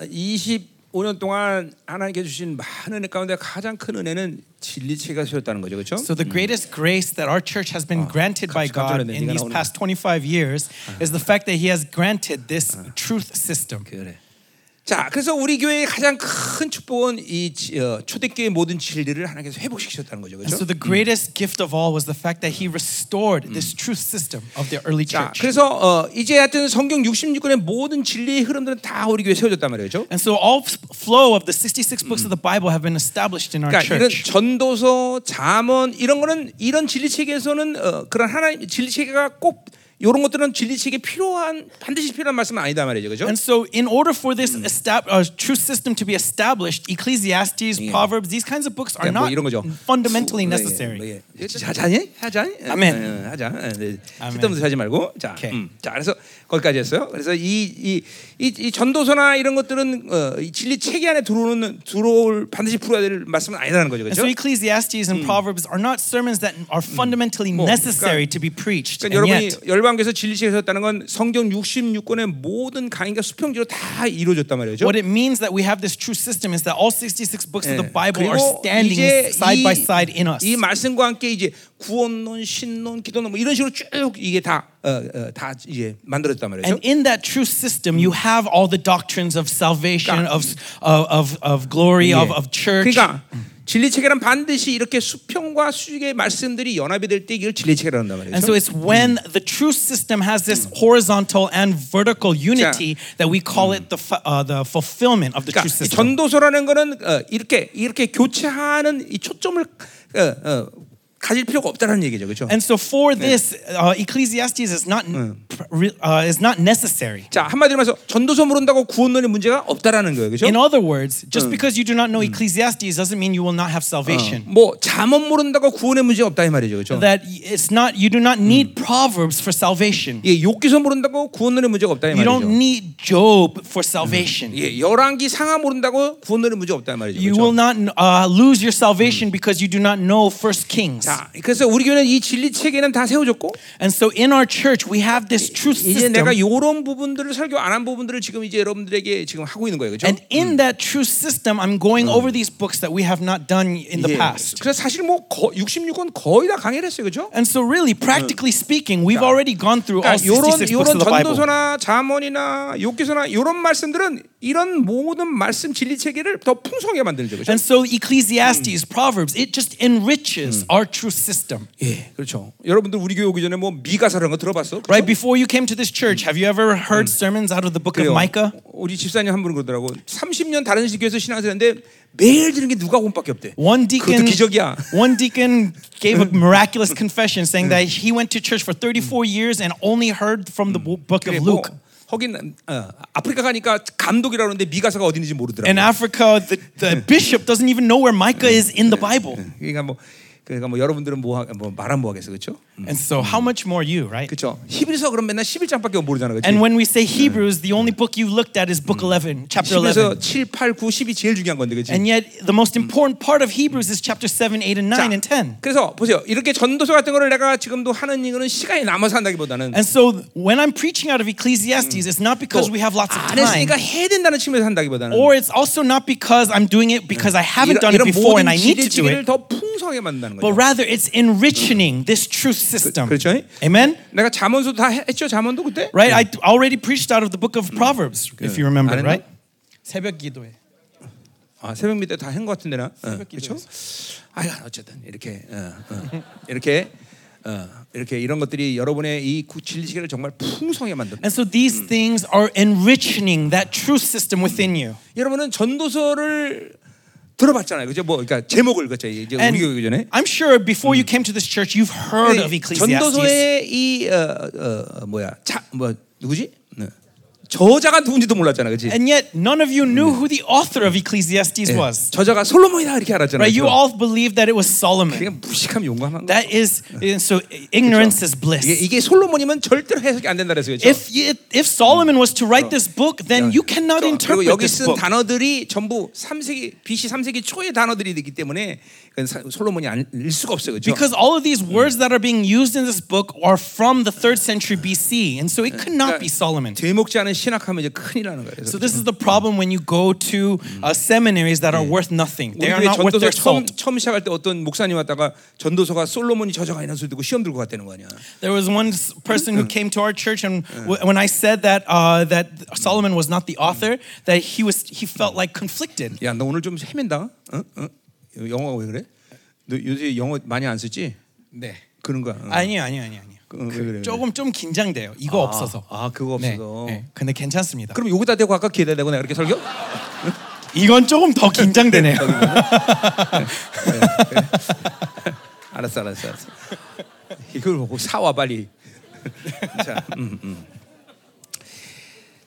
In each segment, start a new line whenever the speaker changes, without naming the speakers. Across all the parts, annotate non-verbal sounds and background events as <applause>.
25년 동안 하나님께 주신 많은 은혜 가운데 가장 큰 은혜는 진리체가 세웠다는 거죠. 그렇죠?
So the greatest grace that our church has been granted by
갑자기 갑자기
God in
Hmm. Ah, 내가
these
나오네.
past 25 years is the fact that He has granted this truth system.
그래. 자, 그래서 우리 교회의 가장 큰 축복은 이 지- 어, 초대교회 모든 진리를 하나님께서 회복시키셨다는 거죠.
And
그렇죠?
아, so the greatest gift of all was the fact that He restored this truth system of the early
자,
church.
그래서 어, 이제 하여튼 성경 66권의 모든 진리의 흐름들은 다 우리 교회 세워졌단 그렇죠? 말이죠.
And so all f- flow of the 66 books of the Bible have been established in our
그러니까 이런
church.
전도서, 잠언 이런 거는 이런 진리 체계에서는 어, 그런 하나님 진리 체계가 꼭 이런 것들은 진리 체계 필요한 반드시 필요한 말씀은 아니다 말이죠, 그렇죠? 그죠
And so, in order for this estab- uh, truth system to be established, Ecclesiastes, Proverbs, these kinds of books are
그러니까 뭐
not
이런 거죠.
fundamentally
예,
necessary.
예, 뭐 예. 하자니? 하자니? 예,
아멘.
예, 예, 하자. 예, 네.
아멘.
쓸데없는 소리 하지 말고. 자,
오케이.
음. 자, 그래서 거기까지 했어요. 그래서 이 이 이 전도서나 이런 것들은 어, 이 진리 체계 안에 들어오는 들어올 반드시 풀어야 될 말씀은 아니라는 거죠,
And
그렇죠?
so, Ecclesiastes
Hmm.
and Proverbs are not sermons that are fundamentally
뭐,
necessary
그러니까-
to be preached.
그러니까
And
여러분이
yet,
열방교에서 진리책에서 했다는 건 성경 66권의 모든 강의가 수평지로 다 이루어졌단 말이죠.
what it means that we have this true system is that all 66 books of the
예.
Bible are
그리고
standing
이제
side
이-
by side in us.
이 말씀과 함께 이제 구원론, 신론, 기도론 뭐 이런 식으로 쭉 이게 다다 어, 다 이제 만들어졌단 말이죠.
And in that true system, you have all the doctrines of salvation, of, of, of, of glory, of,
예.
of church.
그러니까 진리 체계란 반드시 이렇게 수평과 수직의 말씀들이 연합이 될 때 이걸 진리 체계라 한단 말이죠.
And so it's when the true system has this horizontal and vertical unity that we call it the, fu- uh, the fulfillment of the true
그러니까 이
system.
전도서라는 거는 어, 이렇게 이렇게 교체하는 이 초점을 어, 어, 가질 필요가 없다는 얘기죠, 그렇죠?
And so for this, uh, Ecclesiastes is not, pr- re- uh, is not necessary.
자 한마디로 말해서 전도서 모른다고 구원론의 문제가 없다라는 거예요, 그렇죠?
In other words, just because you do not know Ecclesiastes doesn't mean you will not have salvation.
뭐 잠언 모른다고 구원의 문제 없다 이 말이죠, 그렇죠?
That y- it's not, you do not need Proverbs for salvation.
예, 욕기서 모른다고 구원론의 문제가 없다 이
You
말이죠.
don't need Job for salvation.
예, 열왕기 상하 모른다고 구원론의 문제 없다 이 말이죠.
You
그렇죠?
will not uh, lose your salvation because you do not know First Kings.
자, 그래서 우리 교회는 이 진리 체계는 다 세워졌고
And so in our church, we have this truth
이제
system.
내가 요런 부분들을 설교 안 한 부분들을 지금 이제 여러분들에게 지금 하고 있는 거예요. 그렇죠?
And in that truth system, I'm going over these books that we have not done in the
예.
past.
그래서 사실 뭐 66권 거의 다 강의를 했어요. 그렇죠?
And so really, practically speaking, we've already gone through all
그러니까 요런
66 books
요런
of the Bible.
전도서나 잠언이나 욕기서나 요런 말씀들은 이런 모든 말씀 진리 체계를 더 풍성하게 만들죠. 그렇죠?
And so Ecclesiastes, Proverbs, it just enriches our truth system.
예, 그렇죠. 여러분들 우리 교회 오기 전에 뭐 미가사라는 거 들어봤어?
Right before you came to this church, have you ever heard sermons out of the book of Micah?
우리 집사님 한 분은 그러더라고. 30년 다른 교회에서 신앙생활했는데 매일 듣는 게 누가 본밖에 없대.
One deacon,
그것도 기적이야.
<laughs> one deacon gave a miraculous confession saying that he went to church for 34 years and only heard from the bo- book of
그래,
Luke.
뭐, 하긴 어, 아프리카 가니까 감독이라 그러는데 미가사가 어디인지 모르더라고.
In Africa, the, the bishop doesn't even know where Micah is in the Bible.
그러니까 뭐 그러니까 뭐 여러분들은 뭐뭐 말은 뭐 하겠어. 그렇죠?
And so, how much more you, right?
그렇죠. 히브리서 그럼 맨날 11장밖에 모르잖아. 그렇지?
And when we say Hebrews, the only book you looked at is book 11, chapter
히브리서
11.
7, 8, 9, 10이 제일 중요한 건데. 그렇지?
And yet, the most important part of Hebrews is chapter 7, 8, and 9, and 10.
그래서 보세요. 이렇게 전도서 같은 거를 내가 지금도 하는 이유는 시간이 남아서 한다기보다는
And so, when I'm preaching out of Ecclesiastes, it's not because
또
we have lots of
안 했으니까
time,
해야 된다는 측면에서 한다기보다는
or it's also not because I'm doing it because I haven't done it
이런
before and
모든
I need to do
지리치기를
it,
더 풍성하게 만든다는
but
거죠.
rather it's enriching this truth system.
그렇죠?
Amen?
내가 잠언서 다 했- 했죠. 잠언도 그때?
Right? I d- already preached out of the book of Proverbs, if you remember,
안 했나?
right? 새벽 기도회.
아, 새벽 밑에 다 한 것 같은데 나. 어,
기도에서.
그렇죠? 아유, 어쨌든 이렇게 어, 어, 이렇게 어, 이렇게 이런 것들이 여러분의 이 구- 진리시계를 정말 풍성하게 만듭니다.
And so these things are enriching that truth system within you.
여러분은 전도서를 들어봤잖아요. 그죠? 뭐 그러니까 제목을 그죠? 이제 우리 교육 전에
And I'm sure before you came to this church, you've heard of
이
Ecclesiastes.
전도서의 이 어, 어, 어, 뭐야? 자, 뭐 누구지? 네. 저자가 누군지도 몰랐잖아. 그지
And yet, none of you knew who the author of Ecclesiastes was.
저자가 솔로몬이다 이렇게 알았잖아.
Right? You
그죠?
all believed that it was Solomon.
그냥 무식함 용감한 거.
That is, and so ignorance is
이게,
bliss.
이게 솔로몬이면 절대로 해석이 안 된다 그랬어요. 그죠?
If, you, if Solomon was to write this book, then you
저-
cannot
그리고
interpret
여기
this
쓴
book.
단어들이 전부 3세기 BC 3세기 초의 단어들이기 때문에 그건 사- 솔로몬이 아닐 수가 없어요. 그렇죠?
Because all of these words that are being used in this book are from the third century BC, and so it could not be Solomon.
되먹지 그러니까 않은 신학하면 이제 큰일 나는 거예요.
So this is the problem when you go to uh, seminaries that are worth nothing. They
우리
are
교회
not
전도서
worth their
처음,
salt.
처음 시작할 때 어떤 목사님 왔다가 전도서가 솔로몬이 저자가 이런 소리 듣고 시험 들고 갔다는 거 아니야.
There was one s- person who came to our church, and w- when I said that uh, that Solomon was not the author, that he was he felt like conflicted.
야, 너 오늘 좀 헤맨다. 응? 응? 영어가 왜 그래? 너 요새 영어 많이 안 쓰지?
네.
그런 거야. 응.
아니요, 아니요, 아니요, 아니요.
그, 왜 그래? 그
조금 좀 긴장돼요. 이거 없어서.
아, 그거 없어서.
네, 네. 근데 괜찮습니다.
그럼 여기다 대고 아까 기에다 대고 내가 이렇게 설교?
이건 조금
<laughs>
더 긴장되네요. <laughs>
알았어, 알았어, 알았어. 이걸 보고 사와 빨리. 자, 음, 음.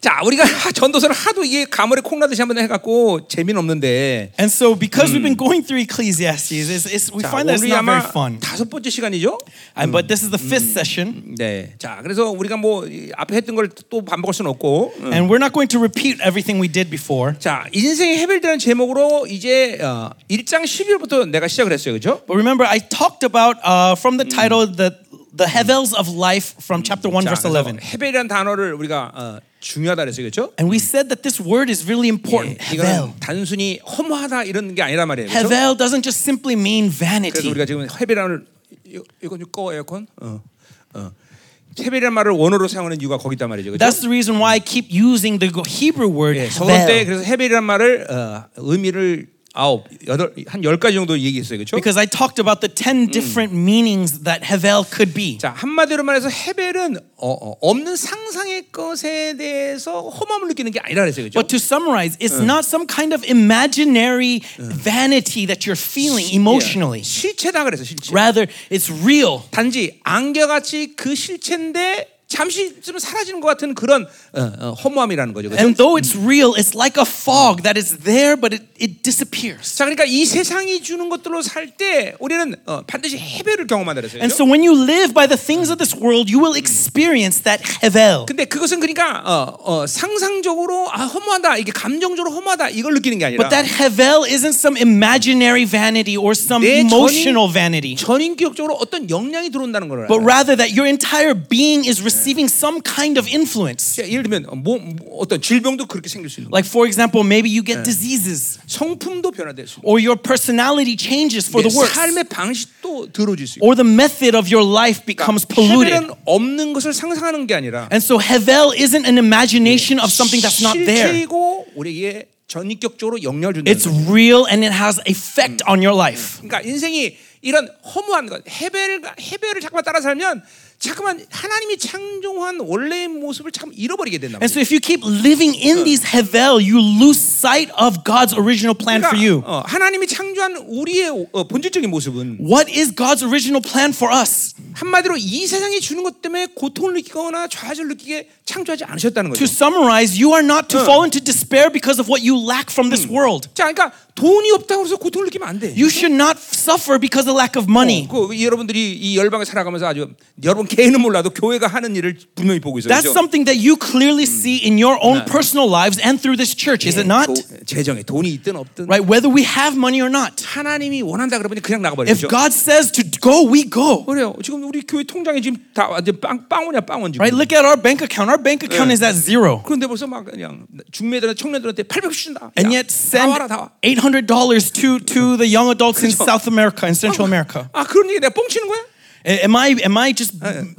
자, 우리가 전도서를 하도 이게 가물에 콩나듯이 한번 해갖고 재미는 없는데.
and so because we've been going through Ecclesiastes, it's, it's, we
자,
find that it's
오늘이
not very
아마
fun.
다섯 번째 시간이죠?
And, but this is the fifth session,
네. 자, 그래서 우리가 뭐 이 앞에 했던 걸 또 반복할 수는 없고. 음.
and we're not going to repeat everything we did before.
자, 인생의 해별이라는 제목으로 이제 어, 1장 11절부터 내가 시작을 했어요. 그죠?
But remember, I talked about uh, from the title the the hevels of life from Mm. chapter one
자,
verse
그래서
eleven,
해별이라는 단어를 우리가 어, 중요하다 그랬어요. 그죠?
and we said that this word is really
예,
important.
이거는
Hevel.
단순히 허무하다 이런 게 아니란 말이에요. 그렇죠?
Hevel doesn't just simply mean
그래서
vanity.
우리가 지금 헤벨이라는 이거- 이건 좀 꺼, 에어컨. 어, 어. 헤벨이라는 말을 원어로 사용하는 이유가 거기 있단 말이죠. 그렇죠?
That's the reason why I keep using the Hebrew word
예, 서론 때
hevel.
그래서 헤벨이라는 말을 어, 의미를 아홉, 여덟, 한열 가지 정도 얘기했어요. 그렇죠?
Because I talked about the ten different meanings that hevel could be.
자 한마디로 말해서 헤벨은 어, 어, 없는 상상의 것에 대해서 허무함을 느끼는 게 아니라 그랬어요, 그렇죠?
But to summarize, it's not some kind of imaginary vanity that you're feeling emotionally.
실체다 그래서 실체.
Rather, it's real.
단지 안개같이 그 실체인데 잠시 있으면 사라지는 것 같은 그런 어, 어, 허무함이라는 거죠. 그렇죠?
And though it's real, it's like a fog that is there, but it, it disappears.
자, 그러니까 이 세상이 주는 것들로 살 때 우리는 어, 반드시 해배를 경험한다 그랬어요.
And
그죠?
so when you live by the things of this world, you will experience that hevel.
근데 그것은 그러니까 어, 어, 상상적으로 아 허무하다 이게 감정적으로 허무하다 이걸 느끼는 게 아니라
But that hevel isn't some imaginary vanity or some
내
emotional
전인-
vanity,
전인격적으로 어떤 영향이 들어온다는 거를
but
알아요.
rather that your entire being is receiving some kind of influence.
자, 예를 들면 어, 뭐, 뭐, 어떤 질병도 그렇게 생길 수 있는 거예요.
Like, for example, maybe you get diseases
성품도 변화될 수 있는
or your personality changes for the
거예요.
worse
삶의 방식도 더러워질 수 있고
or the method of your life becomes polluted.
헤벨은 없는 것을 상상하는 게 아니라
And so hevel isn't an imagination of something that's not there.
실체이고 우리에게 전인격적으로 영향을 준다.
It's real and it has effect on your life.
그러니까 인생이 이런 허무한 것, 헤벨 헤벨을 자꾸만 따라 살면 자꾸만 하나님이 창조한 원래의 모습을 참 잃어버리게 된다.
And so if you keep living in these hevel, you lose sight of God's original plan for you.
어, 하나님이 창조한 우리의 어, 본질적인 모습은
What is God's original plan for us?
한마디로 이 세상이 주는 것 때문에 고통을 느끼거나 좌절을 느끼게 창조하지 않으셨다는 거죠.
To summarize, you are not to fall into despair because of what you lack from this world.
자, 그러니까 돈이 없다고 해서 고통을 느끼면 안 돼.
You should not suffer because of lack of money.
그 여러분들이 이 열방에 살아가면서 아주 여러분 개인은 몰라도 교회가 하는 일을 분명히 보고 있어요. 그죠?
That's something that you clearly see in your own personal lives and through this church, is it not?
도- 재정에 돈이 있든 없든
Right? Whether we have money or not.
하나님이 원한다 그러면 그냥
If
나가버리죠.
God says to go, we go.
그래요. 지금 우리 교회 통장에 지금 다 완전 빵 빵원이야 빵원 지금.
Right? Look at our bank account. Our bank account is at zero.
그런데 벌써 막 그냥 중매들한테 청년들한테 800 준다.
And
야,
yet
다
send
와라 다 와.
$800 to, to the young adults in South America and Central America.
아 그런 얘기 내가 뻥치는 거야?
A- Am I, am I just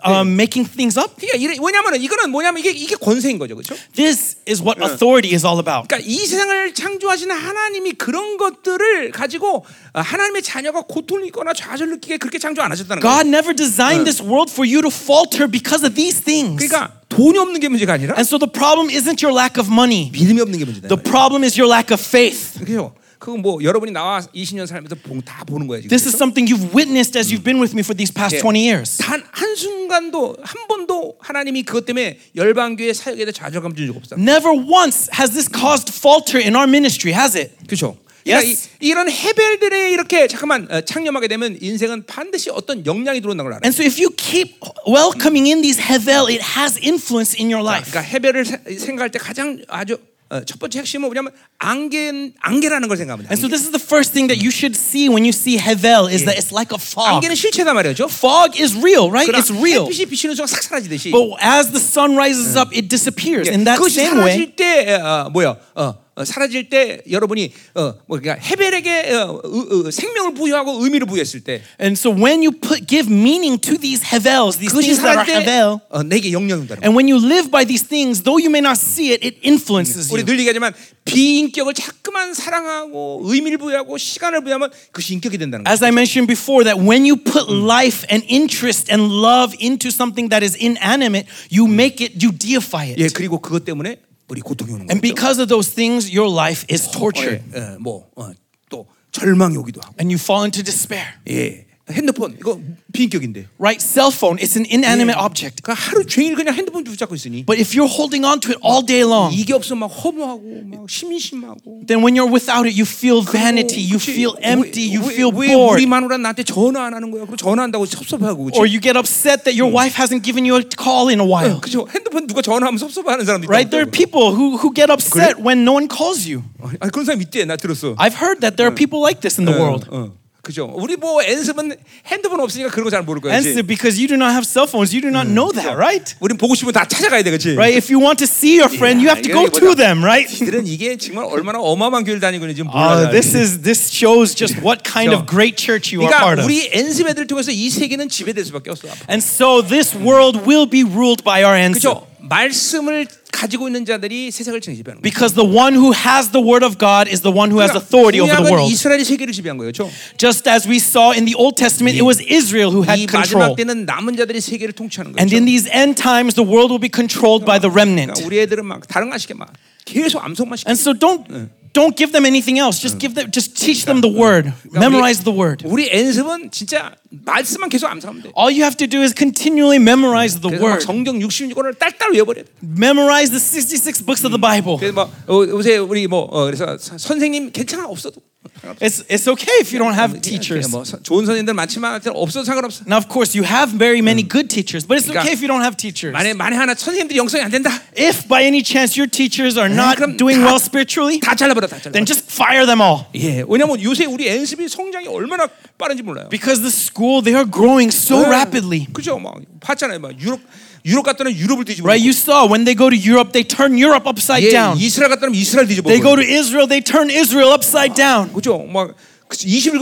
um, making things up?
그러니까 이래, 왜냐면은 이거는 뭐냐면 이게 이게 권세인 거죠, 그렇죠?
This is what authority is all about.
그러니까 이 세상을 창조하시는 하나님이 그런 것들을 가지고 아, 하나님의 자녀가 고통을 입거나 좌절을 느끼게 그렇게 창조 안 하셨다는 거예요.
God never designed this world for you to falter because of these things.
그러니까 돈이 없는 게 문제가 아니라
And so the problem isn't your lack of money,
믿음이 없는 게 문제다.
the problem is your lack of faith.
그죠? 그건 뭐 여러분이 나와 20년 살면서 봉- 다 보는 거예요 지금.
This is something you've witnessed as you've been with me for these past 20 years.
단한 순간도 한 번도 하나님이 그것 때문에 열방교회 사역에 대해 좌절감 준 적 없다.
Never once has this caused falter in our ministry, has it?
그렇죠.
Yes.
이, 이런 해벨들에 이렇게 잠깐만 어, 창념하게 되면 인생은 반드시 어떤 영향이 들어온다는 걸 알아요.
And so if you keep welcoming in these hevel, it has influence in your life.
그러니까 해벨을 세- 생각할 때 가장 아주 어, 첫 번째 핵심은 뭐냐면 안개 안개라는 걸 생각하면 돼.
And so this is the first thing that you should see when you see hevel is that it's like a fog.
안개는 실체다 말이죠.
Fog is real, right?
그러나
It's real.
햇빛이 비치는 순간 싹 사라지듯이
But as the sun rises up, it disappears. In that
그것이
same way,
사라질 때 어, 어, 뭐야? 어, 어, 사라질 때 여러분이 어, 뭐 그러니까 헤벨에게 어, 어, 어, 생명을 부여하고 의미를 부여했을 때
and so when you put give meaning to these hevels, these
그것이
things that are
사라질 때
hevel,
어, 내게 영향을 준다는 거야.
and when you live by these things, though you may not see it, it influences
우리
you.
늘 얘기하지만 비인격을 자꾸만 사랑하고 의미를 부여하고 시간을 부여하면 그것이 인격이 된다는 거야.
As I mentioned before, that when you put life and interest and love into something that is inanimate, you make it, you deify
예,
it.
그리고 그것 때문에 우리 고통이 오는
And
거죠.
because of those things, your life is
예,
tortured
예, 뭐 어, 또 절망이 오기도 하고.
and you fall into despair.
예. 핸드폰 이거 비인격인데.
Right? Cell phone, it's an inanimate object.
그러니까 하루 종일 그냥 핸드폰 붙잡고 있으니
But if you're holding on to it all day long,
이게 없으면 막 허무하고 막 심심하고
then when you're without it, you feel vanity, you
그치?
feel empty, you
왜,
feel
왜, 왜
bored. 어,
우리 마누라 나한테 전화 안 하는 거야? 그럼 전화한다고 섭섭해하고
Or
그렇지?
you get upset that your wife hasn't given you a call in a while.
어, 그죠? 핸드폰 누가 전화하면 섭섭해하는 사람도 있다.
Right? There are people who, who get upset when no one calls you.
아 그런 사람 있대. 나 들었어.
I've heard that there are people like this in the world.
어, 어. 그죠? 우리 뭐 엔습은 핸드폰 없으니까 그런 거 잘 모를 거야.
And so
그치?
because you do not have cell phones, you do not know that, right?
우린 보고 싶으면 다 찾아가야 돼, 그렇지?
Right? If you want to see your friend, you have to
Yeah,
go
이게
to
뭐냐.
them, right? <laughs>
이들은 이게 정말 얼마나 어마어마한 교회를 다니고 있는지 몰라.
Uh, this is this shows just what kind of great church you are part
그러니까
of.
우리 엔습 애들 통해서 이 세계는 지배될 수밖에 없어. 앞으로.
And so this world will be ruled by our answer.
그죠? 말씀을 가지고 있는 자들이 세상을 지배하는 거예요.
Because the one who has the word of God is the one who has
그러니까
authority over the
구약은
world.
이스라엘이 세계를 지배한 거예요, 그렇죠?
Just as we saw in the Old Testament, it was Israel who
이
had
마지막
control.
때는 남은 자들이 세계를 통치하는 거예요.
아, 그렇죠. And in
그렇죠?
these end times, the world will be controlled by the remnant.
그러니까 우리 애들은 막 다른 거 시켜 막 계속 암송만 시켜.
And so don't don't give them anything else. Just give them just teach them the word. Memorize the word.
우리 엔습은 진짜 말씀만 계속 암송하면 돼.
All you have to do is continually memorize the
그래서 막
word.
성경 66권을 딸딸 외워버려.
Memorize the 66 books of the Bible.
그래서 막 어, 요새 우리 뭐 어, 그래서 사- 선생님 괜찮아 없어도 상관없어.
It's it's okay if you don't have teachers.
뭐 서- 좋은 선생님들 많지만 하여튼 없어도 상관없어.
Now of course you have very many good teachers, but it's
그러니까
okay if Mm. you don't have teachers.
만에 만에 하나 선생님들이 영성이 안 된다.
If by any chance your teachers are
그럼
not doing
다-
<laughs> well spiritually,
다 잘라버려, 다 잘라.
then just fire them all.
예, 왜냐면 요새 우리 엔습이 성장이 얼마나 빠른지 몰라요.
Because the school they are growing so rapidly.
그죠, 막 봤잖아요, 막 유럽 유럽 갔다는 유럽을 뒤집어.
Right? You saw when they go to Europe, they turn Europe upside
예,
down.
이스라엘 갔다면 이스라엘 뒤집어.
They go to Israel, they turn Israel upside down.
그죠, 막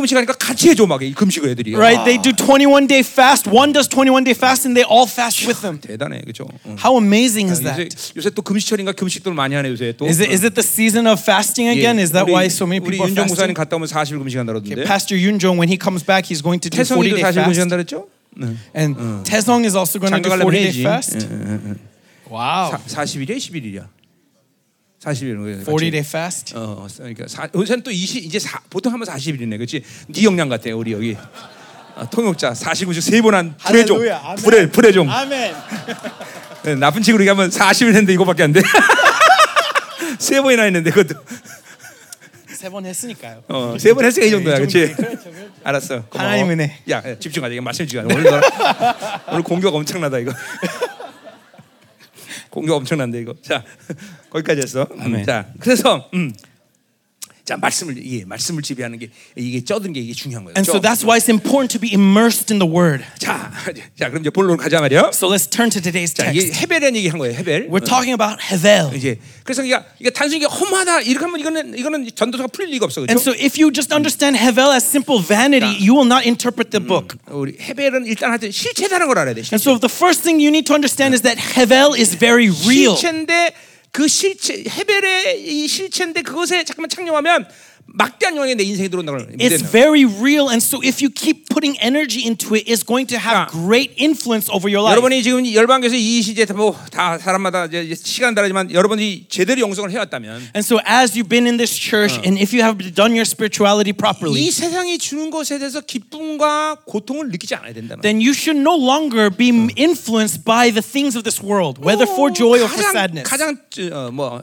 21금식 하니까 같이 해줘 막 이 금식을 애들이. 어,
Right? They do 21 day fast. One does 21 day fast and they all fast with them.
대단해, 그죠. 응.
How amazing
요새,
is that?
요새 또 금식철인가 금식들 많이 하네 요새 또. 어.
Is it is it the season of fasting again? Is that
우리-
why so many
우리
people are
윤종 목사님
fasting?
갔다 오면 40일 금식 한다 그러던데.
Pastor Yunjong, when he comes back, he's going to do 40
태성이도
day
40일 금식
fast.
한다 그랬죠? 네.
And Taesong is also going to do
장가
40
가려면
day
해야지. 예,
fast. Wow.
40일이야, 11일이야. 40일.
40 day fast.
어, 그러니까 사, 요새는 또 20, 이제 사, 보통 하면 40일이네, 그렇지? 네 역량 같아, 우리 여기. 아, 통역자 49주 세번한 불의 종,
할렐루야, 아멘. <laughs>
불의 불의 종.
Amen.
네, 나쁜 친구로 얘기하면 40일 했는데 이거밖에 안 돼. <laughs> 세 번이나 했는데 그것도
세번 했으니까요.
어, 세 번 했으니까 이 정도야,
음. 네, 이
그렇지? <laughs> 알았어. 고마워.
하나님의 은혜.
야, 집중하자. 이거 말씀 집중하자. 오늘,
<laughs>
너, 오늘 공격 엄청나다 이거. <laughs> 공격 엄청난데 이거. 자, <laughs> 거기까지 했어. 음,
아멘.
자, 그래서 음. 자, 말씀을 예, 말씀을 지배하는 게 이게 쩌든 게 이게 중요한 거예요.
And so
쩌-
that's why it's important to be immersed in the word.
자, <laughs> 자, 그럼 이제 본론 가자 말이요.
So let's turn to today's
자,
text.
이게 헤벨이라는 얘기 한 거예요. 헤벨.
We're talking about Hevel.
이제 그래서 이게 이게 단순히 이게 험하다 이렇게 하면 이거는 이거는 전도서가 풀릴 리가 없어.
And
그렇죠?
so if you just understand Hevel as simple vanity, you will not interpret the book.
우리 헤벨은 일단 하여튼 실체다는 걸 알아야 돼. 실체.
And so the first thing you need to understand is that Hevel is very real.
실체인데 그 실체 헤벨의 이 실체인데 그것에 잠깐만 착용하면 막대한 영향이 내 인생에 들어온다는 걸
It's
믿는
very real. And so if you keep putting energy into it, it's going to
Yeah.
have great influence over your life.
여러분이 지금 열방교에서 이 시제 뭐다 사람마다 이제 이제 시간 다르지만 여러분이 제대로 영성을 해왔다면
And so as you've been in this church and if you have done your spirituality properly,
이 세상이 주는 것에 대해서 기쁨과 고통을 느끼지 않아야 된다는
then you should no longer be m- influenced by the things of this world, whether for joy or for
가장
sadness.
가장 어, 뭐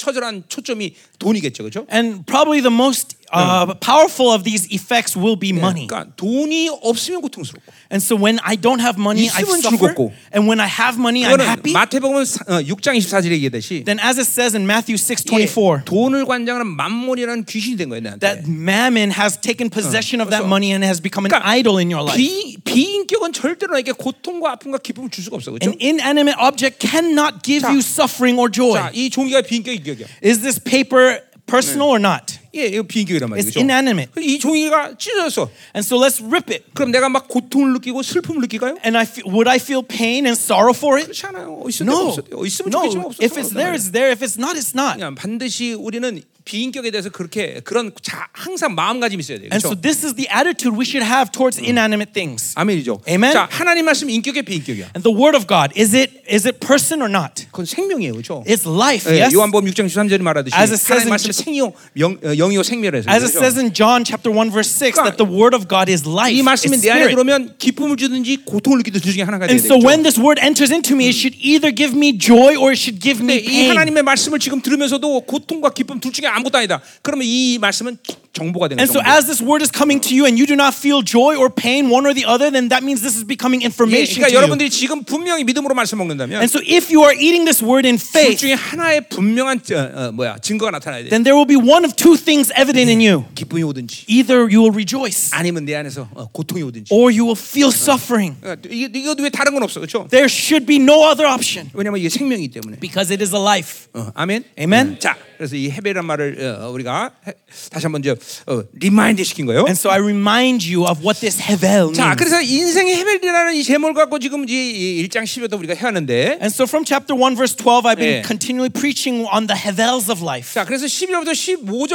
처절한 초점이 돈이겠죠, 그렇죠?
And probably the most uh, powerful of these effects will be money.
그러니까 돈이 없으면 고통스럽고.
And so when I don't have money, I
있으면
suffer.
즐겁고.
And when I have money, I'm
이거는
happy.
마태복음 사- 어, 6장 24절에 얘기했듯이
Then as it says in Matthew
이게
6:24,
돈을 관장하는 만몬이라는 귀신이 된 거예요 나한테.
that mammon has taken possession of that
그래서-
money and has become an
그러니까
idol in your life.
비, 비인격은 절대로 나에게 고통과 아픔과 기쁨을 줄 수가 없어 그렇죠?
An inanimate object cannot give
자.
you 수ffering or joy.
자, 이 종이가 비인격 인격이야.
Is this paper personal or not?
예, 이거 비인격이란
It's
말이죠.
inanimate.
이 종이가 찢어졌어.
And so let's rip it.
그럼 내가 막 고통을 느끼고 슬픔을 느낄까요?
And I fe- would I feel pain and sorrow for it?
그렇지 않아요. 있을 때가
No.
없어. 있으면 좋겠지만
No.
없어.
If it's there, it's there. If it's not, it's not.
그냥 반드시 우리는 비인격에 대해서 그렇게 그런 자, 항상 마음가짐이 있어야 돼요.
And so
그렇죠?
this is the attitude we should have towards inanimate things.
아멘이죠.
Amen.
자, 하나님 말씀 인격의 비인격이야.
And the word of God, is it is it person or not?
그건 생명이에요. 그렇죠?
It's life,
예,
yes.
요한복음 6장 13절이 말하듯이
As it says
하나님
in-
말씀 생이요 영, 어, 영이요 생멸해서 그렇죠?
As it says in John chapter 1 verse 6 that the word of God is life.
이 말씀이
it's
내 안에
spirit.
들어오면 기쁨을 주든지 고통을 느끼든지 둘 중에 하나가 돼야
And so
되겠죠.
when this word enters into me, it should either give me joy or it should give
근데
me
이
pain.
하나님의 말씀을 지금 들으면서도 고통과 기쁨 둘 중에 아무것도 아니다. 그러면 이 말씀은 정보가 되는
And
거죠.
so as this word is coming to you and you do not feel joy or pain one or the other, then that means this is
예,
becoming information
그러니까
to you.
여러분들이 지금 분명히 믿음으로 말씀 먹는다면
And so if you are eating this word in
둘
faith,
중에 하나의 분명한 어, 어, 뭐야 증거가 나타나야 돼.
then there will be one of two things evident in you.
기쁨이 오든지
Either you will rejoice
아니면 내 안에서 어, 고통이 오든지.
or you will feel suffering.
그러니까 이게 이것도 왜 다른 건 없어, 그렇죠?
There should be no other option
왜냐면 이게 생명이기 때문에.
because it is a life.
어, 아멘.
Amen.
자, 그래서 이 헤벨이란 말을 어, 우리가 해- 다시 한번 이제 어, 리마인드 시킨 거예요.
And so I remind you of what this hevel
자,
means.
그래서 인생의 헤벨이라는 이 제목을 갖고 지금 이제 이 1장 10에도 우리가 해왔는데
And so from chapter 1 verse 12 I've been
Yeah.
continually preaching on the hevels of life.
자, 그래서 11월부터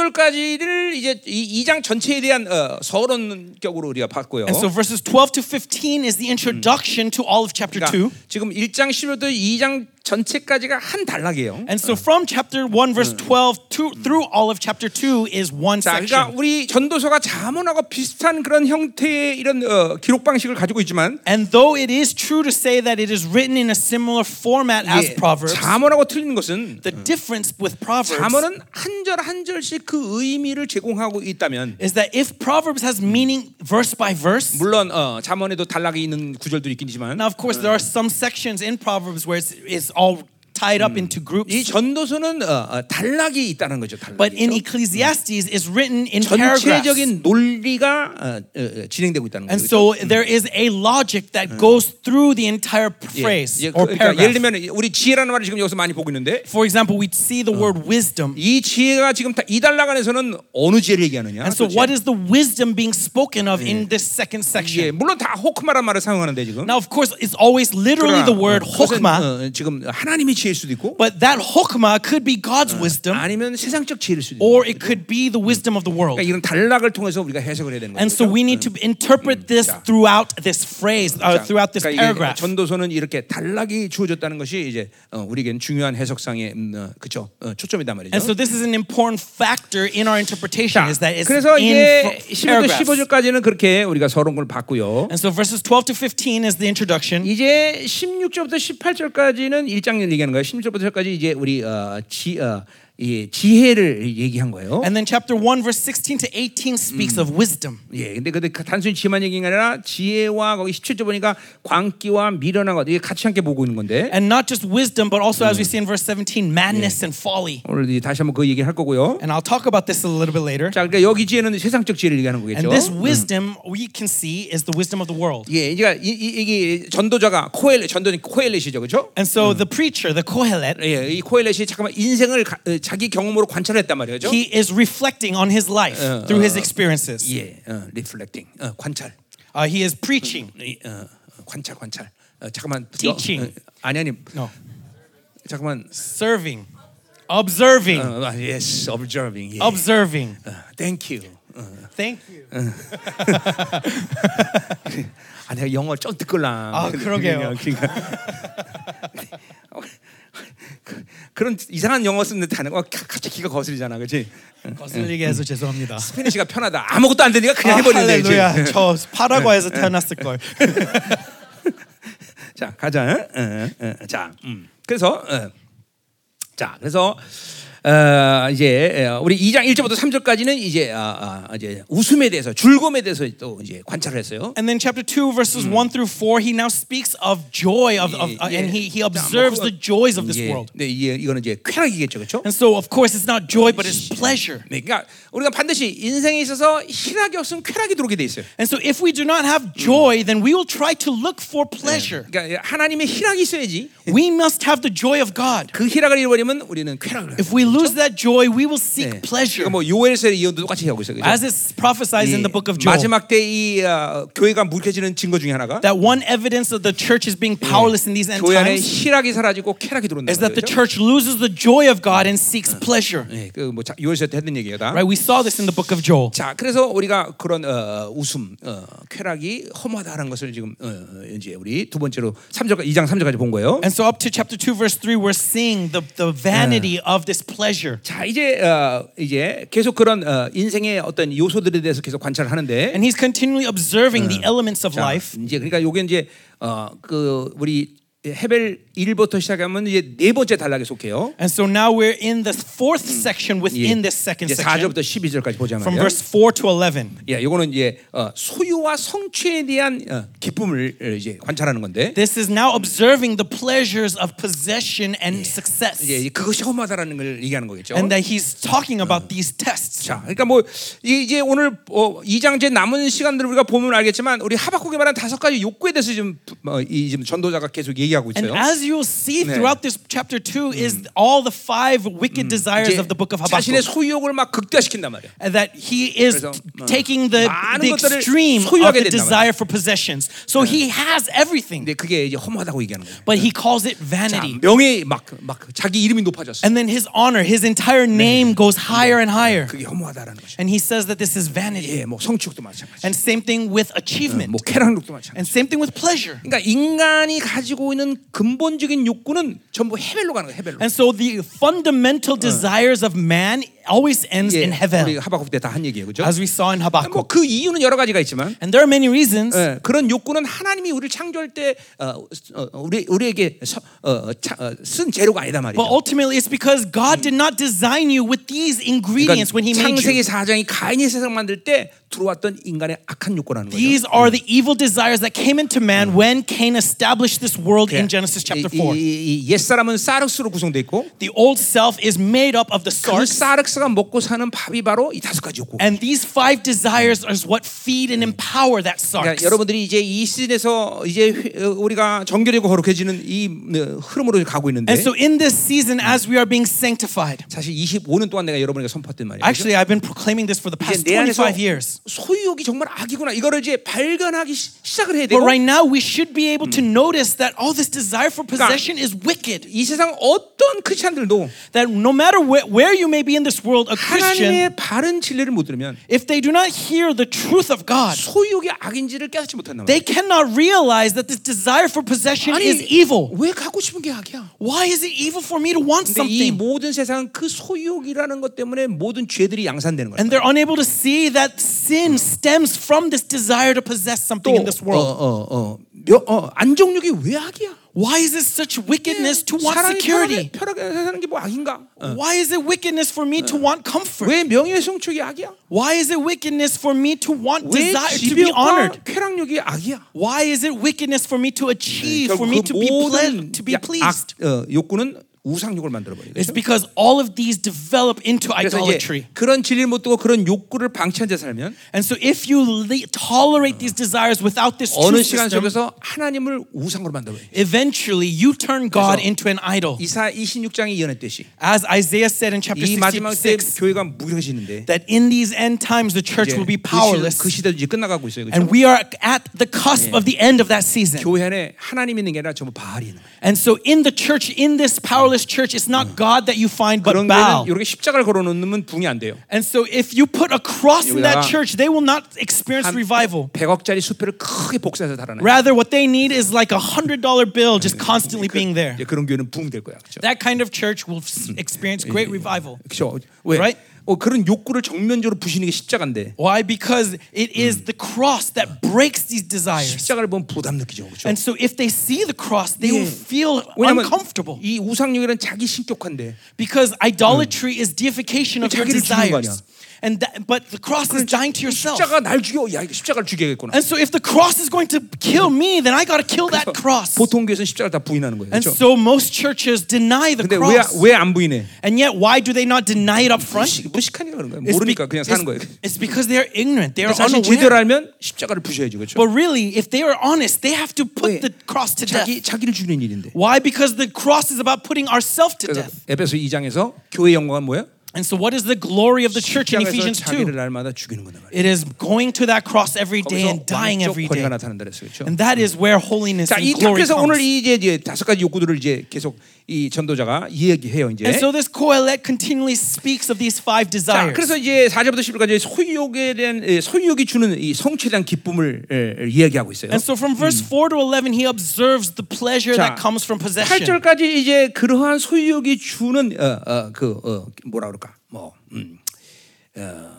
15절까지를 이제 이 2장 전체에 대한 어, 서론격으로 우리가 봤고요.
And so verses 12 to 15 is the introduction to all of chapter
그러니까
2.
지금 1장 11월부터 2장 전체까지가 한 단락이에요.
And so from chapter 1 verse 12 to, through all of chapter 2 is one
자, 그러니까
section.
우리 전도서가 자문하고 비슷한 그런 형태의 이런 어, 기록 방식을 가지고 있지만
And though it is true to say that it is written in a similar format as
예,
Proverbs,
자문하고 틀리는 것은
the difference with Proverbs
자문은 한 절 한 절씩 그 의미를 제공하고 있다면
is that if Proverbs has meaning verse by verse,
물론 어, 자문에도 단락이 있는 구절도 있긴 하지만
Now, of course, there are some sections in Proverbs where it's, it's all tied up into
이
groups.
전도서는 어, 어, 단락이 있다는 거죠. 단락이. 그렇죠?
But in Ecclesiastes, it's written in paragraphs.
전체적인 논리가 어, 어, 어, 진행되고 있다는
And
거죠.
so there is a logic that goes through the entire phrase
예,
or
그, 그러니까 예를
paragraph.
들면 우리 지혜라는 말을 지금 여기서 많이 보고 있는데
For example, we see the word wisdom.
이 지혜가 지금 다- 이 단락 안에서는 어느 지혜를 얘기하느냐?
And so,
도대체?
what is the wisdom being spoken of
Mm.
in this second
예,
section?
물론 다 호크마란 말을 사용하는데 지금.
Now, of course, it's always literally
그러나,
the word
어, 그것은,
chokmah,
어, 지금 하나님의 지혜일 수도 있고
but that chokmah could be God's
Uh,
wisdom
아니면 세상적 지혜일 수도 있고.
or it could be the wisdom of the
그러니까
world.
이런 단락을 통해서 우리가 해석을 해야 되는 거죠.
And so we need to
Mm.
interpret this
자.
throughout this phrase, uh, throughout this
그러니까 이게
paragraph.
전도서는 이렇게 단락이 주어졌다는 것이 이제 어, 우리에겐 중요한 해석상의 음, 어, 그쵸 어, 초점이단 말이죠.
And so this is an important factor in our interpretation
자,
is that it's
그래서
in
이제
fr-
10부터
paragraphs.
15절까지는 그렇게 우리가 서론을 봤고요.
And so verses 12 to 15 is the introduction.
이제 16절부터 18절까지는 1장 얘기하는 거예요. 16절부터 18절까지 이제 우리 어, 지, 어, 이 지혜를 얘기한 거예요.
And then chapter 1 verse 16 to 18
Mm.
speaks of wisdom.
예, 근데 근데 그 단순히 지혜만 얘기가 아니라 지혜와 거기 17절 보니까 광기와 미련한 것 이게 같이 함께 보고 있는 건데
And not just wisdom, but also
Mm.
as we see in verse 17, madness and folly.
오늘 이제 다시 한번 그 얘기를 할 거고요.
And I'll talk about this a little bit later.
자, 그러니까 여기 지혜는 세상적 지혜를 얘기하는 거겠죠.
And this wisdom we can see is the wisdom of the world.
예, 그러니까 이, 이, 이게 전도자가 코엘 전도자 코엘렛이죠, 그렇죠?
And so the preacher, the Kohelet,
예, 이 코엘렛이 잠깐만 인생을 가, 어, 자기 경험으로 관찰했단 말이에요, 그렇죠?
he is reflecting on his life
Uh,
through his experiences.
예, 어, 리플렉팅, 어, 관찰,
Uh, he is preaching.
이, 어, 어, 관찰, 관찰. 어, 잠깐만.
Teaching.
여- 어, 아니 아니.
No.
잠깐만.
Serving. Observing.
어, 아, yes, observing. 예.
Observing.
어, thank you. 어.
Thank you.
Uh, 아, 내가 영어 좀 듣걸랑.
아, 그러게요.
그러니까. 어, 그- 그런 이상한 영어 쓰는 단어 가 갑자기 귀가 거슬리잖아, 그렇지?
거슬리게 해서 죄송합니다.
스페니쉬가 편하다. 아무것도 안 되니까
아,
그냥 uh, <laughs> 해버리면 되지.
할렐루야. 저
<laughs>
파라과에서 태어났을 걸.
자 가자. 응? 응, 응. 자, 음. 어. 그래서 응. 자 그래서 어, 이제 어, 우리 2장 1절부터 3절까지는 이제 아, 아, 이제 웃음에 대해서 즐거움에 대해서 또 이제 관찰을 했어요.
And then chapter 2 verses 1 through 4 he now speaks of joy of, of uh, and he he observes the joys of this
예,
world.
네, 이게 이거는 이제 쾌락이겠죠, 그렇죠?
And so of course it's not joy but it's pleasure.
네, 그러니까 우리가 반드시 인생에 있어서 희락이 없으면 쾌락이 들어오게 돼 있어요.
And so if we do not have joy then we will try to look for
<laughs>
pleasure.
그러니까 하나님의 희락이 있어야지
We must have the joy of God.
그 희락을 잃어버리면 우리는 쾌락을 해요.
If we lose that joy we will seek
네.
pleasure.
그러니까 뭐 요엘서의 예언도 똑같이 하고 있어요. 그죠?
As it's prophesied in the book of
이
Joel.
마지막 때 이 어, 교회가 물켜지는 증거 중에 하나가
that one evidence of the church is being powerless in these end
교회 안에
times
희락이 사라지고 쾌락이 들어온다는
is that the
거죠.
church loses the joy of God and seeks pleasure.
예, 그뭐 요엘서 때 했던 얘기예요, 다.
Right? We saw this in the book of Joel.
자, 그래서 우리가 그런 어, 웃음, 어, 쾌락이 허무하다는 것을 지금 어, 어, 이제 우리 두 번째로 3절까 2장 3절까지 본 거예요.
And so up to chapter 2 verse 3 we're seeing the, the vanity of this pleasure.
자, 이제 어, 이제 계속 그런 어, 인생의 어떤 요소들에 대해서 계속 관찰을 하는데
And he's continually observing the elements of
자,
life.
이제 그러니까 요게 이제 어, 그 우리 헤벨 1부터 시작하면 이제 네 번째 단락에 속해요.
And so now we're in the fourth section
예,
within this second
이제
section
4절부터 12절까지 보자
from
말이에요.
verse 4 to 11.
예, 요거는 이제 어, 소유와 성취에 대한 어, 기쁨을 어, 이제 관찰하는 건데
This is now observing the pleasures of possession and success.
이제 그것이 허무하다라는 걸 얘기하는 거겠죠.
And that he's talking about these tests.
자, 그러니까 뭐 이- 이제 오늘 어, 2장 제 남은 시간들을 우리가 보면 알겠지만 우리 하박국에 말한 다섯 가지 욕구에 대해서 지금 어, 이 지금 전도자가 계속 얘기하고
And
있어요.
as you'll see
네.
throughout this chapter 2 is all the five wicked desires
이제
of the book of
자신의
Habakkuk.
소유욕을 막 극대화시킨단 말이야.
And that he is
그래서,
t-
어,
taking the,
많은
the
것들을
extreme
소유하게
of the
된단
desire for possessions. So he has everything,
근데 그게 이제 허무하다고 얘기하는 거야.
but he calls it
자,
vanity.
명예 막 막 자기 이름이 높아졌어.
And then his honor, his entire name goes higher and higher.
그게 허무하다라는 것이.
And he says that this is vanity.
예, 뭐 성취욕도 마찬가지.
And same thing with achievement.
뭐 쾌락욕도 마찬가지.
And same thing with pleasure.
그러니까 인간이 가지고 있는 근본적인 욕구는 전부 헤벨로 가는 거야. 헤벨로.
And so the fundamental desires of man always ends
예,
in
우리
heaven,
하박국 때 다 한 얘기예요, 그죠
as we saw in Habakkuk.
뭐 그 이유는 여러 가지가 있지만.
And there are many reasons.
예, 그런 욕구는 하나님이 우리를 창조할 때 어, 어, 우리 우리에게 서, 어, 차, 어, 쓴 재료가 아니다 말이죠.
But ultimately, it's because God did not design you with these ingredients when He made
그러니까 창세기
you.
4장이 가인의 세상 만들 때 들어왔던 인간의 악한 욕구라는 거죠.
These are the evil desires that came into man when Cain established this world
예.
in Genesis chapter 4.
옛 사람은 사르스로 구성돼 있고
The old self is made up of the
그
sarks,
사르스가 먹고 사는 밥이 바로 이 다섯 가지 욕구.
and these five desires is what feed and empower that
그러니까
sarks.
여러분들이 이제 이 시즌에서 이제 회- 어, 우리가 정결되고 거룩해지는 이 어, 흐름으로 가고 있는데
And so, in this season, as we are being sanctified,
사실 25년 동안 내가 여러분에게 선포했던 말이에요.
actually, I've been proclaiming this for the
이제
past
내 안에서
25 years.
소유욕이 정말 악이구나 이거를 이제 발견하기 시, 작을 해야
But
되고
right now, we should be able to notice that all this desire for possession is wicked.
이 세상 어떤 크리스천들도
That no matter where, where you may be in this world, a
하나님의
Christian
바른 진리를 못 들으면
If they do not hear the truth of God,
소유욕이 악인지를 깨닫지 못한다
they cannot realize that this desire for possession is evil.
왜 갖고 싶은 게 악이야
Why is it evil for me to want
근데 이
something?
모든 세상은 그 소유욕이라는 것 때문에 모든 죄들이 양산되는 거야
And they're unable to see that sin stems from this desire to possess something in this world.
어어어 어, 안정욕이 왜 악이야
Why is it such wickedness to want
사람이 편하게,
security?
편하게 사는 게 뭐 악인가
Why is it wickedness for me to want comfort?
왜 명예훼손축이 악이야
Why is it wickedness for me to want
왜
desire to be
집욕과
honored?
쾌락욕이 악이야
Why is it wickedness for me to achieve, for me
결국
to
그
be, ple-
모든
to be
야-
pleased?
악, 어, 욕구는 우상욕을 만들어버리죠.
It's because all of these develop into
그래서 이제
idolatry.
그런 진리를 못 두고 그런 욕구를 방치한 채 살면
And so if you le- tolerate these desires without this
어느
truth
시간
system,
속에서 하나님을 우상으로 만들어버려요.
eventually you turn
그래서
God into an idol.
이사 26장이 예언했듯이
As Isaiah said in chapter
이 마지막 때
66,
교회가 무력해지는데
that in these end times the church
이제
will be
그, 시,
powerless.
그 시대도 이제 끝나가고 있어요. 그렇죠?
And we are at the cusp of the end of that season.
교회 안에 하나님 있는 게 아니라 전부 바알이 있는 거예요.
And so in the church, in this powerless church, it's not God that you find, but
그런 교회는
Baal.
이렇게 십자가를 걸어놓으면 붕이 안 돼요.
And so if you put a cross in that
여기다가
church, they will not experience
한
revival.
100억짜리 수표를 크게 복사해서 달아놔요.
Rather, what they need is like a $100 bill just constantly being there.
이제 그런 그 교회는 붕 될 거야. 그렇죠?
That kind of church will s- experience great revival.
그렇죠? 왜?
Right?
어, 그런 욕구를 정면적으로 부시는 게 십자가인데
Why? Because it is the cross that breaks these desires.
십자가를 보면 부담 느끼죠, 그렇죠?
And so if they see the cross, they will
Yeah.
feel
왜냐면
uncomfortable
이 우상욕이란 자기 신격화인데
because idolatry is deification of your
자기를 죽이는 거
desires. And that, but the cross is dying to yourself.
십자가 날 죽여, 야 이거 십자가를 죽여야겠구나.
And so if the cross is going to kill me, then I got to kill that cross.
보통 교회에서는 십자가를 다 부인하는 거예요,
And
그렇죠?
so most churches deny the
근데
cross.
왜 안 부인해?
And yet why do they not deny it up front?
무식- 무식하니까 그런 거예요.
It's be-
모르니까 그냥 사는 거예요.
it's- it's because they are ignorant. They are
사실 제대로 알면
unaware.
십자가를 부셔야죠, 그렇죠?
But really, if they are honest, they have to
왜?
put the cross to death.
자기 자기를 죽이는 일인데.
Why? Because the cross is about putting ourselves to
그래서
death.
에베소 2장에서 교회 영광은 뭐예요?
And so, what is the glory of the church in
십자가에서
Ephesians
자기를
2?
날마다 죽이는 거다 말이에요.
It is going to that cross every day
거기서
and dying every
왕적 권위가
day.
나타난다 그랬어요. 그렇죠?
And that is where holiness
자, 이
and glory
답에서 오늘
comes.
이 이제, 이제 다섯 가지 욕구들을 이제 계속 이 전도자가 이야기해요, 이제.
And so, this Kohelet continually speaks of these five
자,
desires.
그래서 이제 4절부터 11절까지 소유욕에 대한 예, 소유욕이 주는 이 성취에 대한 기쁨을 예, 예, 이야기하고 있어요.
And so, from verse 4 to 11, he observes the pleasure
자,
that comes from possession.
8절까지 이제 그러한 소유욕이 주는 어, 어, 그 어, 뭐라 그럴까? 뭐 음, 어,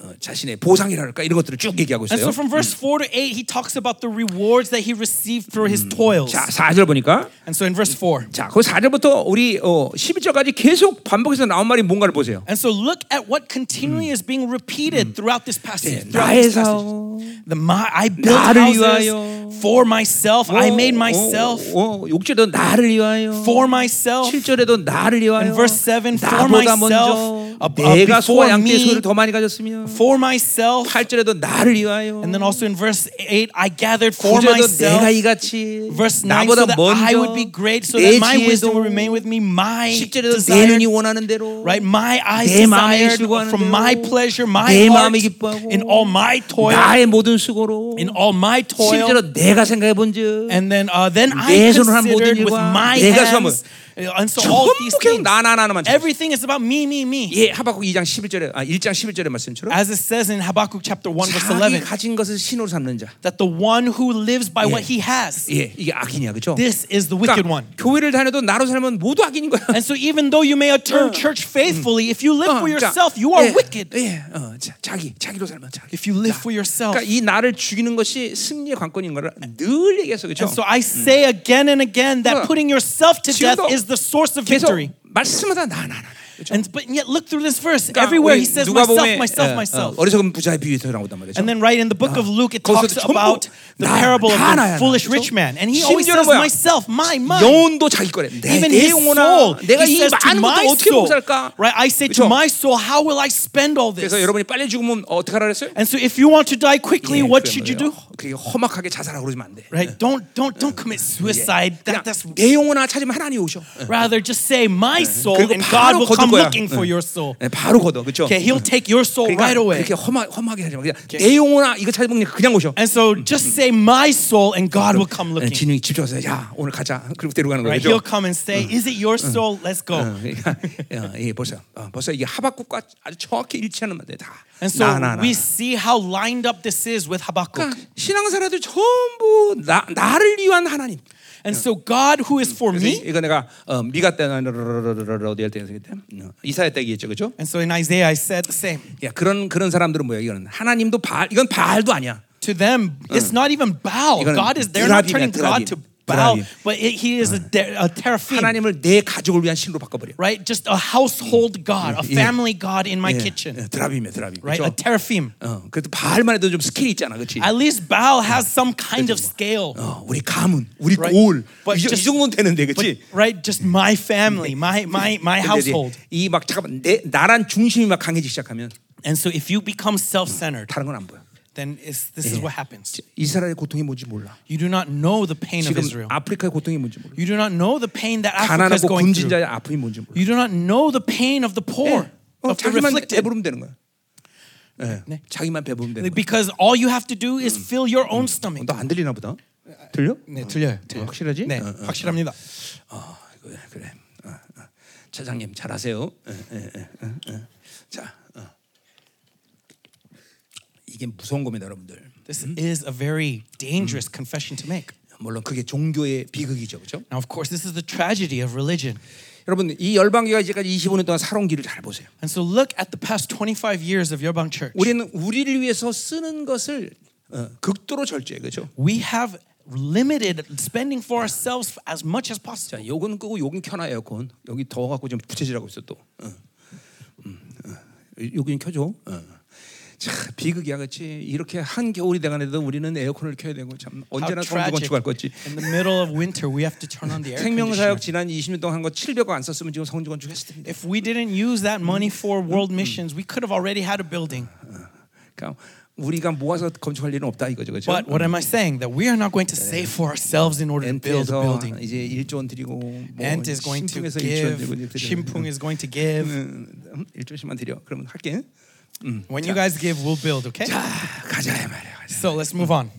어, 자신의 보상이라 할까 이런 것들을 쭉 얘기하고
And
있어요.
so, from verse 4 to 8, he talks about the rewards that he received for his toils.
자, 4절 보니까
And so, in verse 4,
자, 그 4절부터 우리 어, 11절까지 계속 반복해서 나온 말이 뭔가를 보세요.
and so look at what continually is being repeated throughout this passage. Throughout
나의
this passage.
사업,
The my, I built
나를
houses
위하여.
for myself. I made myself
어, 어, 6절에도 나를 위하여
for myself.
7절에도 나를 위하여
And verse seven, for
나보다
myself,
먼저
ab- uh,
내가 소와
before
양떼의
me.
소유를 더 많이 가졌으며
For myself.
8절에도 나를 위하여
And then also in verse 8, I gathered for
9절에도 내가
myself.
이같이
Verse 9, so
나보다
that I would
먼저
be great, so
내
that my wisdom will
지혜도
remain with me, my
10절에도 내
desire.
눈이 원하는 대로
Right, my eyes
내 마음이
desired
추구하는
from
대로,
my pleasure, my
내
heart,
마음이 기뻐하고,
in all my toil,
나의 모든 수고로
in all my toil,
10절로 내가 생각해 본즉
and then uh, then I
내 손으로 한 모든
considered with
일과
my
내가
hands, uh, and so all
전부
these
계속
things,
나나나나만
everything is about me, me, me.
예 하박국 2장 11절에 아 1장 11절의 말씀처럼
as it says in Habakkuk chapter 1 verse
자기
11
가진 것을 신으로 삼는 자
that the one who lives by what
Yeah.
he has
예, 이게 악인이야, 그렇죠?
this is the wicked
그러니까
one
교회를 다녀도 나로 살면 모두 악인인 거야.
and so even though you may attend church faithfully if you live
어,
for
자,
yourself you are
예,
wicked
예, 어, 자, 자기 자기로 살면 자기.
if you live for yourself
그러니까 이 나를 죽이는 것이 승리의 관건인 거를 늘 얘기했어, 그렇죠?
and so I say again and again
그러니까
that putting yourself to death
지금도
is the source of
계속
victory
말씀마다 나나나. 그렇죠?
and but yet look through this verse
그러니까
everywhere
우리
he 사ys
누가복음에,
myself
어,
myself myself
어, 어리석은 부자의 비유에서 나오단 말이죠.
and then right in the book of Luke it
거기서도
talks
전부
about the
나,
parable of
다
the
나야,
foolish
그렇죠?
rich man and he always
심지어는
says
뭐야?
myself my my
영혼도 자기 거래. 내,
Even
내
his
영혼아,
soul.
내가
he
이
says to
많은
my
것도 어떻게 먹고
soul.
살까?
Right? I say
그렇죠?
to my soul, how will I spend all this?
그래서 여러분이 빨리 죽으면 어떻게 하라 그랬어요?
And so if you want to die quickly,
예,
what
그래
should you
말이에요.
do?
그게 험악하게 자살하고 그러면 안 돼.
Right? Don't don't don't commit suicide.
그냥
That, that's
내 영혼아 찾으면 하나님 오셔.
rather just say my soul
그리고
and God
바로
will
거둘
come
거야.
looking for your soul.
네, 바로 거둬, 그렇죠?
Okay, he'll take your soul
그러니까
right away.
그렇게 험하, 험하게 하지 마. 그냥 내 영혼아 이거 찾으면 그냥 오셔.
And so just say my soul and God will come
네,
looking.
진영이 집중 와서 야 오늘 가자. 그리고 데려가는
Right?
거죠.
He'll come and say, is it your soul? Let's
어,
go.
그러니까 어, 예, 벌써 어, 벌써 이게 하박국과 아주 정확히 일치하는 말들 다.
And so
나, 나, 나.
we see how lined up this is with Habakkuk.
그러니까 신앙사라도 전부 나, 나를 위한 하나님.
And so God who is for
그래서
me
이거 내가 어, 미가 때나 러러러러러 어디 할때 얘기했대? 어, 이사야 때 얘기했죠, 그죠?
And so in Isaiah, I said the same.
야 그런 그런 사람들은 뭐야? 이거는 하나님도 바 이건 바알도 아니야.
To them, it's not even bow.
이거는
God is, they're not
드라빔이야,
turning God to
드라빔.
bow,
드라빔.
but it, he is a, de- a teraphim,
하나님을 내 가족을 위한 신으로 바꿔버려.
right? Just a household God, a
예.
family God in my
예,
kitchen,
예, 드라빔이야 드라빔.
right? A
그렇죠?
teraphim.
어, 그래도 바알만 해도 좀 스킬이 있잖아, 그렇지?
At least bow has some kind of scale,
어, 우리 가문, 우리
Right.
골,
But
이, 정-
just-
이 정도는 되는데, 그렇지?
right? Just my family, <laughs> my, my, my household.
이막 잠깐만 내, 나란 중심이 막 강해지기 시작하면
And so if you become self centered,
다른 건 안 보여.
then it's, this is what happens.
이스라엘의 고통이 뭔지 몰라.
You do not know the pain of
지금
Israel.
아프리카의 고통이 뭔지 몰라.
You do not know the pain that Africa
가난하고
is going through.
굶진자의 아픔이 뭔지 몰라.
You uh, do not know the pain of the poor,
어,
of the
자기만
afflicted.
배부르면 되는 거야. 예,
네.
자기만 배부르면 되는 거야. 어,
Because all you have to do is fill your own stomach.
너안 들리나 보다. 들려?
네, 들려요. 들려요.
확실하지?
네,
어, 어.
확실합니다.
아, 그래. 그래. 어, 어. 차장님 잘하세요. 예, 예, 예, 예, 예. 자, 어. 이게 무서운 겁니다, 여러분들.
This is a very dangerous confession to make.
물론 그게 종교의 비극이죠, 그렇죠?
Now, of course, this is the tragedy of religion.
여러분 이 열방교가 이제까지 25년 동안 살아온 길을 잘 보세요.
And so look at the past 25 years of Yerbang Church.
우리는 우리를 위해서 쓰는 것을 어, 극도로 절제해, 그렇죠?
We have limited spending for ourselves as much as possible.
자, 요건 끄고 요건 켜놔 에어컨. 여기 더워갖고 지금 부채질하고 있어 또. 응. 응. 요건 켜줘. 응. 자, 비극이야, 그렇지? 이렇게 한 겨울이 돼가는데도 우리는 에어컨을 켜야 되고 참
How
언제나 성부
tragic.
건축할 거지.
In the middle of winter, we have to turn on the air conditioner.
<laughs> 생명사역 지난 20년 동안 한 거 700억 안 썼으면 지금 성주 건축했을 텐데.
If we didn't use that money for
Mm-hmm.
world missions, we could have already had a building.
그러니까 우리가 모아서 건축할 일은 없다 이거죠, 그렇죠?
But what am I saying? That we are not going to save for ourselves in order to build a
엔트에서
building.
이제 1조 원 드리고 뭐
Ant is going to
신풍에서 1조 원
give.
드리고 이렇게 드려요.
Shimpung is going to give.
음, 1조씩만 드려. 그러면 할게. Mm.
When you guys give, we'll build, okay?
아, 가자 이 말이야. 가자.
So let's move on.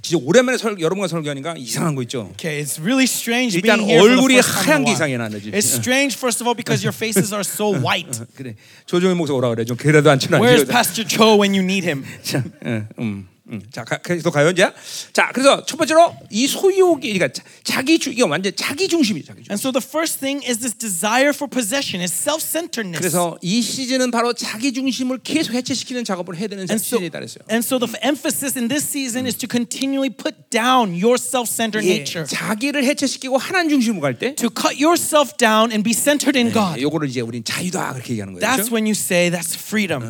진짜 오랜만에 설, 여러분과 설교하니까 이상한 거 있죠.
Okay, it's really strange
일단
being here for
얼굴이
the first time
하얀 게
in a while.
이상해, 나는 지금.
It's strange, first of all, because your faces
<laughs>
are so white.
그래 조정현 목사 오라 그래 좀 그래도 안 친한
Where's Pastor Cho when you need him?
자, 예, 음, 음. 자 가, 계속 가요 이제. 자 그래서 첫 번째로 이 소유욕이 그러니까 자- 자기 주 이게 완전 자기 중심이 자기 중심.
And so the first thing is this desire for possession, is self-centeredness.
그래서 이 시즌은 바로 자기 중심을 계속 해체시키는 작업을 해야 되는
And so,
시즌에 달했어요.
and so the f- emphasis in this season is to continually put down your self-centered
예,
nature.
자기를 해체시키고 하나님 중심으로 갈 때,
To cut yourself down and be centered in God.
요거를 이제 우린 자유다 그렇게 얘기하는 거예요.
That's
그렇죠?
when you say that's
Uh-huh.
freedom.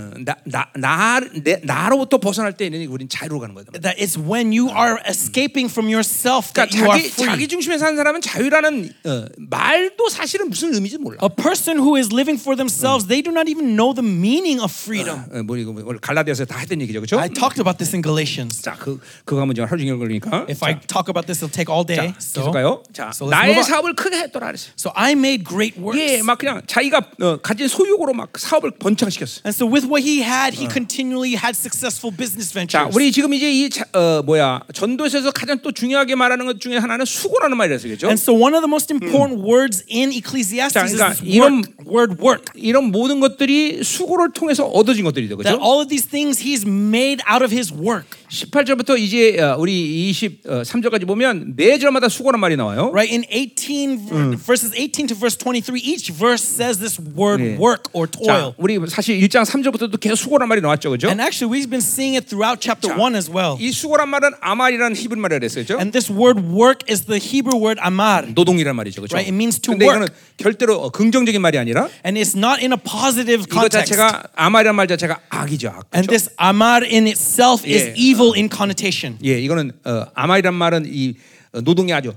나나 나로부터 벗어날 때는 우린 자유로 가는 거예요.
That it's when you are escaping from yourself that you
그러니까 자기,
are
자기
free.
중심에 사는 사람은 자유라는 어, 말도 사실은 무슨 의미인지 몰라.
A person who is living for themselves, they do not even know the meaning of freedom.
어, 뭐 이거 뭐 원래 갈라디아서 다 했던 얘기죠, 그렇죠?
I talked about this in Galatians.
자, 그 그거 하면 지금 하루 종일 걸리니까.
If I talk about this, it'll take all
자,
day. So,
계속 가요. 자,
so let's
나의
move on.
사업을 크게 했더라 그랬어.
So I made great works.
예, 막 그냥 자기가 어, 가진 소유로 막 사업을 번창시켰어.
And so with what he had, he continually had successful business ventures.
자, 우리 지금 이제 이 자, 어, 뭐야 전도서에서 가장 또 중요하게 말하는 것 중에 하나는 수고라는 말이라서 그죠?
and so one of the most important
Hmm.
words in Ecclesiastes
자,
is
그러니까
this
이런
work, word work.
이런 모든 것들이 수고를 통해서 얻어진 것들이죠,
That
그죠?
all of these things he's made out of his work.
18절부터 이제 어, 우리 23절까지 보면 네 매절마다 수고란 말이 나와요.
Right? In 18 ver-
Hmm.
verses 18 to verse 23, each verse says this word
Yeah.
work or
자,
toil.
우리 사실 1장 3절부터도 계속 수고란 말이 나왔죠. 그죠?
And actually we've been seeing it throughout chapter 1 as well.
이 수고란 말은 아말이라는 히브리 말이라 그랬어요. 그죠?
And this word work is the Hebrew word amar.
노동이란 말이죠. 그죠?
Right, it means to
근데
work.
이거는 결대로 어, 긍정적인 말이 아니라
And it's not in a positive
이거
context.
자체가 아말이란 말 자체가 악이죠. 악.
And
그죠?
this amar in itself is
Yeah.
evil in connotation.
예, 이거는 어, 아말이란 말은 이 어, 노동의 아주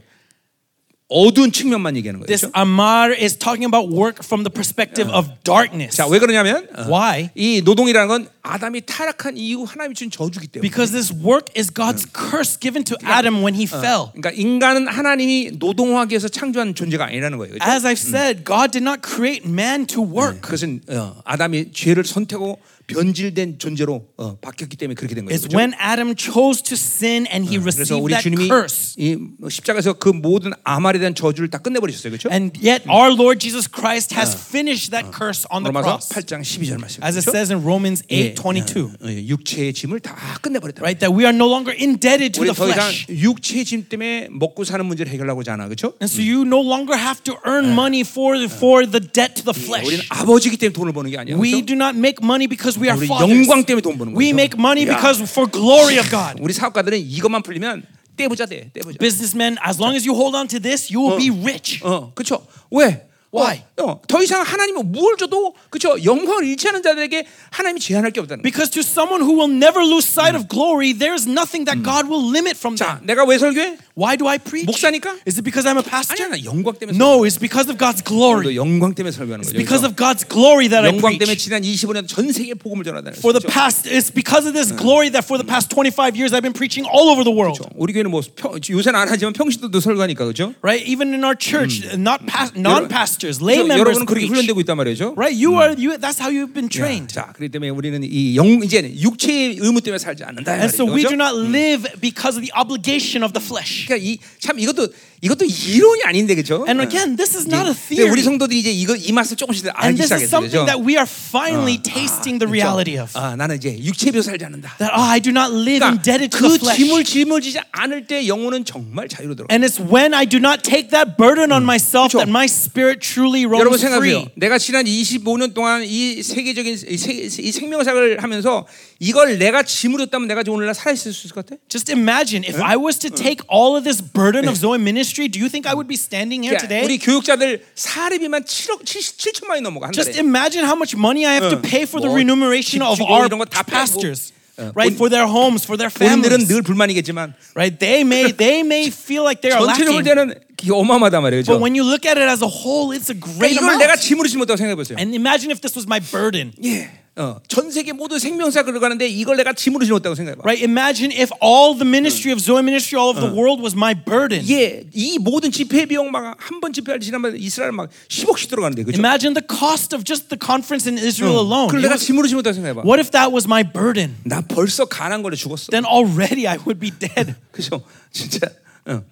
어두운 측면만 얘기하는 거예요.
This
그죠?
amar is talking about work from the perspective of darkness.
자, 왜 그러냐면 어,
Why?
이 노동이라는 건 아담이 타락한 이후 하나님이 준 저주기 때문에
Because this work is God's curse given to Adam when he
Uh.
fell.
그러니까 인간은 하나님이 노동하기 위해서 창조한 존재가 아니라는 거예요. 그죠?
As I've said, God did not create man to work.
그것은 어, 아담이 죄를 선택하고 변질된 존재로 어, 바뀌었기 때문에 그렇게 된 거예요.
It's
그죠?
when Adam chose to sin and he
그래서
received
우리
that
주님이
curse.
이 십자가에서 그 모든 아말에 대한 저주를 다 끝내버리셨어요. 그렇죠?
And yet
Mm.
our Lord Jesus Christ
Uh.
has finished that curse on the
로마서
cross.
8장 12절 말씀.
As it says in Romans
예,
8:22,
어, 예, 육체의 짐을 다 끝내버렸다.
right? That we are no longer indebted to
우리
the
더 이상
flesh.
육체의 짐 때문에 먹고 사는 문제를 해결하고자 하나, 그렇죠?
And so you no longer have to earn
Uh.
money for for the debt to the
우리는
flesh.
아버지기 때문에 돈을 버는 게 아니야.
We
그죠?
do not make money because we are
우리
fathers.
영광 때문에 돈 버는
We
거죠.
make money
야.
because for glory of God.
우리 사업가들은 이것만 풀리면 떼보자 떼, 떼보자.
Businessmen, as long as you hold on to this, you will
Uh,
be rich.
어, 그렇죠. 왜?
Why?
어, 어, 더 이상 하나님은 뭘 줘도 그렇죠. 영광을 잃지 않은 자들에게 하나님이 제한할 게 없다는 거.
Because to someone who will never lose sight
Mm.
of glory, there is nothing that God will limit from
자,
them.
내가 왜 설교해?
Why do I preach?
Mm. 목사니까?
Is it because I'm a pastor?
아니야, 나 영광 때문에.
No, it's because of God's
너
glory.
영광 때문에 설교하는 거죠.
Because
그죠?
of God's glory that I
영광 때문에
preach.
지난 25년 전 세계 복음을 전하다는
For the
거죠.
past, it's because of this glory that for the past 25 years I've been preaching all over the world.
그렇죠? 우리 교회는 뭐 평, 요새는 안 하지만 평신도도 설교하니까 그죠?
Right? Even in our church, not pas- non pastors, lay
그래서
members
여러분은 그렇게
preach.
훈련되고 있단 말이죠.
Right? You are you. That's how you've been trained.
자, 그렇기 때문에 우리는 이 영 이제는 육체의 의무 때문에 살지 않는다. 이
And so
말이죠.
we
그죠?
do not live because of the obligation of the flesh.
그러니까 이 참 이것도 이것도 이론이 아닌데 그렇죠?
And again, this is not a
우리
theory.
성도들이 이제 이거 이 맛을 조금씩
And
알기
this is
시작했어요. 그죠?
something that we are finally tasting the
그죠?
reality of.
아, 나는 이제 육체로 살지 않는다.
That oh, I do not live indebted to
그
the flesh.
짐을 짊어지지 않을 때 영혼은 정말 자유로워요.
And it's when I do not take that burden on myself
그쵸.
that my spirit truly
여러분
roams
생각해요.
free.
내가 지난 25년 동안 이 세계적인 이, 세, 이 생명사를 하면서 이걸 내가 짐으로 했다면 내가 지금 오늘날 살아 있을 수 있을 것 같아?
Just imagine if I was to take all of this burden of Zoe ministry, do you think I would be standing here
그러니까 우리
today?
교육자들 사례비만 7억 7, 7천만이 넘어가 한 달에.
Just imagine how much money I have to pay for the
뭐,
remuneration of
집 주고
our
이런 거다 빼고.
pastors,
어,
right?
본-
For their homes, for their
본인들은
families,
늘 불만이겠지만
right? They may they may feel like they are
전체적으로
lacking,
되는 이게 어마어마하단 말이에요.
but
그죠?
when you look at it as a whole, it's a great
그러니까 이걸 내가
amount.
짐으로 짐었다고 생각해 보세요.
And imagine if this was my burden,
예. 어, 전 세계 모든 생명사 들어가는데 이걸 내가 짐으로 짐었다고 생각해 봐.
right? Imagine if all the ministry of Zoe ministry all over the world was my burden.
예, 이 모든 집회 비용 막 한 번 집회할 때 지난번 이스라엘 막 10억씩 들어가는데 그죠?
Imagine the cost of just the conference in Israel alone.
그걸
It
내가
was-
짐으로 짐었다고 생각해 봐.
what 네. if that was my burden?
나 벌써 가난 걸로 죽었어.
Then already I would be <laughs> dead.
그죠? <laughs> 진짜. 어.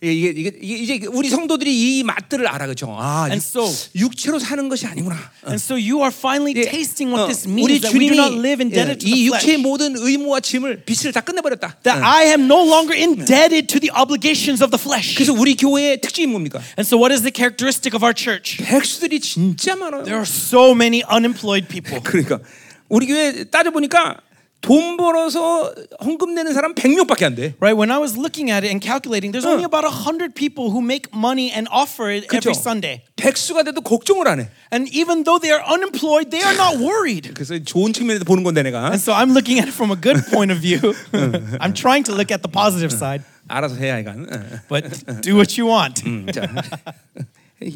예, 이게, 이게, 이게 이제 우리 성도들이 이 맛들을 알아 그죠? 아,
And so-
육, 체로 사는 것이 아니구나.
And so you are finally
예,
tasting
어,
Uh. what
우리
this means that we
주님이
do not live
예,
indebted to
이
the
육체의
flesh. Uh.
모든 의무와 짐을 빚을 다 끝내버렸다. 어.
That I am no longer indebted to the obligations of the flesh.
그래서 우리 교회의 특징이 뭡니까?
And so what is the characteristic of our church?
백수들이 진짜 많아요.
There are so many unemployed people.
그러니까 우리 교회 따져 보니까 돈 벌어서 헌금 내는 사람 100명밖에 안 돼.
Right, when I was looking at it and calculating, there's only about 100 people who make money and offer it
그죠?
every Sunday.
백수가 돼도 걱정을 안 해.
And even though they are unemployed, they are not worried.
그래서 좋은 측면에서 보는 건데 내가
And so I'm looking at it from a good point
<laughs>
of view. I'm trying to look at the positive side,
알아서 해야 이건. 어.
but do what you want.
자. <laughs>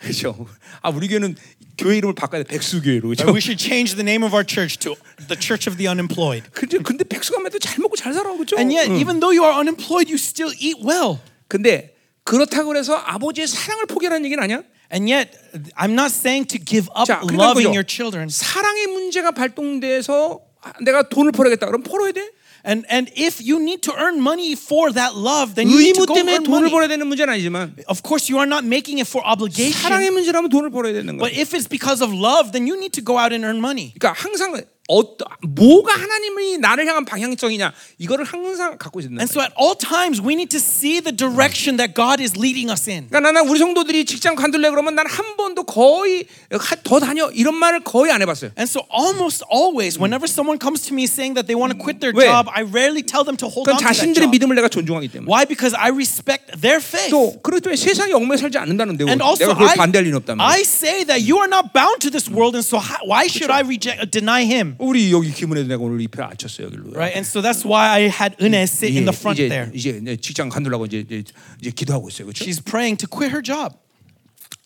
그렇죠. 아 우리 교회는 교회 이름을 바꿔야 돼. 백수 교회로. 그렇죠.
We should change the name of our church to the Church of the Unemployed.
근데 근데 백수가 만도 잘 먹고 잘 살아. 그렇죠?
And yet, even though you are unemployed, you still eat well.
근데 그렇다고 그래서 아버지의 사랑을 포기하는 얘기는 아니야?
And yet, I'm not saying to give up
자, 그러니까
loving
그죠.
your children.
사랑의 문제가 발동돼서 아, 내가 돈을 벌어야겠다. 그럼 벌어야 돼?
And and if you need to earn money for that love, then you need
의무
to go
때문에
earn
돈을
money.
벌어야 되는 문제는 아니지만
Of course, you are not making it for
사랑의
obligation.
문제라면 돈을 벌어야 되는
But
거예요.
if it's because of love, then you need to go out and earn money.
그러니까 항상 어떠, 뭐가 하나님이 나를 향한 방향성이냐 이거를 항상 갖고 있는 거예요.
And so at all times, we need to see the direction that God is leading us in.
그러니까 나는 우리 성도들이 직장 관둘래 그러면 난 한 번도 거의 하- 더 다녀 이런 말을 거의 안 해봤어요.
And so almost always, whenever someone comes to me saying that they want to quit their
왜?
job, I rarely tell them to hold
그건
on to that
자신들의
job.
믿음을 내가 존중하기 때문에.
Why? Because I respect their faith.
또 그렇기 때문에 세상에 얽매여 살지 않는다는데
And
내가
also,
그걸
I,
반대할 리는 없단 말이야.
I say that you are not bound to this world, and so how, why should I reject, uh, deny him?
우리 여기 기문에도 내가 오늘 이표 안 쳤어요 여기로. 예,
Right, and so that's why I had Une sit in the front
이제,
there.
이제 이제 직장 관둘라고 이제, 이제 이제 기도하고 있어요. 그렇죠?
She's praying to quit her job,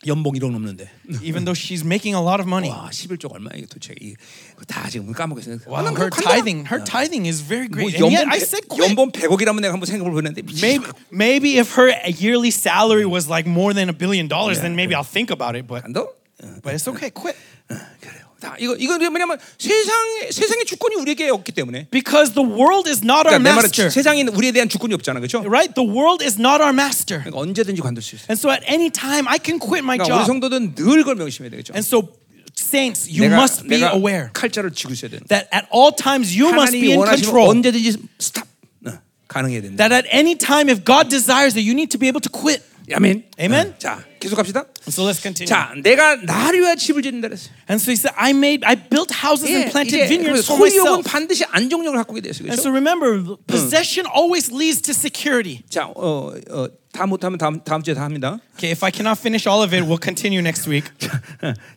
연봉 1억 넘는데.
even though she's making a lot of money.
와 11조 얼마 이게 도대체 이- 그거 다 지금 까먹겠어요. 아,
Wow, her tithing, her tithing is very
뭐
great.
연봉
And yet I
백-
said 음. quit.
연봉 100억이라면 내가 한번 생각해 보는데
Maybe, maybe if her yearly salary was like more than a billion dollars, then
Yeah. uh,
maybe I'll think about it. But
안 더?
but it's okay, quit.
그래요. 다 이거 이거 왜냐면 세상 세상의 주권이 우리에게 없기 때문에.
Because the world is not our
그러니까 내 말은
master,
세상에 우리에 대한 주권이 없잖아, 그렇죠?
right? The world is not our master.
그러니까 언제든지 관둘 수 있어.
And so at any time, I can quit my
그러니까 우리
job.
성도들은 늘 걸 명심해야 되겠죠.
And so, saints, you
내가,
must be
내가
aware
칼자를 쥐고 있어야 되는.
that at all times you must
하나님이
be in
원하시면
control.
언제든지 스탑 어, 가능해야 된다.
That at any time, if God desires it, you need to be able to quit.
아멘.
Amen.
어, 자 계속합시다.
And so let's continue.
자 내가 나를 위하여 집을 짓는다 그랬어.
And so he said, I made, I built houses and planted vineyards for
예, 그 소유욕은
myself.
반드시 안정력을 갖고 있게 됐어요.
And
그렇죠?
so remember, possession always leads to security.
자, 어, 어, 다 못하면 다음 다음 주에 다 합니다. <laughs>
Okay, if I cannot finish all of it, we'll continue next week.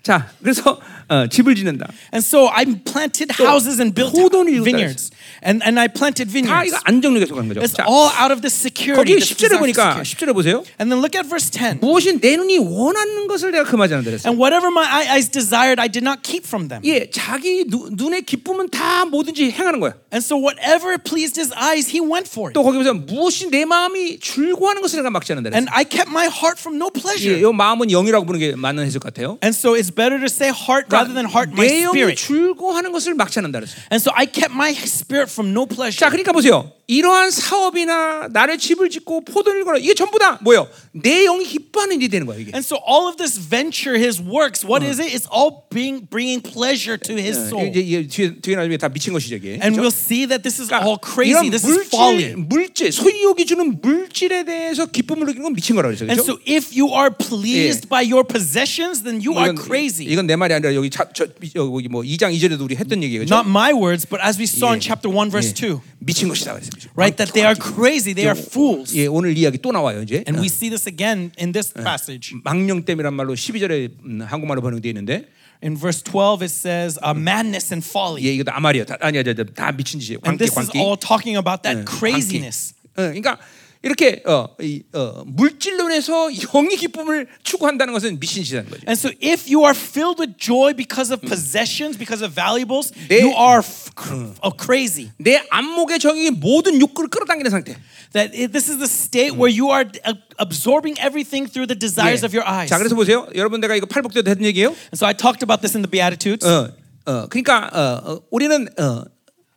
자, 그래서 어, 집을 짓는다.
And so I planted houses and built
포도를 이루다
vineyards. And, and I planted
다
vineyards.
이거 안정력에 속한 거죠.
It's
자,
all out of the security.
거기
this
10절에
desire for
보니까
security.
10절에 보세요.
And then look at verse 10.
무엇이 내 눈이 원하는 것을 내가 금하지 않는다 그랬어요.
And whatever my eye- eyes desired, I did not keep from them.
예, 자기 누- 눈의 기쁨은 다 뭐든지 행하는 거야.
And so whatever pleased his eyes, he went for it.
또 거기 보면 무엇이 내 마음이 즐거워하는 것을 내가 막지 않는다.
And I kept my heart from no
예,
pleasure.
요 마음은 영이라고 부르는 게 맞는 해석 같아요. 그러니까
And so it's better to say heart rather than heart, my
내 영이
spirit.
즐거워하는 것을 막지 않는다 그랬어요.
And so I kept my spirit from no
자,
pleasure.
그러니까 보세요. 이러한 사업이나 나를 집을 짓고 포도를 걸어 이게 전부 다 뭐예요? 내 영이 기뻐하는 일이 되는 거예요. 이게.
And so all of this venture, his works, what is it? It's all being, bringing pleasure to his
어,
soul.
이제 이게 뒤에 뒤에 나중에 다 미친 것이죠 이게.
And
그죠?
we'll see that this is all
그러니까 이런
crazy. This is
물질,
folly.
물질, 소유욕이 주는 물질에 대해서 기쁨을 느끼는 건 미친 거라고 그랬죠.
And
그죠?
so if you are pleased by your possessions, then you are
이건,
crazy.
이건 내 말이 아니라 여기 자, 저, 여기 뭐 2장 2절에도 우리 했던 얘기예요. 그죠?
Not my words, but as we saw in
예.
chapter 1, verse
예.
2,
미친 것이다 그랬어요. 그죠?
right? That they are crazy, they are fools.
예, 오늘 이야기 또 나와요 이제.
And we see this again in this passage.
망령됨이란 말로 12절에 음, 한국말로 번역되어 있는데
In verse 12, it says, uh, madness and folly.
예, 이거 다 아말이야. 다, 아니야, 다, 다 미친 짓이에요. 광기,
And this is
광기.
all talking about
예,
that
광기.
craziness.
어, 그러니까 이렇게 어, 이, 어, 물질론에서 영의 기쁨을 추구한다는 것은 미친 짓이라는 거죠.
And so if you are filled with joy because of possessions, because of valuables,
내-
you are f- cr- uh, crazy.
내 안목의 정이 모든 욕구를 끌어당기는 상태.
That it, this is the state where you are uh, absorbing everything through the desires of your eyes.
자, 그래서 보세요. 여러분 내가 이거 팔복 때도 했던 얘기예요.
And so I talked about this in the Beatitudes.
어, 어, 그러니까 어, 어, 우리는 어,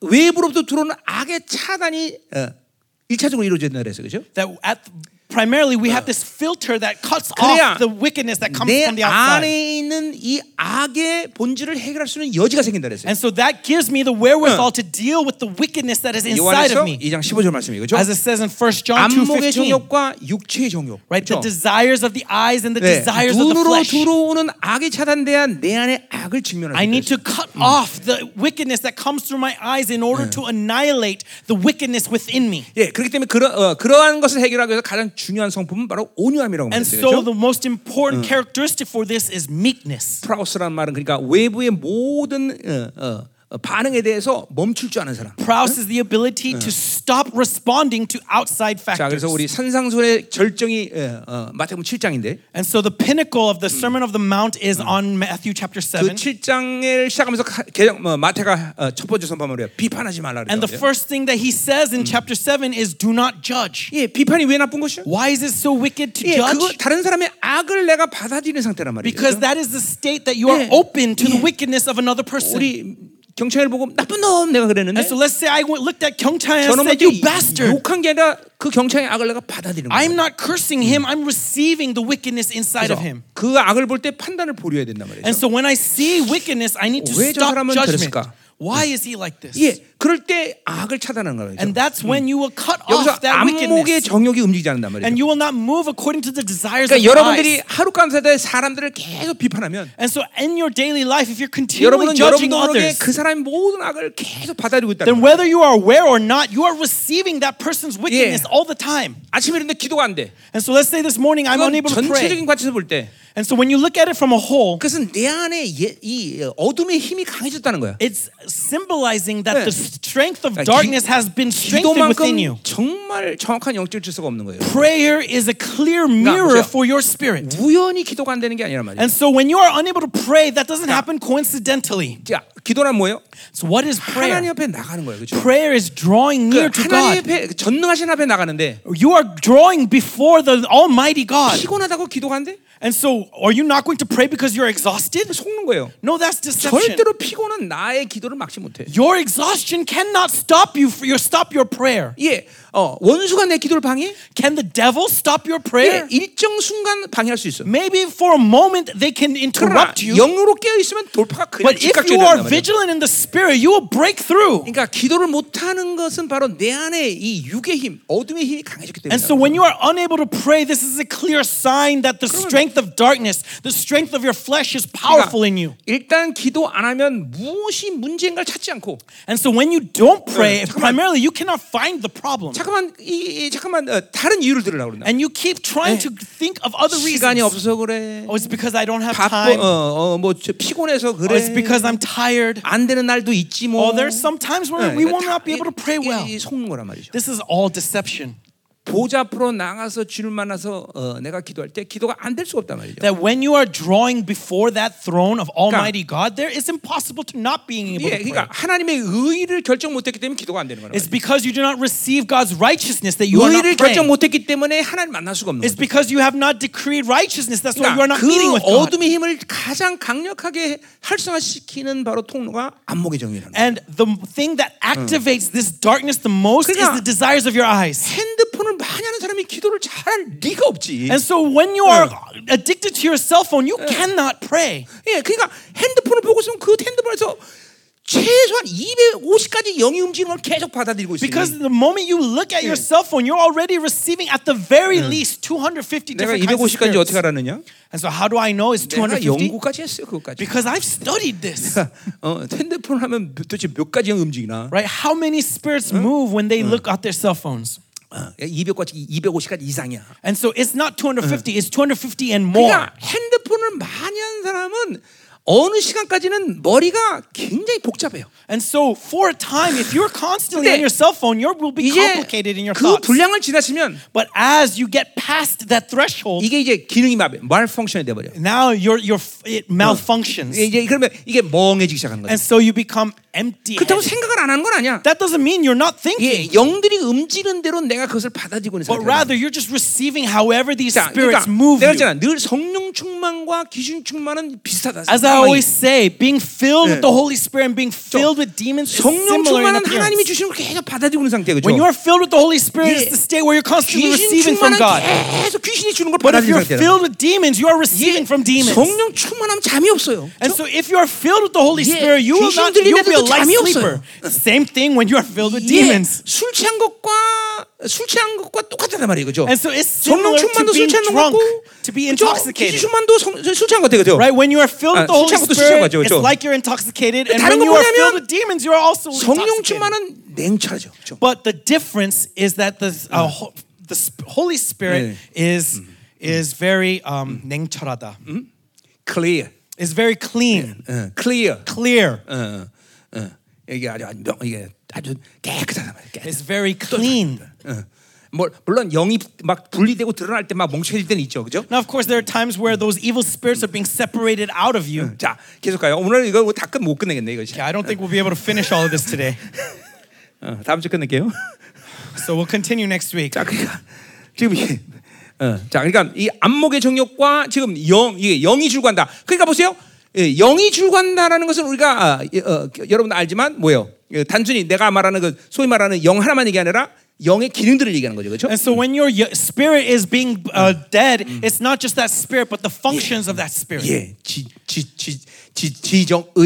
외부로부터 들어오는 악의 차단이 어, 일차적으로 이루어진다 그래서 그죠?
that at primarily we have this filter that cuts
그래야
off the wickedness that comes
내
from the outside.
안에 있는 이 악의 본질을 해결할 수 있는 여지가 생긴다 그랬어요.
And so that gives me the wherewithal to deal with the wickedness that is inside
요한에서
of me.
2장 15절 말씀이에요. 그죠?
As it says in 1 John
안목의
2:15,
정욕과 육체의 정욕.
right? The
그죠?
desires of the eyes and the
네,
desires of the
눈으로
flesh.
들어오는 악이 차단돼야 내 안에 악을 직면할 수
I need
있어요.
to cut off the wickedness that comes through my eyes in order to annihilate the wickedness within me.
예, 그렇기 때문에 그러, 어, 그러한 것을 해결하기 위해서 가장 중요한 성품은 바로 온유함이라고
And
말했어요.
so
그죠?
the most
Mm.
important characteristic for this is meekness.
프라우스라는 말은 그러니까 외부의 모든 어, 어, 어, 반응에 대해서 멈출 줄 아는 사람.
Prouse is the ability to stop responding to outside
자,
factors.
그래서 우리 산상수의 절정이 어, 어, 마태복음 7장인데
And so the pinnacle of the
Mm.
Sermon of the Mount is on Matthew chapter
그
7.
7장을 시작하면서 가- 개정, 어, 마태가 어, 첫 번째 선포문을 해요. 비판하지 말라
And the
그래요.
first thing that he says
Mm.
in chapter 7 is do not judge.
예, 비판이 왜 나쁜 것이요?
Why is it so wicked to
예, 그거
judge?
다른 사람의 악을 내가 받아들이는 상태란 말이에요.
Because that is the state that you are
Yeah.
open to the wickedness of another person.
우리 경찰 보고 나쁜 놈 내가 그랬는데
And so let's say I went, looked at Kyung Tae and said,
저놈한테
You bastard!
욕한 게 아니라 그 경찰의 악을 내가 받아들이는 거예요.
I'm not cursing him, I'm receiving the wickedness inside
그래서
of him.
그 악을 볼 때 판단을 보려야 된단 말이죠.
And so when I see wickedness, I need to
왜저
stop
사람은
judgment.
저랬을까?
Why is he like this?
예, 그럴 때 악을 차단하는 거죠.
And that's when you will cut
여기서
off that
안목의
wickedness.
정욕이 움직이지 않는단 말이죠.
And you will not move according to the desires
그러니까
of your eyes.
여러분들이 하루 간사대 사람들을 계속 비판하면
And so in your daily life, if you're continually
여러분은
judging
여러분에게
others,
그 사람의 모든 악을 계속 받아들이고 있다는
then
거예요.
whether you are aware or not, you are receiving that person's wickedness
Yeah.
all the time.
아침에 이런데 기도가 안 돼.
And so let's say this morning I'm
그건
unable to
전체적인
pray.
관점에서 볼 때
And so when you look at it from a whole,
그것은 내 안에 예- 이 어둠의 힘이 강해졌다는 거야.
it's symbolizing that
Yeah.
the strength of
기-
darkness has been strengthened within
기도만큼
you.
정말 정확한 영적 질서가 없는 거예요.
Prayer is a clear mirror
보세요.
for your spirit.
우연히 기도가 안 되는 게 아니란 말이에요.
And so when you are unable to pray, that doesn't happen coincidentally.
자, 기도란 뭐예요?
So what is
하나님
prayer?
앞에 나가는 거예요. 그렇죠?
Prayer is drawing near to
하나님
God.
앞에 그 전능하신 앞에 나가는데
You are drawing before the Almighty God.
피곤하다고 기도가 안 돼?
And so, are you not going to pray because you're exhausted?
속는 거예요.
No, that's deception.
절대로 피곤한 나의 기도를 막지 못해.
Your exhaustion cannot stop you. For your, stop your prayer.
예, 어, 원수가 내 기도를 방해?
Can the devil stop your
예,
prayer?
일정 순간 방해할 수 있어.
Maybe for a moment they can
그러나
interrupt you.
영으로 깨어 있으면 돌파가 그냥
But if you
즉각적으로
are
된단 말이에요.
vigilant in the spirit, you will break through.
그러니까 기도를 못하는 것은 바로 내 안에 이 육의 힘, 어둠의 힘이 강해졌기 때문에.
And so, when you are unable to pray, this is a clear sign that the strength of darkness, the strength of your flesh, is powerful in you.
그러니까 일단 기도 안 하면 무엇이 문제인가를 찾지 않고
And so, when you don't pray,
예, 잠깐만.
primarily you cannot find the problem.
잠깐만 이, 이 잠깐만 어, 다른 이유를 들으려고 그런다.
And you keep trying to think of other
시간이
reasons.
없어서 그래.
Oh, it's because I don't have
바빠
time.
어뭐 피곤해서
Or it's
그래.
because I'm tired.
안 되는 날도 있지 뭐.
Or there's some
예,
times where we
이거
will
다
not be able to pray
이-
well.
이- 이 속는 거란 말이죠.
This is all deception.
보좌 앞으로 나가서 주를 만나서 어, 내가 기도할 때 기도가 안 될 수가 없단 말이죠.
That when you are drawing before that throne of Almighty God, there it's impossible to not being able
예,
to pray.
그러니까 하나님의 의를 결정 못했기 때문에 기도가 안 되는 거예요.
It's because you do not receive God's righteousness that you are not
의를 결정
praying.
못했기 때문에 하나님 만날 수가 없는
It's
거죠.
because you have not decreed righteousness. That's why you are
그러니까 그
not meeting with God.
어둠의 힘을 가장 강력하게 활성화시키는 바로 통로가 안목의 정의라는 거예요.
And the thing that activates this darkness the most is
그러니까-
the desires of your eyes.
핸드폰을 많이 하는 사람이 기도를 잘할 리가 없지.
And so when you are addicted to your cell phone, you cannot pray.
예, 그러니까 핸드폰을 보고 있으면 그 핸드폰에서 최소한 250까지 영이 움직이는 걸 계속 받아들이고 있어요.
Because the moment you look at your cell phone, you're already receiving at the very least 250
내가
different kinds of
250까지 어떻게
spirits.
알았느냐? 네.
And so how do I know it's
내가
250?
네. 그러니까 연구까지 했어요, 그것까지.
Because I've studied this. <laughs>
어, 핸드폰을 하면 도대체 몇 가지 영이 움직이나?
Right? How many spirits move when they look at their cell phones?
어, 200까지 250까지 이상이야.
And so it's not 250, it's 250 and more.
그러니까 핸드폰을 많이 한 사람은 어느 시간까지는 머리가 굉장히 복잡해요.
And so for a time, if you're constantly
근데
on your cell phone, you will be
이제
complicated in your
그
thoughts.
분량을 지나치면
But as you get past that threshold,
이게 이제 기능이 마비, 말펑션이 돼버려.
now your your f- it malfunctions,
이제 그러면 이게 멍해지기 시작한 거예요.
and so you become empty.
그렇다고 생각을 안 하는 건 아니야.
That doesn't mean you're not thinking,
예, 영들이 움직이는 대로 내가 그것을 받아들이고 있는
but
상태.
rather you're just receiving however these
자,
spirits
그러니까
move
내가
you.
했잖아. 늘 성령 충만과 기준 충만은 비슷하다.
As I
상황이.
always say, being filled
예.
with the Holy Spirit and being filled with demons is
성령
similar in
충만은 하나님이
appearance.
주시는 걸 계속 받아들이고 있는 상태 그죠?
When you are filled with the Holy
예.
Spirit, it's the state where you're constantly
귀신
receiving from
충만은
God.
계속 귀신이 주는 걸
But if
받아들이는
you're
상태라.
filled with demons, you are receiving from demons.
성령 충만하면 잠이 없어요.
And so if you are filled with the Holy
Yeah,
Spirit, you will
귀신
not
들리는
you'll be a
데도
light
잠이
sleeper. Same thing when you are filled with
예,
demons.
술 취한 것과 술 취한 것과 똑같단 말이에요, 그죠?
And so it's
성령
similar to
충만도 술
being
취하는 것
drunk,
같고,
to be
그죠? 귀신
intoxicated.
충만도 성- 술 취한 것 같아, 그죠?
Right? When you are filled
아,
with the Holy
술취한 것도
Spirit,
술취한 거죠,
it's
그죠?
like you're intoxicated. And
다른
when
거
you are
뭐냐면
filled with demons, you are also
성령
intoxicated.
충만은 냉철하죠, 그죠?
But the difference is that the uh, ho- the sp- Holy Spirit is is very um 냉철하다.
Clear,
Is very clean,
어, clear,
clear.
어, 어, 어. 이게 아주 아주 명- 이게 아주 깨끗하단 말이에요. 깨끗.
It's very clean.
어. 물- 물론 영이 막 분리되고 드러날 때 막 멍청해질 때는 있죠, 그죠?
Now, of course, there are times where those evil spirits are being separated out of you.
자, 계속 가요. 오늘 이거 다 끝 못 끝내겠네 이거.
Yeah, I don't think we'll be able to finish all of this today.
어, 다음 주 끝낼게요.
So we'll continue next week.
자, 그러니까 지금 이게 어, 자, 그러니까 이 안목의 정욕과 지금 영 이게 영이 줄관다. 그러니까 보세요. 예, 영이 줄관다라는 것은 우리가 아, 예, 어, 여러분 알지만 뭐예요? 예, 단순히 내가 말하는 그 소위 말하는 영 하나만 얘기 아니라 영의 기능들을 얘기하는 거죠, 그렇죠?
And so when your y- spirit is being uh, dead, it's not just that spirit, but the functions of that spirit.
예, 지지지지지정의, 어,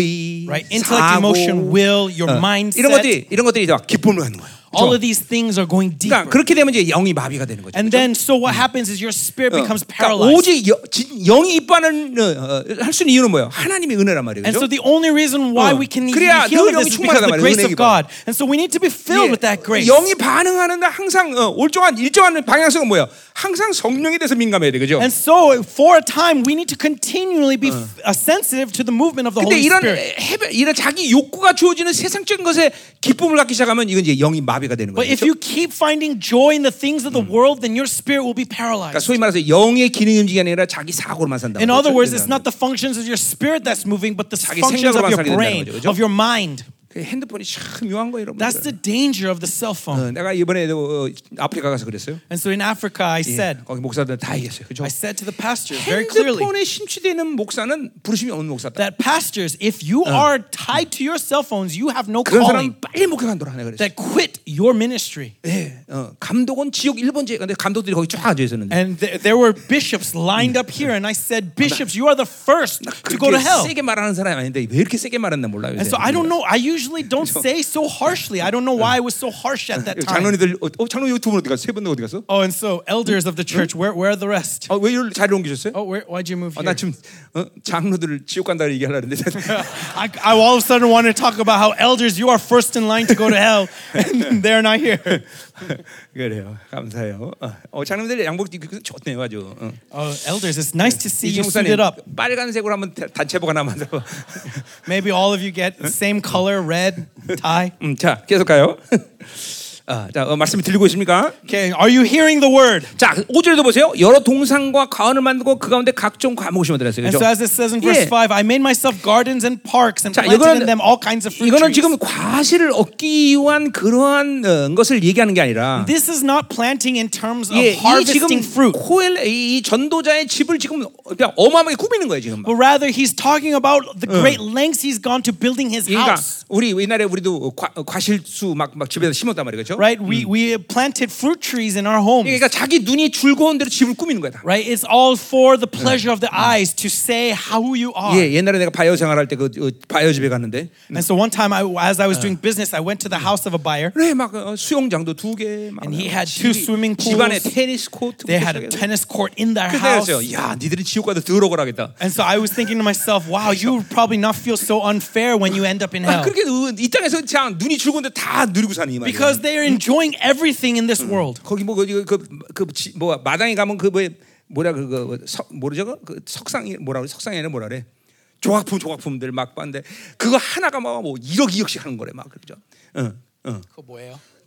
Right? Intellect, emotion, will, your mindset.
이런 것들이 이런 것들이 다 기쁨을 갖는 거예요.
All
그렇죠?
of these things are going
그러니까
deeper.
그렇게 되면 이제 영이 마비가 되는 거죠. 그렇죠?
And then, so what happens is your spirit
어,
becomes
그러니까
paralyzed.
오직 여- 진- 영이 입반을 어, 어, 할수 있는 이유는 뭐예요? 하나님의 은혜란 말이에요.
And so
그죠?
the only reason why
어.
we can even be
그래야
healed
늘
of this is
영이
because of
충만하단
the grace
말이에요, 은혜기
of God. And so we need to be filled with that grace.
예. 영이 반응하는데 항상 어, 올정한 일정한 방향성은 뭐예요? 항상 성령에 대해서 민감해야 돼, 그죠?
And so, for a time, we need to continually be f- uh, sensitive to the movement of the
근데
Holy
이런
Spirit.
해변, 이런 자기 욕구가 주어지는 세상적인 것에 기쁨을 갖기 시작하면 이건 이제 영이 마비가 되는
But
거예요. 그죠?
if you keep finding joy in the things of
Hmm.
the world, then your spirit will be
그러니까
paralyzed.
소위 말해서 영의 기능이 움직이 아니라 자기 사고로만 산다.
In other words, it's not the functions of your spirit that's moving, but the
자기
functions of
생각으로만
your
살게 된다는
brain,
거죠, 그죠?
of your mind.
그 핸드폰이 참 묘한 거예요, 여러분.
That's the danger of the cell phone.
내가 이번에도 어, 아프리카 가서 그랬어요.
And so in Africa, I said,
거기 목사들 다 얘기했어요. 그죠?
I said to the pastors very clearly
핸드폰에 심취되는 목사는 부르심이 없는 목사다.
that pastors, if you are tied to your cell phones, you have no
그런 사람
calling.
빨리 목회관도라 하네 그랬어.
That quit your ministry.
예, 어, 감독은 지옥 1번째. 근데 감독들이 거기 쫙 앉아 있었는데.
And th- there were bishops lined up here, and I said, Bishops, you are the first to go to
그렇게
hell.
세게 말하는 사람이 아닌데 왜 이렇게 세게 말했나 몰라요.
And so I don't know. I usually <laughs> don't say so harshly. I don't know why I was so harsh at that time.
장로님들 어, 어, 장로님 두 분 어디 갔어? 세분 어디 갔어?
Oh, and so elders of the church, where, where are the rest?
어, 왜 이걸 자리를 옮기셨어요?
Oh, where, why'd you move
어,
here?
나 지금 어? 장로들을 지옥 간다 얘기하려는데
<laughs>
<laughs>
I, I all of a sudden want to talk about how elders, you are first in line to go to hell, <laughs> and they're not here.
그래요. 감사해요. 어, 어, 장로님들 양복 입고 좋네요, 아주. 어.
Oh, elders, it's nice to see you
이종사님
suited up.
빨간색으로 한번 대- 단체복 하나 만들어. <laughs>
Maybe all of you get the same color, red tie.
음, 자 계속 가요. 어, 자, 어, 말씀이 들리고 있습니까?
Okay, are you hearing the word?
자, 5절에도 보세요. 여러 동상과 가원을 만들고 그 가운데 각종 과목을 심어들었어요.
And
그죠?
so, as it says in verse
예.
5, I made myself gardens and parks and
자,
planted
이거는-
in them all kinds of fruit
이거는
trees.
지금 과실을 얻기 위한 그러한 어, 것을 얘기하는 게 아니라
This is not planting in terms of
예, 이 지금
harvesting fruit,
코엘 이, 이 전도자의 집을 지금 그냥 어마어마하게 꾸미는 거예요 지금.
but rather he's talking about the great lengths he's gone to building his
그러니까
house.
우리 옛날에 우리도 과, 과실수 막, 막 집에서 심었단 말이에요, 그렇죠?
Right? We, we planted fruit trees in our homes.
그러니까 자기 눈이 즐거운 대로 집을 꾸미는 거다.
Right? It's all for the pleasure of the eyes to say how you are.
예, 옛날에 내가 바이오 생활할 때 그 바이오 집에 갔는데
And so one time, I, as I was doing business, I went to the house of a buyer.
그래 막 어, 수영장도 두 개, 막
And he had
집이-
two swimming pools.
집안에 테니스 코트.
They had a tennis court in their house.
그래서 야, 니들이 지옥 가도 더러워라겠다.
And so I was thinking to myself, wow, you would probably not feel so unfair when you end up in
아,
hell.
그렇게 으- 이 땅에서 그냥 눈이 즐거운데 다 누리고 사는 이 말이야.
Because they are enjoying everything in this world.
거기 그, 뭐그그그뭐 마당에 가면 그 뭐 뭐라 그거 석- 모르죠 그거? 그 석상이 뭐라 그래 석상에는 뭐라 그래 조각품 조각품들 막 봤는데 그거 하나가 막 뭐 1억 2억씩 하는 거래 막 그죠 응. 응.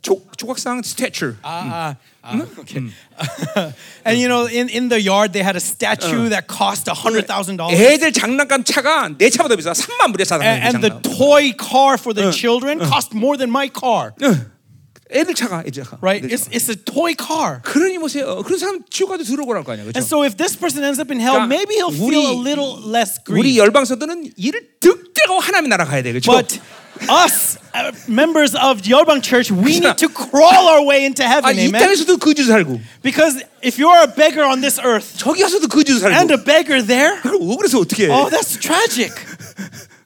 조, 조각상 스태츄 음.
Ah, ah, okay. and you know, in, in the yard, they had a statue that cost $100,000.
애들 장난감 차가 내 차보다 비싸 3만 불에 사다 그
And, and the toy car for the children cost more than my car.
애들 차가 애들 차가
예. Right?
애들
It's, 어,
차가.
it's a toy car.
그러니 보세요 그런 사람 지옥 가도 들어오라는 거 아니야
And
그죠
so if this person ends up in hell,
그러니까
maybe he'll feel a
우리-
little less
우리
greedy.
열방서들은 이를 득대고 하나님의 나라 가야 돼 그렇죠? 그죠
But us, uh, members of Yeolbang Church, we need to crawl our way into
아,
heaven,
이
amen?
땅에서도 거지로 살고
Because if you are a beggar on this earth
저기 가서도 거지로
and
살고
a beggar there,
그걸 억울해서 어떻게 해
oh, that's tragic,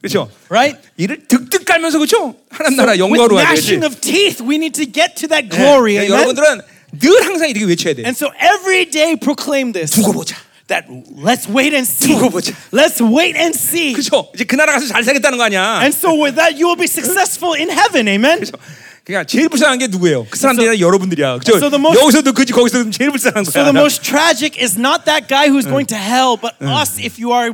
그렇죠
right?
이를 득득 깔면서 그렇죠? 하나님 나라
With
영광으로 가야 되지.
gnashing of teeth, we need to get to that
네.
glory,
그러니까
amen?
여러분들은 늘 항상 이렇게 외쳐야 돼.
And so every day proclaim this.
두고 보자.
That let's wait and see.
두고 보자.
Let's wait and see.
그렇죠? 이제 그 나라 가서 잘 살겠다는 거 아니야.
And so with that, you will be successful in heaven, amen?
그러니까 제일 불쌍한 게 누구예요? 그 사람들이나 여러분들이야. 그렇죠?
so the most-
여기서도 그지 거기서도 제일 불쌍한
So
거야.
the most tragic is not that guy who's going to hell, but us if you are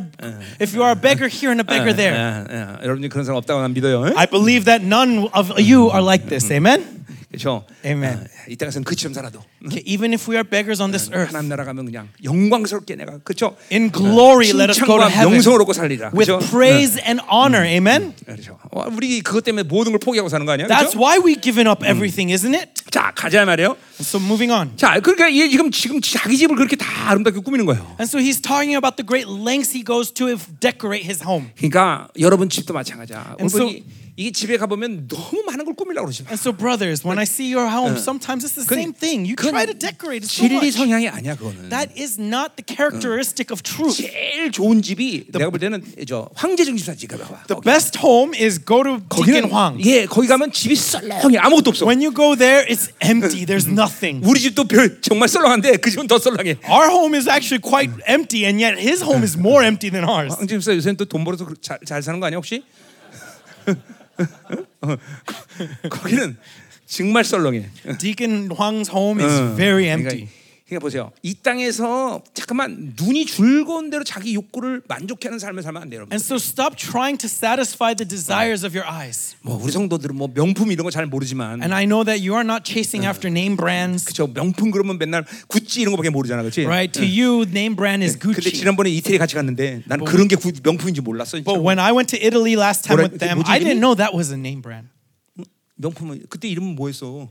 if you are a beggar here and a beggar there.
예,
아,
여러분들 그런 사람 없다고 난 믿어요. 예?
I believe that none of you are like this. Amen.
그렇죠?
Amen.
이 땅에서는 그처럼 살아도
Okay, even if we are beggars on this earth,
하나님 나라 가면 그냥 영광스럽게 내가 그렇죠?
in glory let us go to
칭찬과
heaven
명성을 얻고 살리라.
with
그렇죠?
praise and honor. Amen.
그렇죠. 어, 우리 그것 때문에 모든 걸 포기하고 사는 거 아니야?
That's
그렇죠?
why we've given up everything, isn't it?
자, 가자 말이에요.
And so moving on.
자, 그러니까 얘 지금 지금 자기 집을 그렇게 다 아름답게 꾸미는 거예요.
And so he's talking about the great lengths he goes to if decorate his home.
그러니까 여러분 집도 마찬가지야.
And
여러분이
so-
이게 집에 가 보면 너무 많은 걸 꾸밀라고 그러지 마.
And so, brothers, when I see your home, sometimes it's the
그건-
same thing. You
그건
try to decorate it so
진리
much.
성향이 아니야 그거는.
That is not the characteristic of truth.
제일 좋은 집이 내가 볼 때는 저 황제정 집사 집 가봐. 어,
The best home is go to Deacon
거기는
Huang.
예 거기 가면 집이 썰렁해 아무것도 없어.
When you go there, it's empty. There's nothing.
우리 집도 별 정말 썰렁한데 그 집은 더 썰렁해.
Our home is actually quite empty, and yet his home is more empty than ours.
황제 집사 요새는 또 돈 벌어서 그- 잘, 잘 사는 거 아니야 혹시? <laughs> 어, 거- 거기는 정말 썰렁해. 어.
Deacon Huang's home is very empty.
그러니까, 그러니까 보세요. 이 땅에서 잠깐만 눈이 즐거운 대로 자기 욕구를 만족해하는 삶을 살면 안 돼요, 여러분.
And so, stop trying to satisfy the desires of your eyes.
뭐 우리 성도들은 뭐 명품 이런 거 잘 모르지만
And I know that you are not chasing after name brands,
저 명품 그러면 맨날 구찌 이런 거밖에 모르잖아, 그렇지?
right? To you, uh, name brand is
근데
Gucci.
지난번에 이태리 같이 갔는데 난 그런 게 구- 명품인지 몰랐어. 진짜.
But when I went to Italy last time
뭐라-
with them,
뭐지
I didn't
이름이?
know that was a name brand.
명품은 그때 이름은 뭐였어?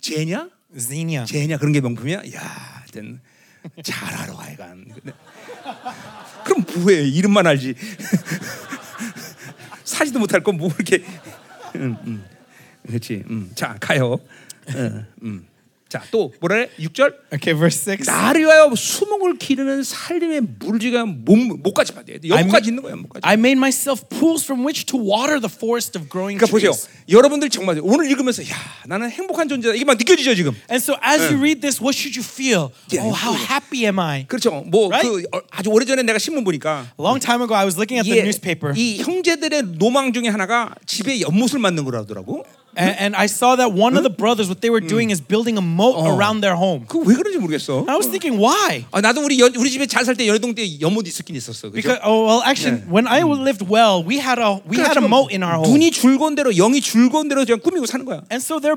제냐?
Xenia.
제냐 그런 게 명품이야? 야, 된 잘하러 가야간. 그럼 뭐해? 이름만 알지. <laughs> 사지도 못할 거 뭐 이렇게. 음, 음. 그렇지. 음. 자 가요. 어, 음. 자또 뭐래? 6절
Okay, verse 6.
나를 위하여 수목을 기르는 살림의 물지가 몸 목까지 받아야 돼. 여기까지 있는 거야, 목까지.
I made myself pools from which to water the forest of growing
그러니까 보세요.
trees.
여러분들 정말 오늘 읽으면서 야 나는 행복한 존재다 이게 막 느껴지죠 지금.
And so as you read this, what should Uh. you feel?
Yeah,
Oh, how
yeah.
happy am I?
그렇죠. 뭐
Right?
그, 어, 아주 오래 전에 내가 신문 보니까
A long time ago, I was looking at the
이게
newspaper.
이 형제들의 노망 중에 하나가 집에 연못을 만든 거라더라고.
And, and I saw that one of the brothers, what they were
Mm.
doing is building a moat
Oh.
around their home.
그 왜 그런지 모르겠어.
And I was thinking, why?
아, 나도 우리 연, 우리 집에 잘 살 때 연동 때 연못 있었긴 있었어. 그죠?
Because oh well, actually, when I
Mm.
lived well, we had a we had a moat in our home.
눈이 줄건 대로 영이 줄건 대로 그냥 꾸미고 사는 거야.
And so they're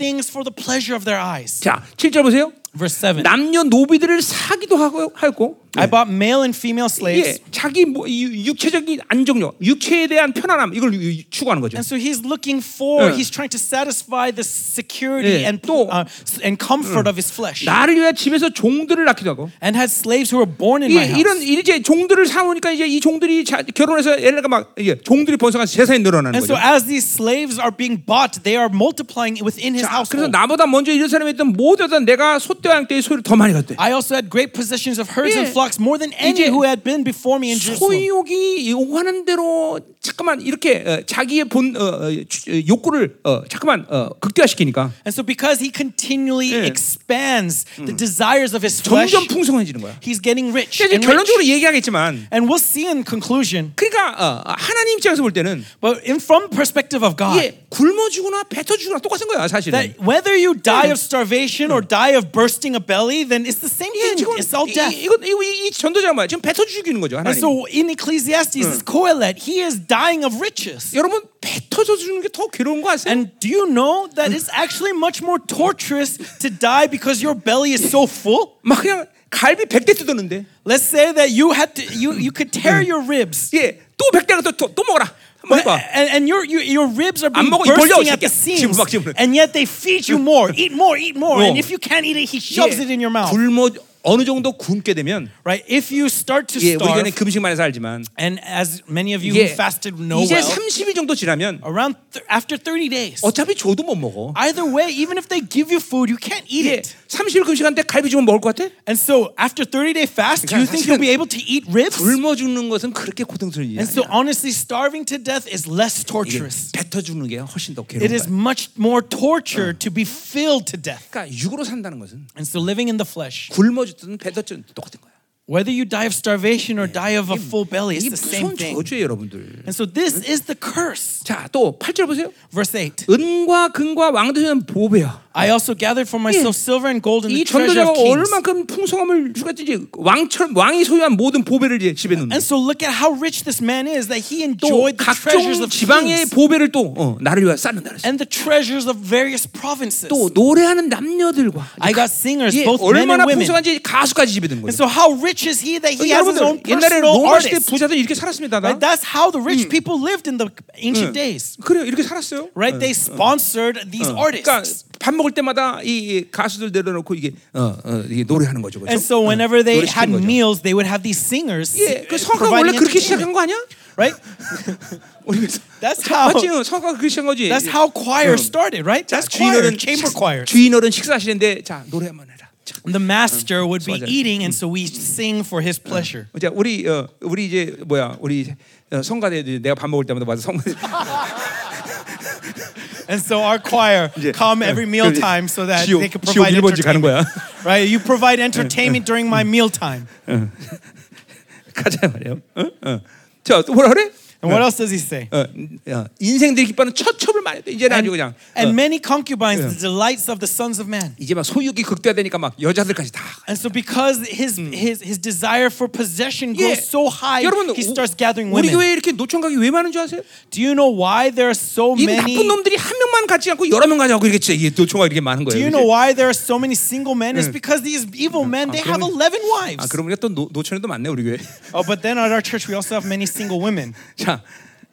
Mm.
things for the pleasure of their eyes.
자, 7절 보세요.
Verse 7.
남녀 노비들을 사기도 하고 하고
I bought male and female slaves.
예, 자기 뭐, 이 육체적인 안정력, 육체에 대한 편안함 이걸 유- 유- 추구하는 거죠.
And so he's looking for,
Yeah.
he's trying to satisfy the security
Yeah. Mm.
and,
또-
uh, s- and comfort of his flesh.
나를 위하여 집에서 종들을 낳기도 하고.
And had slaves who were born in
예,
my house.
이런 이제 종들을 사오니까 이제 이 종들이 자, 결혼해서 얘네가 막 예, 종들이 번성한 세상에 늘어나는
And
거죠.
so as these slaves are being bought, they are multiplying within his
자, 그래서
household.
나보다 먼저 이런 사람이 있던 모든 다 내가 소떼와 양떼의 소유를 더 많이 갖대.
I also had great possessions of herds and
Yeah.
flocks more than any
이제
who had been before me in Jerusalem.
소유욕이 요구하는 대로 잠깐만 이렇게 어, 자기의 본 어, 어, 주- 어, 욕구를 어, 잠깐만 어, 극대화시키니까
And so because he continually
Yeah.
expands the desires of his flesh,
점점 풍성해지는 거야.
he's getting rich
그러니까 이제
and, rich.
결론적으로 얘기하겠지만,
And we'll see in conclusion,
그러니까 어, 하나님 입장에서 볼 때는
but in from perspective of God,
이게 굶어 죽거나 뱉어 죽거나 똑같은 거야 사실은.
that whether you die
Yeah.
of starvation or die of bursting a belly, then it's the same
이게
thing.
지금
It's all
이-
death.
이- 이거 이거 이, 이 전도자가 뭐야? 지금 뱉어 죽이는 거죠
And
하나님.
so in Ecclesiastes, it's Kohelet, he is dying of riches.
여러분 뱉어져 주는 게 더 괴로운 거 아세요?
And do you know that it's actually much more torturous to die because your belly is so full?
막 그냥 갈비 100대 뜯었는데
Let's say that you had to, you, you could tear your
<laughs>
ribs.
예, 또 100대가 또, 또, 또 먹어라. 한번
But,
해봐.
and, and your, your your ribs are
안
being
먹어, 이 벌려,
bursting
이
at the
새끼야.
seams,
지금 막, 지금.
and yet they feed you more. Eat more, eat more.
어.
And if you can't eat it, he shoves
예,
it in your mouth.
굶어 어느 정도 굶게 되면
Right? If you start to
예, 우리가 는
starve,
금식만해서 알지만
And as many of you
예,
who fasted know
이제
well,
30일 정도 지나면
around th- after 30 days,
어차피 줘도 못 먹어.
either way, even if they give you food, you can't eat
예,
it.
30일 금식한데 갈비 주면 먹을 것 같아?
And so after 30 day fast, do you think you'll be able to eat ribs?
굶어 죽는 것은 그렇게 고통스러운 일이
And so
아니야.
honestly, starving to death is less torturous.
예, 뱉어 죽는 게 훨씬 더 괴로운
It is
거야.
much more torture to be filled to death.
그러니까 육으로 산다는 것은
And so living in the flesh,
굶어 죽든 뱉어 죽든 똑같은 거야.
whether you die of starvation or die of a full belly, it's
이게
the
무서운
same thing.
저주예요, 여러분들.
And so this is the curse.
자, 또 8절 보세요.
Verse 8.
은과 금과 왕도는 보배야.
I also gathered for myself silver and gold and
이
the treasure
전도자가
of kings.
얼만큼 풍성함을 주었든지 왕처럼 왕이 소유한 모든 보배를 이제 집에 넣는.
And so look at how rich this man is that he
또
enjoyed the treasures
각종
of
지방의
kings
보배를 또 어, 나를 위하여 쌓는다 그랬어.
and the treasures of various provinces.
또 노래하는 남녀들과
I got singers,
예,
both men
얼마나
and women.
풍성한지 가수까지 집에 드는
And
거예요.
so how rich is he that he has his own
여러분들 옛날에
personal
로마 시대
artist?
부자들 이렇게 살았습니다. 나.
Right? That's how the rich people lived in the ancient days.
그래요, 이렇게 살았어요.
Right? They sponsored these
그러니까
artists.
밥 먹을 때마다 이, 이 가수들 내려놓고 이게 어, 어, 이게 노래하는 거죠. 그렇죠?
And so
어,
whenever they
노래 시키는
had
거죠.
meals, they would have these singers.
예,
uh,
그 성가 원래
providing
그렇게
entertainment.
시작한 거
<laughs>
아니야?
Right?
우리 그래서-
That's
<laughs>
how-
맞지? 어, 성가 그렇게 시작한 거지.
That's how
음.
choir started, right? That's choir,
주인어른
chamber
식-
choir.
주인어른 식사하시는데 자 노래 한번 해라. 자,
The
Uh,
master would be
맞아요.
eating, and so we sing for his
Uh.
pleasure.
이제 우리 어, 우리 이제 뭐야 우리 어, 성가대 이제 내가 밥 먹을 때마다 와서
<laughs>
성가대
And so our
<laughs>
choir
이제
come every meal time so
어,
that
지옥
they can
지옥
provide
일본지 가는
entertainment.
거야. Mm.
<laughs> Right? You provide entertainment during my meal time.
<laughs> 가자 말이에요. 어? 어. 자, 또 뭐라 그래?
And what else does he say?
어, 어, 인생들이 기뻐하는 처첩을 말해. 이제는 아주 그냥
And
어,
many concubines, the delights of the sons of man.
이제 막 소유욕이 극대화되니까 막 여자들까지 다.
And so because his his his desire for possession
예.
grows so high,
Hmm. 여러분
he starts gathering
우리
women.
교회 이렇게 노총각이 왜 많은 줄 아세요?
Do you know why there are so
이 나쁜
many?
놈들이 한 명만 같지 않고 여러 명 가지고 이렇게 이게 노총각이 이렇게 많은
Do
거예요. 그치?
you know why there are so many single men? It's because these evil men they have
그러면-
eleven
아,
wives.
그러면 또 노, 노천에도 많네 우리 교회. <laughs>
Oh, but then at our church we also have many single women.
자,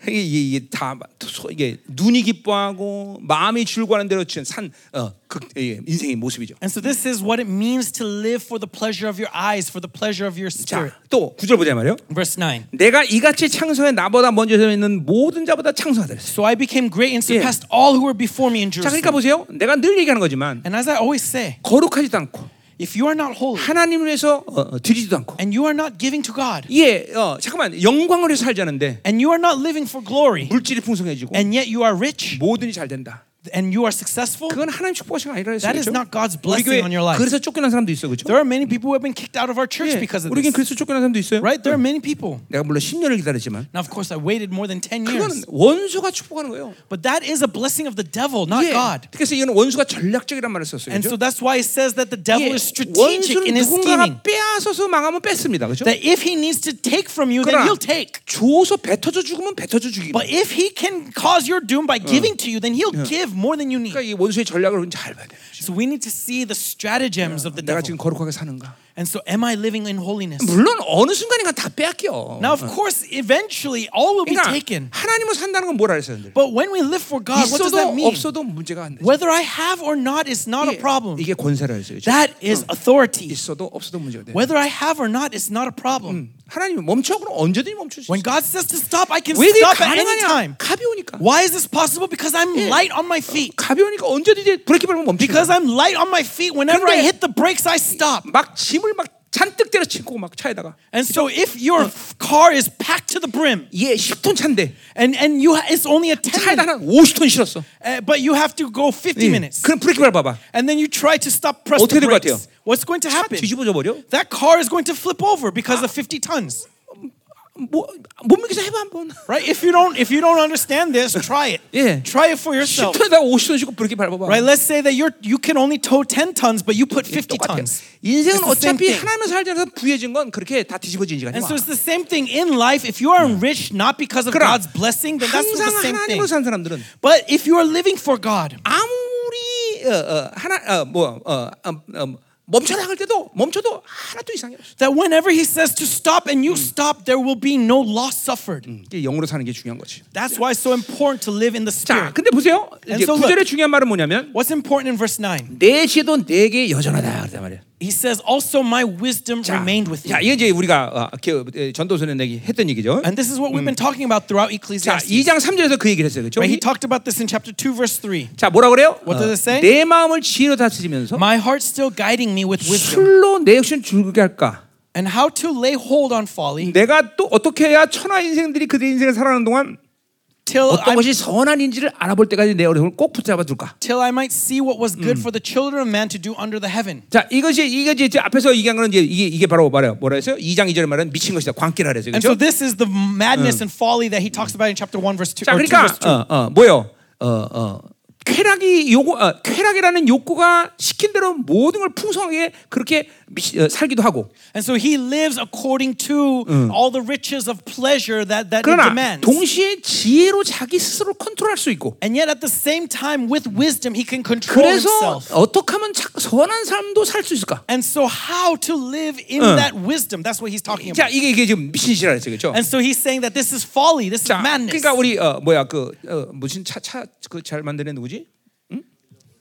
이게, 이게, 이게 다 소- 이게 눈이 기뻐하고 마음이 즐거워하는 대로 지은 산 어, 극, 예, 인생의 모습이죠.
And so this is what it means to live for the pleasure of your eyes, for the pleasure of your spirit.
자, 또 구절 보자 말이요.
Verse 9.
내가 이같이 창성해 나보다 먼저 서 있는 모든 자보다 창성하다 그랬어요.
So I became great and surpassed all who were before me in
자, 그러니까 보세요.
Jerusalem.
내가 늘 얘기하는 거지만
And as I always say,
거룩하지도 않고
if you are not holy
하나님을 위해서 어, 어, 드리지도 않고
and you are not giving to God
예, 어, 잠깐만 영광을 위해서 살자는데
and you are not living for glory
물질이 풍성해지고
and yet you are rich,
뭐든지 잘 된다.
and you are successful,
그건 하나님 축복하신 거 아니라
That is not God's blessing on your life.
그래서 쫓겨난 사람도 있어 그렇죠? 예.
there are many people who have been kicked out of our church because of
우리에겐
this.
그래서 쫓겨난 사람도 있어요.
Right? There are many people.
내가 물론 10년을 기다렸지만
Now, of course, I waited more than 10
그거는
years.
원수가 축복하는 거예요.
But that is a blessing of the devil, not
예.
God.
그래서 이건 원수가 전략적이란 말을 썼어요.
And
그죠?
so that's why it says that the devil
예,
is strategic
원수는
in his
누군가가
scheming.
빼앗아서 망하면 뺐습니다. 그렇죠?
That if he needs to take from you, then
그러나
he'll take.
줘서 뱉어져 죽으면 뱉어져 죽이고.
But if he can cause your doom by giving to you, then he'll give more than you
그러니까
need.
이 원수의 전략을 잘 봐야 돼.
So we need to see the stratagems of the
내가 지금
devil.
거룩하게 사는가?
And so, am I living in holiness?
물론 어느 순간인가 다 빼앗겨.
Now, of course, eventually all will be
그러니까
taken.
하나님을 산다는 건 뭐라 그랬어요?
But when we live for God, what does
있어도
that mean?
없어도 문제가 안 돼.
Whether I have or not is not a problem.
이게 권세라 했어요. 그렇죠? 그죠?
That is authority.
있어도 없어도 문제가 돼.
Whether I have or not is not a
Hmm.
problem.
하나님 멈춰 그럼 언제든지 멈출 수
When
있어.
God says to stop, I can
왜 이게
stop at any
가능하냐?
time.
가벼우니까.
Why is this possible? Because I'm light on my feet.
가벼우니까 언제든지 브레이크 밟으면 멈추고.
Because I'm light on my feet. Whenever I
근데-
hit the brakes, I stop.
막 짐을 막 잔뜩 때려치고 막 차에다가.
And so if your
Hmm.
car is packed to the brim
예, 10톤 차인데
and, and you ha- it's only a 10
차에다 한
minute,
50톤 실었어.
uh, but you have to go 50
예.
minutes.
그럼 브레이크 밟아봐.
And then you try to stop press
Hmm. 어떻게
the
될것
brakes.
같아요?
What's going to
차
happen?
뒤집어져 버려.
That car is going to flip over because of 50 tons.
뭐 몸무게서 해봐 한번.
Right? If you don't if you don't understand this, try it.
Yeah.
Try it for yourself.
10톤에다가 50톤 싣고 브레이크 밟아봐.
Right? Let's say that you're you can only tow 10 tons, but you put 50
똑같아.
tons. It's
인생은
the same
어차피
thing.
하나님을 살지 않아서 부해진 건 그렇게 다 뒤집어진 지가 아니야.
And so it's the same thing in life. If you are enriched not because of
그러나
God's blessing, then that's the
항상
same
하나님으로
thing.
산 사람들은
But if you are living for God,
아무리 어, 어, 하나 어뭐어 멈춰라 할 때도 멈춰도 하나도 이상이 없어.
that whenever He says to stop and you stop, there will be no loss suffered.
이게 영으로 사는 게 중요한 거지.
That's why it's so important to live in the
자,
Spirit.
근데 보세요.
예. And
이제
so look.
구절의 중요한 말은 뭐냐면
What's important in verse 9?
내 지도 내게 여전하다 그러단 말이야.
He says, Also, my wisdom remained with
자,
you.
이게 이제 우리가 어, 그, 에, 전도서는 얘기 했던 얘기죠.
And this is what
Mm.
we've been talking about throughout
자,
Ecclesiastes.
2장 3절에서 그 얘기를 했어요. 그렇죠?
Right? He talked about this in chapter 2, verse 3.
자, 뭐라 그래요? 어,
What does it say?
내 마음을 지혜로 다스리면서
My heart still guiding me with wisdom.
술로 내 욕심 줄게 할까?
And how to lay hold on folly
내가 또 어떻게 해야 천하 인생들이 그들의 인생을 살아가는 동안
till
어떤
I
것이 선한인지를 알아볼 때까지 내 어려움을 꼭 붙잡아 둘까?
till I might see what was good
Mm.
for the children of man to do under the heaven.
자, 이것이 이것이 이제 앞에서 얘기한 거는 이제 이게 이게 바로 말해요. 뭐라 했어요? 2장 2절에 말하는 미친 것이다. 광기라 그랬어요.
And
그렇죠?
so this is the
Mm.
madness and folly that he talks about in chapter 1 verse 2.
자,
or 2
그러니까
verse 2.
어, 어, 뭐요? 어, 어. 쾌락이 요구 어, 쾌락이라는 욕구가 시킨 대로 모든 걸 풍성하게 그렇게 미, 어, 살기도 하고
And so he lives according to
Mm.
all the riches of pleasure that that it
그러나
demands.
동시에 지혜로 자기 스스로 컨트롤할 수 있고
And yet at the same time with wisdom he can control
그래서
himself.
어떻게 하면 자- 선한 삶도 살 수 있을까?
And so how to live in
응.
that wisdom that's what he's talking
자
about.
이게 이게 지금 미친 짓이라 그랬어요, 그렇죠?
And so he's saying that this is folly, this is
자,
madness.
그러니까 우리 어, 뭐야 그 어, 무슨 차 차 그 잘 만드는 누구지? 응?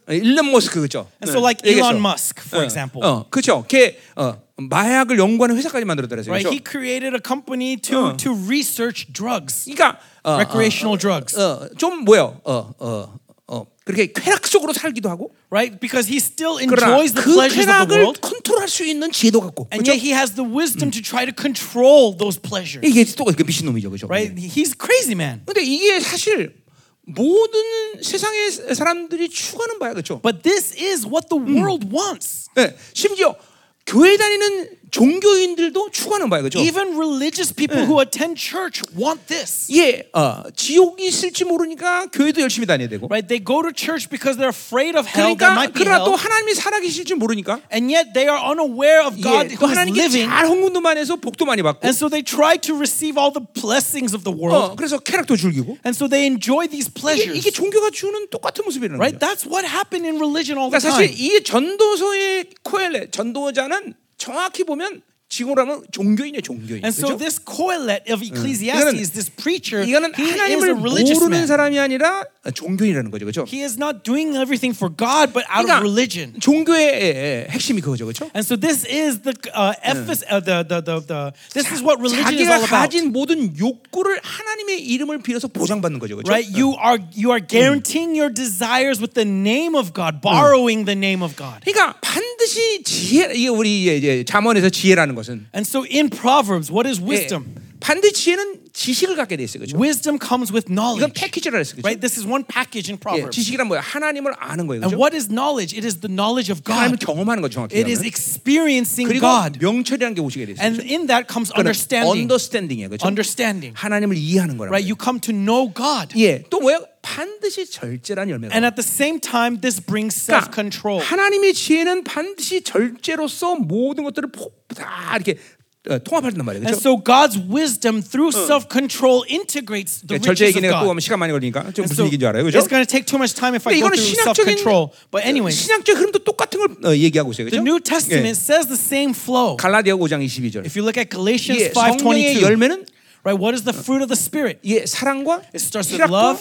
아, 일론 머스크 그죠?
And so like
얘기했어.
Elon Musk
어,
for example.
어, 그렇죠. 걔 어, 마약을 연구하는 회사까지 만들었더래요.
Right?
그죠?
He created a company to
Uh.
to research drugs,
그러니까 어,
recreational drugs,
어, 어, 좀 뭐요? 어, 어, 어, 그렇게 쾌락 속으로 살기도 하고
right? Because he still
그러나
enjoys the
그
pleasures of the
쾌락을
world,
컨트롤할 수 있는 지혜도 갖고
and
그죠?
yet he has the wisdom to try to control those pleasures,
이게 또 그 미친 놈이죠, 그죠?
right? He's a crazy man.
근데 이게 사실 모든 세상의 사람들이 추구하는 바야, 그렇죠?
But this is what the world wants.
예, 심지어 교회 다니는 종교인들도 추구하는 바예요, 그죠
Even religious people who attend church want this.
예, 어, 지옥이 있을지 모르니까 교회도 열심히 다녀야 되고.
Right? They go to church because they're afraid of hell. There
그러니까
might be
그러나 또
hell.
하나님이 살아계실지 모르니까.
And yet they are unaware of God
예, 또
who is
하나님께
living.
잘 헌금도 많이 해서 복도 많이 받고.
And so they try to receive all the blessings of the
어,
world.
그래서 쾌락도 즐기고.
And so they enjoy these
이게,
pleasures.
이게 종교가 주는 똑같은 모습이라는
Right?
거죠.
That's what happened in religion all the
그러니까
time.
사실 이 전도서의 코엘레 전도자는 정확히 보면 지금으로 하면 종교인이에요, 종교인.
And
그죠?
so this coilet of
이거는-
Ecclesiastes, this preacher, he
이거는 <laughs>
is a
하나님을
religious
모르는
man.
사람이 아니라 종교인이라는 거죠, 그렇죠?
He is not doing everything for God, but out of
그러니까
religion.
종교의 핵심이 그거죠, 그렇죠?
And so this is the uh, ephes- uh, the, the, the, the this is what religion is
자기가
all about.
가진 모든 욕구를 하나님의 이름을 빌어서 보장받는 거죠, 그렇죠?
Right? You are you are guaranteeing your desires with the name of God, borrowing the name of God.
그러니까 반드시 지혜, 이게 우리 이제- 이제 잠언에서 지혜라는 것은
And so in Proverbs, what is
예,
wisdom?
반드시 지혜는 지식을 갖게 돼 있어요. 그죠?
Wisdom comes with
이건
knowledge.
패키지라 했어요. 그죠?
Right? This is one package in
예,
Proverbs.
지식이란 뭐야? 하나님을 아는 거예요.
And
그죠?
what is knowledge? It is the knowledge of
하나님을
God.
경험하는 거 정확히.
It is
얘기하면.
experiencing
그리고
God.
명철이라는 게 오시게 돼 있어요.
And in that comes understanding.
언더스탠딩이에요. 그죠?
Understanding.
하나님을 이해하는 거라.
Right? You come to know God.
예, 또 뭐야? 반드시 절제란 열매가.
And at the same time, this brings self
그러니까
control.
하나님의 지혜는 반드시 절제로서 모든 것들을 포- 다 이렇게 어, 통합한단 말이에요. 그렇죠?
And so God's wisdom through self control integrates
Uh.
the
예, 절제
riches
얘기
of
내가 또 하면
God.
시간 많이 걸리니까 좀
And
무슨
so
얘기인 줄 알아요, 그렇죠?
it's going to take too much time if I
근데
go
이거는
through self
신학적인 그
control. But anyway,
신학적 흐름도 똑같은 걸 어, 얘기하고 있어요,
the
그렇죠?
New Testament says the same flow.
갈라디아 5장 22절.
If you look at Galatians
예, 성령의
5:22,
열매는
right? What is the fruit of the spirit?
예, 사랑과
It starts with
희락과
love.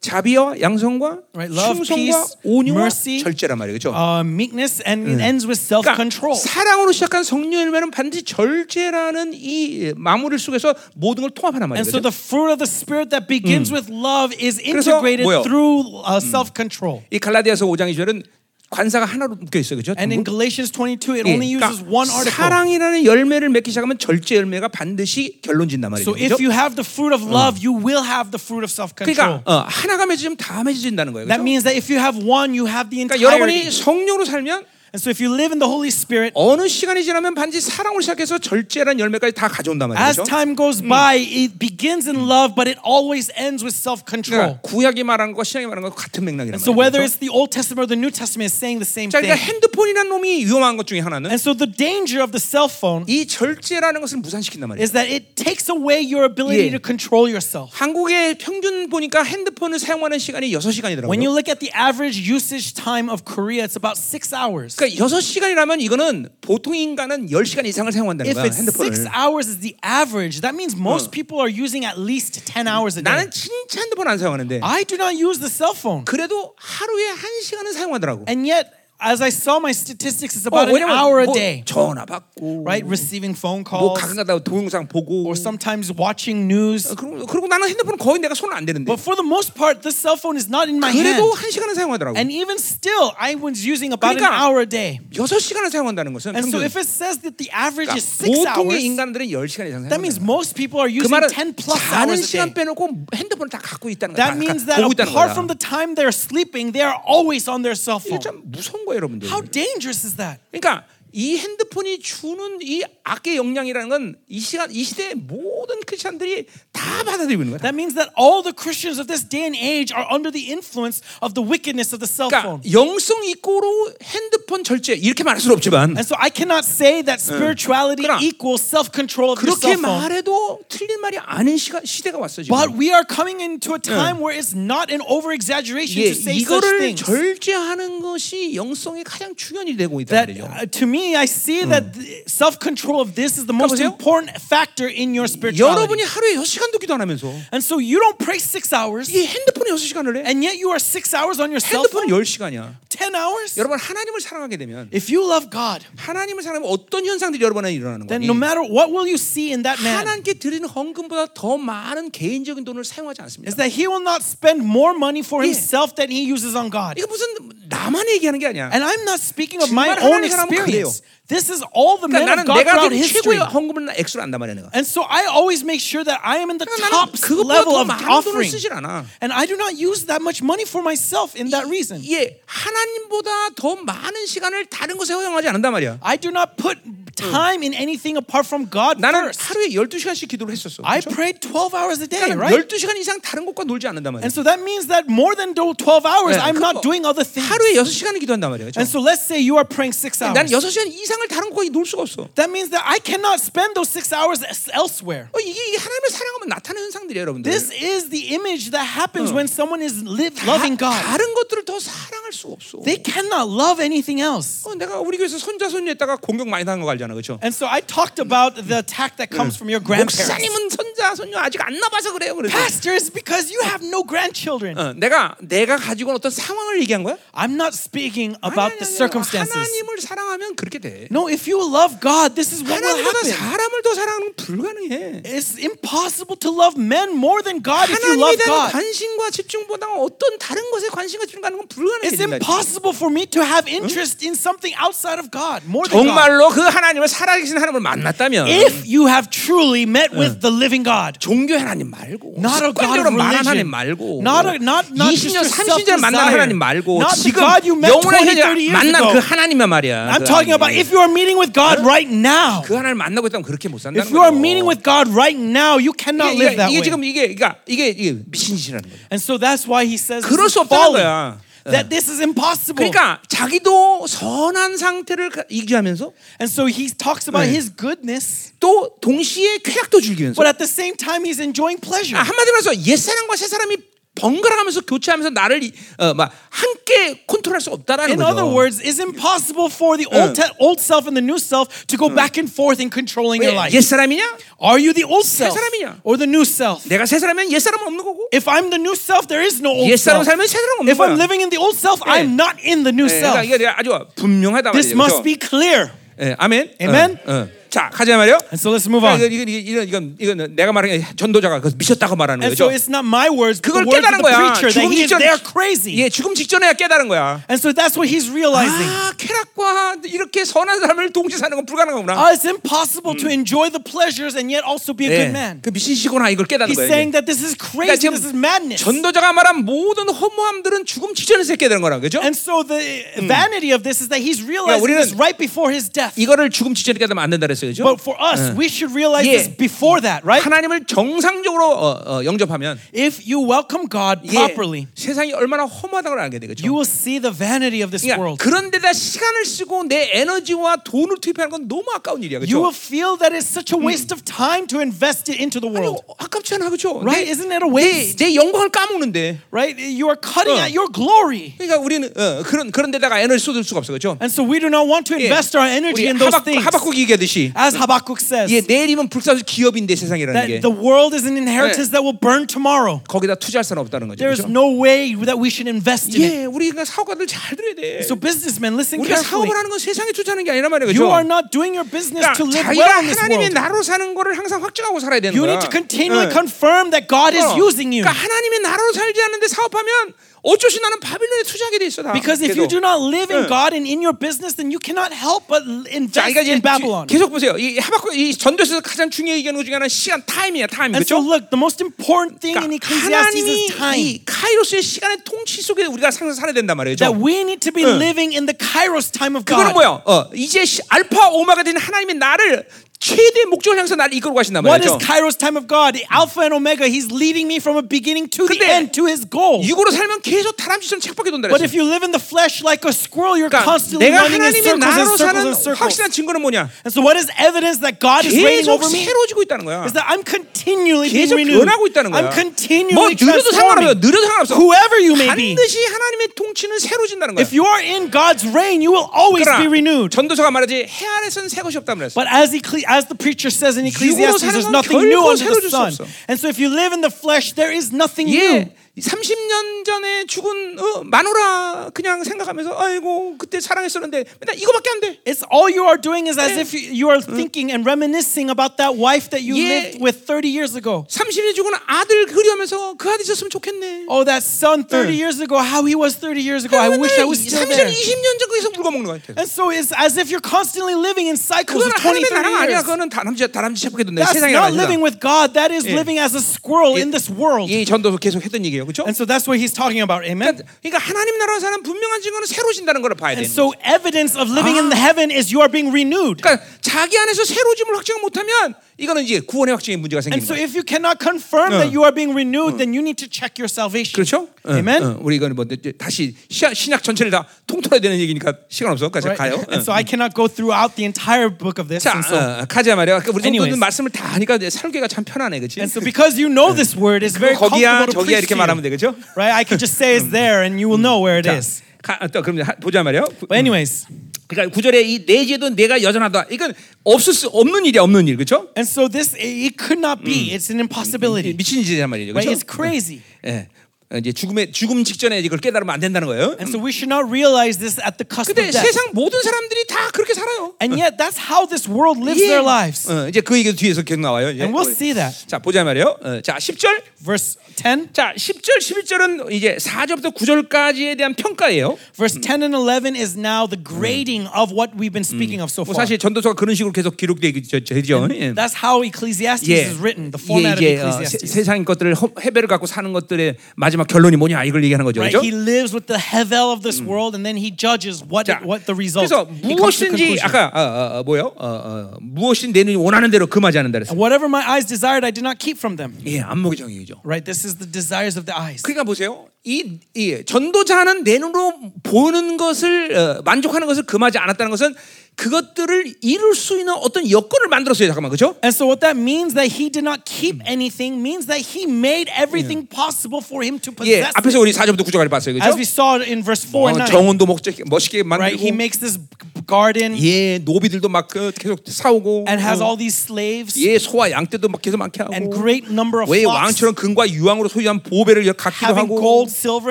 자비와 양성과
Right, love,
충성과
peace,
온유와
mercy.
절제란 말이에요, 그렇죠?
Uh, meekness and it ends with self
그러니까
control.
사랑으로 시작한 성령 열매는 반드시 절제라는 이 마무리 속에서 모든 걸 통합하란 말이에요.
And so
그렇죠?
the fruit of the spirit that begins with love is
그래서
integrated
뭐요?
through uh, self control.
이 갈라디아서 5장 2절은 관사가 하나로 묶여 있어요. 그렇죠?
And in Galatians 22, it
예,
only uses one article.
사랑이라는 열매를 맺기 시작하면 절제 열매가 반드시 결론진단 말이죠.
So if you have the fruit of love, you will have the fruit of self
그러니까
control.
어, 하나가 맺어지면 다 맺어진다는 거예요.
That
그렇죠?
means that if you have one, you have the
그러니까 여러분이
entirety.
성령으로 살면
And so if you live in the Holy Spirit,
어느 시간이 지나면 반드시 사랑으로 시작해서 절제라는 열매까지 다 가져온단
as
말이죠.
time goes by, it begins in love, but it always ends with self control.
그러니까 구약이 말한 거 신약이 말한 거 같은 맥락이란
So
말이죠.
whether
그렇죠?
it's the Old Testament or the New Testament, it's saying the same
자, 그러니까
thing.
핸드폰이라는 놈이 위험한 것 중에 하나는
And so the danger of the cell phone
이 절제라는 것을 무산시킨단 말이에요.
is that it takes away your
예.
ability to control yourself.
한국의 평균 보니까 핸드폰을 사용하는 시간이 6시간이더라고요.
When you look at the average usage time of Korea, it's about six hours.
그러니까 6시간이라면 이거는 보통 인간은 10시간 이상을 사용한다는
If
거야,
it's
핸드폰을.
six hours is the average, that means most people are using at least 10 hours a day.
나는 진짜 핸드폰 안 사용하는데
I do not use the cell phone.
그래도 하루에 1시간은 사용하더라고.
And yet, as I saw my statistics, it's
어,
about an
왜냐면
hour a
뭐
day,
전화 받고
right? Receiving phone
뭐
calls
가끔 가다 동영상 보고 어,
or sometimes watching news.
그리고, 그리고 나는 핸드폰 거의 내가 손을 안 대는데
But for the most part, the cell phone is not in my hand.
그래도 1시간은 사용하더라고.
And even still, I was using about an
그러니까
hour a day.
6시간을 사용한다는 것은
And so
평균.
if it says that the average is six
그러니까 보통의
hours,
인간들은 10시간 이상
that means
사용한다는 거야.
most people are
그
using
말은
10 plus
자는
hours a
시간
day.
빼놓고 핸드폰을 다 갖고 있다는 거야. 다
That means
가-
that
보고 있다는
apart
거야.
from the time they're sleeping, they are always on their cell
이게
phone.
참 무서운 거예요, 여러분들.
How dangerous is that?
그러니까 이 핸드폰이 주는 이 악의 영향이라는 건 이 시간 이 시대의 모든 크리스천들이 다 받아들이고 있는 거야.
That means that all the Christians of this day and age are under the influence of the wickedness of the cell
그러니까
phone.
영성 이꼬로 핸드폰 절제 이렇게 말할 수는 없지만
And so I cannot say that spirituality
그러나
equals self control of your
그렇게
cell phone.
말해도 틀린 말이 아닌 시가, 시대가 왔어 지금.
But we are coming into a time where it's not an over exaggeration
예,
to say such
이거를
things.
절제하는 것이 영성의 가장 중요한 일이 되고 있다
that
말이죠.
uh, to me, I see that self control of this is the most
보세요.
important factor in
여러분이
your spirituality.
하루에 6시간도 기도 안 하면서
And so you don't pray six hours,
이 핸드폰에 6시간을 해?
and yet you are six hours on your cell
핸드폰은
phone,
10시간이야.
ten hours.
여러분 하나님을 사랑하게 되면
If you love God,
하나님을 사랑하면 어떤 현상들이 여러분한테 일어나는
then
거니?
no matter 네. what will you see in that man
하나님께 드리는 헌금보다 더 많은 개인적인 돈을 사용하지
is
않습니다.
that he will not spend more money for
Yeah.
himself than he uses on God.
이거 무슨 나만 얘기하는 게 아니야.
And I'm not speaking of my
정말
own
하나님 사람은
experience. This is all the
그러니까
men of
나는
God
내가
throughout
드린 최고의
history.
헌금을 나- 액수를 안단 말이야 내가.
And so I always make sure that I am in the
그러니까 나는
top
그것보다
level
더
of
많은 돈을
offering.
쓰질 않아.
And I do not use that much money for myself in that reason.
예, 하나님보다 더 많은 시간을 다른 것에 허용하지 않는단 말이야.
I do not put time in anything apart from God
나는
first.
하루에 12시간씩 기도를 했었어.
I
그렇죠?
prayed 12 hours a day,
그러니까
right?
12시간 이상 다른 것과 놀지 않는단 말이야.
And so that means that more than those 12 hours,
네,
I'm
그거
not doing other things.
하루에 6시간을 기도한단 말이야. 그렇죠?
And so let's say you are praying six
난
hours.
6시간 이상을 다른 것과 놀 수가 없어.
That means that I cannot spend those six hours es- elsewhere.
어, 이게 이게 하나님을 사랑하면 나타나는 현상들이에요, 여러분들.
This is the image that happens when someone is live,
다-
loving God.
다른 것들을 더 사랑할 수가 없어.
They cannot love anything else.
어, 내가 우리 교회에서 손자 손녀했다가 공격 많이 당한 거 알잖아, 그렇죠?
And so I talked about the attack that comes from your grandparents.
목사님은 손자 손녀 아직 안 나봐서 그래요, 그래서.
Pastor, it's because you have no grandchildren.
어, 내가 내가 가지고 온 어떤 상황을 얘기한 거야?
I'm not speaking
아니,
about
아니,
the
아니,
circumstances.
하나님을 사랑하면 그렇게 돼.
No, if you love God, this is what will
하나님보다
happen.
사람을 더 사랑하는 건 불가능해.
It's impossible to love men more than God if you
하나님에
love
대한
God.
관심과 집중보다 어떤 다른 것에 관심과 집중하는 건 불가능해.
It's
생각이.
impossible for me to have interest in something outside of God more than God.
정말로 그 하나님을 살아계신 하나님을 만났다면
If you have truly met with the living God,
종교 하나님 말고
not a God
습관적으로
of
말한 하나님
religion,
말고
not a, not not just
20년
your
30년 만난
self-desire,
하나님 말고
not the
지금
God you met
영혼의
20,
현장
30 years
만난 그
ago.
하나님의 말이야
I'm
그
talking
하나님.
about if you are meeting with God right now.
그 하나님을 만나고 있다면 그렇게 못 산다는
If you are
거예요
meeting with God right now, you cannot
이게, 이게,
live that
이게
way.
지금 이게 그러니까 이게, 이게 미친 짓이라는 거예요
And so that's why he says
그럴
this
수
is
없다는
folly,
거야
that this is impossible.
그러니까 자기도 선한 상태를 가- 유지하면서
And so he talks about
네.
his goodness,
또 동시에 쾌락도 즐기면서
but at the same time he's enjoying pleasure.
아, 한마디로 해서 옛사람과 새사람이 번갈아가면서 교체하면서 나를 이- 어, 막 함께 컨트롤할 수 없다라는
In
거죠.
other words, it's impossible for the old te- old self and the new self to go back and forth in controlling your
왜
life.
옛사람이냐?
Are you the old self
사람이냐?
or the new self?
내가 새사람이면 옛사람은 없는 거고
If I'm the new self, there is no old
옛사람
self.
살면 새사람 없는
If
거야.
I'm living in the old self,
네.
I'm not in the
예,
new
그러니까
self.
이게 내가 아주 분명하다
This
말이죠.
must
그렇죠?
be clear.
예, 아멘.
Amen?
어, 어. 자, 가자 말이요.
And so let's move
그러니까
on.
이건 이건 이건 이건 이건 내가 말하는 게 전도자가 그 미쳤다고 말하는
And
거죠.
so it's not my words, but
그걸
the words of
깨달은
the
거야.
preacher that
죽음
he is,
직전
they're crazy.
예, 죽음 직전에야 깨달은 거야.
And so that's what he's realizing. <gasps>
아, 쾌락과 이렇게 선한 사람을 동시에 사는 건 불가능하구나.
Ah, it's impossible to enjoy the pleasures and yet also be a
예,
good man.
그 미친 시구나 이걸 깨달은
He's
거야. 이게.
saying that this is
그러니까
crazy,
지금
this is madness.
전도자가 말한 모든 허무함들은 죽음 직전에서 깨달은 거라 그죠?
And so the vanity of this is that he's realizing
우리는
this right before his death.
이거를 죽음 직전에 깨달으면 안 된다 그랬어요, 그죠?
But for us, we should realize
Yeah.
this before that, right?
하나님을 정상적으로 어, 어, 영접하면
If you welcome God
이게
properly,
세상이 얼마나 허무하다는 걸 알게 되겠죠.
you will see the vanity of this
그러니까
world.
그런 데다 시간을 쓰고 내 에너지와 돈을 투입하는 건 너무 아까운 일이야, 그죠?
You will feel that it's such a waste of time to invest it into the
아니,
world,
아깝지 않아, 그죠?
right?
내,
Isn't it a
내,
waste,
내 영광을 까먹는데.
right? You are cutting
어.
at your glory.
그러니까 우리는 어, 그런 그런 데다가 에너지 쏟을 수가 없어, 그죠?
And so we do not want to
예.
invest our
우리
energy in those
하박,
things.
하박국 얘기하듯이
As Habakkuk says,
예, 내일이면 불사수 기업인데 세상이라는 게
that the world is an inheritance that will burn tomorrow.
거기다 투자할 사람 없다는 거죠.
There is
그죠?
no way that we should invest in it.
예, 우리가 사업가들 잘 들어야 돼.
So businessmen, listen
우리가
carefully.
사업을 하는 건 세상에 투자하는 게 아니란 말이에요.
You are
그죠?
not doing your business to live
자기가
well in this
하나님이
world.
나로 사는 거를 항상 확증하고 살아야 되는
You
거야.
need to continually
예.
confirm that God is
어.
using you.
그러니까 하나님이 나로 살지 않는데 사업하면 어쩌시 나는 바빌론에 투자하게 돼 있어 다.
Because if you
계속.
do not live in
예.
God and in your business, then you cannot help but l-
자,
invest
그러니까 이제
in Babylon.
계속 보세요. 이 하박국 이 전도서에서 가장 중요히 얘기하는 것 중에 하나는 시간, 타임이야, 타임.
And so
그렇죠?
look, the most important thing in
그러니까
Ecclesiastes
하나님이
is time.
이 카이로스의 시간의 통치 속에 우리가 항상 살아야 된단 말이에요.
That
그죠?
we need to be living in the kairos time of
Mm. 그거는
God.
뭐야? 어, 이제 시- 알파 오마가 된 하나님의 나를 최대 목적을 향해서 나를 이끌고 가신단
What is
말이죠.
Kairos time of God? The Alpha and Omega. He's leading me from a beginning to the
근데
end to his goal.
육으로 살면 계속 다람쥐처럼 책밖에 돈다
but
그랬어.
if you live in the flesh like a squirrel, you're
그러니까
constantly
내가
running in
하나님의
circles and
나로
circles
사는
and circles.
확실한 증거는 뭐냐?
And so, what is evidence that God is reigning
계속
over me?
새로지고 있다는 거야.
Is that I'm continually being
계속
renewed.
변하고 있다는 거야. 뭐
I'm continually
느려도 상관없어.
transforming.
느려도 상관없어.
Whoever you may be.
반드시 하나님의 통치는 새로진다는 거야.
If you are in God's reign, you will always
그러나
be renewed.
전도서가 말하지 해 아래선 새 것이 없다고 그랬어.
But as, Ecle- as the preacher says in Ecclesiastes,
사는
there's
건
nothing new
결코
under
새로질 수
the sun.
없어.
And so, if you live in the flesh, there is nothing new.
예. 30년 전에 죽은 어, 마누라 그냥 생각하면서 아이고 그때 사랑했었는데 맨날 이거밖에 안 돼.
It's all you are doing is as if you, you are thinking and reminiscing about that wife that you
Yeah.
lived with 30 years ago.
30년 죽은 아들 그리하면서 그 아들 있었으면 좋겠네.
Oh, that son 30
Yeah.
years ago, how he was 30 years ago. Oh, I wish I was still
30년,
there.
20년 전 거기서 물거먹는 거 같아.
And so it's as if you're constantly living in cycles
그건
of 20,
하나님의
30
나라가 아니야.
years.
그거는 다람쥐 다람쥐 잡게 된다.
That's
세상에
not
아니다.
living with God. That is
Yeah.
living as a squirrel in this world.
이 전도서 계속 했던 얘기예요, 그렇죠?
And so that's what he's talking about. Amen.
그러니까 하나님 나라로 사는 분명한 증거는 새로진다는 걸 봐야 되는
And
거예요.
so evidence of living
Ah.
in the heaven is you are being renewed.
그러니까 자기 안에서 새로짐을 확증 못하면 이거는 이제 구원의 확증에 문제가
And
생기는
so
거예요.
if you cannot confirm that you are being renewed, then you need to check your salvation.
그렇죠? 응,
Amen.
응, 우리 이거는 뭐 이제 다시 시- 신약 전체를 다 통틀어야 되는 얘기니까 시간 없어. 그래서
Right?
가요. 응.
And so I cannot go throughout the entire book of this.
자,
And so,
어, 가자 말이야. 그러니까 우리 정도는
Anyways.
말씀을 다 하니까 이제 설계가 참 편하네, 그렇지?
and so because you know this word, it's very
거기야,
comfortable to
저기야
preach
이렇게
to
말하면
you.
돼, 그렇죠?
Right? I can just say it's there and you will know where it
자,
is.
가, 어, 또 그럼 이제 하- 보자 말이야. 구-
But anyways,
그러니까 구절에 이 내지에도 내가 여전하다. 이건 없을 수 없는 일이야, 없는 일, 그렇죠?
and
Mm.
so this, it could not be. It's an impossibility.
미친 짓이란 말이죠,
Right?
그렇죠?
It's crazy.
예. 예, 어, 이제 죽음의 죽음 직전에 이걸 깨달으면 안 된다는 거예요.
And so we should not realize this at the cusp of
근데 <laughs>
death.
세상 모든 사람들이 다 그렇게 살아요.
And yet, that's how this world lives
예.
their lives.
어, 이제 그 얘기도 뒤에서 계속 나와요. 이제.
And we'll see that.
자 보자 말이요. 에 어, 자 10절.
Verse 10.
자 10절 11절은 이제 4절부터 9절까지에 대한 평가예요.
Verse 10 and 11 is now the grading of what we've been speaking of so
뭐
far.
사실 전도서가 그런 식으로 계속 기록되죠. 예.
That's how Ecclesiastes
예.
is written, the
이게
format
이제
of
어, 세,
Ecclesiastes.
세상 것들을 허, 해배를 갖고 사는 것들의 마지막 결론이 뭐냐 이걸 얘기하는 거죠.
Right?
그죠?
He lives with the hevel of
Mm.
this world, and then he judges what
자,
what the result.
그래서
He comes to
무엇인지
conclusion.
아까 어, 어, 어, 뭐요? 어, 어, 무엇인 내 눈이 원하는 대로 금하지 않는다 그랬어요.
Whatever my eyes desired, I did not keep from them.
예, 안목의 정의죠.
Right? This is the desires of the eyes.
그러니까 보세요. 이, 이 전도자는 내 눈으로 보는 것을 어, 만족하는 것을 금하지 않았다는 것은 그것들을 이룰 수 있는 어떤 여건을 만들었어요. 잠깐만, 그렇죠?
And so what that means that he did not keep
Mm.
anything means that he made everything possible for him to
예,
possess. it.
앞에서 우리 4절부터 9절까지 봤어요,
As
그렇죠?
we saw in verse 4 and
어,
9.
정원도 목적 멋있게
right? He
만들고
makes this g- garden
예, 노비들도 막 그, 계속 사오고
and has
어,
all these slaves
예, 소와 양떼도 막 계속 많게 하고
and great number of
왜
flocks
왕처럼 금과 유황으로 소유한 보배를 갖기도
having
하고
gold, silver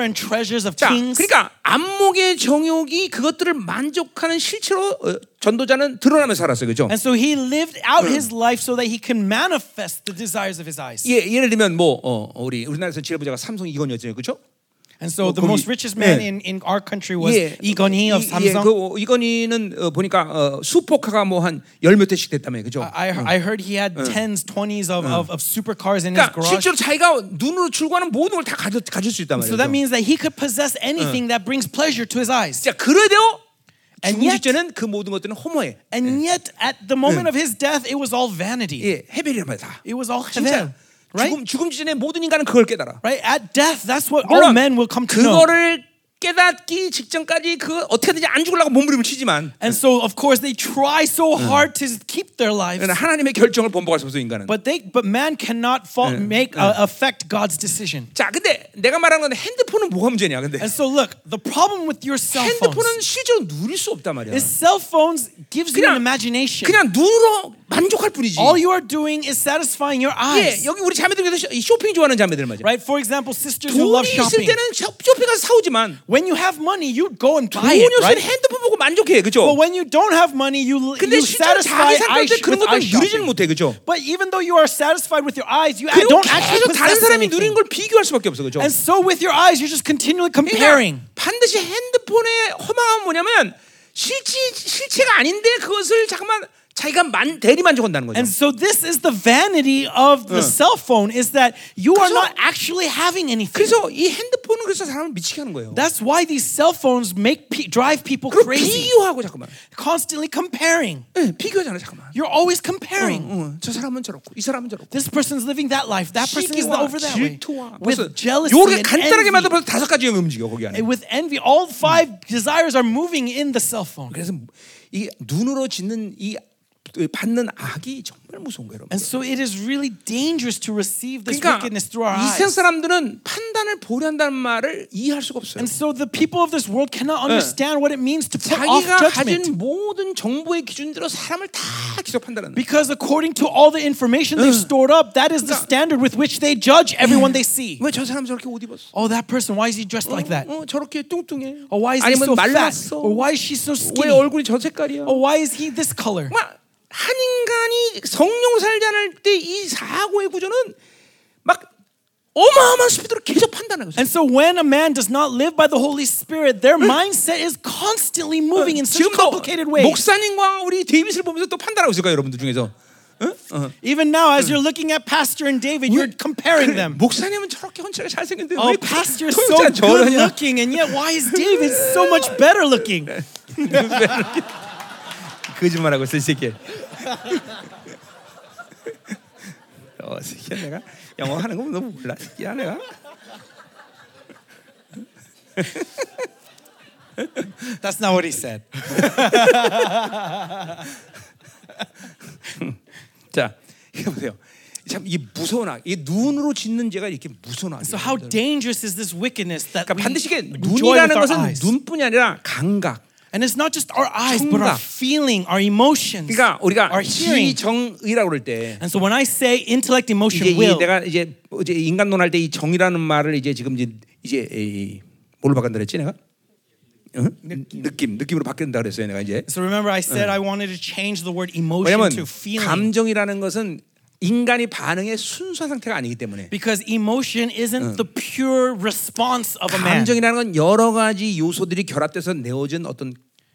and treasures of
자,
kings.
그러니까 안목의 정욕이 그것들을 만족하는 실체로 어, 전도자는 드러나면서 살았어요. 그죠?
And so he lived out his life so that he can manifest the desires of his eyes.
예, 예를 들면 뭐 어, 우리 우리나라에서 지배부자가 삼성 이건이었잖아요. 그죠?
And so the
거기-
most richest man
예.
in, in our country was
예.
Igoni
이-
of
예,
Samsung.
그 이건희는 어, 보니까 어, 수포카가 뭐 한 열 몇 대씩 됐다며. 그죠?
I, I heard he had tens, twenties of, of, of supercars in his
그러니까
garage.
실제로 자기가 눈으로 출구하는 모든 걸 다 가질, 가질 수 있단 말이에요.
So that means that he could possess anything that brings pleasure to his eyes.
자, 그래도
And
죽음
yet-
직전은 그 모든 것들은 허무해.
And yet, at the moment of his death, it was all vanity.
예, 헤벨이란 말이야. 다.
It was all
진짜
hevel. Right?
죽음 죽음 직전에 모든 인간은 그걸 깨달아.
Right? At death, that's what all
물론
men will come to know.
그거를 깨닫기 직전까지 그 어떻게든지 안 죽으려고 몸부림을 치지만
And so, of course, they try so hard to keep their lives.
하나님의 결정을 번복할 수 없어 인간은.
But they, but man cannot fault, make uh, affect God's decision.
자, 근데 내가 말하는 건 핸드폰은 뭐가 문제냐? 근데
And so, look, the problem with your cell phones
핸드폰은 실제로 누릴 수 없단 말이야.
is cell phones gives you an
그냥-
imagination.
그냥 눈으로 만족할 뿐이지.
All you are doing is satisfying your
예,
eyes.
여기 우리 자매들께서 쇼- 이 쇼핑 좋아하는 자매들 맞아.
Right? For example, sisters who
돈이
love
있을
shopping.
때는 쇼- 쇼핑 가서 사오지만
When you have money, you go and buy
돈이
it,
없으면
right?
핸드폰 보고 만족해,
But
그죠?
when you don't have money, you
근데
you
실제로 자기
satisfy
살
eye
때
sh-
그런
with
것들
eye
누리지는
shopping.
못해, 그죠?
But even though you are satisfied with your eyes, you
그리고
don't actually
계속 다른
possess
사람이
anything.
누리는 걸 비교할 수밖에 없어, 그죠?
And so with your eyes, you're just continually comparing.
그러니까 반드시 핸드폰의 허망함은 뭐냐면 실체 실체가 아닌데 그것을 잠깐만 자기가 만 대리 만족한다는 거죠.
And so this is the vanity of
Uh.
the cell phone is that you are
그래서-
not actually having anything.
그래서 이 핸드폰은 그래서 사람을 미치게 하는 거예요.
That's why these cell phones make pe- drive people
그리고
crazy.
비교하고 잠깐만.
Constantly comparing.
예, 비교하잖아 잠깐만.
You're always comparing.
어, 저 사람은 저렇고 이 사람은 저렇고.
This person's living that life. That person is
시기와
over that way.
질투와 벌써
With jealousy
요렇게
and
간단하게
envy.
만들어 벌써 다섯 가지 영이 움직여 거기 안에.
And with envy, all
Hmm.
five desires are moving in the cell phone.
그래서 이 눈으로 짓는 이그 받는 악이 정말 무서운 거예요. 여러분.
And so it is really dangerous to receive this
그러니까
wickedness through our
이 세상
eyes.
사람들은 판단을 보려한다는 말을 이해할 수가 없어요.
And so the people of this world cannot understand what it means to put 뭐, off
Uh. 자기가
judgment.
가진 모든 정보의 기준대로 사람을 다 계속 판단하는 거예요.
Because according to all the information they've stored up, that is the standard with which they judge everyone they see.
왜저 사람 저렇게 옷 입었어?
Oh, that person, why is he dressed like that?
어, 어, 저렇게 뚱뚱해.
Or why is he so
아니면
fat?
말랐어.
Or why is she so
왜
skinny?
얼굴이 저 색깔이야?
Or why is he this color?
막, 한 인간이 성령 살지 않을 때 이 사고의 구조는 막 어마어마한 스피드로 계속 판단하고 있어요.
And so when a man does not live by the Holy Spirit, their mindset is constantly moving in such
지금도
complicated ways.
목사님과 우리 데이빗을 보면서 또 판단하고 있을 거예요, 여러분들 중에서.
Even now, as you're looking at Pastor and David, you're comparing <laughs> them.
목사님은 저렇게 헌칠하게 잘생겼는데
<laughs> Oh,
왜
Pastor's
통역자가
so good
저러냐?
looking, and yet why is David so much better <laughs> looking?
<laughs> 거짓말하고 있어 이 새끼. 어 새끼야 내가 영어 하는 거 너무 몰라 새끼야 내가.
That's not what he said.
자 이거 보세요. 참 이 무서운 악, 이 눈으로 짓는 죄가 이렇게 무서운 악.
So how dangerous is this wickedness that we
그러니까 반드시 이게
enjoy with
눈이라는
our
것은
eyes?
눈뿐이 아니라 감각.
And it's not just our eyes, but our
청각.
feeling, our emotions,
그러니까
our
우리가
hearing.
지정의라고 그럴 때
And so when I say intellect,
이제
emotion,
이
will,
내가 이제 어제 인간론 할 때 이 정의라는 말을 이제 지금 이제 이제 이, 뭘로 바꾼다 그랬지 내가? 어? 느낌 느낌으로 바뀐다 그랬어요 내가 이제.
So remember, I said I wanted to change the word emotion
왜냐면
to feeling
감정이라는 것은 인간이 반응의 순수한 상태가 아니기 때문에
because emotion isn't the pure response of a man.
감정이라는 건 여러 가지 요소들이 결합돼서 내어진 어떤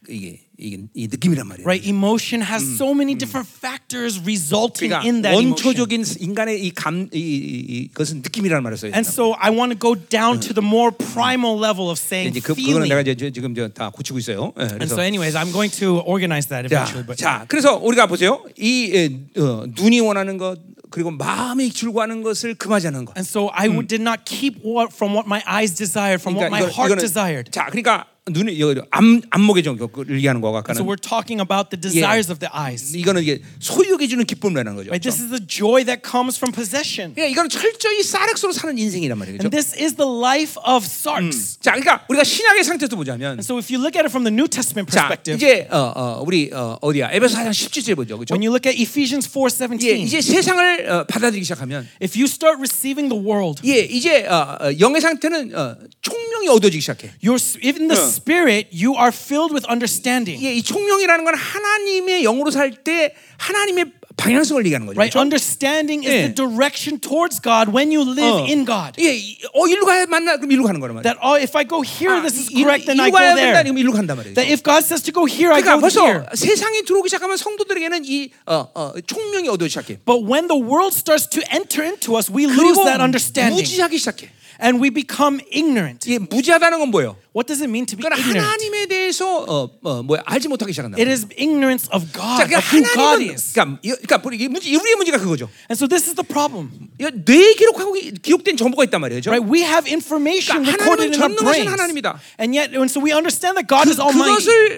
이게 이게 이 느낌이란 말이에요.
Right? Emotion has so many different factors resulting
그러니까
in that emotion.
원초적인 인간의 이 감 이 이것은 느낌이라는 말을 써요.
And so I want to go down to the more primal level of saying
이제 그 그거는 내가
feeling.
이제 지- 지금 저 다 고치고 있어요. 예,
And
그래서
so, anyways, I'm going to organize that eventually.
자,
But
자, 그래서 우리가 보세요. 이 예, 어, 눈이 원하는 것 그리고 마음이 즐거워하는 것을 금하지 않는 것.
and so I w- did not keep what, from what my eyes desired, from what my
그러니까 이거-
heart desired.
자, 그러니까 눈이 이거 암 안목의 종교를 얘기하는 거고
So
아까는
we're talking about the desires of the eyes.
이거는 이게 소유욕이 주는 기쁨이라는 거죠.
Right?
그렇죠?
This is the joy that comes from possession.
그러니까 이거는 철저히 사륵스로 사는 인생이란 말이에요. 그죠?
And this is the life of sarks.
자, 그러니까 우리가 신약의 상태에서 보자면
And so if you look at it from the New Testament
자,
perspective,
이제 어, 어, 우리 어, 어디야? 에베소 4장 17절 보죠. 그렇죠?
when you look at Ephesians
예,
4:17,
이제 세상을 어, 받아들이기 시작하면
if you start receiving the world,
예, 이제 어, 어, 영의 상태는 어, 총명이 얻어지기 시작해.
you're s- in the spirit, you are filled with understanding.
예, 이 총명이라는 건 하나님의 영으로 살 때 하나님의 방향성을 얘기하는 거죠.
Right?
그렇죠?
Understanding
Yeah.
is the direction towards God when you
어.
live in God.
예, 이- 어 일로 가야 만나 그럼 일로 가는 거란 말이야.
That oh, if I go here, this is
이-
correct, then I
일로
go
가야 된다
there.
그럼 일로 간단 말이에요.
That if God says to go here, I
그러니까
go
벌써
here.
세상이 들어오기 시작하면 성도들에게는 이 어, 어, 총명이 얻어지기 시작해.
But when the world starts to enter into us, we lose
그리고
that understanding
무지하기 시작해.
and we become ignorant.
예, 무지하다는 건 뭐예요?
What does it mean to be
그러니까
ignorant?
하나님에 대해서 어, 어, 뭐 알지 못하기 시작한다.
It is ignorance of
자,
God,
그러니까
of who God
하나님은
is.
그러니까 이- 그러니까 우리- 이게 문제, 우리의 문제가 그거죠.
And so this is the problem,
이거 뇌에 기록하고 이- 기록된 정보가 있단 말이에요. 그죠?
right? We have information
그러니까
recorded in our
하나님은 전능하신
brains.
하나님이다.
And yet, and so we understand that God is almighty.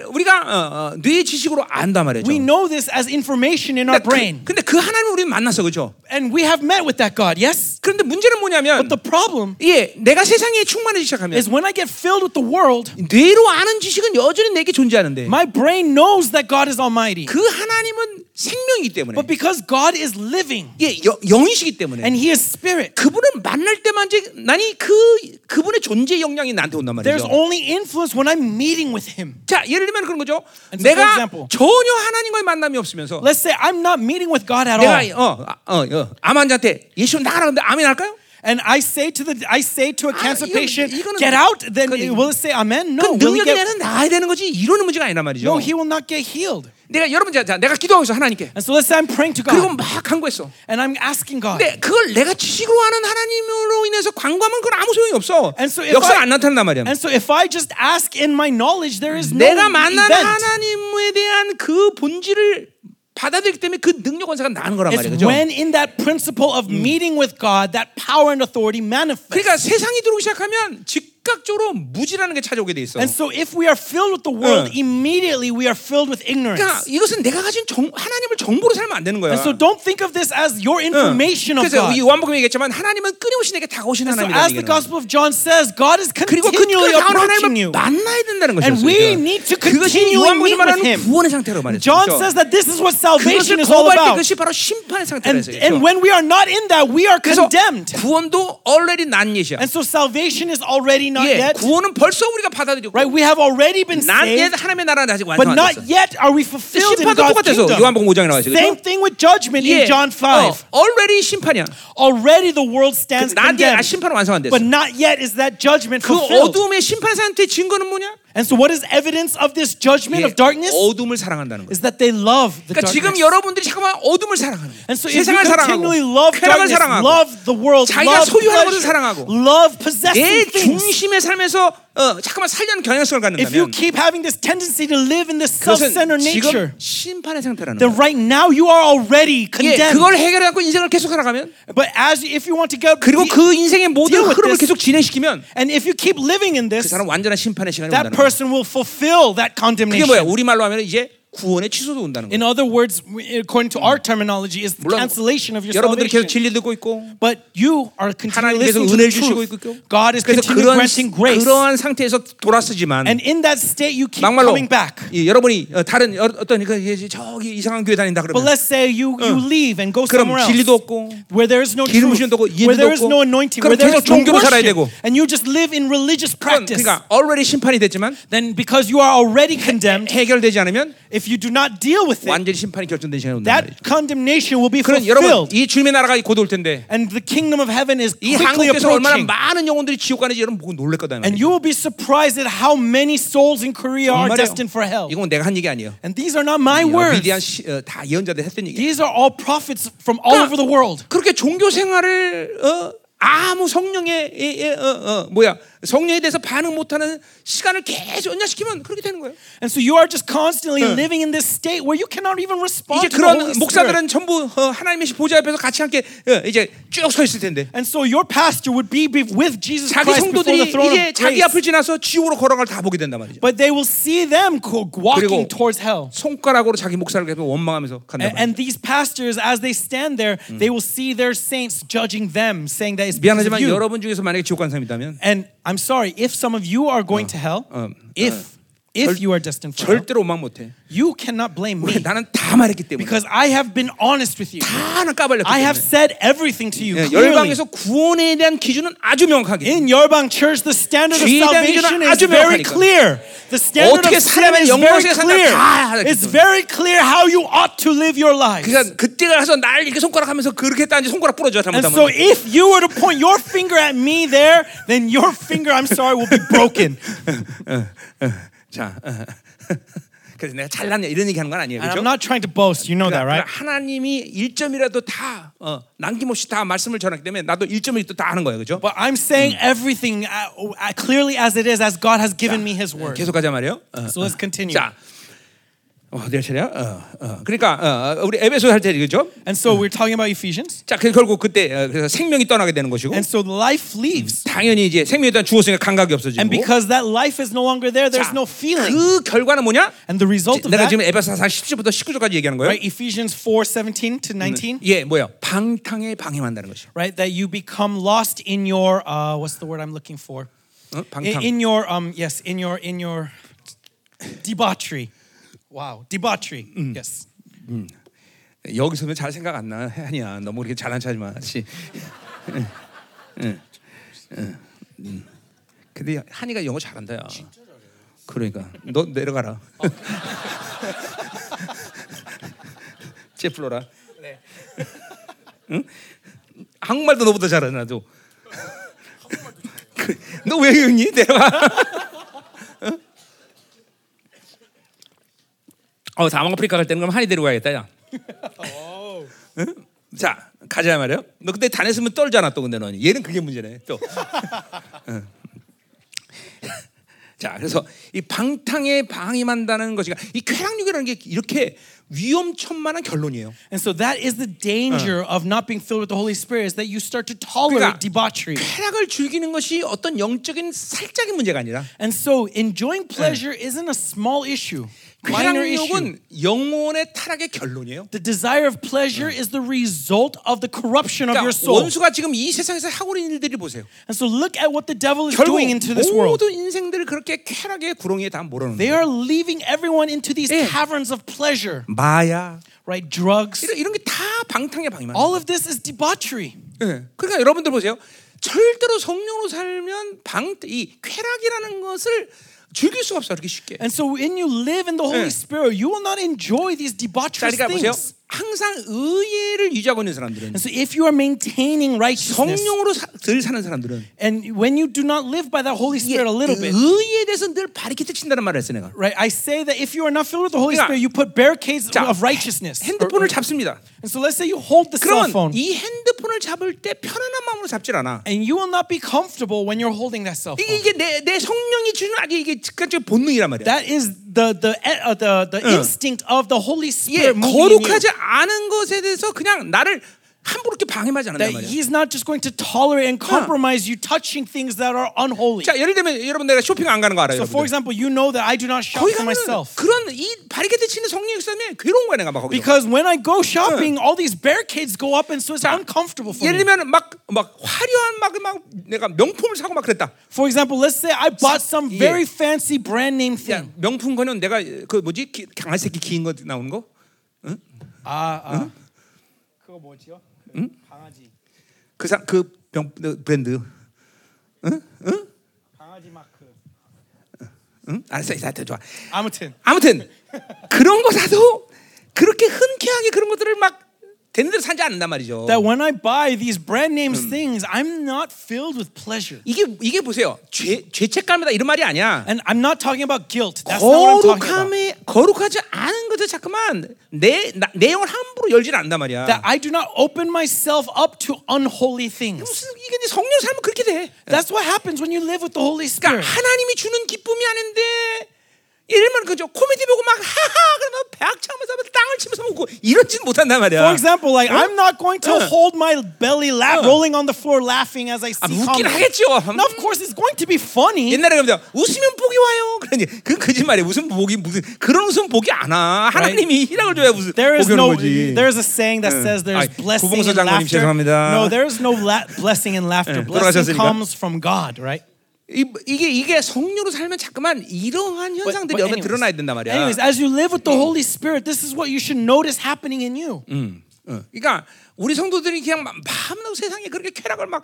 그것을 우리가 어, 어, 뇌의 지식으로 안단 말이죠.
We know this as information in our
근데,
brain.
그, 근데 그 하나님을 우리는 만났어, 그죠?
And we have met with that God, yes?
그런데 문제는 뭐냐면,
But the problem
예, 내가 세상에 충만해지기 시작하면
is when I get filled with the world,
뇌로 아는 지식은 여전히 내게 존재하는데
my brain knows that God is almighty.
그 하나님은 생명이기 때문에
But because God is living
예, 여- 영이시기 때문에
and He is spirit,
그분을 만날 때만 이제 난이 그 그분의 존재 역량이 나한테 온단
there's
말이죠.
only influence when I'm meeting with Him.
자, 예를 들면 그런 거죠.
And so, for
내가
example,
전혀 하나님과의 만남이 없으면서
Let's say I'm not meeting with God at
내가
all.
어, 아, 어, 어, 암 환자한테 예수 나가라 근데 암이 날까요?
And I say to the I say to a cancer
이건-
patient,
이거는-
get out. Then
그건
it- will it say
그
amen? No, will he
능력에
get,
대해서 나아야 되는 거지 이러는 문제가 아니란 말이죠.
no, he will not get healed.
내가 여러분 자, 자 내가 기도하고 있어 하나님께
And so let's say I'm praying to
그리고
God
막 간구했어.
and I'm asking God.
근데 그걸 내가 지식으로 하는 하나님으로 인해서 광고하면 그건 아무 소용이 없어.
And so if
역사
I-
안 나타난단 말이야.
And so if I just ask in my knowledge, there is no
내가 만난
event.
하나님에 대한 그 본질을 받아들이기 때문에 그 능력 원사가 나는 거란 말이야.
It's
그죠?
when in that principle of meeting with God, that power and authority manifests.
그러니까 세상이 들어오기 시작하면 즉각적으로 무지라는 게 찾아오게 돼 있어.
And so if we are filled with the
응.
world, immediately we are filled with
그러니까
ignorance.
이것은 내가 가진 정, 하나님을 정보로 살면 안 되는 거야.
And so don't think of this as
Uh,
your information of
그래서
God.
이 요한복음에 얘기했지만 하나님은 끊임없이 내게 다가오신
So
하나님이라는
as
얘기는
the Gospel of John says, God is
그리고 그
continually
끝까지 나온 하나님을
approaching you.
만나야 된다는 것이죠.
And we need to
그것이
continually
요한복음이
meet with
말하는
him.
구원의 상태로 말했죠.
John says that this is what
그것을
salvation is all
거부할 때
about.
그것이 바로 심판의 상태라
And,
했어요.
and when we are not in that, we are
그래서
condemned.
구원도 already 난 예시야.
And so salvation is already not
예,
yet.
구원은 벌써 우리가 받아들였고
Right? We have already been
난예
saved,
하나님의 나라는 아직 완성
but
안
not
됐어.
yet are we fulfilled in
심판도
God's
똑같아서 요한복음
kingdom.
5장에 나와 있어요.
Same
그렇죠?
thing with judgment in John 5.
어, already 심판이야.
Already the world stands
난예
condemned,
심판은 완성 안 됐어.
but not yet is that judgment
그
fulfilled.
어둠의 심판 상태 증거는 뭐냐?
And so, what is evidence of this
예,
judgment of darkness?
어둠을 사랑한다는 거예요.
Is that they love the
그러니까 지금
darkness.
여러분들이 잠깐만 어둠을 사랑하는 거예요.
And so if you
세상을 사랑하고
continually love
쾌락을
darkness,
사랑하고
love the world,
자기가
love
소유하는 것을
pleasure,
사랑하고,
love possessing
내
things,
중심의 삶에서 어, 잠깐만 살려는 경향성을
if you
갖는다면
keep having this tendency to live in this
그것은
self-centered
지금
nature,
심판의 상태라는
then
거예요.
right now you are already
예,
condemned.
그걸 해결하고 인생을 계속 살아가면
But as if you want to go,
그리고 그 인생의 모든
deal with
흐름을
this.
계속 진행시키면
and if you keep living in
그
this,
사람 완전한 심판의 시간이
that
온다는 거예요.
person will fulfill that
그게 뭐야?
condemnation.
우리 말로 하면 이제 구원의 취소도 온다는 거예요.
In other words, we- according to our terminology, is the
물론
cancellation of your
여러분들이 계속
salvation.
진리 듣고 있고
But you are continuing
하나님께서
listening to the
은혜를 주시고 있고
truth. God is
그래서 그런
continuing granting grace.
그러한 상태에서 돌았었지만
And in that state, you keep
막말로
coming back.
이, 여러분이 어, 다른 여, 어떤 그 이제 저기 이상한 교회 다닌다
But
그러면
let's say you, you leave and go
그럼
somewhere else.
진리도 없고
Where there is no
기름
truth,
부심도 없고,
where
예배도
there is
없고,
no anointing,
그럼
where there
계속
is no
종교로 살아야 되고.
worship, and you just live in religious
그건,
practice,
그러니까 already 심판이 됐지만
then because you are already condemned,
해결되지 않으면
if you do not deal with it,
완전히 심판이 결정된 시간이 온다 말이죠.
that condemnation will be
그런 여러분
fulfilled.
이 주님의 나라가 곧 올 텐데
And the kingdom of heaven is
이
quickly
한국에서 얼마나
approaching.
많은 영혼들이 지옥 가는지 여러분 보고 놀랄 거다 이 말이죠.
And you will be surprised at how many souls in Korea are
정말이에요.
destined for hell.
이건 내가 한 얘기 아니에요.
And these are not my
어,
words.
위대한 시, 어, 다 예언자들 했던 얘기.
These are all prophets from all over the world.
그러니까 그렇게 종교 생활을 어, 아무 성령의 예, 예, 어, 어, 뭐야 성령에 대해서 반응 못하는 시간을 계속 연장시키면 그렇게 되는 거예요.
And so you are just constantly living in this state where you cannot even respond
이제
to the Holy
그런
Spirit.
목사들은 전부 어, 하나님의 보좌 앞에서 같이 함께 어, 이제 쭉 서 있을 텐데
And so your pastor would be, be with Jesus
자기
Christ before the
성도들이
throne
이제
of
자기
grace.
앞을 지나서 지옥으로 걸어갈 다 보게 된단 말이죠.
But they will see them co-
그리고-
walking towards hell.
손가락으로 자기 목사를 계속 원망하면서 간단 말이죠.
And, and these pastors, as they stand there, they will see their saints judging them, saying that it's because of
미안하지만
you.
여러분 중에서 만약에 지옥 간 사람이 있다면
And I'm sorry, if some of you are going to hell, if if you are destined for hell,
절대로 원망 못해.
you cannot blame
왜?
me
나는 다 말했기 때문에.
because I have been honest with you.
다는 까발렸기
I have
때문에.
said everything to you
예,
clearly.
열방에서 구원에 대한 기준은 아주 명확하게.
In Yerbang Church, the standard of
주의에 대한
salvation
기준은
is
아주
very
명확하니까.
clear. The standard
어떻게
of sin
살아야
is
영광을
very
세상을
clear.
다 알기
It's
때문에.
very clear how you ought to live your life.
그러니까 그때 가서 날 이렇게 손가락 하면서 그렇게 했다는지 손가락 부러져
And
<laughs> 잘못하면.
so, if you were to point your finger at me there, then your finger, I'm sorry, will be
<laughs>
broken.
예, 자, 어. <laughs> 그래서 내가 잘났냐 이런 얘기하는 건 아니에요,
And
그렇죠?
I'm not trying to boast, you know that,
그러니까
right?
하나님이 일점이라도 다 어, 남김없이 다 말씀을 전하기 때문에 나도 일점이라도 다 하는 거예요, 그렇죠?
But I'm saying everything uh, uh, clearly as it is, as God has given me His word.
계속 가자 말이요. 어.
So let's continue.
자, 어, 내가 차례야. 어, 어. 그러니까 어, 우리 에베소 할 때 그렇죠?
And so we're talking about Ephesians.
자, 그래서 결국 그때 어, 그래서 생명이 떠나게 되는 것이고.
And so the life leaves.
당연히 이제 생명에 대한 죽었으니까 감각이 없어지고
And because that life is no longer there, there's
자,
no feeling.
그 결과는 뭐냐?
And the result of
내가
that,
지금 에베소 4 10절부터 19절까지 얘기하는 거예요.
right, Ephesians 4 17 to 19,
예, 뭐야? 방탕에 방해한다는 것이.
right, that you become lost in your, uh, what's the word I'm looking for?
어? 방탕.
In, in your, um, yes, in your, in your debauchery. Wow, debauchery. Yes.
여기서는 잘 생각 안 나. 아니야. 너무 그렇게 잘난 척하지 마. 예. 씨. 응, 응, 응, 응. 예. 음. 근데 한이가 영어 잘한다. 야. 그러니까 너 내려가라. <laughs> 쟤 불러라. 응? 한국말도 너보다 잘하네 나도. 그, 너왜 웃니? 내려가. 어, 남아프리카 갈 때는 그럼 한이 데려가야겠다. 야. 자 가자 말이요. 너 근데 다녔으면 떨잖아 또 근데 너 얘는 그게 문제네 또. 응. 자 그래서 이 방탕에 방임한다는 것이가 이 쾌락욕이라는 게 이렇게 위험천만한 결론이에요.
And so that is the danger of not being filled with the Holy Spirit is that you start to tolerate
그러니까
debauchery.
쾌락을 즐기는 것이 어떤 영적인 살짝의 문제가 아니라
And so enjoying pleasure isn't a small issue, minor issue.
쾌락욕은 영혼의 타락의 결론이에요.
The desire of pleasure is the result of the corruption of your
그러니까
soul.
원수가 지금 이 세상에서 하고 있는 일들이 보세요.
And so look at what the devil is
결국
doing into this world.
모든 인생들을 그렇게 쾌락의 구렁이에 다 몰아넣는
They
거예요.
are leaving everyone into these
예.
caverns of pleasure,
마야
right? Drugs.
이런, 이런 게 다 방탕의 방임하는 거예요.
All of this is debauchery.
예. 그러니까 여러분들 보세요. 절대로 성령으로 살면 방 이 쾌락이라는 것을 즐길 수가 없어 요 그렇게 쉽게.
And so when you live in the
예.
Holy Spirit, you will not enjoy these
자,
debaucherous
그러니까 보세요.
things.
항상 의예를 유지하고 있는 사람들은
And so if you are maintaining righteousness,
성령으로 사, 늘 사는 사람들은
and when you do not live by that Holy
이게
Spirit a little bit,
의예에 대해서 늘 바리케트 친다는 말을 했어 내가.
right? I say that if you are not filled with the Holy
그러니까
Spirit, you put barricades
자,
of righteousness.
핸드폰을 잡습니다.
And so let's say you hold the cell
그러면
phone,
이 핸드폰을 잡을 때 편안한 마음으로 잡질 않아.
and you will not be comfortable when you're holding that cell phone.
이게, 이게 내, 내 성령이 주는 아주 이게 즉각적 본능이란 말이야.
That is the the uh, the the
응.
instinct of the Holy
이게
Spirit moving in you.
거룩하지 않은 것에 대해서 그냥 나를 함부로 이렇게 방해하지 않는단
That
말이야.
he's not just going to tolerate and compromise you touching things that are unholy.
자, 예를 들면 여러분 내가 쇼핑 안 가는 거 알아요?
So, for
여러분들?
example, you know that I do not shop
거기
for
가면
myself.
그런 이 바리케드 치는 성령이기 때문에 괴로운 거야 내가 막 거기.
Because when I go shopping, all these barricades go up, and so it's
자,
uncomfortable for
예를
me.
들면 막 막 화려한 막 막 내가 명품을 사고 막 그랬다.
For example, let's say I bought some
예.
very fancy brand name
야,
thing.
명품 거는 내가 그 뭐지 기- 강아지 새끼 긴 거 나오는 거?
Ah, 아,
Mm-hmm.
아. 그거 뭐지요? 강아지.
그사그 그 브랜드.
강아지 마크.
응? 알았어, 나한테 좋아.
아무튼
아무튼 그런 거 사도 그렇게 흔쾌하게 그런 것들을 막 되는 대로 사지 않는단 말이죠.
that when I buy these brand name things, I'm not filled with pleasure.
이게 이게 보세요. 죄 죄책감이다 이런 말이 아니야.
And I'm not talking about guilt. That's not what I'm talking
거룩함에
about.
거룩하지 않은 것을 자꾸만 내 나- 내용을 함부로 열지는 않단 말이야.
That I do not open myself up to unholy things.
무슨 이게 이제 성령 삶은 그렇게 돼.
That's what happens when you live with the Holy
그러니까
Spirit.
하나님이 주는 기쁨이 아닌데 예를 들면 그죠 코미디 보고 막 하하 그러면 배악차면서 땅을 치면서 웃고 이러진 못한단 말이야.
For example, like I'm not going to
Uh.
hold my belly la-
Uh.
rolling on the floor laughing as I
아,
see
웃긴
comedy.
하겠죠.
Now, of course, it's going to be funny.
옛날에 그러면 웃으면 복이 와요. 그러니 그 거짓말이야. 웃음 복이 무슨 그런 웃음 복이 안 와. 하나님이 희락을 줘야 무슨
There is
복이 오는
no.
거지.
There is a saying that
Uh.
says
아이,
there's blessing
구봉서
and
장로님
laughter.
죄송합니다.
No, there is no la- blessing and
예,
laughter. Blessing
돌아가셨으니까.
comes from God, right?
이, 이게 이게 성령으로 살면 자꾸만 이러한
But-
현상들이
but
여기
anyways,
드러나야 된단 말이야.
anyways, as you live with the Holy Spirit, this is what you should notice happening in you.
어. 그러니까 우리 성도들이 그냥 마- 마음으로 세상에 그렇게 쾌락을 막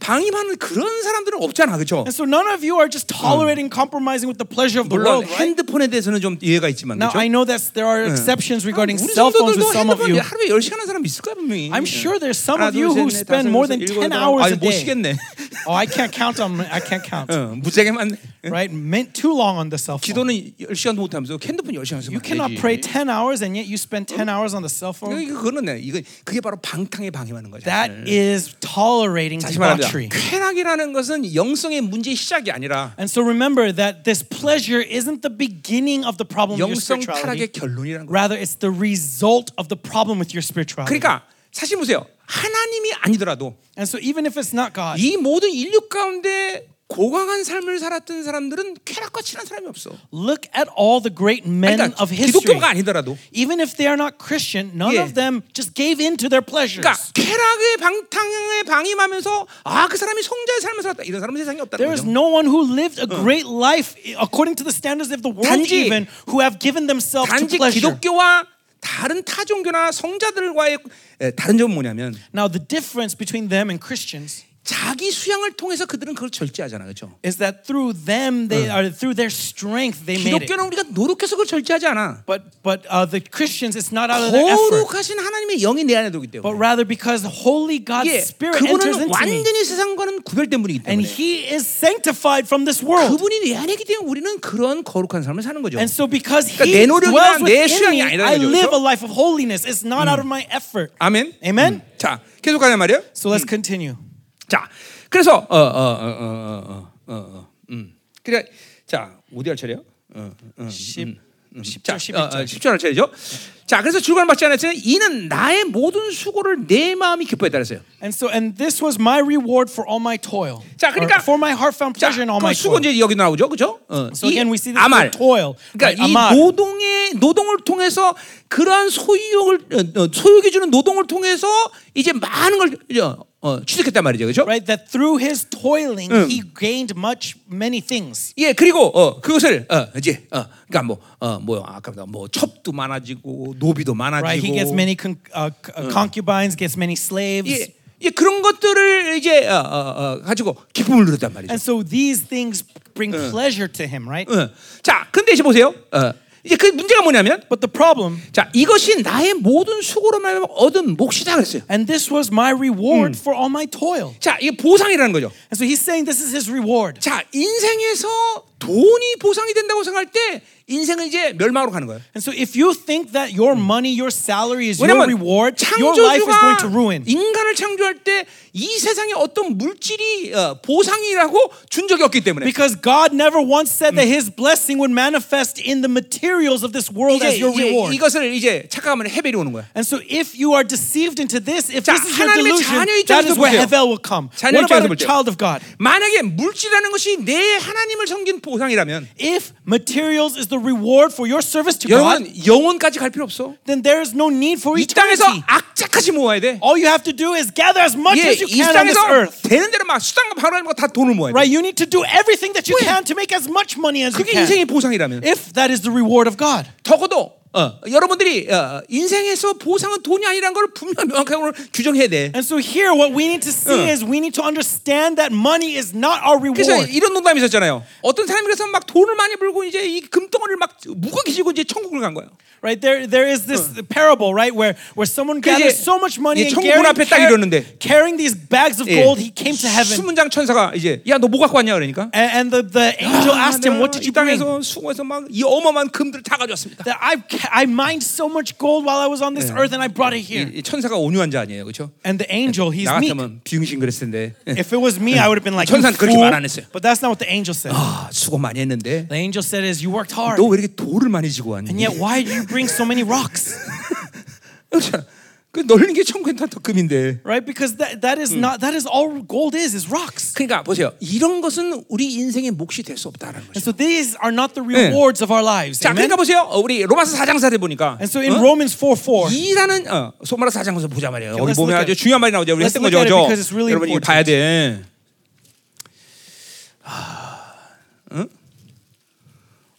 방임하는 그런 사람들은 없잖아, 그렇죠?
And so none of you are just tolerating, compromising with the pleasure of the
물론
world, right?
핸드폰에 대해서는 좀 이해가 있지만
Now
그렇죠?
I know that there are exceptions regarding
우리
cell phones with
성도들도
some of
핸드폰
you.
하루에 10시간 하는 사람 있을 거야 분명히
I'm sure there's some
하나,
of you
둘,
who
셋, 넷, 다섯,
spend more
여섯,
than
일곱,
10
여덟,
hours
아유,
a
못
day.
쉬겠네
<laughs>
<laughs>
Oh, I can't count on. I can't count.
어, 무지하게만
Right? Meant too long on the cell phone.
기도는 10시간도 못하면서 핸드폰 10시간 쓰면
You cannot pray 10 hours and yet you spend 10 hours on the cell phone.
이거 그거는 네, 이거 그게 바로 방탕에 방해하는 거죠
That is tolerating
다시 말합니다
debauchery.
쾌락이라는 것은 영성의 문제의 시작이 아니라
And so remember that this pleasure isn't the beginning of the problem with your
영성
spirituality.
타락의 결론이라는 거
Rather, it's the result of the problem with your spirituality.
그러니까 사실 보세요 하나님이 아니더라도
And so even if it's not God,
이 모든 인류 가운데 고강한 삶을 살았던 사람들은 쾌락과 친한 사람이 없어
look at all the great men
그러니까
of history.
기독교가 아니더라도
Even if they are not Christian, none
예.
of them just gave in to their pleasures.
그러니까 쾌락의 방탕에 방임하면서 아 그 사람이 성자의 삶을 살았다 이런 사람은 세상에 없다는
There is
거죠.
no one who lived a great life according to the standards of the world,
단지-
even who have given themselves to
단지
pleasure.
기독교와 다른 타 종교나 성자들과의 에, 다른 점은 뭐냐면
Now, the difference between them and Christians
자기 수양을 통해서 그들은 그걸 절제하잖아, 그렇죠?
is that through them, they are through their strength, they made it.
기독교는 우리가 노력해서 그걸 절제하지 않아.
But but uh, the Christians, it's not out of their effort,
거룩하신 하나님의 영이 내 안에 들어오기
but
때문에
rather because the holy God's
이게
Spirit enters
예, 그분은
into me,
완전히 세상과는 구별된 분이기
and
때문에
He is sanctified from this world.
그분이 내 안이기 때문에 우리는 그런 거룩한 삶을 사는 거죠.
And so, because
내
He
노력이나
dwells
내
within
수양이
me,
아니라는
I
거죠,
live a
그렇죠?
life of holiness. It's not out of my effort.
아멘.
Amen?
자, 계속 가자 말이에요.
So let's continue.
자, 그래서 어 어 어 어 어 어 어 음. 그래 자, 어디 할 차례요? 어, 어.
Ship-
자,
ship절,
어,
ship절.
어, 10절 할 차례죠. 자, 그래서 주관 받지 않았으니 이는 나의 모든 수고를 내 마음이 기뻐했다 그랬어요.
And so, and this was my reward for all my toil.
자, 그러니까-
Or for my heart found
자,
pleasure in all
그
my
수고
toil.
이제 여기 나오죠, 그죠? 어,
So
이
again, we see this
아말.
word toil.
그러니까
right,
이
amar.
노동의 노동을 통해서 그러한 소유욕을 어, 어, 소유기 주는 노동을 통해서 이제 많은 걸 어, 어, 취득했단 말이죠, 그죠?
right? That through his toiling, he gained much, many things.
예, 그리고 어 그것을 어 이제 어 그러니까 뭐어뭐 아까 뭐 첩도 많아지고 노비도
Right? He
많아지고
gets many con- uh, c- uh, concubines, gets many slaves.
예, 예 그런 것들을 이제 어, 어, 어 가지고 기쁨을 누렸단 말이죠.
And so these things bring pleasure to him, right?
어. 자, 근데 이제 보세요. 어 이제 그 문제가 뭐냐면
But the problem,
자 이것이 나의 모든 수고로 말하면 얻은 몫이다 그랬어요.
and this was my reward for all my toil.
자, 이게 보상이라는 거죠.
And so he's saying this is his reward.
자, 인생에서 돈이 보상이 된다고 생각할 때 인생은 이제 멸망으로 가는 거예요.
And so if you think that your money, your salary is your
왜냐면
reward, your life is going to
창조주가
ruin.
인간을 창조할 때 이 세상에 어떤 물질이 어, 보상이라고 준 적이 없기 때문에
Because God never once said that his blessing would manifest in the materials of this world
이제,
as your
이제
reward.
이것을 이제 착각하면 해벨이 오는 거야.
And so if you are deceived into this, if
자,
this is your
하나님의
delusion,
자녀
that
입장에서
is where
보세요.
Hevel will come.
자녀
What about
입장에서
a
볼 때요.
child of God?
만약에 물질이라는 것이 내 하나님을 섬긴 보상이라면
If materials is the reward for your service to God,
여러분 영혼까지 갈 필요 없어.
then there is no need for
이 땅에서
eternity.
악착같이 모아야 돼.
All you have to do is gather as much
예,
as you
이
can on this
땅에서
earth.
되는 대로 막 수당과 바라는 거다 돈을 모아야 돼.
Right? You need to do everything that you
왜?
can to make as much money as you 예,
그게
can.
인생의 보상이라면
If that is the reward of God.
적어도 어, 여러분들이 어, 인생에서 보상은 돈이 아니라는 걸 분명 명확하게 오늘 규정해야 돼.
And so here what we need to see
응.
is we need to understand that money is not our
그래서
reward.
이런 농담이 있었잖아요. 어떤 사람이 그래서 막 돈을 많이 벌고 이제 이 금덩어리를 막 무겁게 지고 이제 천국을 간 거예요.
Right there, there is this
Uh.
parable, right, where where someone
그래서
gathers
이제-
so much
이제
money and
천국
carrying,
앞에 딱
car-
이러는데.
carrying these bags of gold, he came to heaven,
예. 수문장 천사가 이제 야 너 뭐 갖고 왔냐 그러니까
and, and the,
<gasps>
the angel
"아,
asked him,
내가
"What did
이
you bring?"
땅에서 수고해서 막 이 어마어마한 금들을 다 가져왔습니다.
That I ca- I mined so much gold while I was on this earth, and I brought it here.
이 천사가 온유한 자 아니에요, 그렇죠?
And the angel, he's
나
meek.
같으면 비응신 그랬을 텐데. 예.
If it was me, I would have been like, "You
천사는 그렇게
fool."
말안 했어요.
but that's not what the angel said.
아 수고 많이 했는데
The angel said is, "You worked hard,
너 왜 이렇게 돌을 많이 지고 왔니?
and yet why do you bring so many rocks?" <laughs>
그렇잖아. 그 널린 게 천국엔 더 금인데.
Right? Because that, that is not that is all gold is is rocks.
그러니까 보세요. 이런 것은 우리 인생의 몫이 될 수 없다라는 거죠.
And so these are not the rewards of our lives.
자,
Amen?
그러니까 보세요. 어, 우리 로마서 4장사를 보니까 어?
And so in Romans 4 4,
이라는 어, 소마라 4장에서 보자 말이에요. 여기
let's
보면
look
아주
at-
중요한 말이 나오죠. 우리
let's
했던
look
거죠.
at it
그죠?
because it's really
여러분 이거
important.
봐야 돼. 하, 응?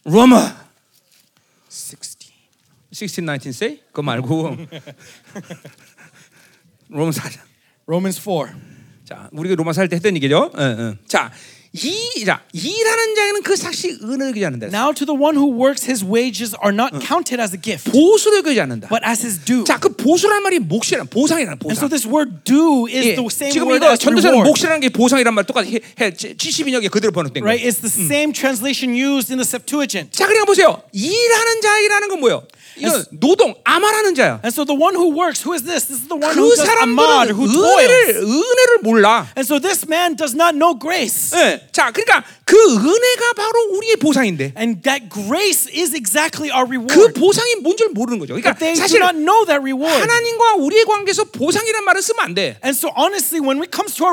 로마
16.
16, 19 say? 그거 <laughs> 말고 로마 4장.
Romans 4.
자, 우리가 로마 살 때 했던 얘기죠. 응, 응. 자, 이, 자, 이라는 자에는 그 사실 은혜를 기지 않는다.
Now to the one who works his wages are not counted as a gift,
보수를 기지 않는다.
but as his due.
자, 그 보수란 말이 몫이란 보상이란
And so
보상.
this word due is
예,
the same
지금
word
이거
as
전도서는
reward.
몫이라는 게 보상이란 말 똑같이 해, 해 72년에 그대로 번역된
Right?
거예요.
It's the same translation used in the Septuagint.
자, 그러니까 보세요. 일하는 자이라는 건 뭐예요? 이건 노동, 아마라는 자야.
And so the one who works, who is this? This is the one who
그
does amad,
사람들은
who
은혜를
toils.
은혜를 몰라.
And so this man does not know grace.
예. 자, 그러니까 그 은혜가 바로 우리의 보상인데
And that grace is exactly our
그
reward.
보상이 뭔 줄 모르는 거죠.
But
그러니까
they do
사실
not know that reward.
하나님과 우리의 관계에서 보상이란 말을 쓰면 안 돼.
And so honestly, when it comes to our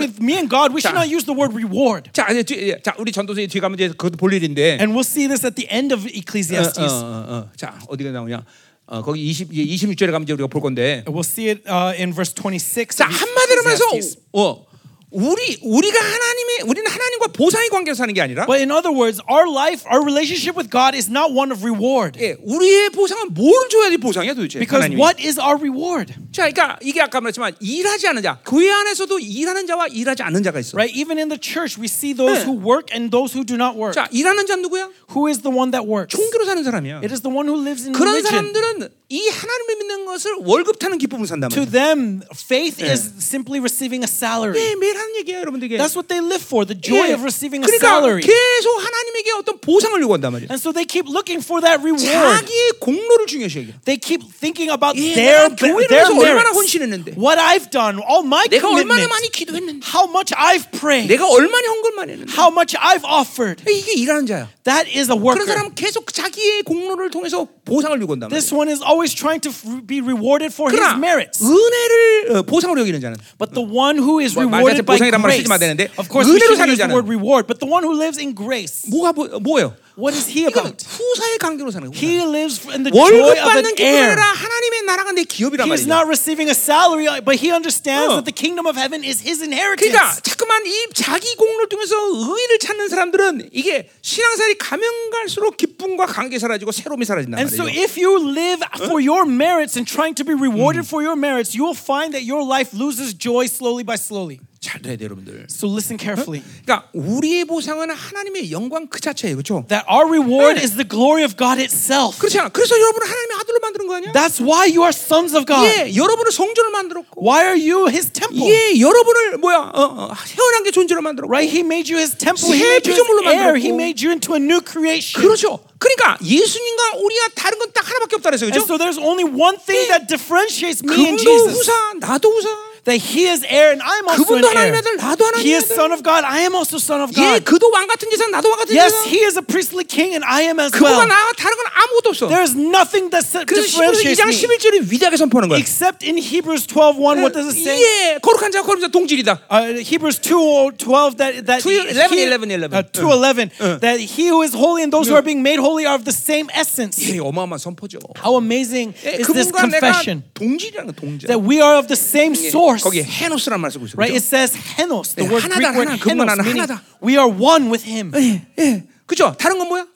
우리는-
with me and God, we
자.
should not use the word reward.
자, 이제 뒤, 예, 자, 우리 전도서에 뒤에 가면 이제 그것도 볼 일인데.
And we'll see this at the end of Ecclesiastes.
어, 어, 어. 자, 어디가 나오냐? 어, 거기 20 이제 26절에 가면 이제 우리가 볼 건데.
We'll see it uh, in verse 26.
자,
of
한마디로 말해서
Ecclesiastes.
어, 우리 우리가 하나님의 우리는 하나님과 보상의 관계로 사는 게 아니라
But in other words, our life, our relationship with God is not one of reward.
예, 우리의 보상은 뭘 줘야지 보상이야 도대체?
Because
하나님이.
what is our reward?
자, 그러니까 이게 아까 말했지만 일하지 않는 자, 교회 안에서도 일하는 자와 일하지 않는 자가 있어.
Right? Even in the church, we see
네.
those who work and those who do not work.
자, 일하는 자는 누구야?
Who is the one that works?
종교로 사는 사람이야.
It is the one who lives in
그런
religion.
사람들은 이 하나님을 믿는 것을 월급 타는 기쁨을 산단
To
말이야.
them, faith is simply receiving a salary.
예, 매일 하는 얘기야, 여러분들에게.
That's what they live for, the
예,
joy of receiving a
그러니까
salary.
계속 하나님에게 어떤 보상을 요구한단 말이야.
And so they keep looking for that reward.
자기의 공로를 중요시 여겨.
They keep thinking about
예,
their,
내가
their,
교회를 위해서 얼마나
merits.
헌신했는데.
What I've done, all my
내가 얼마나
commitment,
많이 기도했는데.
how much I've prayed,
내가 얼마나 헌금만 했는데.
how much I've offered.
이게 일하는 자야.
That is a
그런
worker.
사람 계속 자기의 공로를 통해서 보상을 요구한단 말이야.
This one is always trying to f- be rewarded for his
그러나
merits.
은혜를 어, 보상으로 여기는 자는
But the one who is
뭐, 말하자면
rewarded by
보상이란 말을 쓰지
grace.
말아야 되는데,
Of course, we
은혜로
should
사는
use the
자는-
word reward. But the one who lives in grace,
뭐가 뭐, 뭐예요?
what is he
이건
about?
후사의 관계로 사는 거야.
He lives in the
월급
joy of
받는
an
기쁨이
heir.
아니라 하나님의 나라가 내 기업이란 말이야.
He's not receiving a salary, but he understands
어.
that the kingdom of heaven is his
그러니까
inheritance.
자꾸만 이 자기 공로를 통해서 의를 찾는 사람들은 이게 신앙생활이 가면 갈수록 기쁨과 관계 사라지고 새로움이 사라진단
And so,
말이죠.
if you live for your Hmm. merits and trying to be rewarded for your merits, you will find that your life loses joy slowly by slowly.
잘 들어야 돼요, 여러분들.
So listen carefully.
그러니까 우리의 보상은 하나님의 영광 그 자체예요. 그렇죠?
That our reward
네.
is the glory of God itself.
그렇잖아. 그래서 여러분은 하나님의 아들로 만드는 거 아니야?
That's why you are sons of God.
예, 여러분은 성전을 만들었고
Why are you his temple?
예, 여러분을 뭐야? 어, 어, 태어난 게 존재로 만들었고.
Right? He made you his temple. He
새
made you
피조물로
his heir. He
만들었고.
made you into a new creation.
그렇죠. 그러니까 예수님과 우리가 다른 건 딱 하나밖에 없다 그랬어요.
And
그렇죠?
so there's only one thing
Yeah.
that differentiates me and
그분도
Jesus.
후사, 나도 후사.
That he is heir and I'm also an
그분도 하나님의
heir.
아들, 나도
He
하나님의
is
아들.
son of God. I am also son of
예,
God.
그도 왕 같은 제사, 나도 왕 같은
Yes,
제사.
he is a priestly king and I am as
그보다
well.
나와 다른 건 아무것도 없어.
There is nothing that se-
그래서 히브리서 2장
differentiates me.
11절이 위대하게 선포하는 거야.
Except in Hebrews 12:1 what does it say?
예, 거룩한 자와 거룩한 자 동질이다.
uh, Hebrews 2 12 that that
Two- 11, 11, 11.
uh, 2 11 that he who is holy and those who
Yeah.
are being made holy are of the same essence
예, 어마어마한 선포죠.
how amazing
예,
is this
그분과 내가
confession
동질이라는 거, 동질.
that we are of the same
예,
source
거기에 헤노스란 말 쓰고 있어.
right it
그죠?
says henos the
예,
word
하나다,
Greek word
하나, 그분과 나는
henos meaning
하나다.
we are one with him
예, 예. 그죠? 다른 건 뭐야?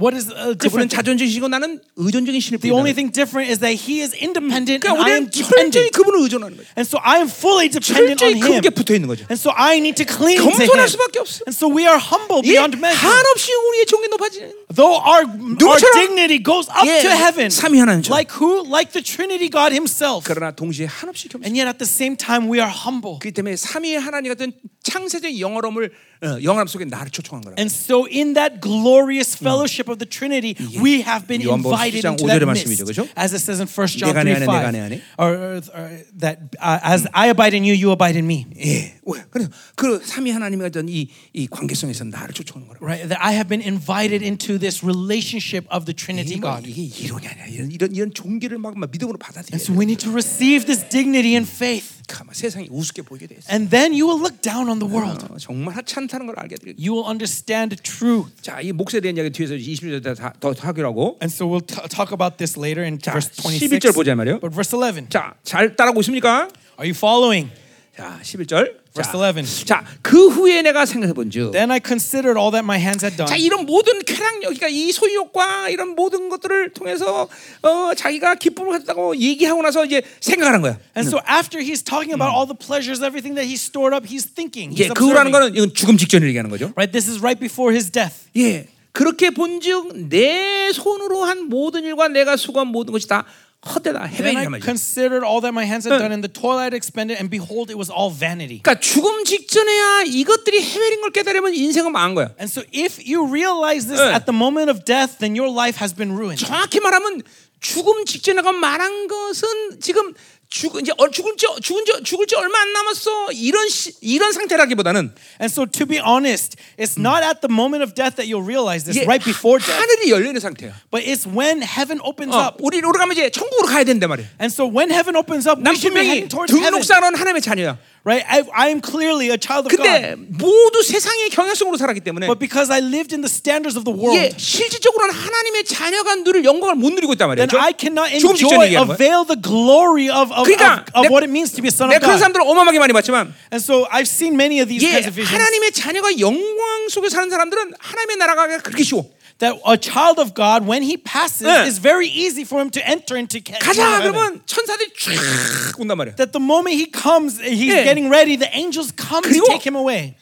what is uh,
그분은
different
자존적이시고 나는 의존적인 신을
the only
부인하는.
thing different is that he is independent and
그러니까
I am
우리는 철저히
dependent
그분을 의존하는 거죠.
and so I am fully dependent
철저히
on him
그분께 붙어 있는 거죠.
and so I need to cling to
겸손할
him
수밖에 없어.
and so we are humble
예,
beyond measure
한없이 우리의 종이 높아지는.
Though our, our
누구처럼?
dignity goes up
예,
to heaven,
삼위 하나님처럼.
like who? Like the Trinity God Himself.
그러나 동시에 한없이 겸손.
And yet at the same time, we are humble.
그렇기 때문에 삼위의 하나님 같은 창세적 영어함을 어, 영어함 속에 나를 초청한 거라.
And so, in that
Mm.
glorious fellowship of the Trinity, we have been
요한복음
invited
10장
into
5절의
that
말씀이죠,
midst,
그죠?
as it says in 1 John
내가 내
3,
안에,
5,
내가 내 안에.
or, or, or that uh, as I abide in you, you abide in me.
예. 왜? 그래서 그 삼위 하나님 같은 이, 이 관계성에서 나를 초청한 거라.
Right? That I have been invited into this relationship of the Trinity
이게, 뭐,
God.
이게 이론이 아니야. 이런 이런 이런 종기를 막, 막 믿음으로 받아들여.
So we need to receive this dignity and faith,
세상이 우습게 보이게 돼 있어.
and then you will look down on the world.
어, 정말 하찮다는 걸 알게 돼.
You will understand the truth.
자, 이 몫에 대한 이야기 뒤에서 20절에 더 하기로 하고.
And so we'll t- talk about this later in verse 26.
11절 보자 말이에요.
But verse 11.
자, 잘 따라오고 있습니까?
Are you following?
자, 11절.
Verse
자,
11.
자, 그 후에 내가 생각해 본즉
Then I considered all that my hands had done.
자 이런 모든 쾌락 여기가 이 소유욕과 이런 모든 것들을 통해서 어, 자기가 기쁨을 갖다고 얘기하고 나서 이제 생각하는 거야.
And so after he's talking about all the pleasures, everything that he stored up, he's thinking.
예,
He's
그 후라는
observing.
거는 이건 죽음 직전을 얘기하는 거죠.
Right? This is right before his death.
예, 그렇게 본즉 내 손으로 한 모든 일과 내가 수고한 모든 것이 다 헛되다
Then
해변이란
I
말이죠.
considered all that my hands had done and the toil I had expended, and behold, it was all vanity.
그러니까 죽음 직전에야 이것들이 해변인 걸 깨달으면 인생은 망한 거야.
And so if you realize this
응.
at the moment of death, then your life has been ruined.
정확히 말하면 죽음 직전에가 말한 것은 지금 죽 이제 어, 죽을지 죽은지 죽을지 얼마 안 남았어 이런 시, 이런 상태라기보다는
And so to be honest, it's not at the moment of death that you'll realize this,
이게
right before death.
하늘이 열려 있는 상태야.
But it's when heaven opens
어,
up.
우리 우리 가면 이제 천국으로 가야 된단 말이야.
And so when heaven opens up,
난
we should be
분명히
heading towards heaven.
등록사로는 하나님의 자녀야.
Right? I, I am clearly a child of God.
근데 모두 세상의 경향성으로 살았기 때문에
But because I lived in the standards of the world,
이게 실질적으로는 하나님의 자녀가 누릴 영광을 못 누리고 있단 말이야.
then I cannot
죽음 직전에
enjoy,
얘기하는 거야.
avail the glory of, of,
그러니까 내-
of, of what it means to be a son of
내가 그런
God.
사람들을 어마어마하게 많이 봤지만
And so I've seen many of these
예,
kinds of visions.
하나님의 자녀가 영광 속에 사는 사람들은 하나님의 나라가 그렇게 쉬워.
That a child of God, when he passes,
네.
it's very easy for him to enter into ca-
가자
kingdom heaven.
그러면 천사들이 쫙 온단 말이야.
That the moment he comes, he's
네.
getting ready, the angels come to
그리고-
take him away.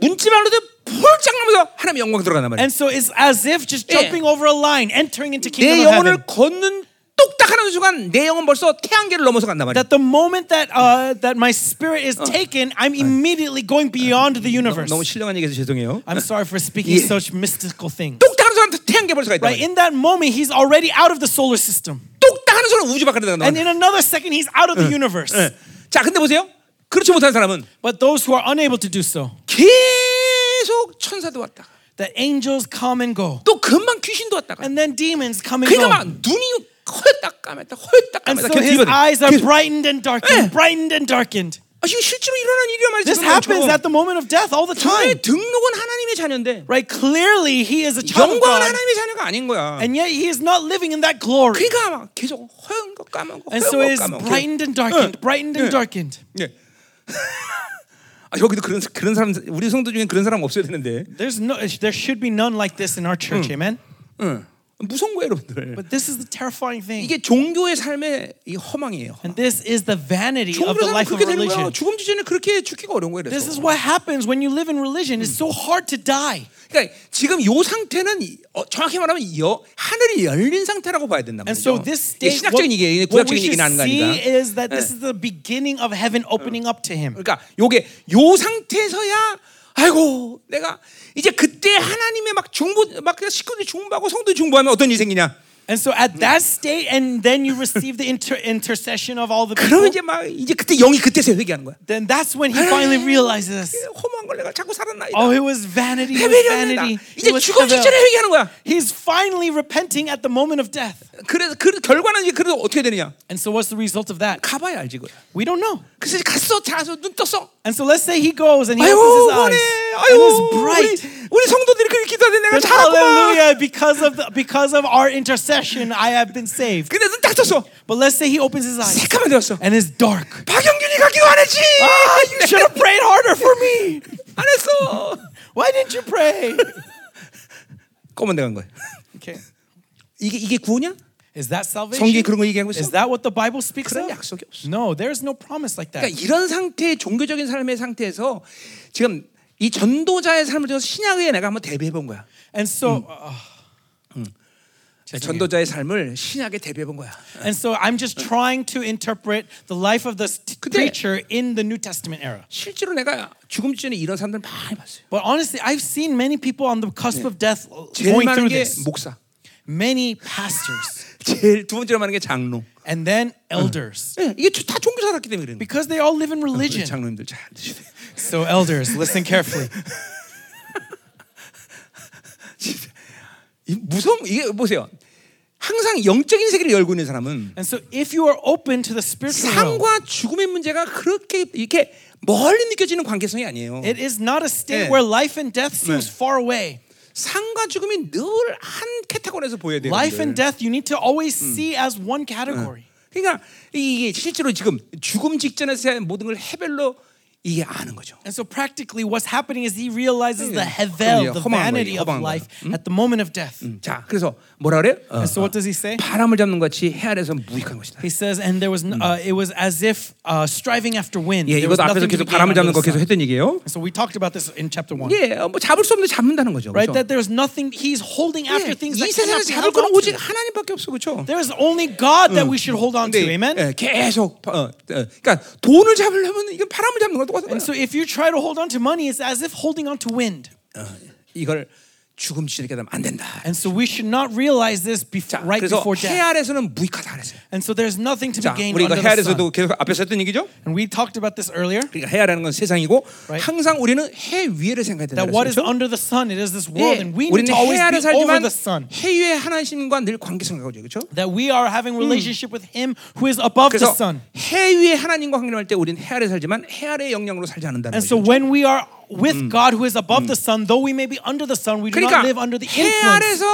문지방으로도 폴짝 넘어서 하나님의 영광 들어간단 말이야.
And so it's as if just
네.
jumping over a line, entering into
내
kingdom of heaven.
영혼을 걷는 똑딱 하는 순간 내 영혼 벌써 태양계를 넘어서 간단 말이야.
that the moment that uh, that my spirit is taken, I'm immediately going beyond the universe.
너무 신령한 얘기해서 죄송해요.
I'm sorry for speaking
Yeah.
such mystical things.
똑딱 하는 순간 태양계 벌써 가 있다.
Right in that moment, he's already out of the solar system,
똑딱 하는 순간 우주 밖으로 나간다.
and in another second, he's out of the universe.
네. 자, 근데 보세요. 그렇지 못한 사람은
But those who are unable to do so,
계속 천사도 왔다.
the angels come and go,
또 금방 귀신도 왔다가.
and then demons come and
그러니까
go.
막 눈이 허였다 까맸다 허였다
And
까맸다
so
계속
his
뒤집어져.
eyes are
계속.
brightened and
Yeah.
darkened, brightened and darkened.
아, 이거 실제로 일어난 일이야 말이지.
Uh. This happens at the moment of death all the time.
분명히 등록은 하나님의 자녀인데
Right? Clearly, he is a child
영광은
of God,
하나님의 자녀가 아닌 거야.
and yet he is not living in that glory.
그러니까 막 계속 허연 거 까만 거
And
허연
so
거
it is
까만 네. 거.
brightened and darkened, brightened and darkened.
예. <laughs> 아, 여기도 그런 그런 사람 우리 성도 중에 그런 사람 없어야 되는데.
Hmm. There's no, there should be none like this in our church, amen.
응. 무서운 거예요, 여러분들.
But this is the terrifying thing.
이게 종교의 삶의 이 허망이에요.
And this is the vanity
종교
of the
삶은
life of
그렇게 되는 거야.
religion.
죽음 주제는 그렇게 죽기가 어려운 거예요.
This is
그래서.
what happens when you live in religion. It's so hard to die.
그러니까 지금 요 상태는 이- 어, 정확히 말하면 여, 하늘이 열린 상태라고 봐야 된다
And
말이죠.
so this
이게
state,
신학적인 얘기,
what
구약적인
we should
얘기는 하는 거
see
아니다.
is that this is the beginning of heaven opening up to him.
그러니까 요게 요 상태에서야 아이고 내가 이제 그때 하나님의 막 중보 막 그냥 식구들이 중보하고 성도 중보하면 어떤 일이 생기냐?
And so at that state, and then you receive the inter- intercession of all the
그러면
people,
이제 막 이제 그때 영이 그때서 회개하는 거야.
then that's when he finally realizes,
허무한 걸 내가 자꾸 살았나이다.
oh, it was vanity, it was
헤매려는다.
vanity. It
이제
was
죽음
travail."
직전에 회개하는 거야.
He's finally repenting at the moment of death.
그래서 그 결과는 이제 그래도 어떻게 되느냐?
And so what's the result of that?
가봐야 알지 그래.
We don't know.
그래서 이제 갔어 자서 눈 떴어.
And so let's say he goes and he opens
아이고
his eyes.
그래.
and
아이고
it's
우리,
bright.
우리 성도들이 그렇게 기도하는데 내가
But
잘했구만.
hallelujah, because of the, because of our intercession, I have been saved.
근데 눈딱 떴어.
But let's say he opens his eyes
새까만 되었어.
and it's dark.
박영균이가 기도 안 했지. 아,
Ah, you should have prayed harder for me.
안 했어.
Why didn't you pray?
검은 데간 거야.
Okay.
이게 이게 그러니까 구원이야?
Is that
성경이
salvation?
그런 거 얘기하고 있어?
Is that what the Bible speaks
그런
of?
약속이 없어.
No, there's no promise like that.
그러니까 이런 상태 종교적인 삶의 상태에서 지금 이 전도자의 삶을 통해서 신약에 내가 한번 대비해 본 거야.
And so uh,
전도자의 삶을 신약에 대비해 본 거야.
and so I'm just trying to interpret the life of this t-
근데-
preacher in the New Testament era.
실제로 내가 죽음 전에 이런 사람들 많이 봤어요.
But honestly, I've seen many people on the cusp of death
제일
going
많은
through
게
this.
목사.
Many pastors.
제일 두 번째로 많은 게 장로.
and then elders
예, 이게 다 종교 살았기 때문에 그런
because they all live in
거예요.
religion.
그렇죠. 장로님들 잘 드시네.
So elders, listen carefully.
이 무성 이게 보세요. 항상 영적인 세계를 열고 있는 사람은
And so if you are open to the spiritual realm,
삶과 죽음의 문제가 그렇게 이렇게 멀리 느껴지는 관계성이 아니에요.
it is not a state
네.
where life and death seems
네.
far away.
삶과 죽음이 늘 한 카테고리에서 보여야 돼요.
Life and
여러분들.
death you need to always see as one category.
그러니까 이게 실제로 지금 죽음 직전에서의 모든 걸 해별로 이게 아는 거죠.
And so practically what's happening is he realizes the
네. 그럼 이제
hevel, the
허망한
vanity
거예요,
of
허망한
life at the moment of death.
자, 그래서 뭐라 그래? 어,
And so what does he say?
바람을 잡는 것 같이 해 아래서 무익한 것이다.
He says, and there was, no, uh, it was as if uh, striving after wind.
예,
There was
이것도 앞에서
nothing to
계속
be gained
바람을 잡는
under
거
the
계속
sun.
했던 얘기예요.
And so we talked about this in chapter one.
예, 어, 뭐 잡을 수 없는 데 잡는다는 거죠.
right?
그렇죠?
That there's nothing. He's holding
예,
after
이
things that cannot
세상에서
be
잡을
held
거는
on
오직
to. Hmm.
하나님밖에 없어, 그렇죠?
There is only God that we should hold on to.
근데
Amen.
예, 계속 어, 어, 그러니까 돈을 잡으려면 이건 바람을 잡는 거 똑같은 거예요.
And so if you try to hold on to money, it's as if holding on to wind.
어, 이걸 죽음 지전에 깨달으면 안 된다.
And so we should not realize this
자,
before, right
그래서
before
해
death.
아래서는 무익하다 그랬어요.
And so there's nothing to
자,
be gained
우리가
under
해
the
아래서도
sun.
계속 앞에서 했던 얘기죠.
And we talked about this earlier.
그러니까 해 아래는 건 세상이고
Right.
항상 우리는 해 위에를 생각해야 된다.
That what is
그랬어요.
under the sun, it is this world,
예,
and we need
우리는
to
해 아래
always be over
살지만
the sun.
해 위의 하나님과 늘 관계성을 가지고 그렇죠?
That we are having relationship with Him who is above the
그래서
sun.
해 위의 하나님과 항림할 때 우리는 해 아래 살지만 해 아래의 영향으로 살지 않는다는
And so
거죠.
when we are with God who is above the sun, though we may be under the sun, we do
그러니까
not live under the
해
influence
아래서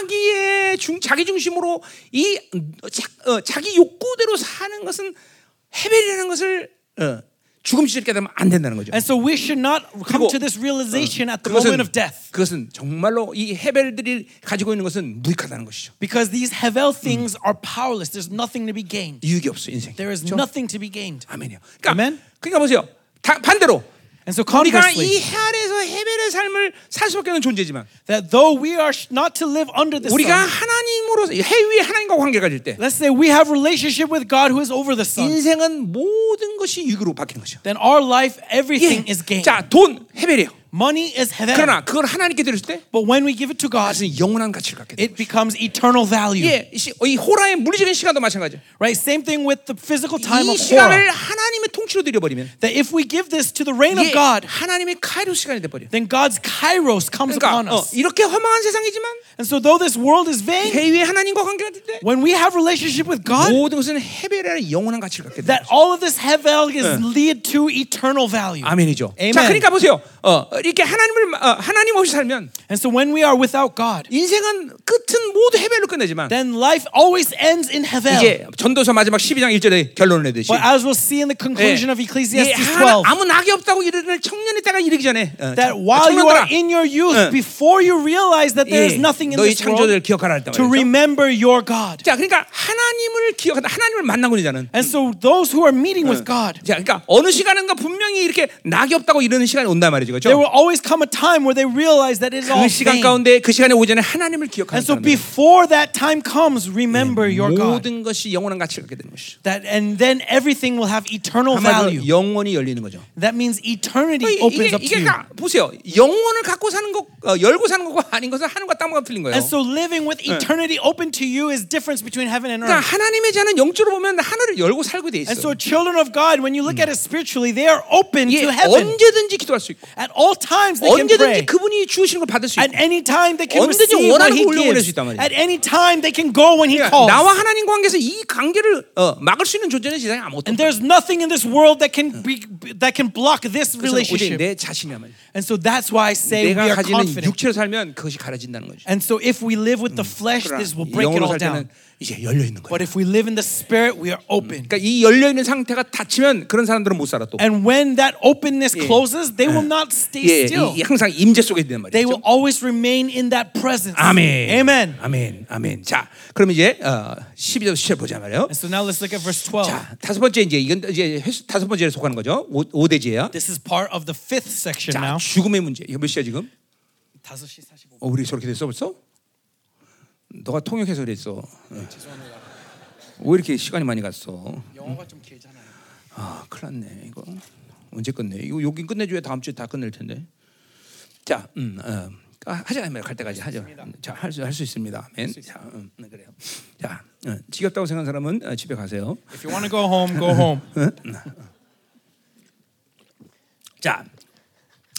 자기의 중 자기 중심으로 이 어, 자, 어, 자기 욕구대로 사는 것은 헤벨이라는 것을 어, 죽음 시절 깨달으면 안 된다는 거죠.
And so we should not come
그리고,
to this realization at the
그것은
moment of death.
그것은 정말로 이 헤벨들이 가지고 있는 것은 무익하다는 것이죠.
Because these Hevel things are powerless. There's nothing to be gained.
유익이 없어 인생.
There is
그렇죠?
nothing to be gained.
아멘이요. 그러니까
Amen.
그러니까 보세요. 다, 반대로
And so
우리가
conversely,
이 해아래서 헤벨의 삶을 살 수밖에 없는 존재지만
that though we are sh- not to live under the
우리가
sun,
하나님으로 해 위에 하나님과 관계 가질 때
let's say we have relationship with God who is over the sun,
인생은 모든 것이 유익으로 바뀌는 것이죠.
then our life, everything
예.
is gained.
자, 돈 헤벨이에요.
Money is Hevel.
그러나 그걸 하나님께 드렸을 때
But when we give it to God,
다시 영원한 가치를 갖게 돼요.
it becomes eternal value.
예, 이 시- 이 호라의 물리적인 시간도 마찬가지.
Right? Same thing with the physical time
이
of Korah.
시간을 하나님의 통치로 드려버리면
That if we give this to the reign of
이게
God,
하나님의 카이로 시간이 돼버려.
then God's kairos comes
그러니까
upon
어,
us.
이렇게 허망한 세상이지만
And so though this world is vain,
해 위에 하나님과 관계가 될 때.
when we have relationship with God,
모든 것은 헤벨의 영원한 가치를 갖게 돼.
that all of this hevel is lead to eternal value.
아멘이죠.
Amen.
자, 그러니까 보세요. 어, 이렇게 하나님을 어, 하나님 없이 살면
And so when we are without God,
인생은 끝은 모두 해별로 끝내지만
then life always ends in heaven.
이게 전도서 마지막 12장 1절에 결론을 내듯이
But as we'll see in
예,
the conclusion
예,
of Ecclesiastes
하나,
12,
아무 낙이 없다고 이르는 청년의 때가 이르기 전에 어,
that while you
청년들아,
are in your
예.
youth, before you realize that there
예,
is nothing in
너희
this
창조를
world,
기억하라 했단
to
말이죠.
remember your God.
자, 그러니까 하나님을 기억한다. 하나님을 만나고 있자는.
And so those who are meeting with God,
자, 그러니까 어느 시간인가 분명히 이렇게 낙이 없다고 이러는 시간이 온단 말이죠.
there will
그렇죠?
always come a time where they realize that it is all
그 시간
vain.
가운데 그 시간에 오전에 하나님을
And
기억하는
so
사람
before that time comes, remember your God.
모든 것이 영원한 가치를 갖게 되는 것이.
That and then everything will have eternal
한마디로
value.
그 영원이 열리는 거죠.
That means eternity
그러니까
opens
이게
up
이게
to you.
그러니까 보세요. 영혼을 갖고 사는 것, 어, 열고 사는 것과 아닌 것은 하늘과 땅과 틀린 거예요.
And so living with eternity open to you is difference between heaven and
그러니까
earth.
하나님의 자는 영적으로 보면 하늘을 열고 살고 돼
And
있어.
so children of God, when you look at it spiritually, they are open
이게
to heaven.
언제든지 기도할 수 있고,
At all times they can
언제든지
pray.
그분이 주시는 걸 받을 수
At
있고.
any time they can
언제든지
receive what
원하는
he
거 올려 보낼 수
gives.
있단 말이에요.
At any time they can go when he
그러니까
calls.
나와 하나님 관계에서 이 관계를 어, 막을 수 있는 존재는 세상에 아무것도
And
없다.
there's nothing in this world that can be that can block this
그래서 오직
relationship.
내 자신이야만.
And so that's why I say we
내가
are
가지는
confident.
육체로 살면 그것이 가려진다는 거지.
And so if we live with the flesh,
그러나
this will break it
영으로 살
all
때는
down.
이제 열려 있는 거야.
But if we live in the spirit, we are open.
그러니까 이 열려 있는 상태가 닫히면 그런 사람들은 못 살아 또.
And when that openness closes, they will not
예,
stay
이,
still.
이 항상 임재 속에 있는
They
말이죠.
will always remain in that presence.
아멘.
Amen.
아멘. 아멘. 자, 그럼 이제 어, 12절 10절 보자 말이요.
And so now let's look at verse 12.
자, 다섯 번째 이제 이건 이제 횟수- 다섯 번째에 속하는 거죠. 오, 오대지예요.
This is part of the fifth section
자,
now.
죽음의 문제. 이거 몇 시야 지금? 어, 우리 저렇게 됐어 벌써? 너가 통역해서 그랬어. 응. 왜 이렇게 시간이 많이 갔어? 아, 큰일 났네 이거. 언제 끝내? 이거 여기 끝내줘야 다음 주에 다 끝낼 텐데. 자, 음, 어, 아, 하자 말갈 때까지 하자. 자, 할 수 할 수 있습니다. 아멘. 자, 음, 네, 그래요. 자, 어, 지겹다고 생각한 사람은 어, 집에 가세요.
If you want to go home, go
<laughs>
home.
자,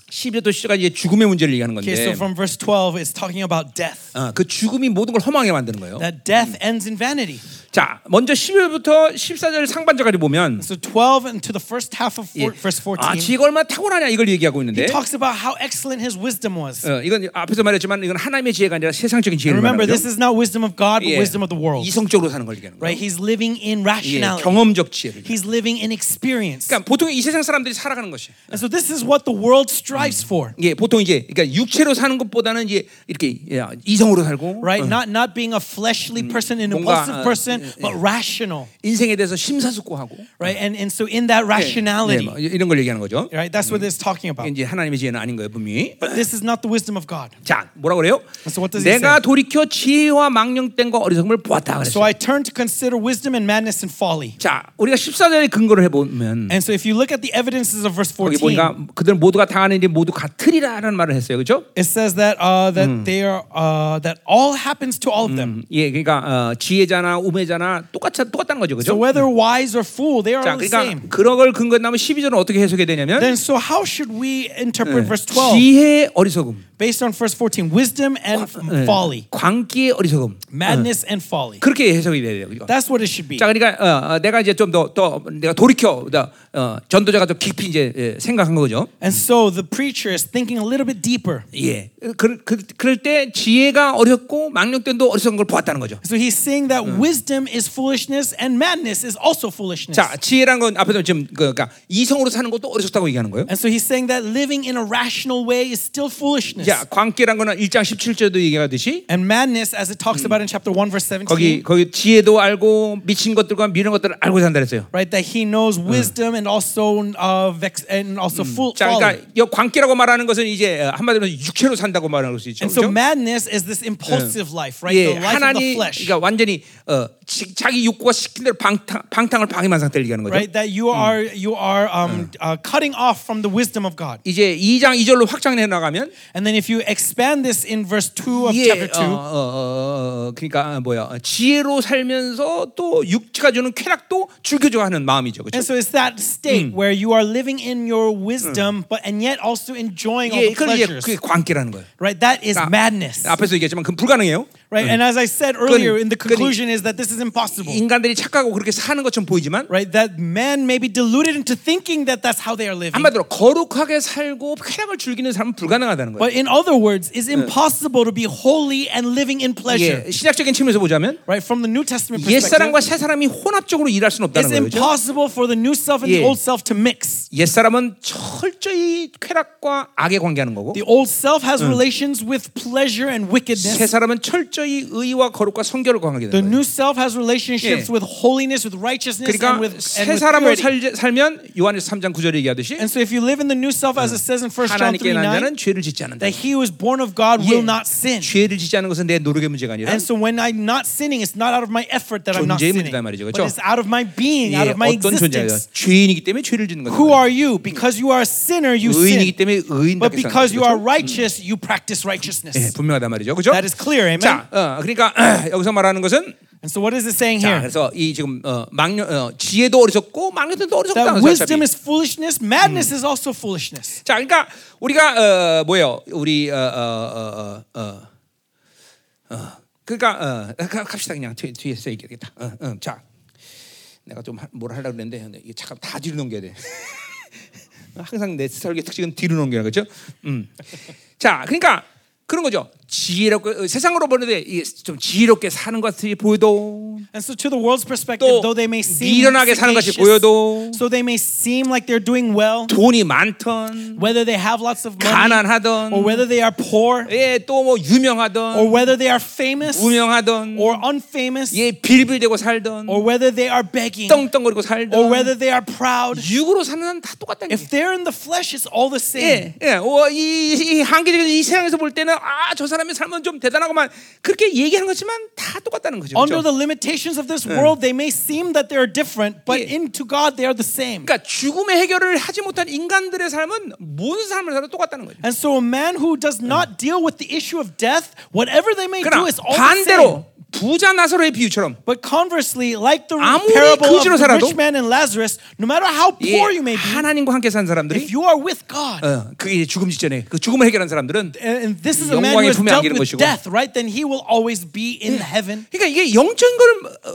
12절도 시작까지 이제 죽음의 문제를 얘기하는
Okay, so
건데,
from verse 12, it's talking about death.
어, 그 죽음이 모든 걸 허망하게 만드는 거예요.
That death ends in vanity.
자, 먼저 12절부터 14절 상반절까지 보면
So 12 and to the first half of
예.
four, verse
아,
14,
지가 얼마나 탁월하냐 이걸 얘기하고 있는데.
he talks about how excellent his wisdom was.
어, 이건 앞에서 말했지만 이건 하나님의 지혜가 아니라 세상적인 지혜를
Remember,
말하죠.
this is not wisdom of God, but
예.
그 wisdom of the world.
이성적으로 사는 걸 얘기하는 거예요.
Right? He's living in
예,
rationality.
경험적 지혜를.
He's living in experience.
그러니까 보통 이 세상 사람들이 살아가는 것이.
And so this is what the world strives for.
예, 보통 이제 그러니까 육체로 사는 것보다는 이제 이렇게 예, 이성으로 살고
Right?
어,
Not not being a fleshly person, an
뭔가,
impulsive
어,
person,
예,
but rational.
인생에 대해서 심사숙고하고
Right? And and so in that
예,
rationality,
뭐 이런 걸 얘기하는 거죠.
right? That's what it's talking about.
이제 하나님의 지혜는 아닌 거예요, 분명히.
But this is not the wisdom of God.
자, 뭐라 그래요?
So what does he
내가
say?
돌이켜 지혜와 망령된과 어리석음을 보았다
So
그랬어요.
I turn to consider wisdom and madness and folly.
자, 우리가 14절에 근거를 해 보면
And so if you look at the evidences of verse
여기
14,
보니까 그들 모두가 당하는 일이 모두 같으리라라는 말을 했어요. 그렇죠?
it says that uh, that they are uh, that all happens to all of them.
예, 그러니까 어, 지혜자나 우매자나 똑같아 똑같다는 거죠,
So
그죠?
whether wise or fool, they are
자,
all the
그러니까
same.
그런 걸 근거에 나면 12절은 어떻게 해석이 되냐면
Then so how should we interpret
Eh.
verse 12
지혜 어리석음,
based on verse 14? Wisdom and
예,
folly,
광기의 어리석음,
madness and folly.
그렇게 해석이 돼야 돼요. 그죠?
That's what it should be.
자, 그러니까 어, 어, 내가 이제 좀 더 더 내가 돌이켜 어, 어, 전도자가 더 깊이 이제 예, 생각한 거죠.
And so the preacher is thinking a little bit deeper.
예, 그, 그, 그럴 때 지혜가 어렸고 망령된도 어리석은 걸 보았다는 거죠.
So he's saying that wisdom is foolishness and madness is also foolishness.
자, 지혜란 건 앞에서 지금 그, 그러니까 이성으로 사는 것도 어리석다고 얘기하는 거예요.
And so he's saying that living in a rational way is still foolishness.
자, 광기란 거는 1장 17절도 얘기하듯이
And madness, as it talks about in chapter 1, verse 17,
거기 거기 지혜도 알고 미친 것들과 미련 것들을 알고 산다 그랬어요.
right, that he knows wisdom and also uh, vex and also fool-
자,
folly.
그러니까 이 광기라고 말하는 것은 이제 어, 한마디로 육체로 산다고 말하는 것이 있죠.
And so
그렇죠?
madness is this impulsive life, right?
예,
The life of the
하나님,
flesh.
그러니까 완전히 어, 지, 자기 욕구가 시킨 대로 방탕, 방탕을 방임한 상태를 얘기하는 거죠.
Right, that you are you are um, uh, cutting off from the wisdom of God,
이제 2장 2절로 확장해 나가면
and then if you expand this in verse two of
예,
chapter
어, 어,
two,
어, 어, 그러니까 뭐야 지혜로 살면서 또 육체가 주는 쾌락도 즐겨줘 하는 마음이죠, 그렇죠?
and so it's that state where you are living in your wisdom, but and yet also enjoying all
예,
the
그걸 이제
pleasures.
그게 광기라는 거예요.
Right, that is
아,
madness.
앞에서 얘기했지만 그 불가능해요.
right? And as I said earlier, in the conclusion is that this is impossible,
인간들이 착각하고 그렇게 사는 것처럼 보이지만
right? That man may be deluded into thinking that that's how they are living.
한마디로 거룩하게 살고 쾌락을 즐기는 사람은 불가능하다는 거예요.
But in other words, it's impossible to be holy and living in pleasure,
예, 신학적인 측면에서 보자면
right? From the New Testament
옛 사람과
perspective,
새 사람이 혼합적으로 일할 수는 없다는
it's
거예요. 그렇죠?
impossible for the new self and
예.
the old self to mix.
옛 사람은 철저히 쾌락과 악에 관계하는 거고
The old self has relations with pleasure and wickedness.
새 사람은 철저히 의와 거룩과 성결을 관계하게
The
되는 거예요.
new self has relationships
예.
with holiness, with righteousness, and
그러니까
with,
새
and with
사람으로
purity.
살, 살면 요한에서 3장 9절에 얘기하듯이
And so if you live in the new self, as it says in 1 John
하나님께
3
난 자는
9,
죄를 짓지 않는다.
that he who is born of God
예.
will not sin.
죄를 짓지 않는 것은 내 노력의 문제가 아니라
And so when I'm not sinning, it's not out of my effort that I'm not
존재의
sinning.
문제다 말이죠,
But
그렇죠?
it's out of my being, out
예,
of my
어떤 존재예요?
existence.
죄인이기 때문에 죄를 짓는
Who
거예요.
are you? Because you are a sinner, you
의인이기
sin.
때문에
But
의인답게 사는
because you
거죠.
are righteous, you practice
예,
righteousness.
분명하단 말이죠. 그죠?
That is clear, amen?
자, 어, 그러니까 <clears throat> 여기서 말하는 것은
And so what is it saying
자,
here?
그래서 이 지금 어, 망령 어, 지혜도 어리석고 망령도 어리석다. 그
That wisdom is foolishness, madness is also foolishness.
자, 그러니까 우리가 어, 뭐예요? 우리 어, 어, 어, 어, 어, 어, 그러니까 어, 가- 갑시다 그냥 뒤, 뒤에서 얘기하겠다. 어, 어, 자, 내가 좀 뭘 하려고 그랬는데 근데 이게 잠깐 다 뒤로 넘겨야 돼. <laughs> 항상 내 설계 특징은 뒤로 넘겨야 그죠? 음. 자, 그러니까 그런 거죠. 지혜롭게 어, 세상으로 보는데 이게 좀 지혜롭게 사는 것 같이 보여도
And so to the world's
또
perspective, though they may seem
미련하게 사는 것이 보여도
sagacious, so they may seem like they're doing well,
돈이 많던
whether they have lots of money, or
가난하던
whether they are poor,
예, 또 뭐 유명하던
or whether they are famous
무명하던
or unfamous,
예 빌빌대고 살던
or whether they are begging,
떵떵거리고
or
살던
whether they are proud.
육으로 사는 사람 다 똑같다는
If they're in the flesh, it's all the same.
예, 예, 어, 이, 이 한계적인 이 세상에서 볼 때는 아, 저 사람의 삶은 좀 대단하고만 그렇게 얘기하는 거지만 다 똑같다는 거죠.
Under
그렇죠?
the limitations of this world, they may seem that they are different, but
Yeah.
into God, they are the same.
그러니까 죽음의 해결을 하지 못한 인간들의 삶은 모든 사람을 살아 똑같다는 거죠.
And so, a man who does not deal with the issue of death, whatever they may do,
그러나
is all the same.
반대로 부자 나사로의 비유처럼
But conversely, like the
아무리
parable of
그지로
the
살아도
rich man and Lazarus, no matter how
예,
poor you may be,
하나님과 함께 산
if
사람들이
you are with God,
어, 그게 이제 죽음 직전에 그 죽음을 해결한 사람들은
and and this is a man
영광의
who has
품에
dealt
안기는
with
것이고.
death, right? Then he will always be in heaven.
그러니까 이게 영적인 걸 어,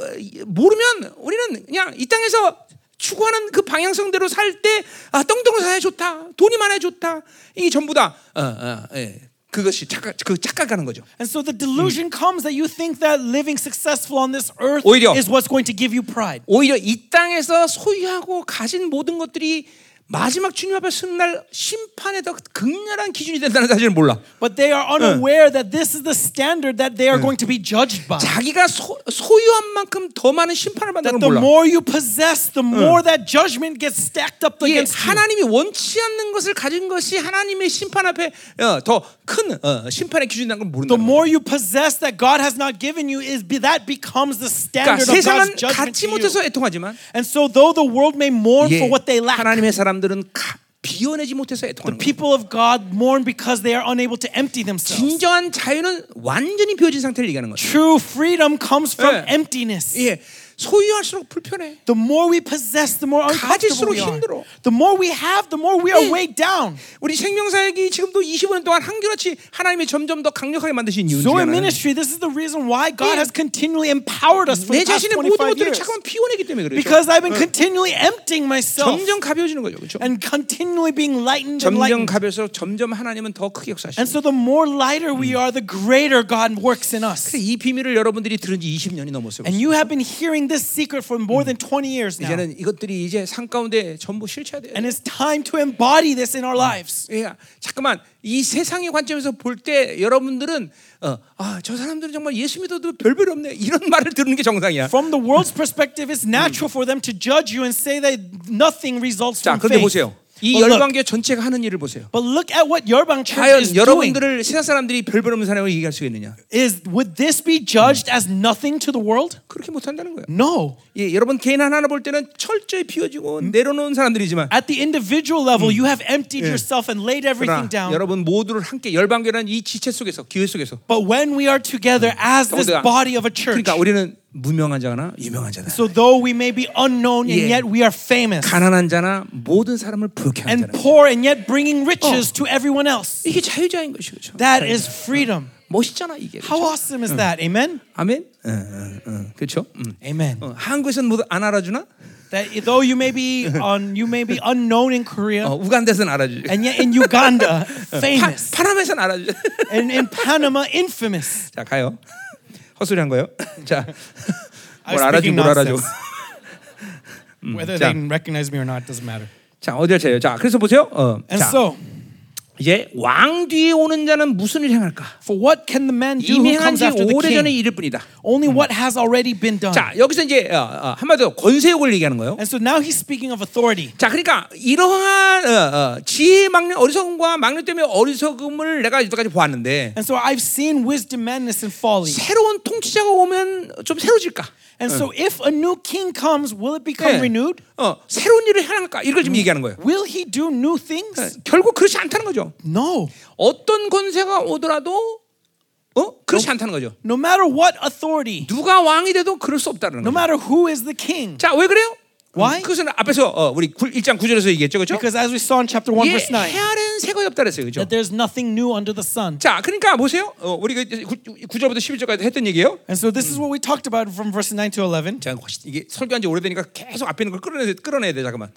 모르면 우리는 그냥 이 땅에서 추구하는 그 방향성대로 살 때 아, 떵떵 사야 좋다. 돈이 많아야 좋다. 이게 전부 다 어, 어, 예. 그것이 착각 그 착각하는 거죠.
And so the delusion comes that you think that living successful on this earth
오히려-
is what's going to give you pride.
오히려 이 땅에서 소유하고 가진 모든 것들이 마지막 주님 앞에 서는 날 심판에 더 극렬한 기준이 된다는 사실을 몰라.
But they
Uh.
are unaware that this is the standard that they are going to be judged by.
자기가 소, 소유한 만큼 더 많은 심판을 받는 걸
That the
몰라.
more you possess, the
Uh.
more that judgment gets stacked up
이게
against you.
하나님이 원치 않는 것을 가진 것이 하나님의 심판 앞에 어, 더 큰 어, 심판의 기준이라는 걸 모른다.
The more you possess that God has not given you, is be, that becomes the
그러니까
standard of God's
세상은
judgment
갖지
to you.
못해서 애통하지만
And so, though the world may mourn
예,
for what they lack,
하나님의 사람들은 가, 비워내지 못해서 애통하는 거예요.
people of God mourn because they are unable to empty themselves.
진정한 자유는 완전히 비워진 상태를 얘기하는 거죠.
True freedom comes from
예.
emptiness.
예, 소유할수록 불편해.
The more we possess, the more uncomfortable
가질수록
we
힘들어.
are. The more we have, the more we are weighed down.
우리 생명사역이 지금도 25년 동안 한결같이 하나님이 점점 더 강력하게 만드신 이유는
So
중에
in
하나는
ministry, this is the reason why God
예.
has continually empowered us for
내
the past
자신의 모든
25
것들을
years.
잠깐 비워내기 때문에 그렇죠.
Because I've been continually emptying myself
점점 가벼워지는 거죠, 그렇죠?
and continually being lightened and
점점
lightened.
가벼울수록 점점 하나님은 더 크게 역사하시는
And so the more lighter we are, the greater God works in us.
그 이 비밀을 여러분들이 들은 지 20년이 넘었어요.
And you have been hearing this secret for more than 20 years now.
이제는 이것들이 이제 산 가운데 전부 실체돼요.
And it's time to embody this in our lives.
예, 잠깐만 이 세상의 관점에서 볼 때 여러분들은 어, 아, 저 사람들은 정말 예수 믿어도 별별 없네 이런 <laughs> 말을 듣는 게 정상이야.
From the world's perspective, it's natural for them to judge you and say that nothing results
자,
from
그런데
faith.
보세요. 이
But look,
열방교 전체가 하는 일을 보세요.
but look at what Yerbang Church is
과연
doing.
여러분들을 세상 사람들이 별별 없는 사람이라고 얘기할 수 있느냐?
Is would this be judged as nothing to the world?
그렇게 못 한다는 거예요.
No.
예, 여러분 개인 하나하나 볼 때는 철저히 비워지고 내려놓은 사람들이지만
At the individual level, you have emptied yourself and laid
그러나
everything down.
여러분 모두를 함께 열방교라는 이 지체 속에서 교회 속에서
But when we are together as this
모두가-
body of a church,
그러니까 우리는 무명한 자나 유명한 자다.
so though we may be unknown and
예.
yet we are famous,
가난한 자나 모든 사람을 부욕해
and
한다는
poor and yet bringing riches to everyone else,
이게 자유자인 것이죠. 그렇죠?
that is freedom.
멋있잖아 이게.
How awesome is that? Amen?
아멘. 응, 응, 응. 그렇죠. 응.
Amen.
어, 한국에서는 모두 안 알아주나?
That though you may be on, you may be unknown in
어,
Korea,
우간다에서는 알아주지.
and yet in Uganda,
파,
famous,
파남에서는 알아주지.
and in Panama, infamous.
<laughs> 자 가요. 헛소리 한 <laughs> 거예요. 자,
I was
뭘 알아주고
speaking
뭘 알아줘.
nonsense. Whether
자.
they recognize me or not doesn't matter.
자 어디 할차요? 자 그래서 보세요. 어,
And
자
so,
이제 왕 뒤에 오는 자는 무슨 일 행할까?
for what can the man do
이미
who
행한
comes
지
after the
오래전에
king?
일일 뿐이다.
Only what has already been done.
자 여기서 이제 어, 어, 한마디로 권세욕을 얘기하는 거예요.
And so now he's speaking of authority.
자, 그러니까 이러한 어, 어, 지혜 막내 어리석음과 막내 때문에 어리석음을 내가 여태까지 보았는데
And so I've seen wisdom, madness, and folly.
새로운 통치자가 오면 좀 새로질까?
And so if a new king comes, will it become
예.
renewed? 음.
어, 새로운 일을 해나갈까? 이걸 지금 얘기하는 거예요.
Will he do new things?
결국 그렇지 않다는 거죠.
No.
어떤 권세가 오더라도 어 그렇지 않다는 거죠.
No matter what authority,
누가 왕이 돼도 그럴 수 없다는
no
거죠.
matter who is the king.
자, 왜 그래요?
Why?
그것은 앞에서 어, 우리 1장 9절에서 얘기했죠, 그렇죠?
Because as we saw in chapter 1,
예,
verse 9,
헤아린 새가 없다 그랬어요, 그렇죠?
that there's nothing new under the sun.
자, 그러니까 보세요. 어, 우리가 9절부터 11절까지 했던 얘기예요.
And so this is what we talked about from verses 9 to 11.
자, 혹시 이게 설교한 지 오래되니까 계속 앞에 있는 걸 끌어내, 끌어내야 돼, 잠깐만.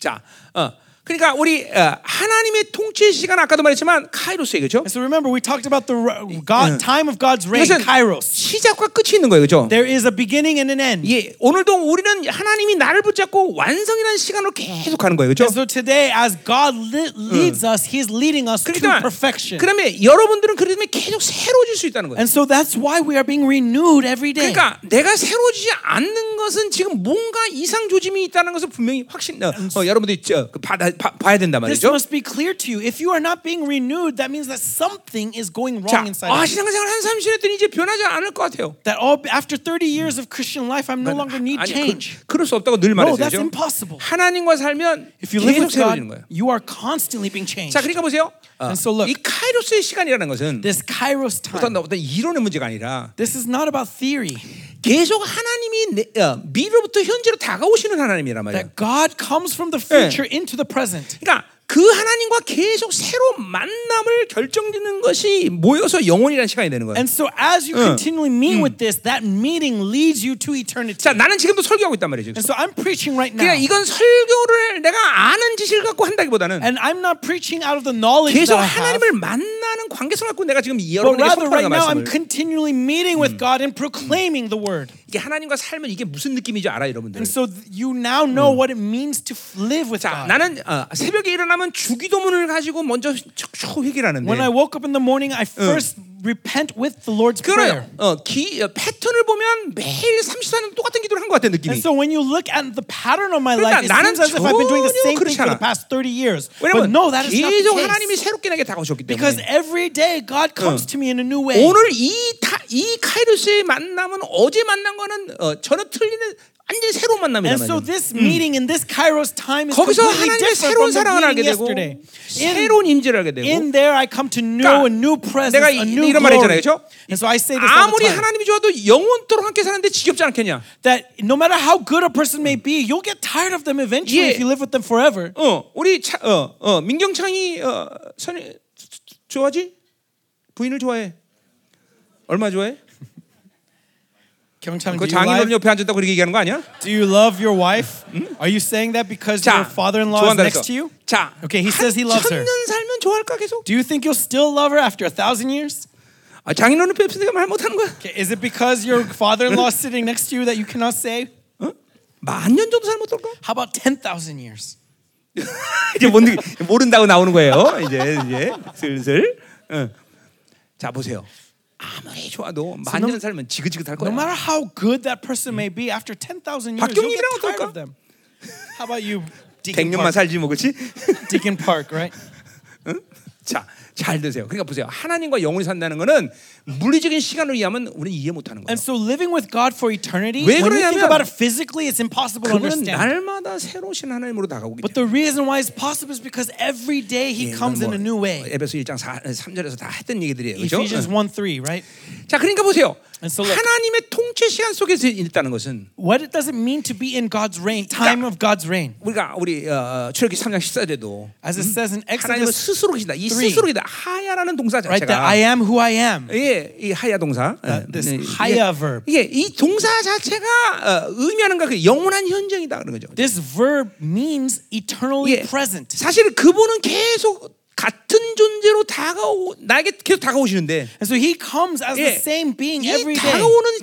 자, 어. 그러니까 우리 어, 하나님의 통치의 시간 아까도 말했지만 카이로스예요, 그렇죠?
And so remember, we talked about the r- God, time of God's reign,
이것은
Kairos.
시작과 끝이 있는 거예요, 그렇죠?
There is a beginning and an end.
예, 오늘도 우리는 하나님이 나를 붙잡고 완성이라는 시간으로 계속 가는 거예요,
And
그렇죠?
so today, as God li- leads us, He's leading us
그렇기
to
때문에
perfection.
그러니까 그러면 여러분들은 그러면 계속 새로워질 수 있다는 거예요.
And 네. so that's why we are being renewed every day.
그러니까 내가 새로워지지 않는 것은 지금 뭔가 이상 조짐이 있다는 것을 분명히 확신, 어, 어, 여러분들이 저, 그 받아, 봐- 봐야 된단
This
말이죠.
must be clear to you. If you are not being renewed, that means that something is going
자,
wrong inside
아,
of you.
신앙생활 한 30년 했더니 이제 변하지 않을 것 같아요.
That all, after 30 years of Christian life, I am no longer need
아니,
change.
그, 그럴 수 없다고 늘 말했어요.
No, that's
그죠?
impossible.
하나님과 살면
If you live
계속
with
새로워지는
God,
거예요.
you are constantly being changed.
자, 그러니까 보세요. 어,
And so look.
이 카이로스의 시간이라는 것은
This Kairos
어떤
time,
어떤 이론의 문제가 아니라
this is not about theory.
계속 하나님이 내, 어, 미로부터 현재로 다가오시는 하나님이란 말이에요.
That God comes from the future into the present.
그러니까 그 하나님과 계속 새로운 만남을 결정짓는 것이 모여서 영혼이라는 시간이 되는 거예요.
And so as you continually meet with this, that meeting leads you to eternity.
자, 나는 지금도 설교하고 있단 말이죠.
And so I'm preaching right now.
그러니까 이건 설교를 내가 아는 지식을 갖고 한다기보다는
And I'm not preaching out of the knowledge that
계속
I have.
하나님을 만나는 관계성 갖고 내가 지금 이
But
여러분에게
rather
선포하는
right now I'm
말씀을
continually meeting with God and proclaiming the word.
이게 하나님과 살면 이게 무슨 느낌인지 알아 여러분들.
And so th- you now know what it means to f- live with
자,
God.
나는 어, 새벽에 일어나면 주기도문을 가지고 먼저 척척 회개를 하는데.
When I woke up in the morning, I first repent with the Lord's prayer.
그래요. 어, 기, 어, 패턴을 보면 매일 34년 똑같은 기도를 한 것 같아
And
느낌이.
so when you look at the pattern of my
그러니까
life, it
나는
seems as if I've been doing the
전혀
same thing for
그렇지 않아.
the past 30 years. But
왜냐면
no, that is not
계속
the
하나님이
case.
새롭게 나게 다가오셨기 때문에.
Because every day God comes to me in a new way.
오늘 이, 타, 이 카이로스의 만남은 어제 만난 거는 어, 전혀 틀리는 완전히 새로운 만남이란
And
말이에요.
so this meeting in this Kairos time is
거기서
completely
하나님의
different
새로운
from
사랑을
the
알게
meeting
되고
yesterday.
새로운 임재를 알게 되고
In there, I come to
그러니까
know a new presence,
내가 이-
a new
이런 말 했잖아요,
glory.
그렇죠?
And so I say this all
아무리
the time,
하나님이 좋아도 영원토록 함께 사는데 지겹지 않겠냐?
that no matter how good a person may be, you'll get tired of them eventually
예.
if you live with them forever.
어, 우리 차, 어, 어, 민경창이 어, 선 좋아하지? 부인을 좋아해. 얼마 좋아해?
경창,
그
do you,
장인어른
love,
옆에 앉았다고 그렇게 얘기하는 거 아니야?
do you love your wife? Hmm? Are you saying that because
자,
your father-in-law is
좋아한다
next
그랬어.
to you?
자,
Okay, he says he loves her.
천년 살면 좋아할까 계속?
Do you think you'll still love her after a thousand years?
아, 장인어른 옆에 있으니까 말 못하는 거야.
Okay, Is it because your father-in-law is sitting next to you that you cannot say?
만년 정도 살면 어떨까? <laughs>
How about 10,000 years?
이제 뭔, 모른다고 나오는 거예요. 이제 이제 슬슬. 응. 자 보세요. 아무리 좋아도 만년 살면 지긋지긋 할
No
거야.
matter how good that person may be, after 10,000 years, you'll get
박경림이랑
tired
어떨까?
of them. How about you, Deacon
100년만
Park?
살지 뭐 그렇지?
Deacon Park, right?
자, 잘 드세요. 그러니까 보세요. 하나님과 영원히 산다는 거는 물리적인 시간으로 이해하면 우리는 이해 못 하는 거예요.
And so living with God for eternity,
왜
when you think
그러냐면
about it physically, it's impossible to
그거는
understand.
날마다 새로우신 하나님으로 다가오기
But
때문에
the reason why it's possible is because every day He comes in a new way.
뭐 에베소 1장 4, 3절에서 다 했던 얘기들이에요. 그렇죠?
Ephesians 1 3, right?
자, 그러니까 보세요.
And so look.
하나님의 통치 시간 속에서 있다는 것은
What it does it mean to be in God's reign, time of God's reign?
우리가 우리 어, 출애굽기 3장 14절에도
As it says in
하나님은
Exodus
스스로 계신다. 이
three.
스스로 보자. 하야라는 동사
right? That
자체가
I am who I am.
예, 이 하야 동사. 예,
this
예,
haya
이게-
verb.
이게 이 동사 자체가 어, 의미하는 거그 영원한 현정이다 그런 거죠.
This verb means eternally
예,
present.
사실 그분은 계속 같은 존재로 다가오 나에게 계속 다가오시는데
And so he comes as
예,
the same being every
이
day.
다가오는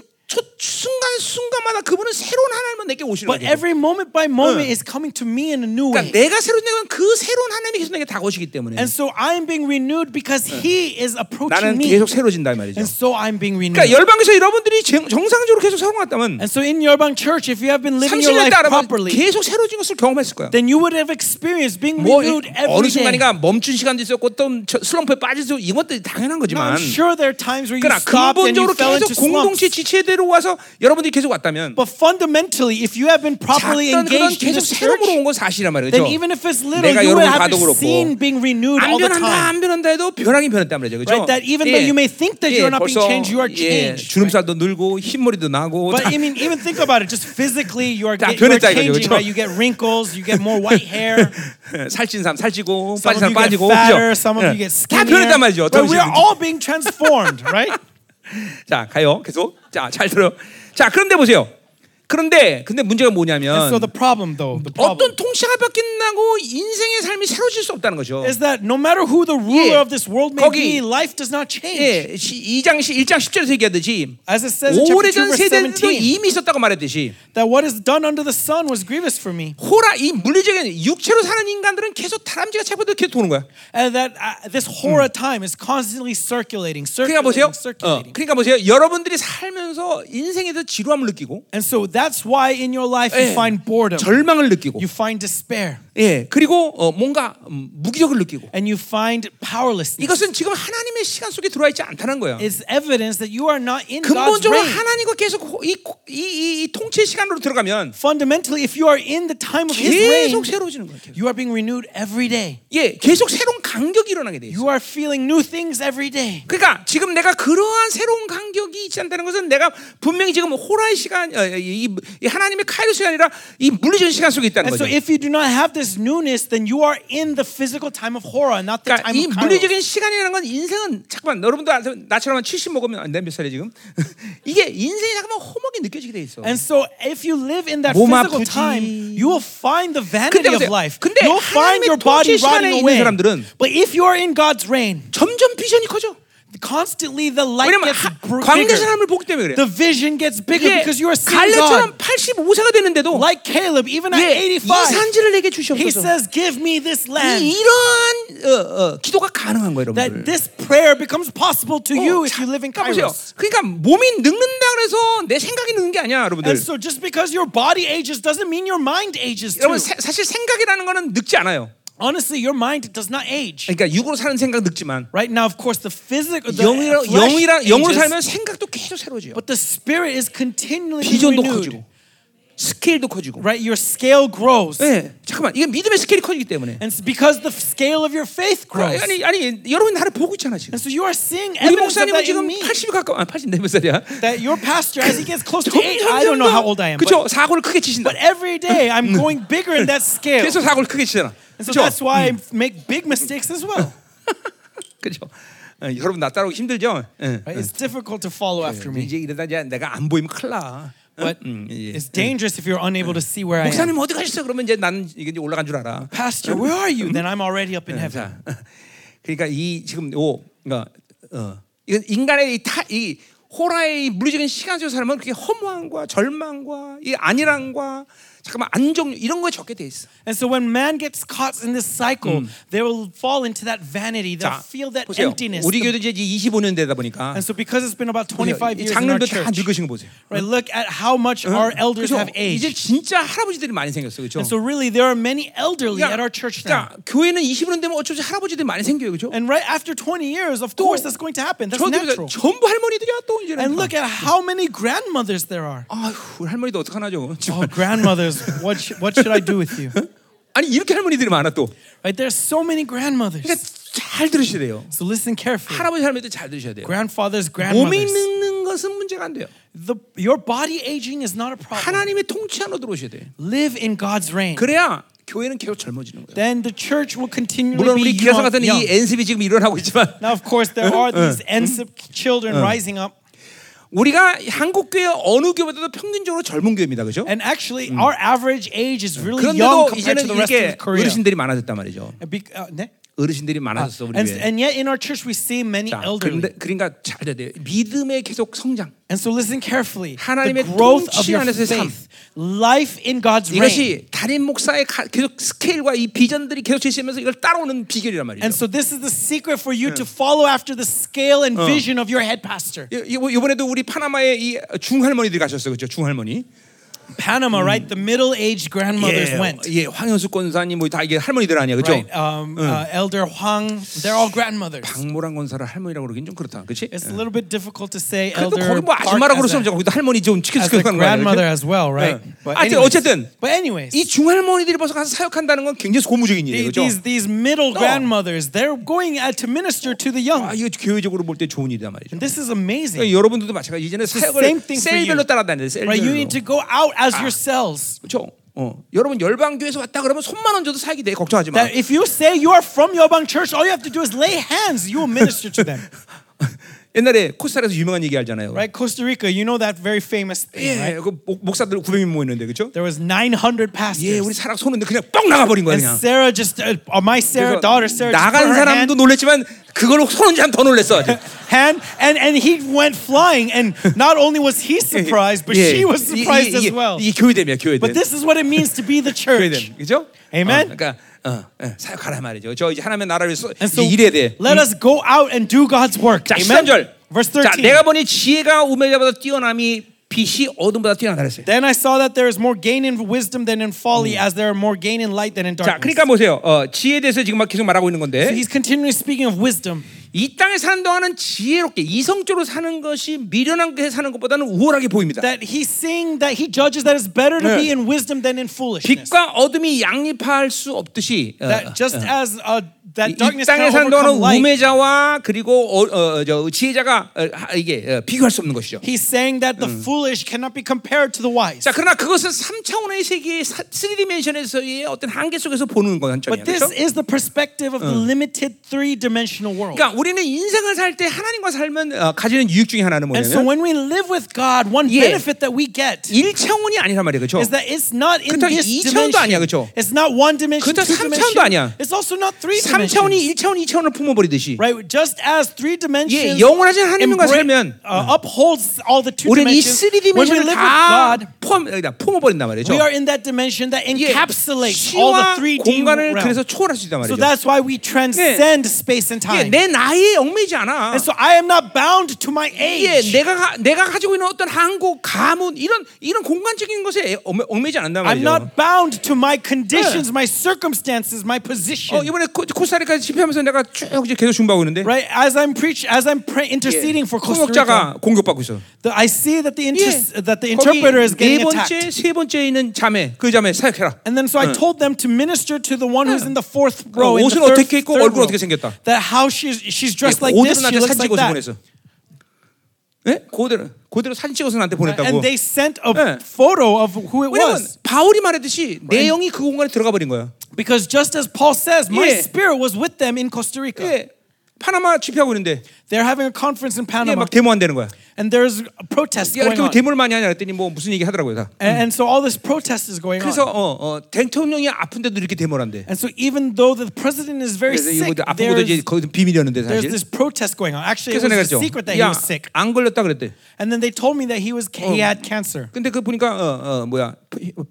순간 순간마다 그분은 새로운 하나님만 내게 오시는
But
거죠.
every moment by moment
응.
is coming to me in a new
그러니까
way.
내가 새로운 내면 그 새로운 하나님이 계속 내게 다가오시기 때문에
And so I am being renewed because he is approaching
나는
me.
계속 새로진다 이 말이죠.
And so I'm being renewed.
그러니까 열방에서 여러분들이 정- 정상적으로 계속 살아왔다면
And so in Yerbang Church, if you have been living your
30년
life
따르면
properly,
계속 새로진 것을 경험했을 거야.
then you would have experienced being
뭐 이-
renewed
어느
every day.
순간인가 멈춘 시간도 있었고 또 저- 슬럼프에 빠질 수 이것들이 당연한
Now,
거지만
I'm sure there are times where you
그러나
stopped and you
근본적으로
fell into
계속 공동체
slumps.
지체대로 와서 여러분들이 계속 왔다면
But fundamentally, if you have been properly
작던 그런
engaged in
계속
this
새로움으로
church,
온 건 사실이란 말이죠.
then even if it's little,
내가
you will
여러분
have
봐도
seen
그렇고
being renewed
안
all the
변한다
time.
안 변한다 해도 변하긴 변했단 말이죠. 그렇죠?
Right, that even though you may think that you're not being changed, you are
예,
changed,
주름살도 늘고 흰머리도 나고
But
다-
I mean, even think about it. Just physically, you are,
다
get, you are
변했다 이거죠,
changing,
그렇죠?
right? You get wrinkles, you get more white
<laughs>
hair.
<laughs> 살찐 사람 살찌고
Some
빠진
of
사람
you get
빠지고
fatter, some of you
예.
get
다
skinnier.
변했단 말이죠.
But we are
정신이.
all being transformed, <laughs> right?
자 가요 계속 자잘 들어요. 자 그런데 보세요. 그런데 근데 문제가 뭐냐면
And so the problem, though, the problem
어떤 통치가 바뀐다고 인생의 삶이 새로질 수 없다는 거죠.
is that no matter who the ruler
Yeah.
of this world may
거기-
be, life does not change.
예, 2장 1장 10절에서 얘기하듯이
As it says in chapter 2,
오래전
verse
세대들도
17,
이미 있었다고 말했듯이
that what is done under the sun was grievous for me.
호라 이 물리적인 육체로 사는 인간들은 계속 다람쥐가 체포돼 계속 도는 거야.
And that uh, this horror time is constantly circulating,
그러니까 보세요. 어,
circulating, circulating.
그러니까 보세요. 여러분들이 살면서 인생에서 지루함을 느끼고
And so that's why in your life
예.
you find boredom,
절망을 느끼고
you find despair,
예 그리고 어, 뭔가 음, 무기력을 느끼고
and you find powerlessness.
이것은 지금 하나님의 시간 속에 들어와 있지 않다는 거야.
It's evidence that you are not in God's
근본적으로
reign.
하나님과 계속 호- 이, 고- 이, 이, 이 통치 시간으로 들어가면
Fundamentally, if you are in the time of His
계속
reign,
새로워지는 거야. 계속.
you are being renewed every day.
예, 계속 새로운 간격이 일어나게 돼 있어.
You are feeling new things every day.
그러니까 지금 내가 그러한 새로운 간격이 있지 않다는 것은 내가 분명히 지금 호라의 시간, 어, 이, 이 하나님의 카이로스가 아니라 이 물리적인 시간 속에 있다는
And so,
거죠.
if you do not have this newness, then you are in the physical time of horror, not the
그러니까
time of
이
kairos.
물리적인 시간이라는 건 인생은 잠깐만 여러분도 아세요? 나처럼 한 70 먹으면 안 돼 몇 살이 지금 <laughs> 이게 인생이 잠깐만 허목이 느껴지게 돼 있어.
And so, if you live in that
몸
physical
아프지.
time, you will find the vanity
근데
of
보세요.
life.
근데
You'll
하나님의
find your body
통치 시간에
rotting
있는
away.
사람들은
But if you are in God's reign,
점점 비전이 커져.
constantly the light
왜냐면
gets
하-
br-
광대
bigger.
사람을 보기 때문에
The
그래.
vision gets bigger because you are seeing
갈래처럼
God.
85세가 됐는데도
Like Caleb, even at
예, 이
85,
산지를 내게
he
주시옵소서.
says, "Give me this
이,
land."
이러한 어, 어, 기도가 가능한 거예요, 여러분들.
That this prayer becomes possible to you if you live in
그러니까 보세요.
Kairos.
어, 그러니까 몸이 늙는다 그래서 내 생각이 늙는 게 아니야, 여러분들.
And so just because your body ages doesn't mean your mind ages too.
여러분 사, 사실 생각이라는 거는 늙지 않아요.
Honestly, your mind does not age.
그러니까 육으로 사는 생각 늙지만
Right now, of course, the physical, the
영이라
flesh
영이라 영으로
ages,
살면 생각도 계속 새로워져요.
but the spirit is continually being
비전도
renewed.
커지고 스케일도 커지고.
Right, your scale grows,
예. 잠깐만. 이게 믿음의 스케일이 커지기 때문에.
and it's because the scale of your faith grows.
아니 아니 여러분 나를 보고 있잖아, 지금.
And so you are seeing
우리
evidence of
목사님은
that in
지금
me.
80이 가까워. 아, 84몇 살이야.
That your pastor, as he gets close to eight, I don't
점점
know how old I am, but,
그렇죠. 사고를 크게 치신다.
but every day I'm going bigger in that scale.
계속 사고를 크게 치잖아.
And so
그렇죠?
that's why I make big mistakes as well.
그렇죠. 어, 여러분 나 따라오기 힘들죠? 예.
Right? It's difficult to follow after me.
이제 이러다 이제 내가 안 보이면 큰일 나.
But
예.
it's dangerous if you're unable to see where I am.
목사님 어디 가셨어? 그러면 이제 나는 이게 이제 올라간 줄 알아. <laughs>
Pastor, where are you? Then I'm already up in heaven.
자, 그러니까 이 지금 오, 그러니까 어, 이건 인간의 이, 타, 이 호라의 이 물리적인 시간 속에 살면 그게 허무함과 절망과 이 안일함과 잠깐만 안정 이런 거에 적게 돼 있어.
And so when man gets caught in this cycle, they will fall into that vanity. They'll
Mm. 자,
feel that
보세요.
emptiness.
우리 교도 이제 25년 되다 보니까
And so because it's been about
보세요.
25
이
years in our
장년도 다
church,
늙으신 거 보세요.
right? Look at how much our elders
그죠?
have
이제
aged.
진짜 할아버지들이 많이 생겼어, 그렇죠?
And so really, there are many elderly at our church now.
교회는 20년 되면 어쩌지 할아버지들이 많이 생겨요, 그렇죠?
And right after 20 years, of course, that's going to happen. That's
저도 그러니까
natural.
전부 할머니들이야 또 이제는.
And look at how many grandmothers there are.
아휴 할머니도 어떡하나 죠
Oh, grandmothers, what, sh- what should I do with you?
아니 이렇게 할머니들이 많아 또.
Right? There's so many grandmothers.
그러니까 잘 들으셔야 돼요.
So listen carefully.
할아버지 할머니도 잘 들으셔야 돼요.
Grandfathers,
몸이
grandmothers.
늙는 것은 문제가 안 돼요.
The, your body aging is not a problem.
하나님의 통치 안으로 들어오셔야 돼요.
Live in God's reign.
그래야 교회는 계속 젊어지는 거예요.
then the church will continually
물론
be
우리 기사
young.
같은 이
young.
엔습이 지금 일어나고 있지만
Now, of course, there are these Ensip children rising up.
우리가 한국 교회 어느 교회보다도 평균적으로 젊은 교회입니다, 그렇죠?
And actually, our average age is really
그런데도
young compared to
이제는
the rest
이렇게
of Korea.
어르신들이 많아졌단 말이죠.
And bec- uh, 네?
어르신들이 많아졌어 우리
And,
교회.
and yet, in our church, we see many
자,
elderly.
그런데 그러니까 잘 돼야 돼요. 믿음의 계속 성장.
and so, listen carefully. The
하나님의
growth of
통치
your
안에서의 삶.
faith, life in God's reign.
이것이 달인 목사의 가- 계속 스케일과 이 비전들이 계속 제시하면서 이걸 따라오는 비결이란 말이죠.
And so, this is the secret for you to follow after the scale and vision of your head pastor.
이- 이- 이번에도 우리 파나마에 이 중할머니들이 가셨어요, 그렇죠? 중할머니.
Panama, right? The middle aged grandmothers went.
예, 황현수 권사님 뭐 다 이게 할머니들 아니야, 그렇죠?
Right? Um,
Mm.
uh, Elder Huang, they're all grandmothers.
박모랑 권사를 할머니라고 그러긴 좀 그렇다, 그렇지?
It's a little bit difficult to say
그래도
elder
거기 뭐
Park
아줌마라고
as
그러면
a,
거기도 할머니 좀
as a
치키치키 하는 거
grandmother
아니야?
as well,
예.
right? But
하여튼
anyways,
어쨌든
but anyways
이 중할머니들이 벌써 가서 사역한다는 건 굉장히 고무적인 일이에요,
the-
그렇죠?
these these middle grandmothers, they're going out to minister to the young.
아, 이거 교회적으로 볼 때 좋은 일이다 말이죠.
This is amazing.
그러니까 여러분들도 마찬가지 이제는
same
사역을
thing for
셀별로
you.
따라다녀야 돼.
Right? You
셀별로.
need to go out as yourselves.
그렇죠. 어. 여러분 열방 교회에서 왔다 그러면 손만 얹어도 사역이 돼. 걱정하지 마.
That if you say you are from Yobang Church, all you have to do is lay hands. You will minister to
<laughs>
them.
<laughs> 옛날에 코스타에서 유명한 얘기 알잖아요.
Right? Costa Rica, you know that very famous thing, right?
예, 그 목, 목사들 900명 모였는데 그렇죠?
There was 900
예, 우리
pastors.
사랑 손는데 그냥 뻥 나가 버린 거야
And
그냥.
Sarah just, uh, uh, my
그래서
Sarah, daughter Sarah, just put
나간
her hand uh,
사람도 놀랬지만 그걸로 손은 사람 더 놀랬어.
<laughs>
아주.
hand and and he went flying and not only was he surprised but
<laughs> 예,
she
이-
was
이-
surprised
이게-
as well
이게 교회됨이야, 교회됨.
but this is what it means to be the church
교회됨, <laughs> 그렇죠?
Amen.
어, 그러니까 어, 예, 사역하라 말이죠. 저 이제 하나님의 나라를 위해서
and so
이제 일해야 돼.
let us go out and do God's work
자,
amen
13절.
verse
자,
13
내가 보니 지혜가 우매자보다 뛰어남이 빛이 어둠보다 뛰어나다 그랬어요.
then I saw that there is more gain in wisdom than in folly as there are more gain in light than in
자,
darkness
그러니까 보세요. 어, 지혜에 대해서 지금 막 계속 말하고 있는
so
건데
he's continually speaking of wisdom
이 땅에 사는 동안은 지혜롭게 이성적으로 사는 것이 미련한 게 사는 것보다는 우월하게 보입니다.
that he's saying that he judges that it's better to
Yeah.
be in wisdom than in foolishness
빛과 어둠이 양립할 수 없듯이 어,
that just as uh,
이-
that
이
darkness
땅에 사는
can overcome
동안은
light
우매자와 그리고 어, 어, 저 지혜자가 어, 하- 이게 어, 비교할 수 없는 것이죠.
He's saying that
Mm.
the foolish cannot be compared to the wise.
자, 그러나 그것은 3차원의 세계의 3디멘션에서의 어떤 한계 속에서 보는 건 한점이에요. 그렇죠?
But this is the perspective of the
Mm.
limited three-dimensional world.
그러니까 우리는 인생을 살 때 하나님과 살면 어, 가지는 유익 중에 하나는
And so
뭐냐면
when we live with God, one
Yeah.
benefit that we get
일 1차원이 아니란 말이에요. 그렇죠?
is that it's not in
그렇다고
this
이
dimension.
차원도 아니야, 그쵸?
It's not one dimension,
그렇다고
two
삼
dimension.
차원도 아니야.
It's also not three
3차원이
dimensions.
1차원, 2차원을 품어버리듯이
Right? Just as three
예,
dimensions
영원하신 하나님과
embrace-
살면
uh, upholds all the two
우리는 이
dimensions,
3
when we
디멘션을
live with
다
God,
포함, 여기다 품어버린단 말이죠.
we are in that dimension that
예,
encapsulates all
시와
the 3D
공간을
realm.
그래서 초월할 수 있단
So
말이죠.
that's why we transcend space and
예,
time.
내 나이에 얽매이지 않아.
And so I am not bound to my
예,
age.
내가 가- 내가 가지고 있는 어떤 한국 가문 이런 이런 공간적인 것에 애- 얽매- 얽매이지 않는단
I'm
말이죠.
not bound to my conditions, my circumstances, my position.
어, 이번에 코, 코스타리카 집회하면서 내가 쭉 이제 계속 준비하고 있는데 예.
right? As I'm preach, as I'm pray, interceding for Costa Rica,
통역자가 공격받고 있어.
the, I see that the inter-
예.
that the
거기
interpreter is
네
getting
번째,
attacked.
세 번째 있는 자매, 그 자매 사역해라.
And then so I told them to minister to the one who's in the fourth
어,
row. in the
옷은
third,
어떻게 입고
third
얼굴은
row.
어떻게 생겼다.
That how she's she's dressed like
고대로
this, she
나한테
looks
사진
like
찍어서
that.
보냈어. 예? 고대로 고대로 사진 찍어서 나한테 보냈다고.
And they sent a
예.
photo of who it
왜냐면
was.
바울이 말했듯이 내 영이 그 공간에 들어가 버린 거야.
Because just as Paul says, my
예.
spirit was with them in Costa Rica.
예. 파나마 집회하고 있는데
They're having a conference in
이게
Panama,
막 데모 안 되는 거야.
and there's a protest
야,
going
이렇게 왜
on.
데모를 많이 하냐 그랬더니 뭐 무슨 얘기 하더라고요 다.
And, and so all this protest is going
그래서
on.
어, 어, 대통령이 아픈데도 이렇게 데모를 한대.
And so even though the president is very
그래서 이거
sick,
아픈 것도 이제
there's,
거기 비밀이었는데
there's
사실.
this protest going on. Actually, it
그래서
was
내가
a
했죠.
secret that he
야,
was sick.
안 걸렸다 그랬대.
And then they told me that he was he had cancer.
근데 그 보니까 어, 어 뭐야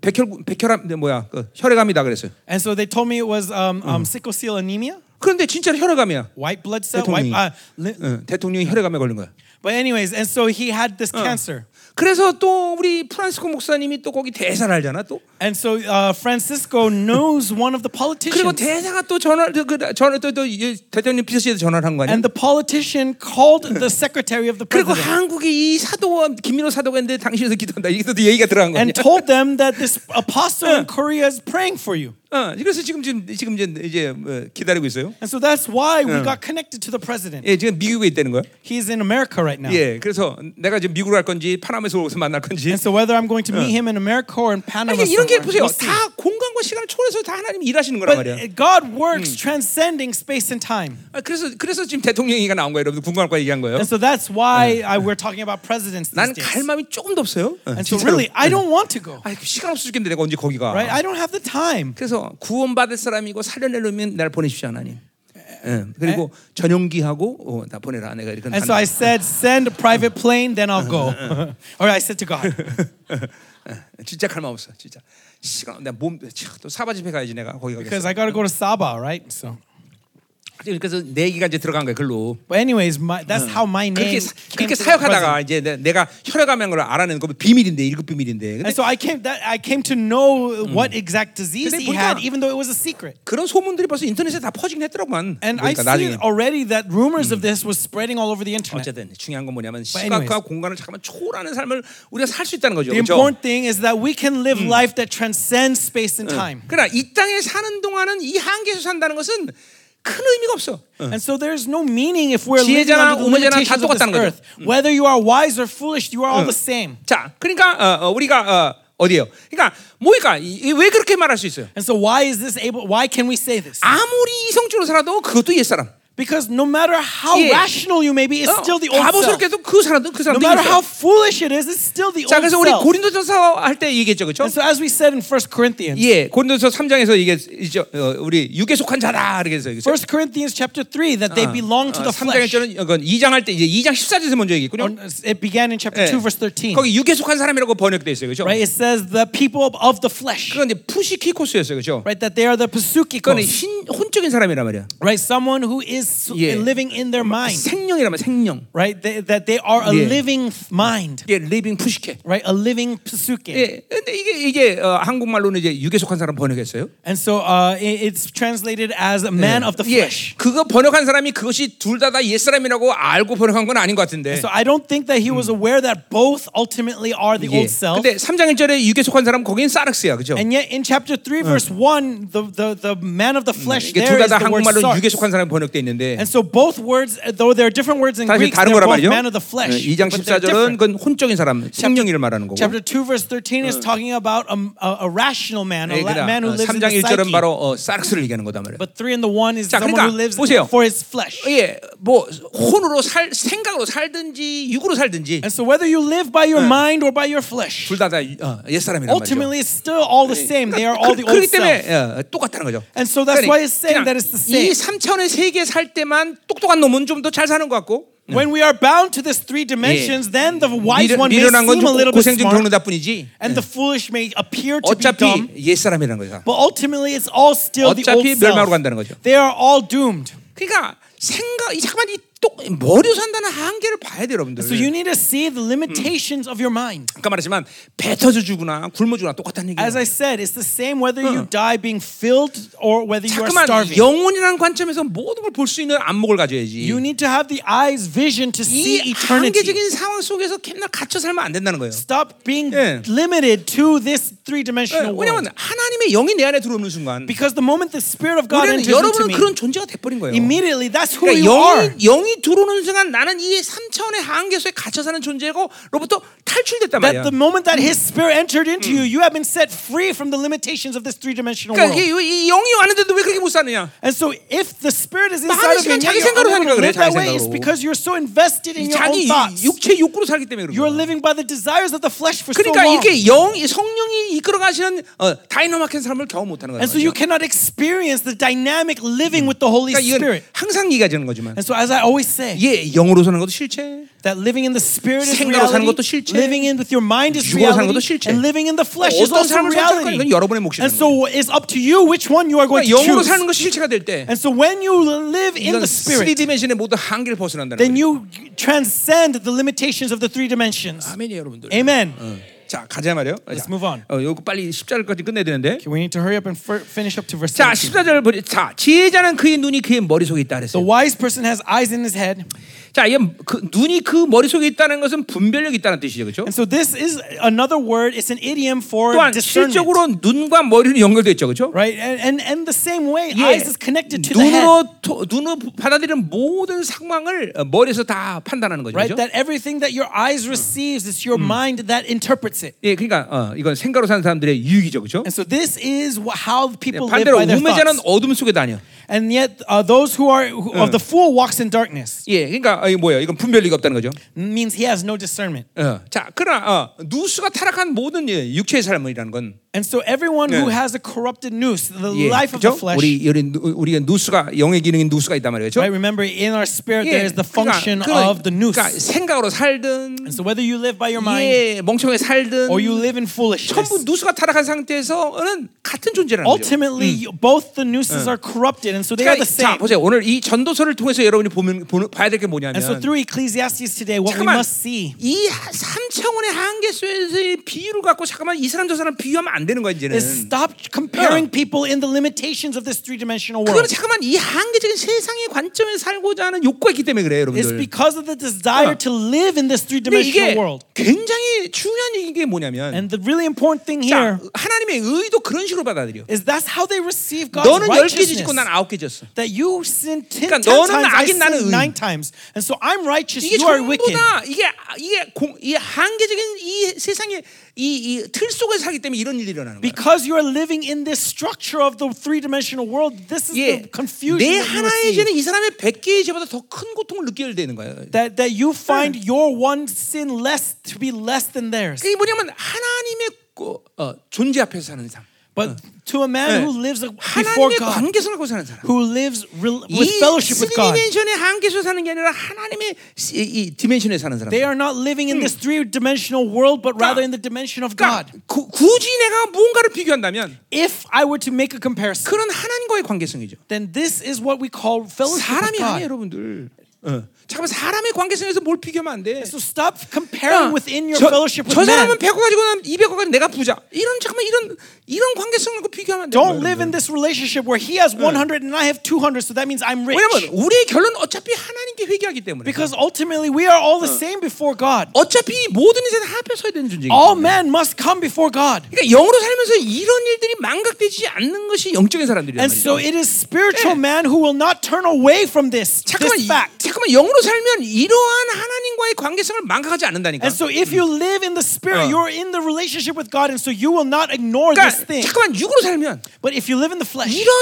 백혈 백혈암 네, 뭐야 그 혈액암이다 그랬어요.
And so they told me it was um, um, sickle cell anemia,
그런데 진짜로 혈액암이야.
white blood cell,
대통령이.
white. Uh, li-
어, 대통령이 혈액암에 걸린 거야.
but anyways, and so he had this cancer.
그래서 또 우리 프란스코 목사님이 또 거기 대사를 알잖아 또.
And so uh, Francisco knows one of the
그리고
politicians.
대사가 또 전화 그 전화 또또 대통령 비서실에서 전화를 한 거 아니야?
And the politician called the secretary of the
그리고
president.
한국의 이 사도와 김민호 사도가 있는데 당신에서 기도한다. 이게 또 얘기가 들어간 거 아니야? <laughs>
and told them that this apostle in Korea is praying for you.
어, 그래서 지금 지금 지금 이제 이제 어, 기다리고 있어요.
And so that's why we got connected to the president.
예, 지금 미국에 있다는 거야.
He's in America right now.
예, 그래서 내가 지금 미국으로 갈 건지 파나마에서 오서 만날 건지.
And so whether I'm going to meet him in America or in Panama,
아니, 이런 게 보세요.
somewhere, we'll see.
다 공간과 시간을 초월해서 다 하나님 일하시는 거란
But
말이야.
uh, God works transcending space and time.
아, 그래서 그래서 지금 대통령 얘기가 나온 거예요. 여러분들 궁금할까 얘기한 거예요.
And so that's why I, we're talking about presidents these
난 갈
days.
마음이 조금도 없어요. 어,
And so
진짜로.
really, I don't want to go.
아, 시간 없어 죽겠는데 내가 언제 거기 가.
Right? 아. I don't have the time.
그래서 구원받을 사람이고 살려낼 놈이면 날 보내십시오 하나님. 예, 그리고 전용기하고 어, 다 보내라 내가 이렇게
And so
<laughs>
I said, send a private plane, then I'll go. or I said to God,
예, 진짜 갈망 없어 진짜 시간 내몸또 사바 집회 가야지 내가 거기 가겠어
because I got to go to Saba, right? So,
그래서 내 얘기가 이제 들어간 거야 글로
but anyways, my, that's how my
그렇게
name
사-
came
그렇게
to the president.
사역하다가 이제 내- 내가 혈액암인 걸 알아낸 거 비밀인데 일급 비밀인데 근데
And so I came that I came to know what exact disease
근데
he had,
보니까-
even though it was a secret.
그런 소문들이 벌써 인터넷에 다 퍼지긴 했더라고만
And I
그러니까
see
나중에
already that rumors of this was spreading all over the internet.
어쨌든 중요한 건 뭐냐면
anyways.
시각과 공간을 잠깐만 초월하는 삶을 우리가 살 수 있다는 거죠
The
그렇죠?
important thing is that we can live life that transcends space and time.
그러나 이 땅에 사는 동안은 이 한계에서 산다는 것은 큰 의미가 없어
And so there's no meaning if we're living
지혜자나
under the
우매자나 다
limitations of this
똑같다는 거죠.
earth. Whether you are wise or foolish, you are all the same.
자 그러니까 어, 어, 우리가 어, 어디에요 그러니까 뭐니까 이- 이왜 그렇게 말할 수 있어요
And so why is this able why can we say this?
아무리 이성적으로 살아도 그것도 옛사람
Because no matter how
Yeah. Oh,
rational you may be, it's
어,
still the old self.
바보스럽게도 그 사람도 그
No
사람도
matter
있어요.
how foolish it is, it's still the
자
old
그래서 우리
self.
고린도전서 할 때 얘기했죠 그렇죠
And so as we said in 1 Corinthians,
예 고린도전서 3장에서 얘기했죠 어, 우리 육에 속한 자다 이렇게 해서 얘기했어요.
1 Corinthians chapter 3
Uh,
that they belong to
어,
the flesh.
3장에서는 그건 2장 할 때 이제 2장 14절에서 먼저 얘기했군요.
Or, uh, It began in chapter
예.
2 verse 13.
거기 육에 속한 사람이라고 번역돼 있어요. 그렇죠?
Right? It says the people of the flesh.
그건 이제 푸시키코스였어요. 그렇죠?
Right? That they are the
그건
pasukikos.
흰, 혼적인 사람이란 말이야.
Right? Someone who is
Yeah.
living in their mind.
생령이란 말이야. 생령.
Right? They, that they are a
Yeah.
living mind.
예, 리빙 푸시케.
Right? A living pasuke.
예. 근데 이게 이게 어, 한국말로는 이제 육에 속한 사람 번역했어요.
And so uh, i- it's translated as a man of the
예.
flesh.
그거 번역한 사람이 그것이 둘 다 다 옛사람이라고 알고 번역한 건 아닌 것 같은데.
So I don't think that he was
Hmm.
aware that both ultimately are the
예.
old self.
근데 3장 1절에 육에 속한 사람 거긴 사르스야. 그죠?
And yet in chapter 3
uh.
verse 1 the, the, the man of the flesh
이게
there
둘
is
다 다
the
Hmm.
word
한국말로 육에
sarx.
속한 사람이 번역돼 있는데
And so both words though they're different words in
사실
Greek
다른
they're
거란 어,
both
말이죠.
man of the flesh.
2장
but they're
14절은
different.
그건 혼적인 사람, 생명이를 말하는 거고.
Chapter 2 verse 13 is talking about a, a, a rational man, a
예,
la-
그러나
man who lives in
3장
the
1절은
psyche.
바로 어, 사르스를 얘기하는 거단 말이에요.
But 3 and the 1 is
자,
someone
그러니까
who lives
보세요.
for his flesh.
예, 뭐 혼으로 살 생각으로 살든지 육으로 살든지
And so whether you live by your mind or by your flesh
둘 다다 어, 옛사람이란
ultimately it's still all the same. They are all
말이죠.
the
그, 그렇기
old self.
때문에 어, 똑같다는 거죠.
And so that's
그러니
why it's saying
그냥
that it's the same.
이 3차원의 세계 살 때만 똑똑한 놈은 좀 더 잘 사는 것 같고
When we are bound to these three dimensions, then the wise
미련-
one may
미련한 건
seem a
좀
little bit
고생 좀
smart,
겪는다 뿐이지
and the foolish may appear to be
어차피
dumb.
옛사람이라는 거죠.
But ultimately, it's all still the
어차피
old
멸망으로
self.
간다는 거죠.
They are all doomed.
그러니까 생각 이 잠깐 이똑 머리로 산다는 한계를 봐야 돼요, 여러분들.
So you need to see the limitations of your mind.
아까 말했지만 뱉어져 주거나 굶어 주거나 똑같다는 얘기예요.
As I said, it's the same whether you die being filled or whether you are
자꾸만
starving.
영혼이라는 관점에서 모든 걸 볼 수 있는 안목을 가져야지.
You need to have the eyes vision to see
이
eternity.
한계적인 상황 속에서 맨날 갇혀 살면 안 된다는 거예요.
Stop being
예.
limited to this three-dimensional
네, 왜냐하면
world.
하나님의 영이 내 안에 들어오는 순간
Because the moment the Spirit of God
우리는
enters into
여러분은
me,
그런 존재가 돼버린 거예요.
immediately that's who
그러니까
you are.
영이, 영이 들어오는 순간 나는 이 3차원의 한계 속에 갇혀 사는 존재로부터 탈출됐단 말이야.
That the moment that His Spirit entered into you, you have been set free from the limitations of this three-dimensional
그러니까
world.
이게 이- 이 영이 왔는데도 왜 그렇게 못 사느냐?
And so, if the Spirit is
하는
inside of you,
시간
and yet
자기
you're
생각으로
unable
사니까
to
그래,
live that
자기
way, it's
생각으로.
because you're so invested in your own
자기
thoughts.
육체 욕구로 살기 때문에 그런
You're
거야.
living by the desires of the flesh for so
그러니까
long.
이게 영, 이 성령이 이끌어가시는 어, 다이나마켓 삶을 경험 못하는 거예요.
And so, you cannot experience the dynamic living with the Holy
그러니까 이건
Spirit.
항상 얘기하는 거지만
And so, as I always say,
이게 영으로 사는 것도 실체,
that living in the Spirit is
생각으로 사는
reality,
것도 실체,
living in with your mind is
육으로 사는 것도
reality,
실체.
and living in the flesh is
어떤
also
삶을 선택할 거냐,
reality.
이건 여러분의 몫이라는
And so, it's up to you which one you are going to
그러니까 영으로
choose.
사는 것이 실체가 될 때,
And so when you live in
이건
the
쓰리
spirit,
디멘션의 모든 한계를 벗어난다는
then
거예요.
you transcend the limitations of the three dimensions.
아멘이 여러분들.
Amen.
어. 자 가자 말이요.
Let's move on.
어, 요거 빨리 10절까지 끝내야 되는데.
Okay, we need to hurry up and fir- finish up to verse
자
17.
14절 보자. 지혜자는 그의 눈이 그의 머릿속에 있다
The
그랬어요.
wise person has eyes in his head.
자, 이게 그 눈이 그 머릿속에 있다는 것은 분별력이 있다는 뜻이죠. 그렇죠?
And so this is another word, it's an idiom for
또한
discernment.
실적으로 눈과 머리는 연결돼 있죠. 그렇죠?
Right? And, and and the same way,
예,
eyes is connected to the head.
눈으로 토- 눈으로 받아들이는 모든 상황을 어, 머리에서 다 판단하는 거죠. 그렇죠?
Right?
그죠?
That everything that your
Hmm.
eyes receives, it's your mind that interprets it.
예, 그러니까 어, 이건 생각으로 사는 사람들의 유익이죠, 그렇죠?
And so this is wha- how
예,
people live
반대로
by their
우매자는
thoughts.
어둠 속에 다녀.
And yet, uh, those who are who, of the fool walks in darkness
예, 그러니까 어, 이거 뭐야? 이건 분별력이 없다는 거죠.
means he has no discernment.
어, 자, 그러나 어, 누수가 타락한 모든 예, 육체의 삶이라는 건
And so, everyone who
Yeah.
has a corrupted noose, the
예,
life of
그죠?
the flesh,
우리 우리 우리가 누수가 영의 기능인 누수가 있단 말이죠.
right? Remember, in our spirit, there is the function
그러니까-
of the noose.
그러니까 생각으로 살든
And so, whether you live by your mind
예, 멍청하게 살든
or you live in foolishness,
전부 누수가 타락한 상태에서는 같은 존재라는 거죠.
ultimately, you- both the nooses are corrupted, and so they are
그러니까
the
자
same.
보세요. 오늘 이 전도서를 통해서 여러분이 보면 보는, 봐야 될 게
And
뭐냐면
so, through Ecclesiastes today, what we
잠깐만
must see
이 삼차원의 한계 속에서의 비유를 갖고 잠깐만 이 사람 저 사람 비유하면 안 되는 거야 이제는.
is stop comparing
Yeah.
people in the limitations of this three-dimensional
그거는
world.
잠깐만 이 한계적인 세상의 관점에 살고자 하는 욕구가 있기 때문에 그래요,
It's
여러분들.
because of the desire
Yeah.
to live in this
근데 이게
three-dimensional world.
굉장히 중요한 얘기가 뭐냐면
And the really important thing
자,
here
하나님의 의도 그런 식으로 받아들여.
is that's how they receive God's
너는 열 개 짓고 난
righteousness.
아홉 개 졌어.
That you sin ten,
그러니까
ten
너는
times, I
악인, 나는
sin
의인.
nine times. And so I'm righteous,
이게
you are wicked.
전부 다 이게 이게 공, 이 한계적인 이 세상의 이 틀 속에 살기 때문에 이런 일이 일어나는 거야.
Because you are living in this structure of the three-dimensional world, this is
예,
the confusion
내
that you
하나의
receive.
죄는 이 사람의 백 개의 죄보다 더 큰 고통을 느껴야 되는 거야.
That, that you find your one sin less to be less than theirs.
그게 뭐냐면 하나님의 어, 어, 존재 앞에서 사는 사람,
But to a man
예.
who lives before
하나님의
God,
관계성을 갖고 사는 사람.
who lives rel- with
이
fellowship with God,
디멘션의 한계에서 사는 게 아니라 하나님의 시- 이 디멘션에 사는 사람.
they are not living in this
Hmm.
three-dimensional world, but rather in the dimension of God.
그러니까 구- 굳이 내가 무언가를 비교한다면
If I were to make a comparison,
그런 하나님과의 관계성이죠.
then this is what we call fellowship with
사람이 아니에요,
God.
여러분들. 어. 잠깐만 사람의 관계성에서 뭘 비교하면 안 돼.
So stop
어,
comparing within your
저,
fellowship with
저 사람은
man.
100억 가지고 난 200억 가지고 내가 부자. 이런 잠깐만 이런 이런 관계성을 갖고 비교하면 안 돼.
Don't live in this relationship where he has 100 and I have 200, so that means I'm
왜냐면
rich.
우리의 결론은 어차피 하나님께 회개하기 때문에.
Because ultimately we are all the same before God.
어차피 모든 인생은 합에 서야 되는 존재이기
All
때문에.
men must come before God.
그러니까 영으로 살면서 이런 일들이 망각되지 않는 것이 영적인 사람들이란
And so
말이죠.
it is spiritual
Yeah.
man who will not turn away from this,
잠깐만, 이-
this fact.
잠깐만 영으로 살면 이러한 하나님과의 관계성을 망각하지 않는다니까.
And so if you live in the
Uh.
spirit, you're in the relationship with God, and so you will not ignore this
그러니까
thing.
잠깐만 육으로 살면
But if you live in the flesh,
이런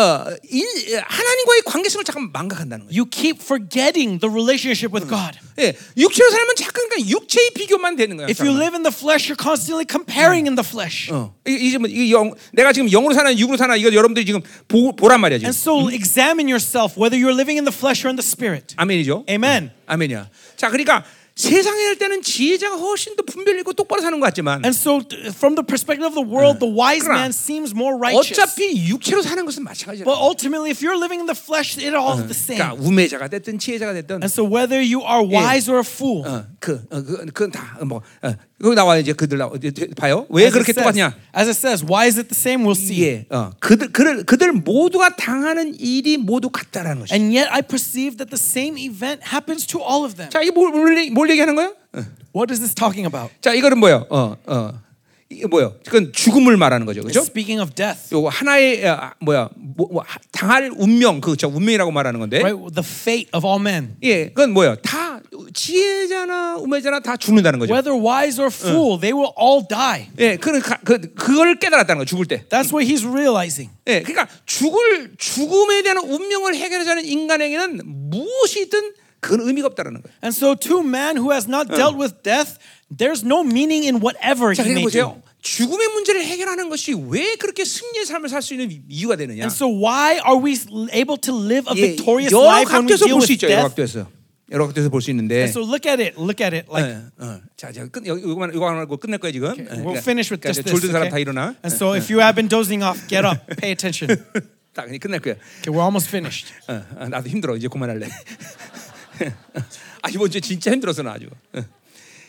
어, 이- 하나님과의 관계성을 잠깐 망각한다는 거죠.
you keep forgetting the relationship with God.
예, 육체로 살면 잠깐 그러니까 육체의 비교만 되는 거야.
If you
잠깐만.
live in the flesh, you're constantly comparing in the flesh.
어. 이- 이제 뭐이영 내가 지금 영으로 사나 육으로 사나 이거 여러분들이 지금 보, 보란 말이야 지금.
And so examine yourself whether you're living in the flesh or in the spirit.
아멘이죠.
Amen.
아멘이야. 자, 그러니까 세상에 살 때는 지혜자가 훨씬 더 분별 있고 똑바로 사는 것 같지만
And so, t- from the perspective of the world, the wise
그러나
man seems more righteous.
어차피 육체로 사는 것은 마찬가지야.
But ultimately, if you're living in the flesh, it all is the
그러니까
same.
우매자가 됐든 지혜자가 됐든
And so, whether you are wise or a fool,
어, 그, 어, 그, 그건 다, 어, 뭐, 어, 거기 나와 이제 그들 나와, 이제 봐요. 왜
as it,
그렇게
says,
똑같냐?
as it says, why is it the same? We'll see.
예, 어, 그들, 그들, 그들 모두가 당하는 일이 모두 같다라는 것이.
And yet, I perceive that the same event happens to all of them.
자, 이게 뭘, 뭘, 얘기- 뭘 얘기하는 거야? 어.
What is this talking about?
자, 이거는 뭐예요? 어, 어, 이게 뭐예요? 그건 죽음을 말하는 거죠, 그렇죠?
Speaking of death,
요거 하나의 아, 뭐야, 뭐, 뭐, 하- 당할 운명, 그죠? 운명이라고 말하는 건데.
right? The fate of all men.
예, 그건 뭐예요? 다 지혜자나 우매자나 다 죽는다는 거죠.
Whether wise or fool, they will all die.
예, 그는 가- 그 그걸 깨달았다는 거 죽을 때.
That's what he's realizing.
예, 그러니까 죽을 죽음에 대한 운명을 해결하자는 인간에게는 무엇이든 그건 의미가 없다라는 거예요.
And so, to man who has not dealt with death, there's no meaning in whatever
자,
he
그러니까
may do.
보세요. 죽음의 문제를 해결하는 것이 왜 그렇게 승리의 삶을 살 수 있는 이유가 되느냐?
And so, why are we able to live a
예,
victorious
여러
life when we
각도에서
deal
볼 수
with
있죠. 여러
death?
각도에서 여러 각도에서 볼 수 있는데.
And so, look at it. Look at it. Like
예, 어. 자, 제가 끝 이거- 이거만 이거 하고 끝낼 거야 지금. 예,
we'll
그러니까-
finish with
그러니까
just
이제
this.
졸든 사람 다
Okay?
일어나.
And so, if you have been dozing off, get up. Pay attention. Okay,
<laughs> 딱 이제 끝낼 거야.
we're almost finished.
어, 어, <laughs> 나도 힘들어 이제 그만할래. 아 이번 주 진짜 힘들어서 나 아주. 어.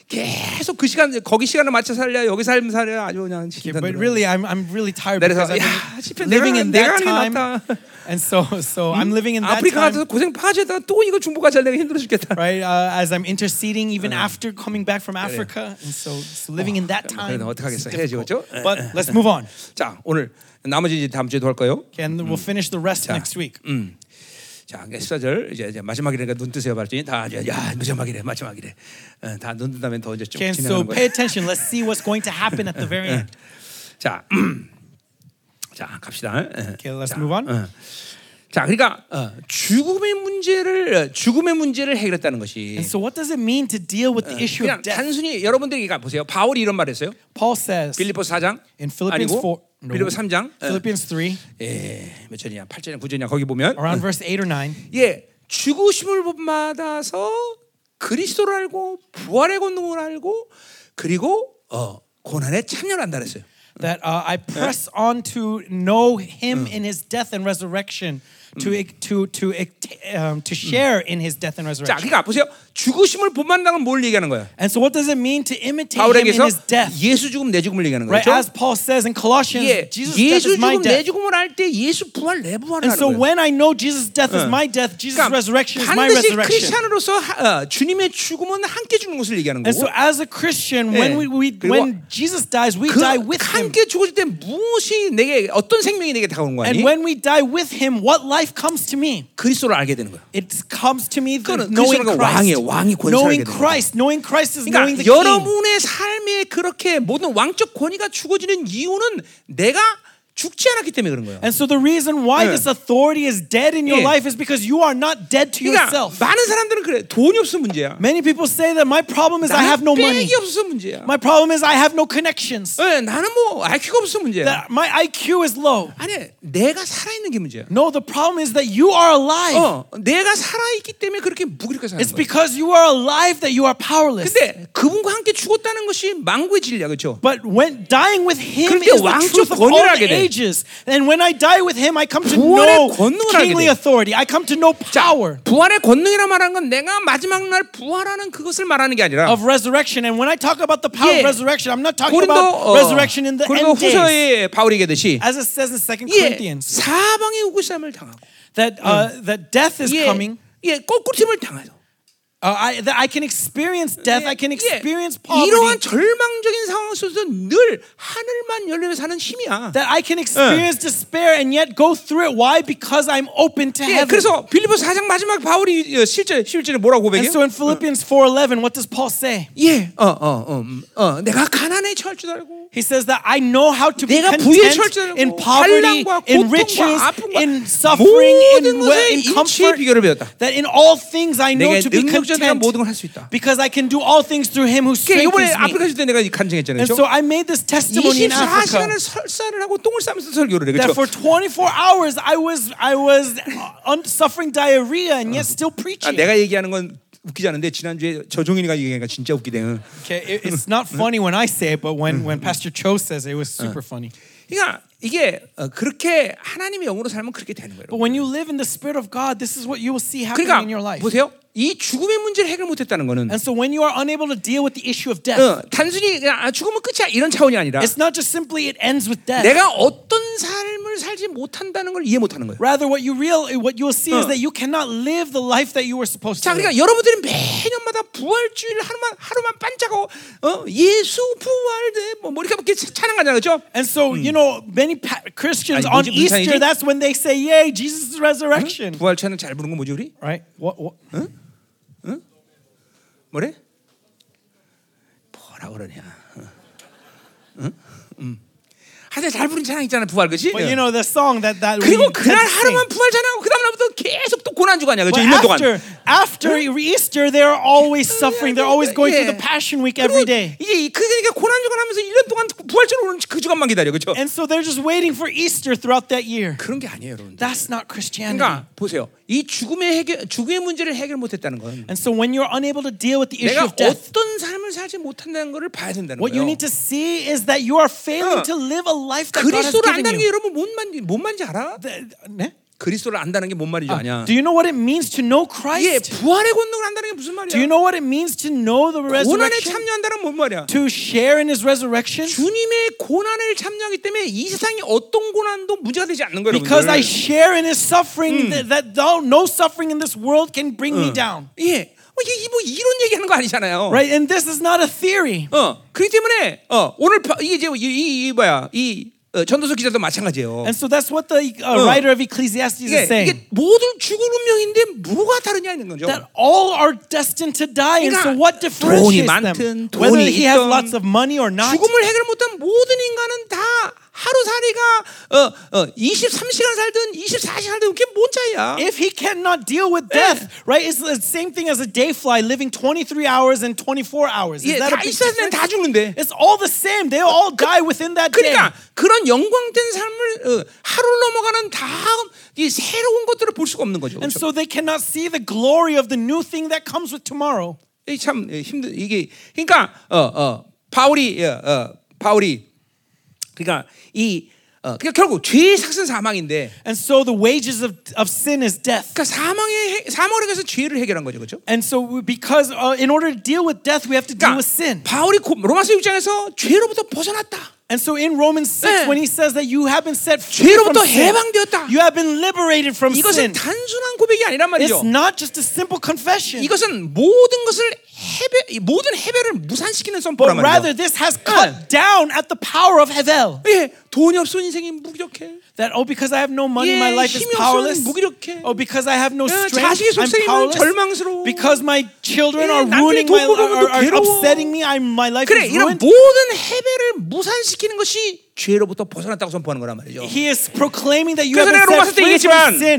계속 그 시간 거기 시간을 맞춰 살려 여기 삶 살려 아주 그냥
Okay,
진단
but
들어요.
really, I'm, I'm really tired
내려서,
because I've
"야, 집에
been living in
내가- 내가
that
하는 게
time.
낫다.
And so, so I'm living in that
아프리카 가서
time,
고생 파지했다가 또 이거 중보가 잘 내가 힘들어 죽겠다.
right? Uh, as I'm interceding even after coming back from Africa. And so, so living in that time.
그래도
is
어떡하겠어,
difficult.
해야죠, 그죠?
But let's move on.
자 오늘 나머지 이제 다음 주에도 할 거예요.
Okay, and we'll finish the rest next week.
자 14절 이제, 이제 마지막이니까 눈 뜨세요 발전이 다 이제 야 마지막이래 마지막이래 어, 다눈 뜬다면 더 이제 쭉
Okay, and so
진행하는 거예요.
pay attention. Let's see what's going to happen at the very end.
자, <clears throat> 자 갑시다. 어.
Okay, let's move on.
자 그러니까 어, 죽음의 문제를 어, 죽음의 문제를 해결했다는 것이
And so, what does it mean to deal with the issue
그냥
of death?
단순히 여러분들이 그러니까 보세요. 바울이 이런 말했어요.
Paul says
빌리포스 4장
in Philippians
아니고
4,
빌리포스 3장 어,
Philippians 3,
예, 몇 절이냐? 8절이냐? 9절이냐? 거기 보면
around verse 8 or 9.
예, 죽으심을 받아서 그리스도를 알고 부활의 권능을 알고 그리고 어, 고난에 참여한다 그랬어요.
that uh, I press on to know Him in His death and resurrection, to e, to to um, to share in His death and
자,
resurrection.
그러니까 보세요. 죽으심을 본받는다는 건 뭘 얘기하는 거예요?
And so, what does it mean to imitate Him in
바울에게서
His death?
예수 죽음 내 죽음을 얘기하는
Right,
거죠.
as Paul says in Colossians,
예,
Jesus' death
예수
is my
죽음 내
death.
죽음을 알 때 예수 부활 내 부활을 하는
And so,
거예요.
when I know Jesus' death is my death, Jesus'
그러니까
resurrection is my
반드시
resurrection.
크리스천으로서 하- 어, 주님의 죽음은 함께 죽는 것을 얘기하는
And
거고
so, as a Christian, when we, we
그리고
when Jesus dies, we
그
die with Him.
함께 죽어질 때 무엇이 내게 어떤 생명이 내게 다가오는 거 아니?
And when we die with Him, what life comes to me?
그리스도를 알게 되는 거야.
It comes to me the
그거는
knowing
그리스도가
Christ.
왕이에요. 왕이 권세를
knowing
알게 되는
Christ. Knowing Christ is knowing
그러니까
the King.
여러분의 삶에 그렇게 모든 왕적 권위가 죽어지는 이유는 내가 죽지 않았기 때문에 그런 거예요.
And so the reason why
예.
this authority is dead in your
예.
life is because you are not dead to
그러니까
yourself.
많은 사람들은 그래 돈이 없어 문제야.
Many people say that my problem is I have
나는
no money.
백이 없어서 문제야.
My problem is I have no connections.
예, 나는 뭐 IQ가 없어 문제야.
That my IQ is low.
아니 내가 살아있는 게 문제야.
No, the problem is that you are alive.
어, 내가 살아있기 때문에 그렇게 무기력해 사는 거야.
It's because you are alive that you are powerless.
근데 그분과 함께 죽었다는 것이 망구의 진리야, 그렇죠?
But when dying with him
그럴 때
is the
왕적
truth of all
권위를
the
알게 돼.
ages. And when I die with him, I come to
부활의
know
권능을 알게
kingly
돼.
authority. I come to know power
부활의 권능이라 말하는 건 내가 마지막 날 부활하는 그것을 말하는 게 아니라
of resurrection. And when I talk about the power
예.
of resurrection, I'm not talking
고린도
about
어,
resurrection in the
고린도
end days.
후서에 바울이 얘기하듯이
As it says in 2
예,
Corinthians,
사방에 우구쌈을 당하고
that, uh, that death is
예,
coming.
예, 꼬꾸팀을 당하죠.
Uh, I, that I can experience death. I can experience
예, 이러한
poverty.
절망적인 상황 속에서 늘 하늘만 열리며 사는 힘이야.
That I can experience despair and yet go through it. Why? Because I'm open to
예,
heaven.
그래서 빌리포스 4장 마지막 바울이 어, 실제 실제로 뭐라고 고백해요?
And so in Philippians 4.11, what does Paul say?
예, 어, 어, 어, 음, 어, 내가 가난에 처할 줄 알고
He says that I know how to be
내가 부유에 처할
content
줄 알고
in poverty,
환란과
in
고통과
riches,
아픔과
in suffering, in,
모든
we-
것에
in
인치의
comfort.
비결을 배웠다. 그러니까
That in all things I know
내가
to be
능력자 내가
content
모든 걸 할 수 있다.
because I can do all things through Him who
그러니까 이번에
strengthens
아프리카
me.
있을 때 내가 간증했잖아요.
And
그렇죠?
so I made this testimony in Africa
24시간을 설사를 하고 똥을 싸면서 설교를 해.
that
그렇죠?
for 24 hours I was I was uh, un- suffering diarrhea and yet still
아,
preaching.
내가 얘기하는 건 웃기지 않은데 지난주에 저종인이가 얘기하니까 진짜 웃기대요.
Okay, it- it's not funny when I say it, but when when Pastor Cho says it, it was super funny.
그러니까 이게 어, 그렇게 하나님의 영으로 살면 그렇게 되는 거예요.
But
여러분.
when you live in the Spirit of God, this is what you will see happening in your
그러니까
life.
보세요. 이 죽음의 문제를 해결 못했다는 거는
And so when you are unable to deal with the issue of death,
어, 단순히 그냥 아, 죽으면 끝이야 이런 차원이 아니라
it's not just simply it ends with death.
내가 어떤 삶을 살지 못한다는 걸 이해 못하는 거예요.
Rather, what you real what you will see
어.
is that you cannot live the life that you were supposed to
자,
live.
그러니까 여러분들이 매년마다 부활주일 하루만 하루만 반짝하고 어, 예수 부활 네, 뭐 머리가 이렇게 찬양하잖아요, 그렇죠?
And so, you know, many pa- Christians
아니,
on
뭐지,
Easter,
불창이지?
that's when they say, "Yay, Jesus' resurrection!"
부활 찬양 잘 부르는 거 뭐지 우리?
Right? What? what?
뭐래? 뭐라 그러냐? 응? 응? 하여튼 잘 부른 찬양 있잖아 부활 그지?
But you know the song that that we
그리고
tend to
그날 하루만
sing.
부활 찬양하고 그 다음 날부터 계속 또 고난 주간이야 그죠?
But
1년 동안
after after Easter, they're always suffering. They're always going through the Passion Week every
그리고
day.
이제 이- 그러니까 고난 주간 하면서 1년 동안 부활절 오는 그 주간만 기다려 그죠?
And so they're just waiting for Easter throughout that year.
그런 게 아니에요 여러분.
That's not Christianity.
그러니까 보세요. 이 죽음의 해결, 죽음의 문제를 해결 못했다는 건
And so when you're unable to deal with the issue
내가
of death,
어떤 삶을 살지 못한다는 것을 봐야 된다는
What you
거예요.
need to see is that you are failing
어.
to live a life that God has
그리스도를 안다는
given
게
you.
여러분 뭔 말인지 뭔 말인지 알아?
The- 네?
그리스도를 안다는 게 뭔 말이지 아냐?
Do you know what it means to know
이게
Christ?
부활의 권능을 안다는 게 무슨 말이야?
Do you know what it means to know the
고난에
resurrection?
참여한다는 건 뭔 말이야?
To share in his resurrection?
주님의 고난을 참여하기 때문에 이 세상이 어떤 고난도 문제가 되지 않는 거예요.
Because
여러분들.
I share in his suffering, that, that thou- no suffering in this world can bring me down.
예, 뭐 이게 뭐 이런 얘기하는 거 아니잖아요.
Right? And this is not a theory.
어, 그렇기 때문에 어, 오늘 바- 이게 이제 이, 이, 이 뭐야 이 어, 전도서 기자도 마찬가지예요.
And so that's what the uh,
Uh.
writer of Ecclesiastes
이게,
is saying.
이게 모든 죽을 운명인데 뭐가 다르냐 있는 거죠.
That all are destined to die, and so
그러니까
what
돈이
differentiates them?
많든
Whether
돈이
he has
있든
lots of money or not,
죽음을 해결 못한 모든 인간은 다 하루살이가 어, 어, 23시간 살든 24시간 살든 그게 뭔 차이야?
if he cannot deal with death, right? It's the same thing as a day fly living 23 hours and 24 hours. Is
예,
that
다
a big
있어서는
difference?
다 죽는데.
It's all the same. They all die within that day.
그러니까 그런 영광된 삶을 어, 하루를 넘어가는 다음 이 새로운 것들을 볼 수가 없는 거죠.
And
그렇죠?
so they cannot see the glory of the new thing that comes with tomorrow.
이참 예, 힘든 이게 그러니까 어, 어, 바울이 예, 어, 바울이 그러니까 이 어, 그러니까 결국 죄의 삭은 사망인데
And so the wages of, of sin is death.
그러니까 사망의 해- 사망을 해서 죄를 해결한 거죠. 그렇죠?
And so we- because uh, in order to deal with death, we have to deal
그러니까
with sin.
바울이 고- 로마서 6장에서 죄로부터 벗어났다.
And so in Romans 6,
네.
when he says that you have been set free from
죄로부터
sin,
Eh. 해방되었다.
you have been liberated from
이것은
sin.
단순한 고백이 아니란
It's
말이죠.
not just a simple confession.
이것은 모든 것을 해배 이 모든 해배를 무산시키는
But
선포란
rather,
말이죠.
this has cut down at the power of Hevel.
예, 돈이 없으면 인생이 무기력해.
That, oh, because I have no money,
예,
my life is
힘이 없으면
powerless.
무기력해.
Oh, because I have no
예,
strength,
자식이
I'm
속생이면
powerless.
절망스러워.
Because my children
예,
are
남편이
ruining
돈
my life,
벌어오면
are,
또
are
괴로워.
upsetting me, I'm, my life
그래
is
이런
ruined.
모든 해배를 무산시키는 것이 죄로부터 벗어났다고 선포하는 거란 말이죠.
He is proclaiming that you
그래서 내가
have been
로마서
set
때
free
얘기했지만
from sin,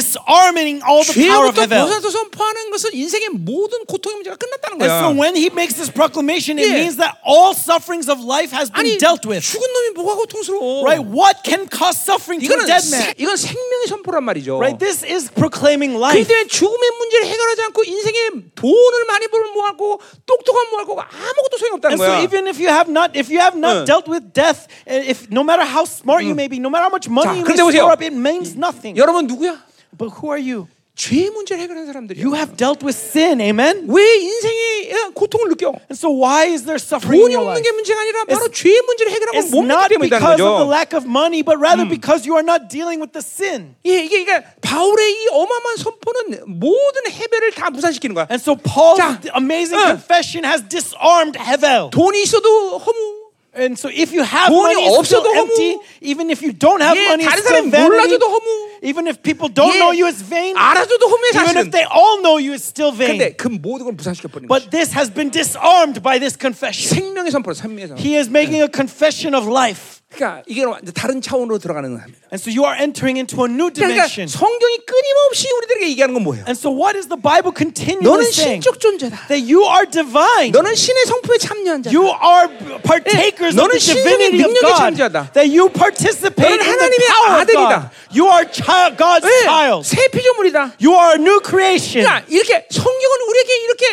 disarming all the power of
죄로부터
Hevel.
벗어나서 선포하는 것은 인생의 모든 고통의 문제가 끝났다는
And
거야.
so when he makes this proclamation, it
예.
means that all sufferings of life has
아니
been dealt with.
죽은 놈이 뭐가 고통스러워?
Right? What can cause suffering to a
이거는
dead
세,
man?
이건 생명의 선포란 말이죠.
Right? This is proclaiming life.
그때 죽음의 문제를 해결하지 않고 인생에 돈을 많이 벌면 뭐하고 똑똑한 뭐하고 아무것도 소용없다는
And so
거야.
even if you have not, if you have not
응.
dealt with death, eh, if no matter how smart you may be, no matter how much
자,
money you
그런데
may
보세요.
store up, it means nothing.
여러분 누구야?
But who are you?
죄의 문제를 해결한 사람들이야.
You have dealt with sin, amen.
왜 인생에 고통을 느껴?
And so why is there suffering
돈이
in your
없는
life?
게 문제가 아니라 바로
It's-
죄의 문제를 해결하고
It's
못
not
믿기 때문이라는
because of
거죠.
the lack of money, but rather because you are not dealing with the sin.
예, 이게 그러니까 바울의 이 어마어마한 선포는 모든 해배를 다 무산시키는 거야.
And so Paul's
자,
amazing
응.
confession has disarmed Hevel.
돈이 있어도 허무.
And so if you
돈이
have money, it's still
없어도 허무.
empty. Even if you don't have
예,
money, it's
다른 사람이
still vanity.
몰라줘도 허무.
Even if people don't
예,
know you, it's vain.
알아줘도 허무해
Even
사실은.
if they all know you, it's still vain.
근데 그 모든 걸 무산시켜 버리는 거야.
But this has been disarmed by this confession.
생명의 선포로 생명의 선포.
He is making a confession of life.
그러니까 이게 완전 다른 차원으로 들어가는 겁니다.
And so you are entering into a new
그러니까
dimension.
성경이 끊임없이 우리들에게 얘기하는 건 뭐예요?
And so what is the Bible continually
너는
saying?
신적 존재다.
That you are divine.
너는 신의 성품에 참여한 자.
You are partakers
예,
of the
너는 신성의
divinity of
능력의
God.
창조자다.
That you participate
너는
in
하나님의
the power of God.
아들이다.
You are child, God's
예,
child.
새 피조물이다.
You are a new creation.
그러니까 이렇게 성경은 우리에게 이렇게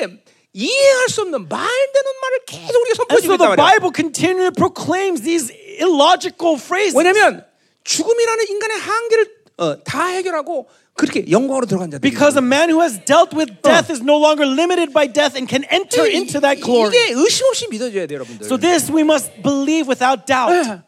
이해할 수 없는 말되는 말을 계속 우리가
And so
선포해주고
the
있단 말이야.
Bible continually proclaims these illogical phrases.
왜냐하면 죽음이라는 인간의 한계를 어, 다 해결하고 그렇게 영광으로 들어간 자들.
Because a man who has dealt with death is no longer limited by death and can enter into that glory.
이게 의심 없이 믿어줘야 돼요, 여러분들. 예.
So this we must believe without doubt.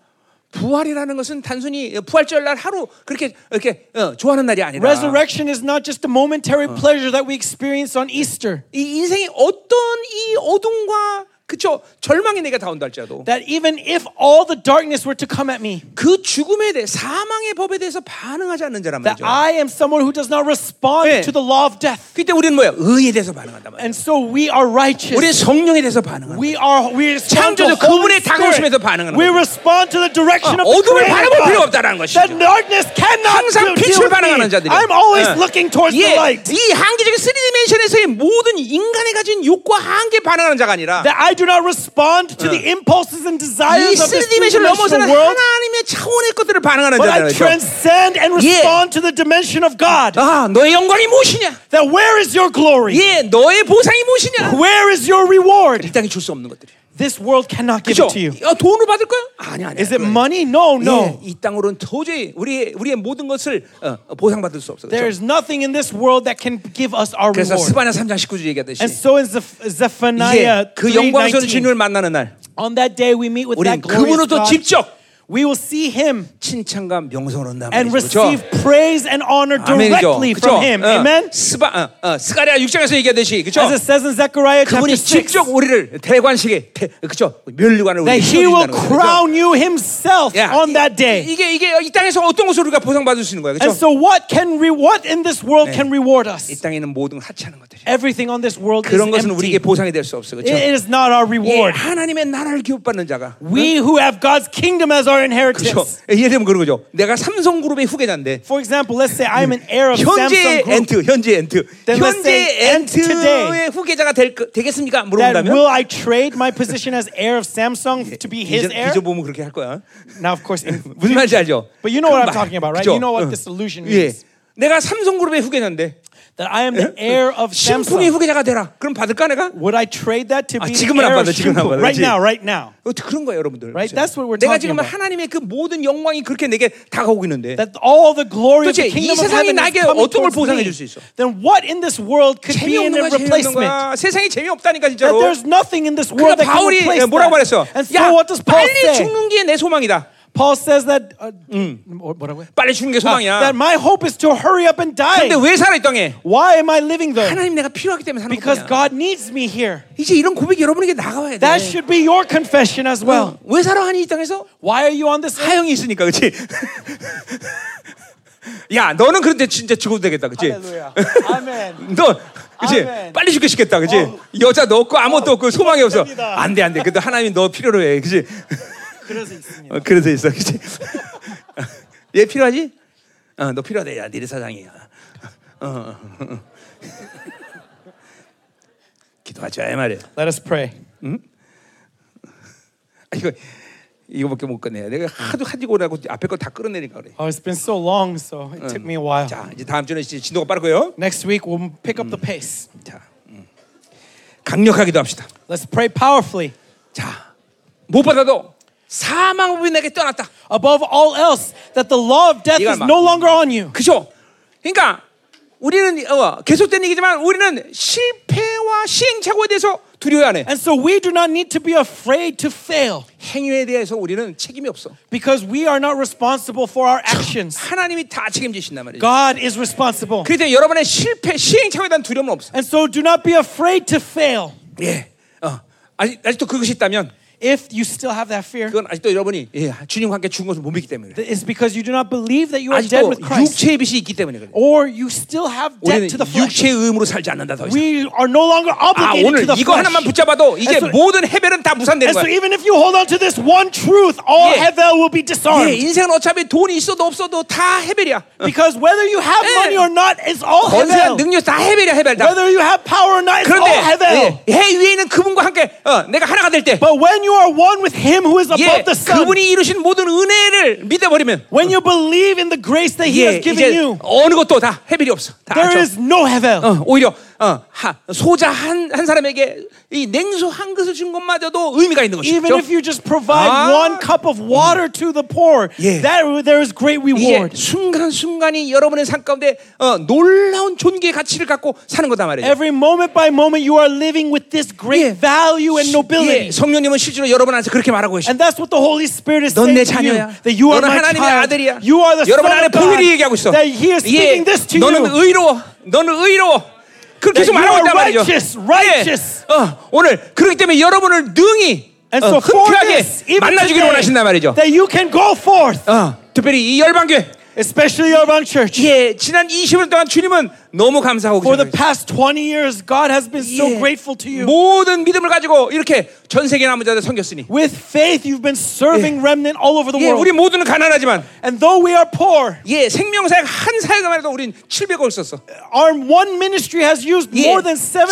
부활이라는 것은 단순히 어, 부활절 날 하루 그렇게 이렇게 어, 좋아하는 날이 아니라
Resurrection is not just a momentary pleasure that we experience on Easter.
이 인생이 어떤 이 어둠과 그쵸 절망이 내게 다온다 할지라도
That even if all the darkness were to come at me,
그 죽음에 대해 사망의 법에 대해서 반응하지 않는 자란 말이죠.
that I am someone who does not respond
네.
to the law of death.
그때 우리는 뭐야? 의에 대해서 반응한단 말이야.
And so we are righteous.
우리의 성령에 대해서 반응한다.
we are we respond to
창조주
the Holy
그분의 다가오심에서
Spirit.
반응하는
We
거죠.
respond to the direction of the
어둠을
Creator
바라볼
God.
필요 없다라는 것이죠.
That darkness cannot
항상
deal- deal
빛으로 반응하는
with me.
자들이.
I'm always looking towards the light.
이 한계적인 3디멘션에서의 모든 인간이 가진 욕과 한계 반응하는 자가 아니라
That I do not respond to the impulses and
이
desires of this
3디멘션을 넘어서는
three-dimensional world,
하나님의 차원의 것들을 반응하는
but
자라는
I
거죠.
transcend and
예.
respond to the dimension of God.
아, 너의 영광이 무엇이냐?
That where is your glory?
예, 너의 보상이 무엇이냐?
Where is your reward?
이 땅이 줄 수 없는 것들이야.
this world cannot give
그죠?
it to you.
어, 돈으로 받을 거야? 아니 아니.
Is it money? No, no.
이 땅으로는 도저히 우리 우리의 모든 것을 어, 보상받을 수 없어. 그죠?
There is nothing in this world that can give us our
그래서 스바냐
reward.
3장 19절 얘기하듯이
And so in Zeph- Zephaniah
이제 그 영광스러운
3:19,
주님을 만나는 날
on that day we meet with
우리는
that glorious
그분으로부터
God.
직접
We will see him
칭찬과 명성을 얻는다
and
말이죠.
receive
그죠?
praise and honor
아멘이죠.
directly
그죠?
from him.
어,
Amen.
스바 어, 어, 스가랴 6장에서 얘기하듯이 그죠?
As it says in Zechariah chapter
그분이
6,
직접 우리를 대관식에 대, 그죠? 멸류관을 우리
that he will crown you himself on that day.
이게 이게 이 땅에서 어떤 것으로 우리가 보상받을 수 있는 거야.
And
그죠?
so what can re- what in this world can reward
이
us?
땅에 있는 모든 하찮은 것들이
Everything on this world is
그런 것은
empty.
우리에게 보상이 될 수 없어. 그죠?
It is not our
예,
reward.
하나님의 나라를 기업받는 자가
We who have God's kingdom as our
그죠?
inheritance.
예를 들면 그런 거죠. 내가 삼성그룹의 후계자인데
For example, let's say I'm an heir of
현재
Samsung Group.
엔트, 현재 엔트,
Then let's
현재
say Ant
엔트의
today.
후계자가 될, 거- 되겠습니까?
That
물어본다면 예,
will I trade my position as heir of Samsung to be his heir?
빚어 보면 그렇게 할 거야.
Now, of course, in
<laughs> 무슨 말인지 알죠?
But you know what
그
I'm talking about, right? You know what this illusion
예.
is.
내가 삼성그룹의 후계자인데
That I am the heir of
신품의
Samsung.
후계자가 되라. 그럼 받을까 내가?
Would I trade that to
아,
be the
지금은 안
heir of
받아, 지금은 안
Shinpo?
받아,
Right
그렇지?
now, right now.
어떻게 그런 거예요, 여러분들?
Right? That's what we're
내가 지금
talking about.
하나님의 그 모든 영광이 그렇게 내게 다가오고 있는데
That all the glory of
도대체
the
이
kingdom of
세상이
heaven
나에게
is coming
어떤 걸
towards
보상해
me.
줄수 있어?
Then what in this world could be in
재미없는
a
거야, 재미없는
replacement?
거야. 세상이 재미없다니까
That
진짜로.
there's nothing in this world
그러니까
that can
바울이
replace
뭐라고
that.
말했어?
And so
야,
what does Paul
빨리
say?
죽는 게 내 소망이다.
Paul says that uh, 뭐- 뭐라고요?
빨리 죽는 게 소망이야.
that my hope is to hurry up and die.
근데 왜 살아 이 땅에?
Why am I living though?
하나님 내가 필요하기 때문에 사는
Because
거야.
God needs me here.
이제 이런 고백이 여러분에게 나가와야 돼.
That should be your confession as
어,
well.
왜 살아 하니 이 땅에서?
Why are you on <laughs> this earth?
사형이 있으니까 그렇지. <laughs> 야, 너는 그런데 진짜 죽어도 되겠다, 그렇지?
Hallelujah. <laughs> Amen.
너 그치
아멘.
빨리 죽게 싶겠다 그치
어우.
여자 너 없고 아무것도 없고 소망이 없어
됩니다.
안돼 안돼 근데 하나님이 너 필요로 해 그치
그래서 있습니다.
어, 그래서 있어 그치 <laughs> 얘 필요하지 어, 너 필요하다 야 니네 사장이야 어, 어, 어. <laughs> 기도하자 이 말이야
Let us pray.
아, <laughs> 이거 이거밖에 못 끝내야 내가 하도 하지고라고 앞에 거 다 끌어내니까 그래
Oh, it's been so long, so it took me a while.
자 이제 다음 주는 이제 진도가 빠르고요
Next week we'll pick up the pace.
자 음. 강력하기도 합시다
Let's pray powerfully.
자못 받아도 사망법이 내게 떠났다
Above all else, that the law of death
이거
is
막-
no longer on you.
그죠? 그러니까 우리는 어, 계속된 얘기지만 우리는 실패와 시행착오에 대해서 두려워야 안 해.
And so we do not need to be afraid to fail
행위에 대해서 우리는 책임이 없어.
because we are not responsible for our actions.
하나님이 다 책임지신단 말이죠.
God is responsible.
그때 여러분의 실패, 시행착오에 대한 두려움은 없어.
And so do not be afraid to fail.
예. 어. 아직, 아직도 그것이 있다면
If you still have that fear,
그건 아직도 여러분이 예, 주님과 함께 죽은 것을 못 믿기 때문에 그래.
it's because you do not believe that you are dead
아직도
with Christ.
육체의 빛이 있기 때문에 그래.
or you still have
우리는
debt to the flesh.
육체의 의무로 살지 않는다 더 이상.
We are no longer
아
obligated
오늘
to the
Ah, 이거
flesh.
하나만 붙잡아도 이제
And so-
모든 해별은 다 무산되는
And so
거야.
even if you hold on to this one truth, all
Yeah.
hevel will be
예,
disarmed.
인생은 어차피 돈이 있어도 없어도 다 해별이야.
Because whether you have
Yeah.
money or not, it's all
권세한
hevel.
능력 다 해별이야 해별 다.
Whether you have power or not, it's all
그런데
hevel.
예, 해 위에 있는 그분과 함께 어, 내가 하나가 될 때,
But when you are one with Him who is above
예,
the sun,
그분이 이루신 모든 은혜를 믿어버리면,
when you believe in the grace that He
예,
has given
이제
you,
어느 것도 다 해별이 없어. 다
there
저-
is no hevel.
어, 오히려 어, 하, 소자 한, 한 사람에게 이 냉소 한 그릇을 준 것마저도 의미가 있는
Even
것이죠.
if you just provide
Ah.
one cup of water to the poor,
Yeah.
that, there is great
이게
reward.
순간순간이 여러분의 삶 가운데 어, 놀라운 존귀의 가치를 갖고 사는 거다 말이에요.
Every moment by moment, you are living with this great
Yeah.
value and nobility.
예, 성령님은 실제로 여러분 안에서 그렇게 말하고 계시죠.
And that's what the Holy Spirit is
넌
saying
내
to you.
자녀야.
That you are
너는
my
하나님의
child.
아들이야.
You are the
여러분
son
안에
of
보일이
God.
얘기하고 있어. 예,
That He is speaking this to
너는
you.
의로워. 너는 의로워. 그렇게 계속
That you
말하고
are
있단 말이죠.
righteous, righteous.
예. 어, 오늘 그렇기 때문에 여러분을 능히
And
어,
so for
흔쾌하게
this, even
만나주기를 원하신단
today,
말이죠.
that you can go forth,
어, 특별히 이 열방교회
especially our own church.
예, 지난 20년 동안 주님은 너무 감사하고
For
계십니다.
the past 20 years, God has been so
예.
grateful to you.
모든 믿음을 가지고 이렇게 전 세계 남은 자들 섬겼으니
With faith, you've been serving remnant all over the
예,
world.
우리 모두는 가난하지만
And though we are poor,
예, 생명사역 한 사역만 해도 우린 700억을 썼어
our one ministry has used
예,
more than 70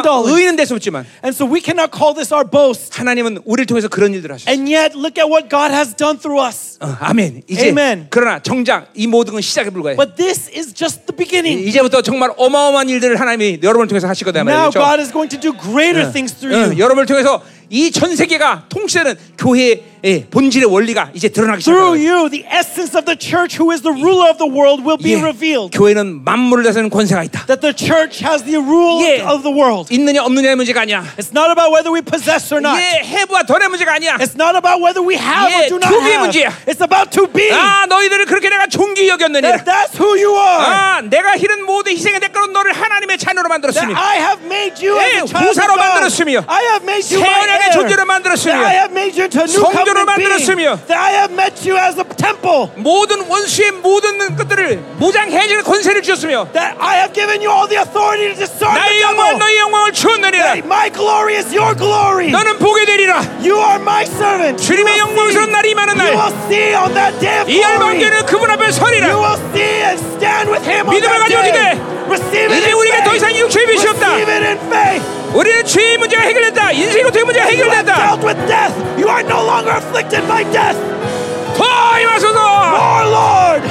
자랑과
dollars.
의는 될수 없지만
And so we cannot call this our boast.
하나님은 우리를 통해서 그런 일들을 하셨어.
And yet, look at what God has done through us.
어, 아멘. 이제
Amen.
그러나 정작 이 모든 건 시작에 불과해.
But this is just the beginning.
이제부터 정말 어마어마한 일들을 하나님이 여러분을 통해서 하실 거다
Now
말이죠.
God is going to do greater things through
응, 예,
you.
여러분을 통해서 이 전 세계가 통치되는 교회의 예, 본질의 원리가 이제 드러나기
Through
시작해요.
you, the essence of the church, who is the ruler of the world, will be revealed.
예, 교회는 만물을 다스리는 권세가 있다.
That the church has the rule
예.
of the world.
있느냐 없느냐의 문제가 아니야.
It's not about whether we possess or not.
이게 해부와 덜의 문제가 아니야.
It's not about whether we have
Yeah,
or do not
to be Ah.
have.
문제야.
It's about to be.
아 너희들을 그렇게 내가 존귀 여겼느니라.
That that's who you are.
아 내가 희른 모든 희생의 대가로 너를 하나님의 자녀로
That
만들었으니
I have made you
예,
as a child of
부사로
God.
만들었으며,
I have made you
새
my
언약의
heir.
존재로 만들었으며,
That I have made you into a new
성도로
covenant being.
만들었으며,
That I have met you as a temple.
모든 원수의 모든 것들을 무장해제의 권세를 주었으며
That I have given you all the authority to discern
나의
the
영광
devil.
너의 영광을 주었느니라.
That my glory is your glory.
너는 보게 되리라.
You are my servant. You
주님의
will,
영광스러운 날이 임하는 날.
you will see on that day of
이
glory.
열방계는 그분 앞에
You
서리라.
will see and stand with him on
믿음을
that day. Receive it
이제
in
우리가 더
faith.
이상 육체의 빛이 없다.
Receive it in faith.
우리는 죄의 문제가 해결된다. 인생의 고통의 문제가
You have
해결된다.
dealt with death. You are no longer afflicted by death.
더 임하소서.
Our Lord.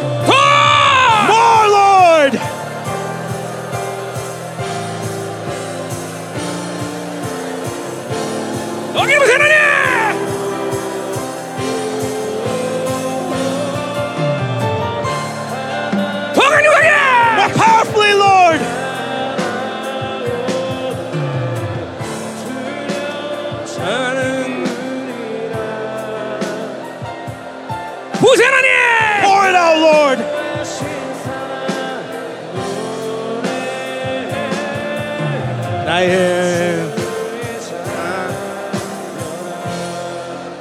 더.
Our Lord.
너기를 세나니. 더 강력하게.
More powerfully, Lord.
부세나니.
Pour it out, Lord.
나의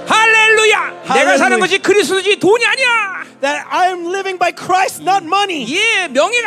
할렐루야. 내가 사는
할렐루야.
것이 그리스도지 돈이 아니야.
That I am living by Christ, not money.
예, 명예가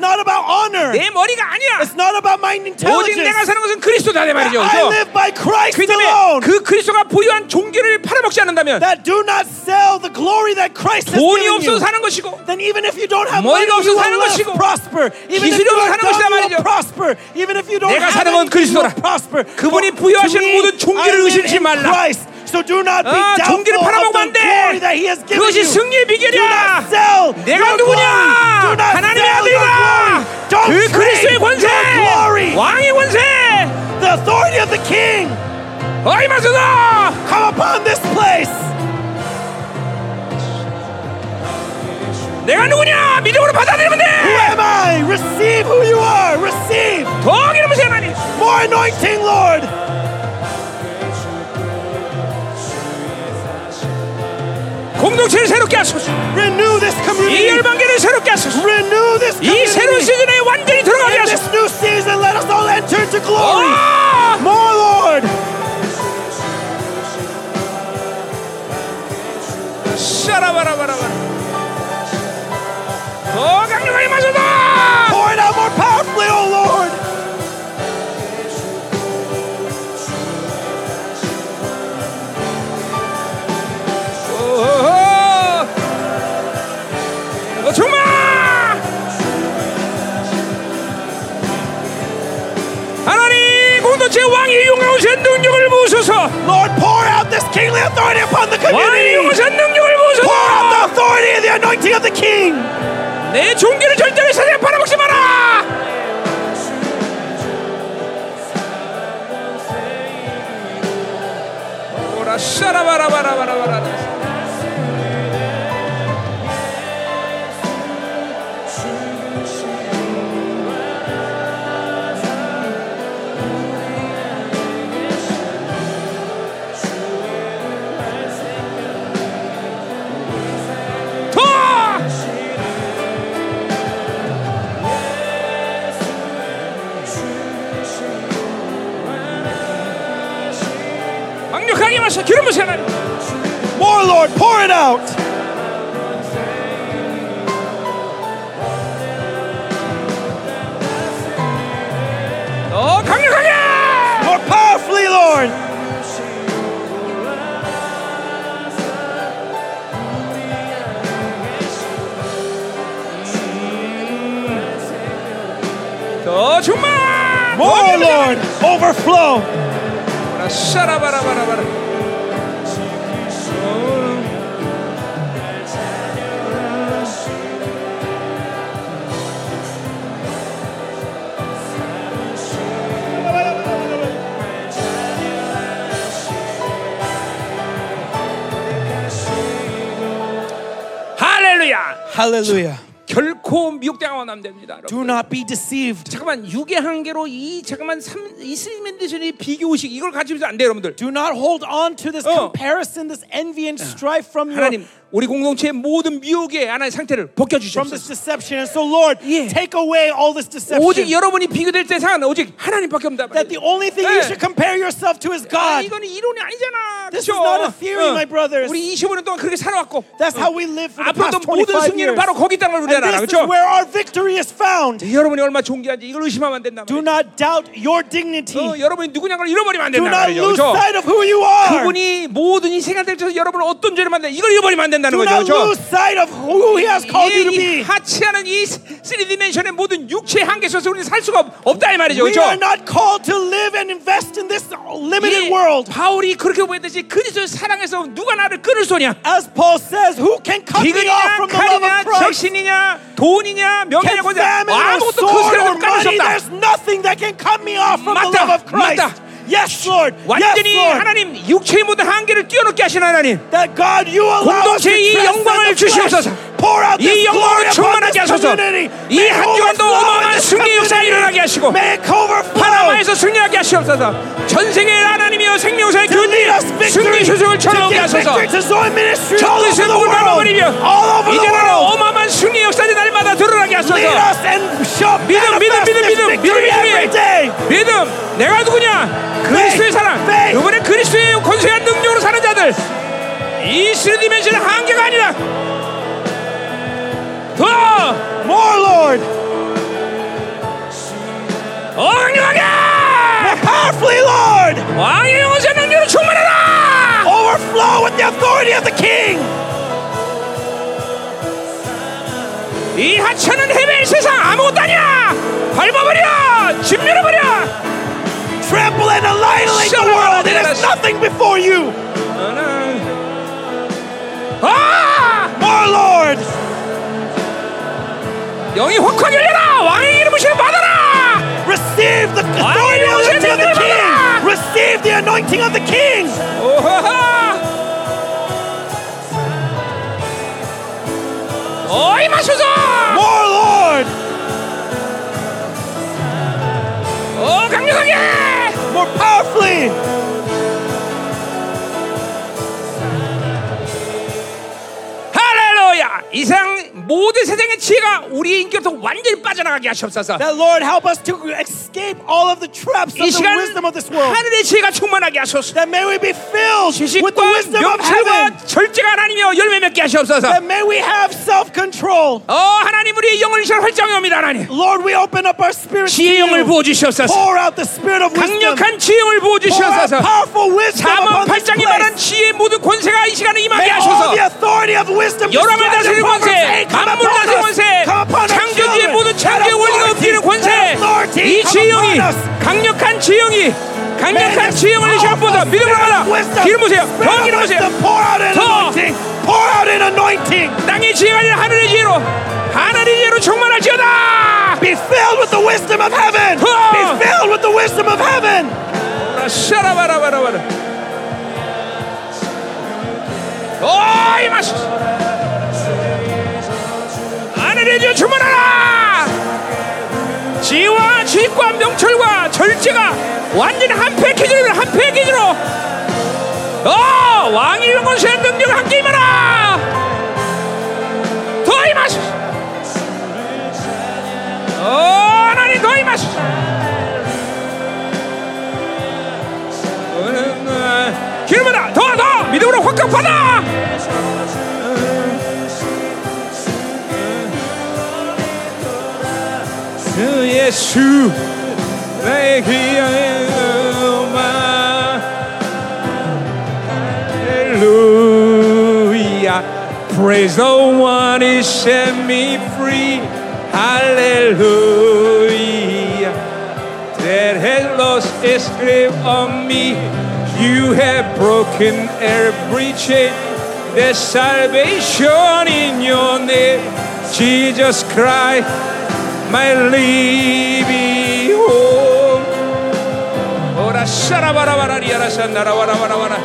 아니야.
not about honor.
내 머리가 아니야.
It's not about my
오직 내가
intelligence.
사는 것은 그리스도다 내 말이죠.
I
그렇죠?
live by Christ
그 때문에
alone.
그 그리스도가 보유한 종기를 팔아먹지 않는다면
That do not sell the glory that Christ has
돈이
given
없어서
you.
사는 것이고
Then even if you don't have
머리가
money, you
없어서 사는
will less
것이고,
prosper. Even if
기술이
you
없어서
are
사는 것이다
dumb, you
말이죠.
will prosper. Even if you don't
내가 사는
have
건
anything, you
그리스도라.
will prosper.
그분이
For
부여하시는
to me,
모든 종기를
I live
의심치
in
말라.
Christ. So do not be
아,
doubtful
종기를
of
팔아먹으면
the
안 돼.
glory that He has given
그것이
you.
승리의
Do not
비결이야.
sell
내가
your glory.
누구냐?
Do not
하나님의
sell your
아들이다.
glory. Don't
그 그리스도의
trade
권세,
your glory.
왕의 권세,
The authority of the King
어이마소서.
come upon this place.
내가 누구냐? 믿음으로 받아들이면
Who
돼.
am I? Receive who you are. Receive
더 기름을 세나니.
more anointing, Lord.
공동체를 새롭게 하소서.
Renew this
이
community.
열방계를 새롭게 하소서.
Renew this
이 새로운
community.
시즌에 완전히 들어가게
In
하소서.
this new season, let us all enter into glory.
아!
More, Lord.
샤라바라바라바라. 더 강력하게 마셔다.
Pour it out more powerfully, O Lord.
어, 정말 하나님 공동체 왕이 용하신 능력을 부으소서
Lord, pour out this kingly authority upon the
왕이
community.
용하신 능력을
Pour
부으소서
out the authority and the anointing of the King.
내 종기를 절대로 세상에 팔아먹지 마라 오라 샤라바라바라바라바라 더! 강력하게 마셔 기름을 세라
More, Lord. Pour it out.
더 강력하게
More powerfully, Lord.
더 충만
More, Lord. Overflow.
샤라바라바라바라
Hallelujah.
결코 미혹당하면 안 됩니다. 여러분.
Do not be deceived.
잠깐만 육의 한계로 이 잠깐만 삼, 이 스리맨디션이 비교 의식 이걸 가지면서 안 돼요, 여러분들.
Do not hold on to this
Oh.
comparison, this envy and strife from your
하나님 우리 공동체의 모든 미혹의 하나의 상태를 벗겨
from this
주시옵소서.
deception. And so, Lord,
Yeah.
take away all this
오직
deception.
여러분이 비교될 때 상한 오직 하나님밖에 없다.
That the only thing
Yeah.
you should compare yourself to is
아,
God.
이거는 이론이 아니잖아.
This
그쵸? 어.
is not a theory, my brothers.
우리 25년 동안 그렇게 살아왔고
That's how we live for the
앞으로도
past
모든
25
승리는
years.
바로 거기 있다는 걸 우리 알아.
And this is
그렇죠?
where our victory is found.
여러분이 얼마나 존귀한지 이걸 의심하면 안 된다.
Do
말이죠.
not doubt your dignity.
어,
Do
여러분이 누구냐는 걸 잃어버리면 안 된다.
not
말이죠.
lose
그렇죠?
sight of who you are.
그분이 모든 이 생활 때에서 여러분을 어떤 죄를 만든 이걸 잃어버리면 안 된다는
Do
거죠.
not
그렇죠?
lose sight of who He has called you to
이
be.
하치하는 이 3디멘션의 모든 육체의 한계 속에서 우리는 살 수가 없- 없다 이 말이죠.
We
그렇죠?
are not called to live and invest in this limited
이
world.
바울이 그렇게 보였듯이 그리스도의 사랑에서 누가 나를 끊을 소냐?
As Paul says, who can cut me off
비근이냐
from the love
칼이냐
of Christ?
적신이냐 돈이냐
Can
명예냐 권세
famine or
아무것도 그
sword or
사람을 끊을 수
money,
없다
there's nothing that can cut me off from the
맞다,
love of Christ.
맞다.
Yes, Lord.
완전히
yes, Lord.
하나님 육체의 모든 한계를 뛰어넘게 하신 하나님
That God, you allow us to
공동체에 이
transcend
영광을
the flesh.
주시옵소서.
Pour out
이
this glory
영광을
upon this
충만하게 하소서
community.
이
May
한 주간도
overflow in
어마어마한
this
승리 역사 일어나게
community.
하시고
May it overflow.
파나마에서 승리하게 하시옵소서 전 세계의 하나님이여 생명사의
to lead us
교회들이 승리
victory,
소식을
to
전하게
give
하소서
victory to Zoe Ministry
전국의
all over the
성공을
world,
발버리며
all over the
이제는
world.
어마어마한 승리 역사를 날마다 드러나게
Lead
하소서
us and show
믿음 믿음
manifest
믿음
this
믿음 믿음
victory every day.
믿음 믿음 내가 누구냐 그리스도의
Faith,
사랑
faith.
이번에 그리스도의 권세한 능력으로 사는 자들 이 스리디멘션의 한계가 아니라 더
More, Lord,
엉영하게
more powerfully, Lord.
왕의 영혼의 능력으로
어.
충만하라
Overflow with the authority of the King.
이 하찮은 헤벨 세상 아무것도 아니야 밟아버려 짓밀어버려
Trample and annihilate the world. It is nothing before you.
아
More, Lord.
영이 확확 열려라 왕의 이름을 시험 받아라
Receive the
왕의 영혼의
authority and liberty of
능력을
the King.
받아라
Receive the anointing of the King.
오하하 어이 마셔서
More, Lord.
어 강력하게
More powerfully.
할렐루야 이상 모든 세상의 지혜가 우리의 인격으로 완전히 빠져나가게 하시옵소서
That Lord help us to escape all of the traps of
이
the
시간
wisdom of this world.
하늘의 지혜가 충만하게 하소서
That may we be filled
지식과
with the wisdom of heaven.
명철과 절제가 하나님이여 열매 맺게 하시옵소서
That may we have self-control.
어 하나님 우리의 영혼이 시험 활짝이 옵니다 하나님
Lord, we open up our spirit to
지혜의 영을
you.
부어주시옵소서
Pour out the spirit of wisdom.
강력한 지혜의 영을
Pour out
부어주시옵소서
powerful wisdom
잠언
upon this
8장이 말한
place.
지혜의 모든 권세가 이 시간에
May
임하게
all
하셔서
the authority of wisdom
여러분
described
다스리는
in Proverbs
권세,
8 come
만물
upon
다스리는
us.
권세,
Come upon our
창조주의
children.
모든 창조의
That
원리가
authority,
엎드리는
that
권세,
authority
이 지형이
come upon us.
강력한 지형이 강력한
May
지형을
the
시험보다
powerful
믿음으로
spirit
가라.
of wisdom,
기름 보세요.
spirit
더
of
기름 보세요.
wisdom, Pour out an
더.
anointing. Pour out an anointing.
땅의 지혜가 아니라 하늘의 지혜로 하늘의 지혜로 충만할지어다.
Be filled with the wisdom of heaven.
Huh.
Be filled with the wisdom of heaven.
샤라바라바라바라. 오, 이 맛이. 하늘의 지혜 주문하라. 지와 지식과 명철과 절제가 완전히 한 패키지로 한 패키지로. 어, 왕이 영원시의 능력을 함께 임하라. 더이 맛이. 어, 하나님 더이 맛이. 기름하다 더더 믿음으로 확각 받아 주 예수 나의 귀하의 음악 할렐루야 Praise the one who set me free Hallelujah that had lost its grip on me. You have broken every chain. There's salvation in your name, Jesus Christ, my living hope. 오라 샤라바라바라리아라 산나라와라와라와라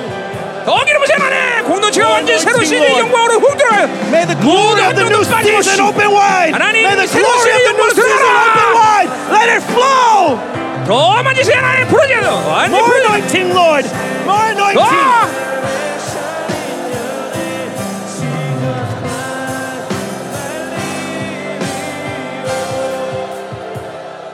더 기름 부세 하나님 공동체가 완전
Lord,
새로운
thank you,
시대의
Lord.
영광으로 홍들어요.
May the glory
모든
of the
눈도
new
빠짐없이
season open wide.
하나님,
May the
새로운
glory of the new
시대의 영광을
season
드러라.
open wide. Let it flow.
더 많이 세상 안에 풀어져요. 완전
More
풀어져요.
anointing, Lord. More anointing.
더!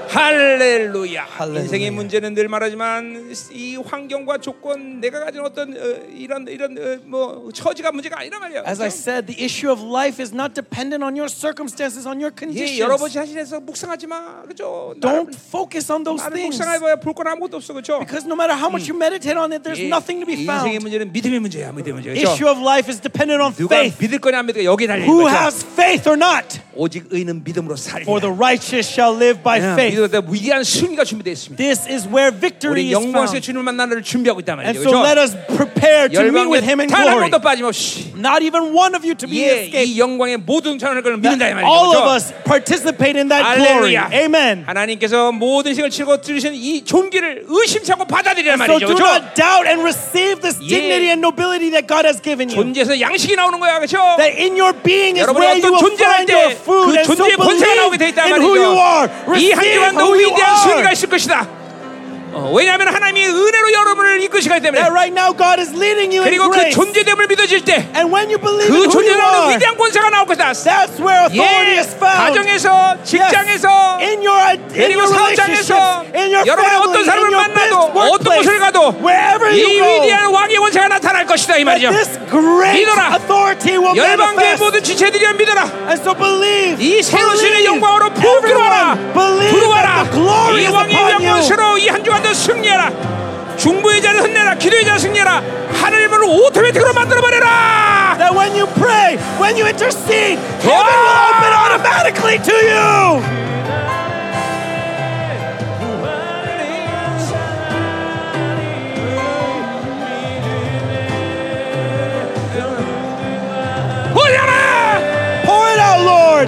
할렐루야. 인생의 문제는 늘 말하지만 이 환경과 조건 내가 가진 어떤 어, 이런 이런 어, 뭐 처지가 문제가 아니란 말이야.
As I said, the issue of life is not dependent on your circumstances, on your
예, 여러분
conditions.
자신에서 묵상하지 마. 그죠? 나를-
Don't focus on those
나를
things.
묵상해 봐야 볼 건 아무것도 없어. 그죠?
Because no matter how much you meditate on it, there's
이-
nothing to be
인생의
found.
문제는 믿음의 문제야. 믿음의 문제. 그죠?
Issue of life is dependent on
누가
faith.
믿을 거냐 안 믿을 거냐 여기 달려 있는
Who
거죠.
has faith or not?
오직 의는 믿음으로 살리라.
For the righteous shall live by faith.
믿음에 대한 위대한 승리가 준비되어 있습니다.
This is where
우리
victory is
영광스러운
found.
주님을 만나를 준비하고 있단
And
말이죠.
so let
그렇죠?
us prepare to meet with him
열방에
in
단한
glory.
번도 빠짐없이
Not even one of you to be
예, 이
escaped.
영광의 모든 차원을 그걸 믿는다 이 말이죠.
That all of
그렇죠?
us participate in that glory.
할렐루야.
Amen.
하나님께서 모든 생을 치고 들으신 이 존귀를 의심치 않고 받아들이란
So
말이죠.
do
그렇죠?
not doubt and receive this
Yeah.
dignity and nobility that God has given you.
존재에서 양식이 나오는 거야. 그렇죠?
That in your being is
여러분이
where you
어떤
will
존재할
find
때
your food.
그
And so
존재의 권세가 나오게
believe
돼 있단
in who you are.
말이죠. 이 한
Receive
주간도
who you
위대한 승리가
are.
있을 것이다. 어, 왜냐하면 하나님이 은혜로 여러분을 이끄시기 때문에
That right now God is leading you in
그리고 그
grace.
존재됨을 믿어질 때 그
And when you believe in who you
존재라는
are,
위대한 권세가 나올 것이다.
that's where
예,
authority is found.
가정에서, 직장에서,
in your in
그리고
your relationships,
사업장에서
in your
여러분이 어떤
family, in
사람을
your
만나도 어떤
business, workplace,
곳을 가도
wherever
이
you go,
위대한 왕의 권세가 나타날 것이다 이
that
말이죠.
this great
믿어라.
authority will
열방교의
manifest.
모든 지체들이여 믿어라.
And so believe.
이 새로운 시대
Believe.
영광으로 부들어와라
Everyone, believe
부르와라.
that the glory
이
is
왕의
upon you.
영광으로 이 한 주간도 승리해라. 중보의 자를 흔내라. 기도의 자를 승리해라. 하늘을 오토매틱으로 만들어버려라.
That when you pray, when you intercede, heaven will
Ah!
open automatically to you.
보자라.
Pour it out, Lord.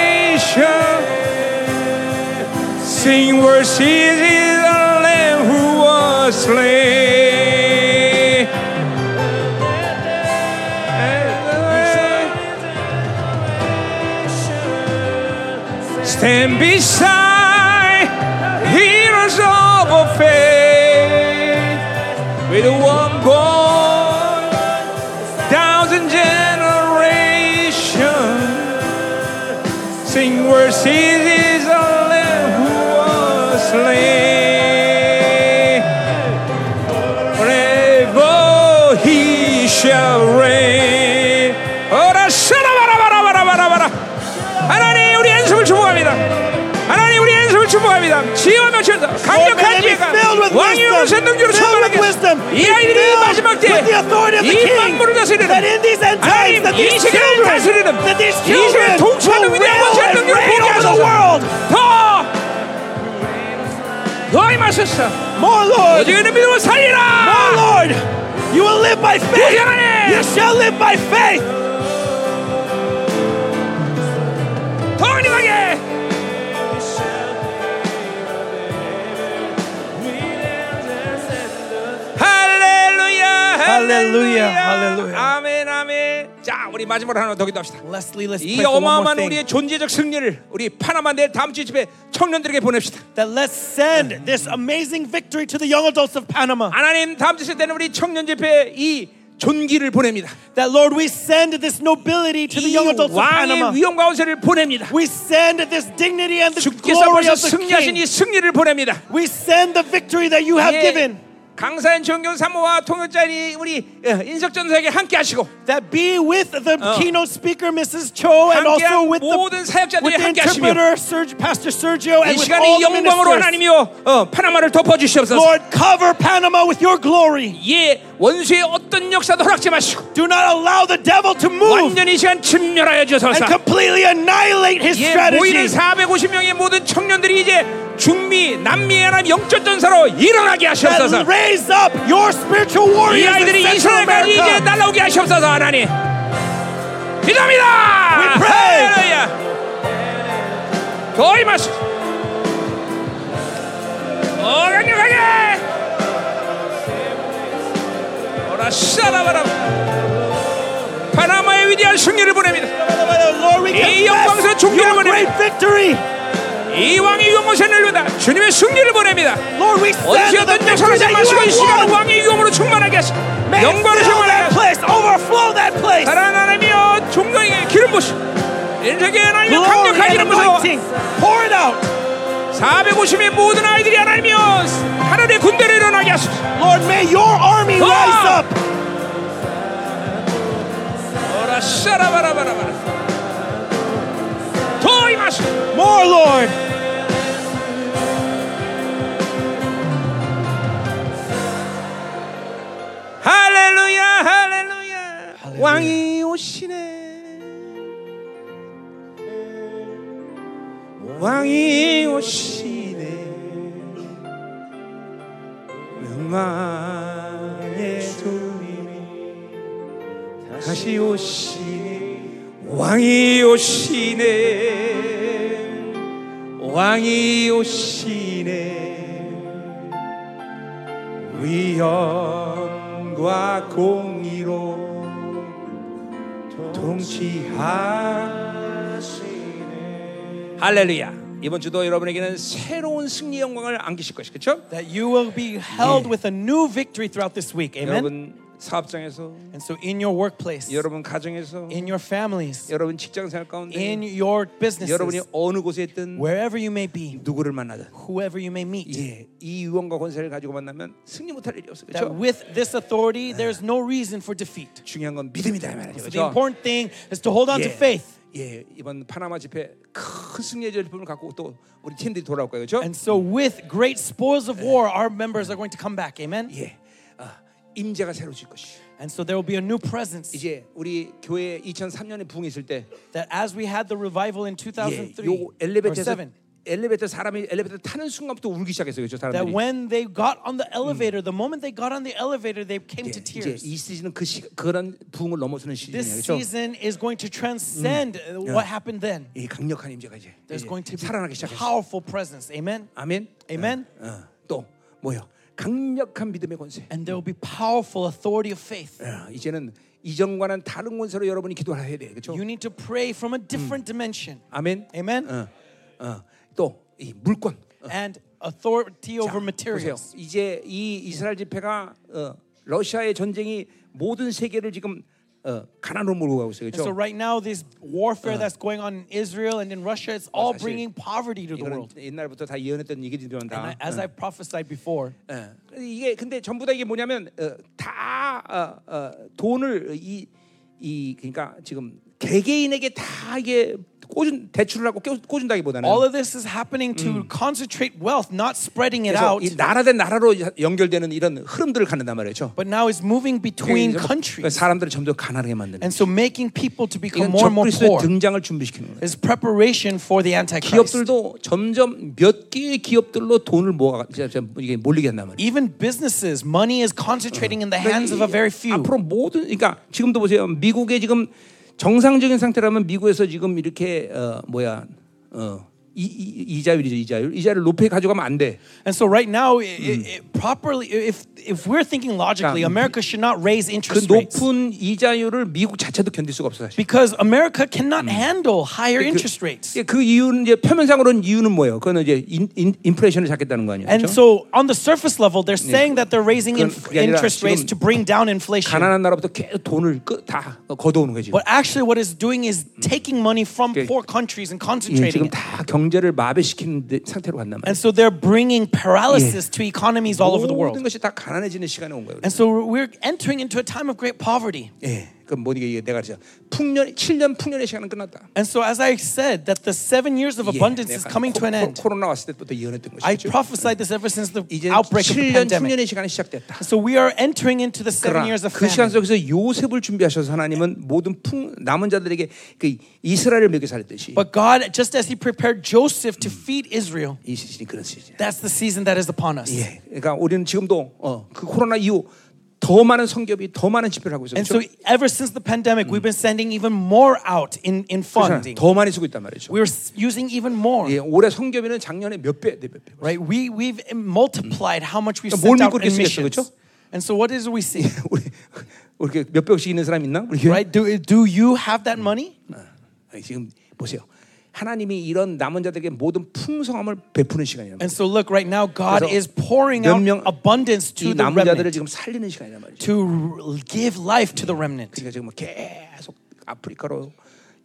generation sing worship is the lamb who was slain stand beside heroes of our faith with one voice thousand generations sing worship is the Lamb who was slain. Forever he shall reign. 어라 샤라바라바라바라바라. 하나님 우리 앤습을 축복합니다. 하나님 우리 앤습을 축복합니다. 지혜와 명철도
Oh,
강력한 지혜가 왕이로 선동주로 선발하겠습니다. 이 아이들이 마지막 때이 만물을 다스리는 하나님 이 시대를 다스리는 이 시대를 통치하는 위대한 권세를 능력을 보게 하소서 더 너희 마셨어
More, Lord.
오직 이는 믿음을
More,
살리라
Lord. You will live by faith.
도전하네.
You shall live by faith.
더 강력하게 할렐루야
할렐루야, 할렐루야.
아멘 아멘 자 우리 마지막으로 하나 더 기도합시다
Leslie, let's pray
이
for one more
어마어마한
thing.
우리의 존재적 승리를 우리 파나마 내 다음 주 집에 청년들에게 보냅시다.
That let's send this amazing victory to the young adults of Panama.
하나님 다음 주 때는 우리 청년 집회에 이 존기를 보냅니다.
That Lord, we send this nobility to the
이
young adults of Panama.
왕의 위엄 가운데를 보냅니다.
We send this dignity and the
주께서
glory
벌써
of the
승리하신 이
King.
승리를 보냅니다.
We send the victory that you have
예,
given.
강사인 정경 사모와 통역자인 우리 어, 인석 전사에게 함께 하시고
That be with the
어.
keynote speaker, Mrs. Cho, and
함께한
also with
모든
the,
사역자들이
with the
함께 하시며
interpreter, Serg- Pastor Sergio,
이
and with
시간 이
all the
영광으로
ministers.
하나님이요 어, 파나마를 덮어주시옵소서.
Lord, cover Panama with your glory.
예 원수의 어떤 역사도 허락지 마시고
Do not allow the devil to move
완전히 이 시간 침멸하여
and
주소서.
completely annihilate his
예, 모이는
strategies.
450명의 모든 청년들이 이제 중미, 남미의 하나님 영적 전사로 일어나게 하시옵소서.
And raise up your spiritual
이
warriors
아이들이
in Central
이스라엘까지 이제
America.
날라오게 하시옵소서 하나님. 기도합니다.
We pray.
할렐루야. 더이 마시. 더 강력하게. 샤라바라. 바나마의 위대한 승리를 보냅니다.
Lord, we
이 영광스러운
confess
종교를
your
보내네.
great victory.
이 왕의 유공을 늘리다 주님의 승리를 보냅니다.
Lord, we stand in the
어디서든
victory
역사하지 마시고 이
that you
시간
have won.
왕의 유공으로 충만하게 하시고
May it
영광을
fill
충만하게
that
하시고
place, overflow that place.
사랑하는 하나님이여 종교에게 기름 부시 인생의 하나님의
Glory
강력한
and
기름 부시고
anointing. Pour it out.
450의 모든 아이들이 하나님이여 하늘의 군대를 일어나게 하소서
Lord, may your army
Come
rise up.
on. 오라 샤라바라바라바라 더 임하소서
More, Lord.
할렐루야 할렐루야 왕이 오시네 왕이 오시네 음악의 소리이 다시 오시네 왕이 오시네 왕이 오시네 위엄과 공의로 통치하시네 할렐루야 이번 주도 여러분에게는 새로운 승리 영광을 안기실 것이 그렇죠?
That you will be held with a new victory throughout this week. Amen.
여러분 사업장에서
And so in your workplace,
여러분 가정에서
in your families,
여러분 직장생활
in
가운데
your
여러분이
businesses,
어느 곳에 있든
wherever you may be,
누구를 만나든
whoever you may meet.
예, 이 의원과 권세를 가지고 만나면 승리 못할 일이 없어
That
그렇죠?
with this authority, there's no reason for defeat.
중요한 건 믿음이다 이 말이죠
So the
그렇죠?
important thing is to hold on to faith.
예, 이번 파나마 집회 큰 승리의 열품을 갖고 또 우리 팀들이 돌아올 거예요, 그렇죠?
And so, with great spoils of war, our members are going to come back. Amen.
예, 아, 임재가 새로질 것이.
And so, there will be a new presence.
이제 우리 교회 2003년에 부흥했을 때,
That as we had the revival in
예,
2003
요
or
엘리베이터에서
7,
엘리베이터 사람이 엘리베이터 타는 순간부터 울기 시작했어요, 그렇죠?
that
사람들이.
when they got on the elevator, the moment they got on the elevator, they came
예,
to
이제
tears.
이 시즌은 그 시, 그런 부흥을 넘어서는 시즌이에요,
This
그렇죠?
season is going to transcend uh, what happened then.
이 강력한 임재가 이제,
There's
이제
going to
살아나기 Mm.
be
시작했어요.
powerful presence. Amen.
아멘.
Amen.
어, 어, 또 뭐요? 강력한 믿음의 권세.
And there will be powerful authority of faith.
어, 이제는 이전과는 다른 권세로 여러분이 기도를 해야 돼요, 그렇죠?
You need to pray from a different dimension.
아멘.
Amen.
어, 어, 또이 물권. 어,
And authority
자,
over
보세요.
materials.
이제 이 이스라엘 집회가 어, 러시아의 전쟁이 모든 세계를 지금 어, 가난으로 몰고 가고 있어요.
And so
그렇죠?
right now, this warfare that's going on in Israel and in Russia, it's all
사실
bringing poverty to the
이거는
world.
옛날부터 다 예언했던 얘기지만
And
다.
I- as I prophesied before,
어, 이게 근데 전부 다 이게 뭐냐면 어, 다 어, 어, 돈을 이, 이 그러니까 지금 개개인에게 다 이게 꽂은 대출을 하고 꽂- 꽂은다기보다는
all of this is happening to concentrate wealth, not spreading it
그래서
out.
이 나라 대 나라로 연결되는 이런 흐름들을 갖는단 말이죠.
But now it's moving between
그러니까
countries.
사람들을 점점 가난하게 만드는.
And so making people to become
이건
more and more
적그리스도의
poor
등장을 준비시키는 거예요.
is preparation for the Antichrist.
기업들도 점점 몇 개의 기업들로 돈을 모아 이제 좀 이게 몰리게 한단 말이에요.
Even businesses, money is concentrating in the hands of a very few.
앞으로 모든 그러니까 지금도 보세요. 미국의 지금 정상적인 상태라면 미국에서 지금 이렇게 어, 뭐야 어, 이, 이, 이자율이죠 이자율 이자를 높이 가져가면 안 돼.
And so right now, i- i it properly, if if we're thinking logically,
그러니까
America should not raise
그
interest rates
높은 이자율을 미국 자체도 견딜 수가 없어 사실.
because America cannot handle higher interest rates.
그, 그 이유는 이제 표면상으로는 이유는 뭐예요? 그거는 이제 인, 인, 인플레이션을 잡겠다는 거 아니에요?
And
그렇죠?
so on the surface level, they're saying that they're raising
그건
inf-
그게 아니라
interest rates
지금
to bring down inflation.
가난한 나라부터 계속 돈을 끄, 다 걷어오는 거지.
But actually, what it's doing is taking money from
그게-
poor countries and
예, 지금
concentrating it.
다 경제를 마비시키는 데- 상태로 간단 말이에요.
And so they're bringing paralysis to economies all over the
모든
world.
것이 다 가난해지는 시간에 온 거예요.
And so we're entering into a time of great poverty.
예, 그럼 뭐 이게 내가 진짜 풍년 7년 풍년의 시간은 끝났다.
And so, as I said, that the seven years of
예,
abundance is
내가
coming to an
코-
end.
코, 코로나 왔을 때부터 예언했던
I
것이죠.
prophesied this ever since the
이제
outbreak of the
7년
pandemic.
풍년의 시간이 시작됐다.
So we are entering into the
그러나
seven years of
그 시간
famine.
속에서 요셉을 준비하셔서 하나님은 모든 풍, 남은 자들에게 그 이스라엘을 먹여 살렸듯이
But God, just as He prepared Joseph to feed Israel,
이 시즌이 그런 시즌이야.
that's the season that is upon us.
예, 그러니까 우리는 지금도 어, 그 코로나 이후 더 많은 성교비, 더 많은 집회를 하고 있어요.
And
그렇죠?
so, ever since the pandemic, we've been sending even more out in, in
그렇잖아요.
funding.
더 많이 쓰고 있단 말이죠.
We're s- using even more.
예, 올해 성교비는 작년에 몇 배, <laughs> 네몇 배.
Right? We we've multiplied how much we've
그러니까 뭘
sent
믿고
out
이렇게
in
쓰겠어,
missions.
그렇죠? <laughs>
And so what is it we see?
우리 우리 이렇게 몇 백씩 있는 사람 있나? 우리 교회?
Right? Do, do you have that money?
아니, 지금 보세요. 하나님이 이런 남은 자들에게 모든 풍성함을 베푸는 시간이란
And so look, right now God
그래서
is pouring
몇
out
명-
abundance
말이에요.
to
이
the
남은 자들을
remnant,
지금 살리는 시간이란 말이죠.
to give life to the remnant.
그러니까 지금 뭐 계속 아프리카로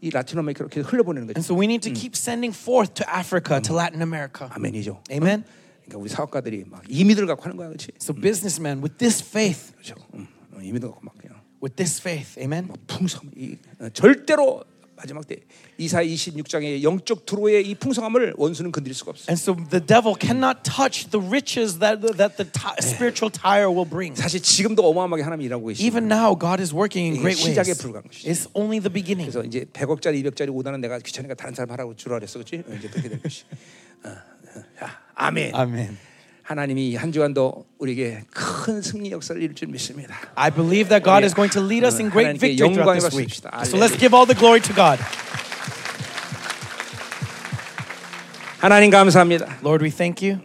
이 라틴 아메리카로 계속 흘려보내는 거죠.
And so we need to keep sending forth to Africa, to Latin America.
아멘이죠.
Amen.
그러니까 우리 사업가들이 막 이미들 갖고 하는 거야, 그렇지?
So businessmen, with this faith,
그렇죠. 음, 어, 이미들 갖고 막 그냥
with this faith, amen.
풍성. 이 어, 절대로 마지막 때 이사 26장의 영적 두로의 이 풍성함을 원수는 건드릴 수가 없어.
And so the devil cannot touch the riches that that the ti- spiritual tire will bring.
사실 지금도 어마어마하게 하나님이 일하고 계시.
Even now, God is working
이게
in great ways.
시작에 불과한 것이죠.
It's only the beginning.
그래서 이제 100억짜리 200억짜리 오다는 내가 귀찮으니까 다른 사람 하라고 주라 그랬어, 그렇지? 이제 그렇게 될 것이. 어, 어, 자, 아멘.
아멘.
하나님이 이한 주간도 우리에게 큰 승리 역사를 이룰 줄 믿습니다.
I believe that God is going to lead us in great
하나님께
victory
영광을
throughout this week.
받습시다.
So let's give all the glory to God.
하나님 감사합니다.
Lord, we thank you.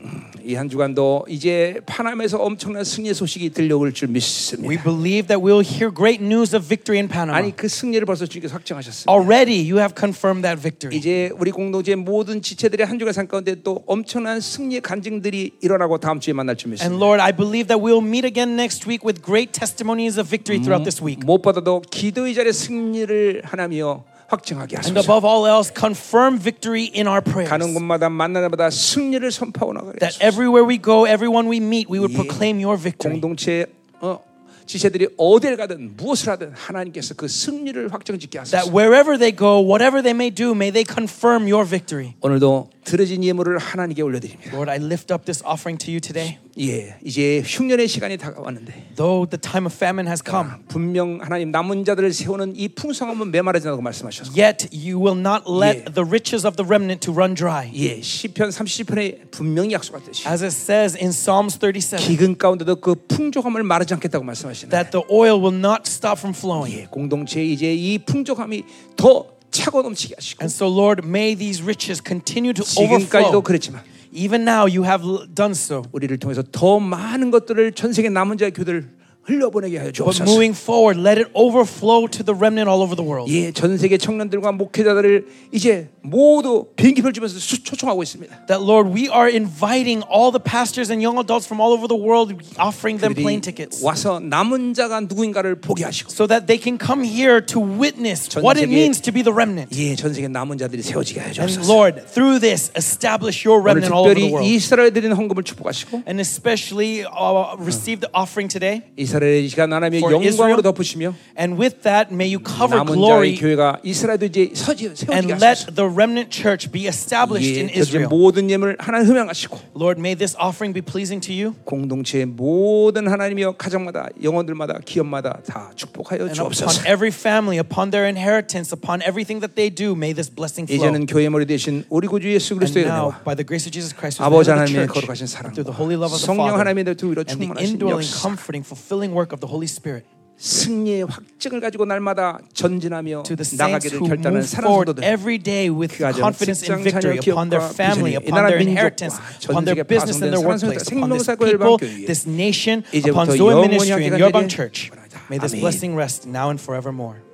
이 한 주간도 이제 파남에서 엄청난 승리의 소식이 들려올 줄
We
믿습니다.
believe that we'll hear great news of victory in Panama.
아니 그 승리를 벌써 주님께서 확정하셨습니다.
Already, you have confirmed that victory.
이제 우리 공동체 의 모든 지체들의 한 주간 삶 가운데 또 엄청난 승리의 간증들이 일어나고 다음 주에 만날 줄
And
믿습니다.
Lord, I believe that we'll meet again next week with great testimonies of victory throughout this week.
무엇보다도 기도의 자리의 승리를 하나며 확증하게
And
하소서.
above all else, confirm victory in our
가는
prayers.
곳마다 만나는 마다 승리를 선포하고 나가게 하소서.
That everywhere we go, everyone we meet, we
예.
would proclaim your victory.
공동체 어, 지체들이 어딜 가든 무엇을 하든 하나님께서 그 승리를 확정짓게 하소서.
That wherever they go, whatever they may do, may they confirm your victory.
오늘도 들어진 예물을 하나님께 올려드립니다.
Lord, I lift up this offering to you today.
예, 이제 흉년의 시간이 다가왔는데 아,
Though the time of famine has come,
분명 하나님 남은 자들을 세우는 이 풍성함은 메마르지 않다고 말씀하셨고
yet you will not let
Yeah.
the riches of the remnant to run dry.
예, 시편 30편에 분명히 약속하듯이
As it says in Psalms 37,
기근 가운데도 그 풍족함을 마르지 않겠다고 말씀하시는
that the oil will not stop from flowing.
예, 공동체 이제 이 풍족함이 더 차고 넘치게 하시고
And so, Lord, may these riches continue to
지금까지도
overflow.
그랬지만
Even now, you have l- done so.
우리를 통해서 더 많은 것들을 전 세계 남은 자의 교들 흘려보내게 하여
But
주옵소서.
moving forward, let it overflow to the remnant all over the world.
예, 전 세계 청년들과 목회자들을 이제 모두 비행기표 주면서 수- 초청하고 있습니다.
That, Lord, we are inviting all the pastors and young adults from all over the world, offering them
그들이
plane tickets.
와서 남은 자가 누구인가를 보게 하시고
So that they can come here to witness
전
what it
세계-
means to be the remnant.
예, 전 세계 남은 자들이 세워지게 하여
And
주옵소서.
Lord, through this, establish your
오늘
remnant all over
특별히
the world.
이스라엘에 드리는 헌금을 축복하시고
And especially uh, receive the offering today.
이스라엘의 이 시간 하나님의
For Israel.
영광으로 덮으시며
And with that, may you cover
남은 자의
glory
교회가 이스라엘도 이제 서지 세워지게
and let
하소서.
the remnant church be established
예,
in
그들의
Israel.
모든 예물 하나님 흠양하시고
Lord, may this offering be pleasing to you.
공동체의 모든 하나님이여 가정마다 영혼들마다 기업마다 다 축복하여
And upon
주옵소서.
every family, upon their inheritance, upon everything that they do, may this blessing flow.
이제는 교회 머리 대신 우리 구주 예수
And
그리스도의
now,
은혜와
by the grace of Jesus Christ, who's the
아버지
head of
하나님의
the
거룩하신
church, through the
사랑과
holy love of the
성령
Father,
하나님의 두 위로
and the
충만하신
indwelling,
역사
comforting, fulfilling work of the Holy Spirit,
승리의 확증을 가지고 날마다 전진하며
to the saints
나가기를
who
결단하는
move forward
사랑도들
every day with
그 가정,
confidence
직장,
in victory
자녀,
upon their
기업과
family,
비전이, 이
upon
나라
their
민족과
inheritance,
전
upon their
세계에
business and their
파송된
workplace,
사랑스러운
upon this
생명사고의
people,
열방교회.
this nation,
이제부터
upon Zoe
영원히
Ministry and
함께
Yerbang
간절히
Church. May this
아멘.
blessing rest now and forevermore.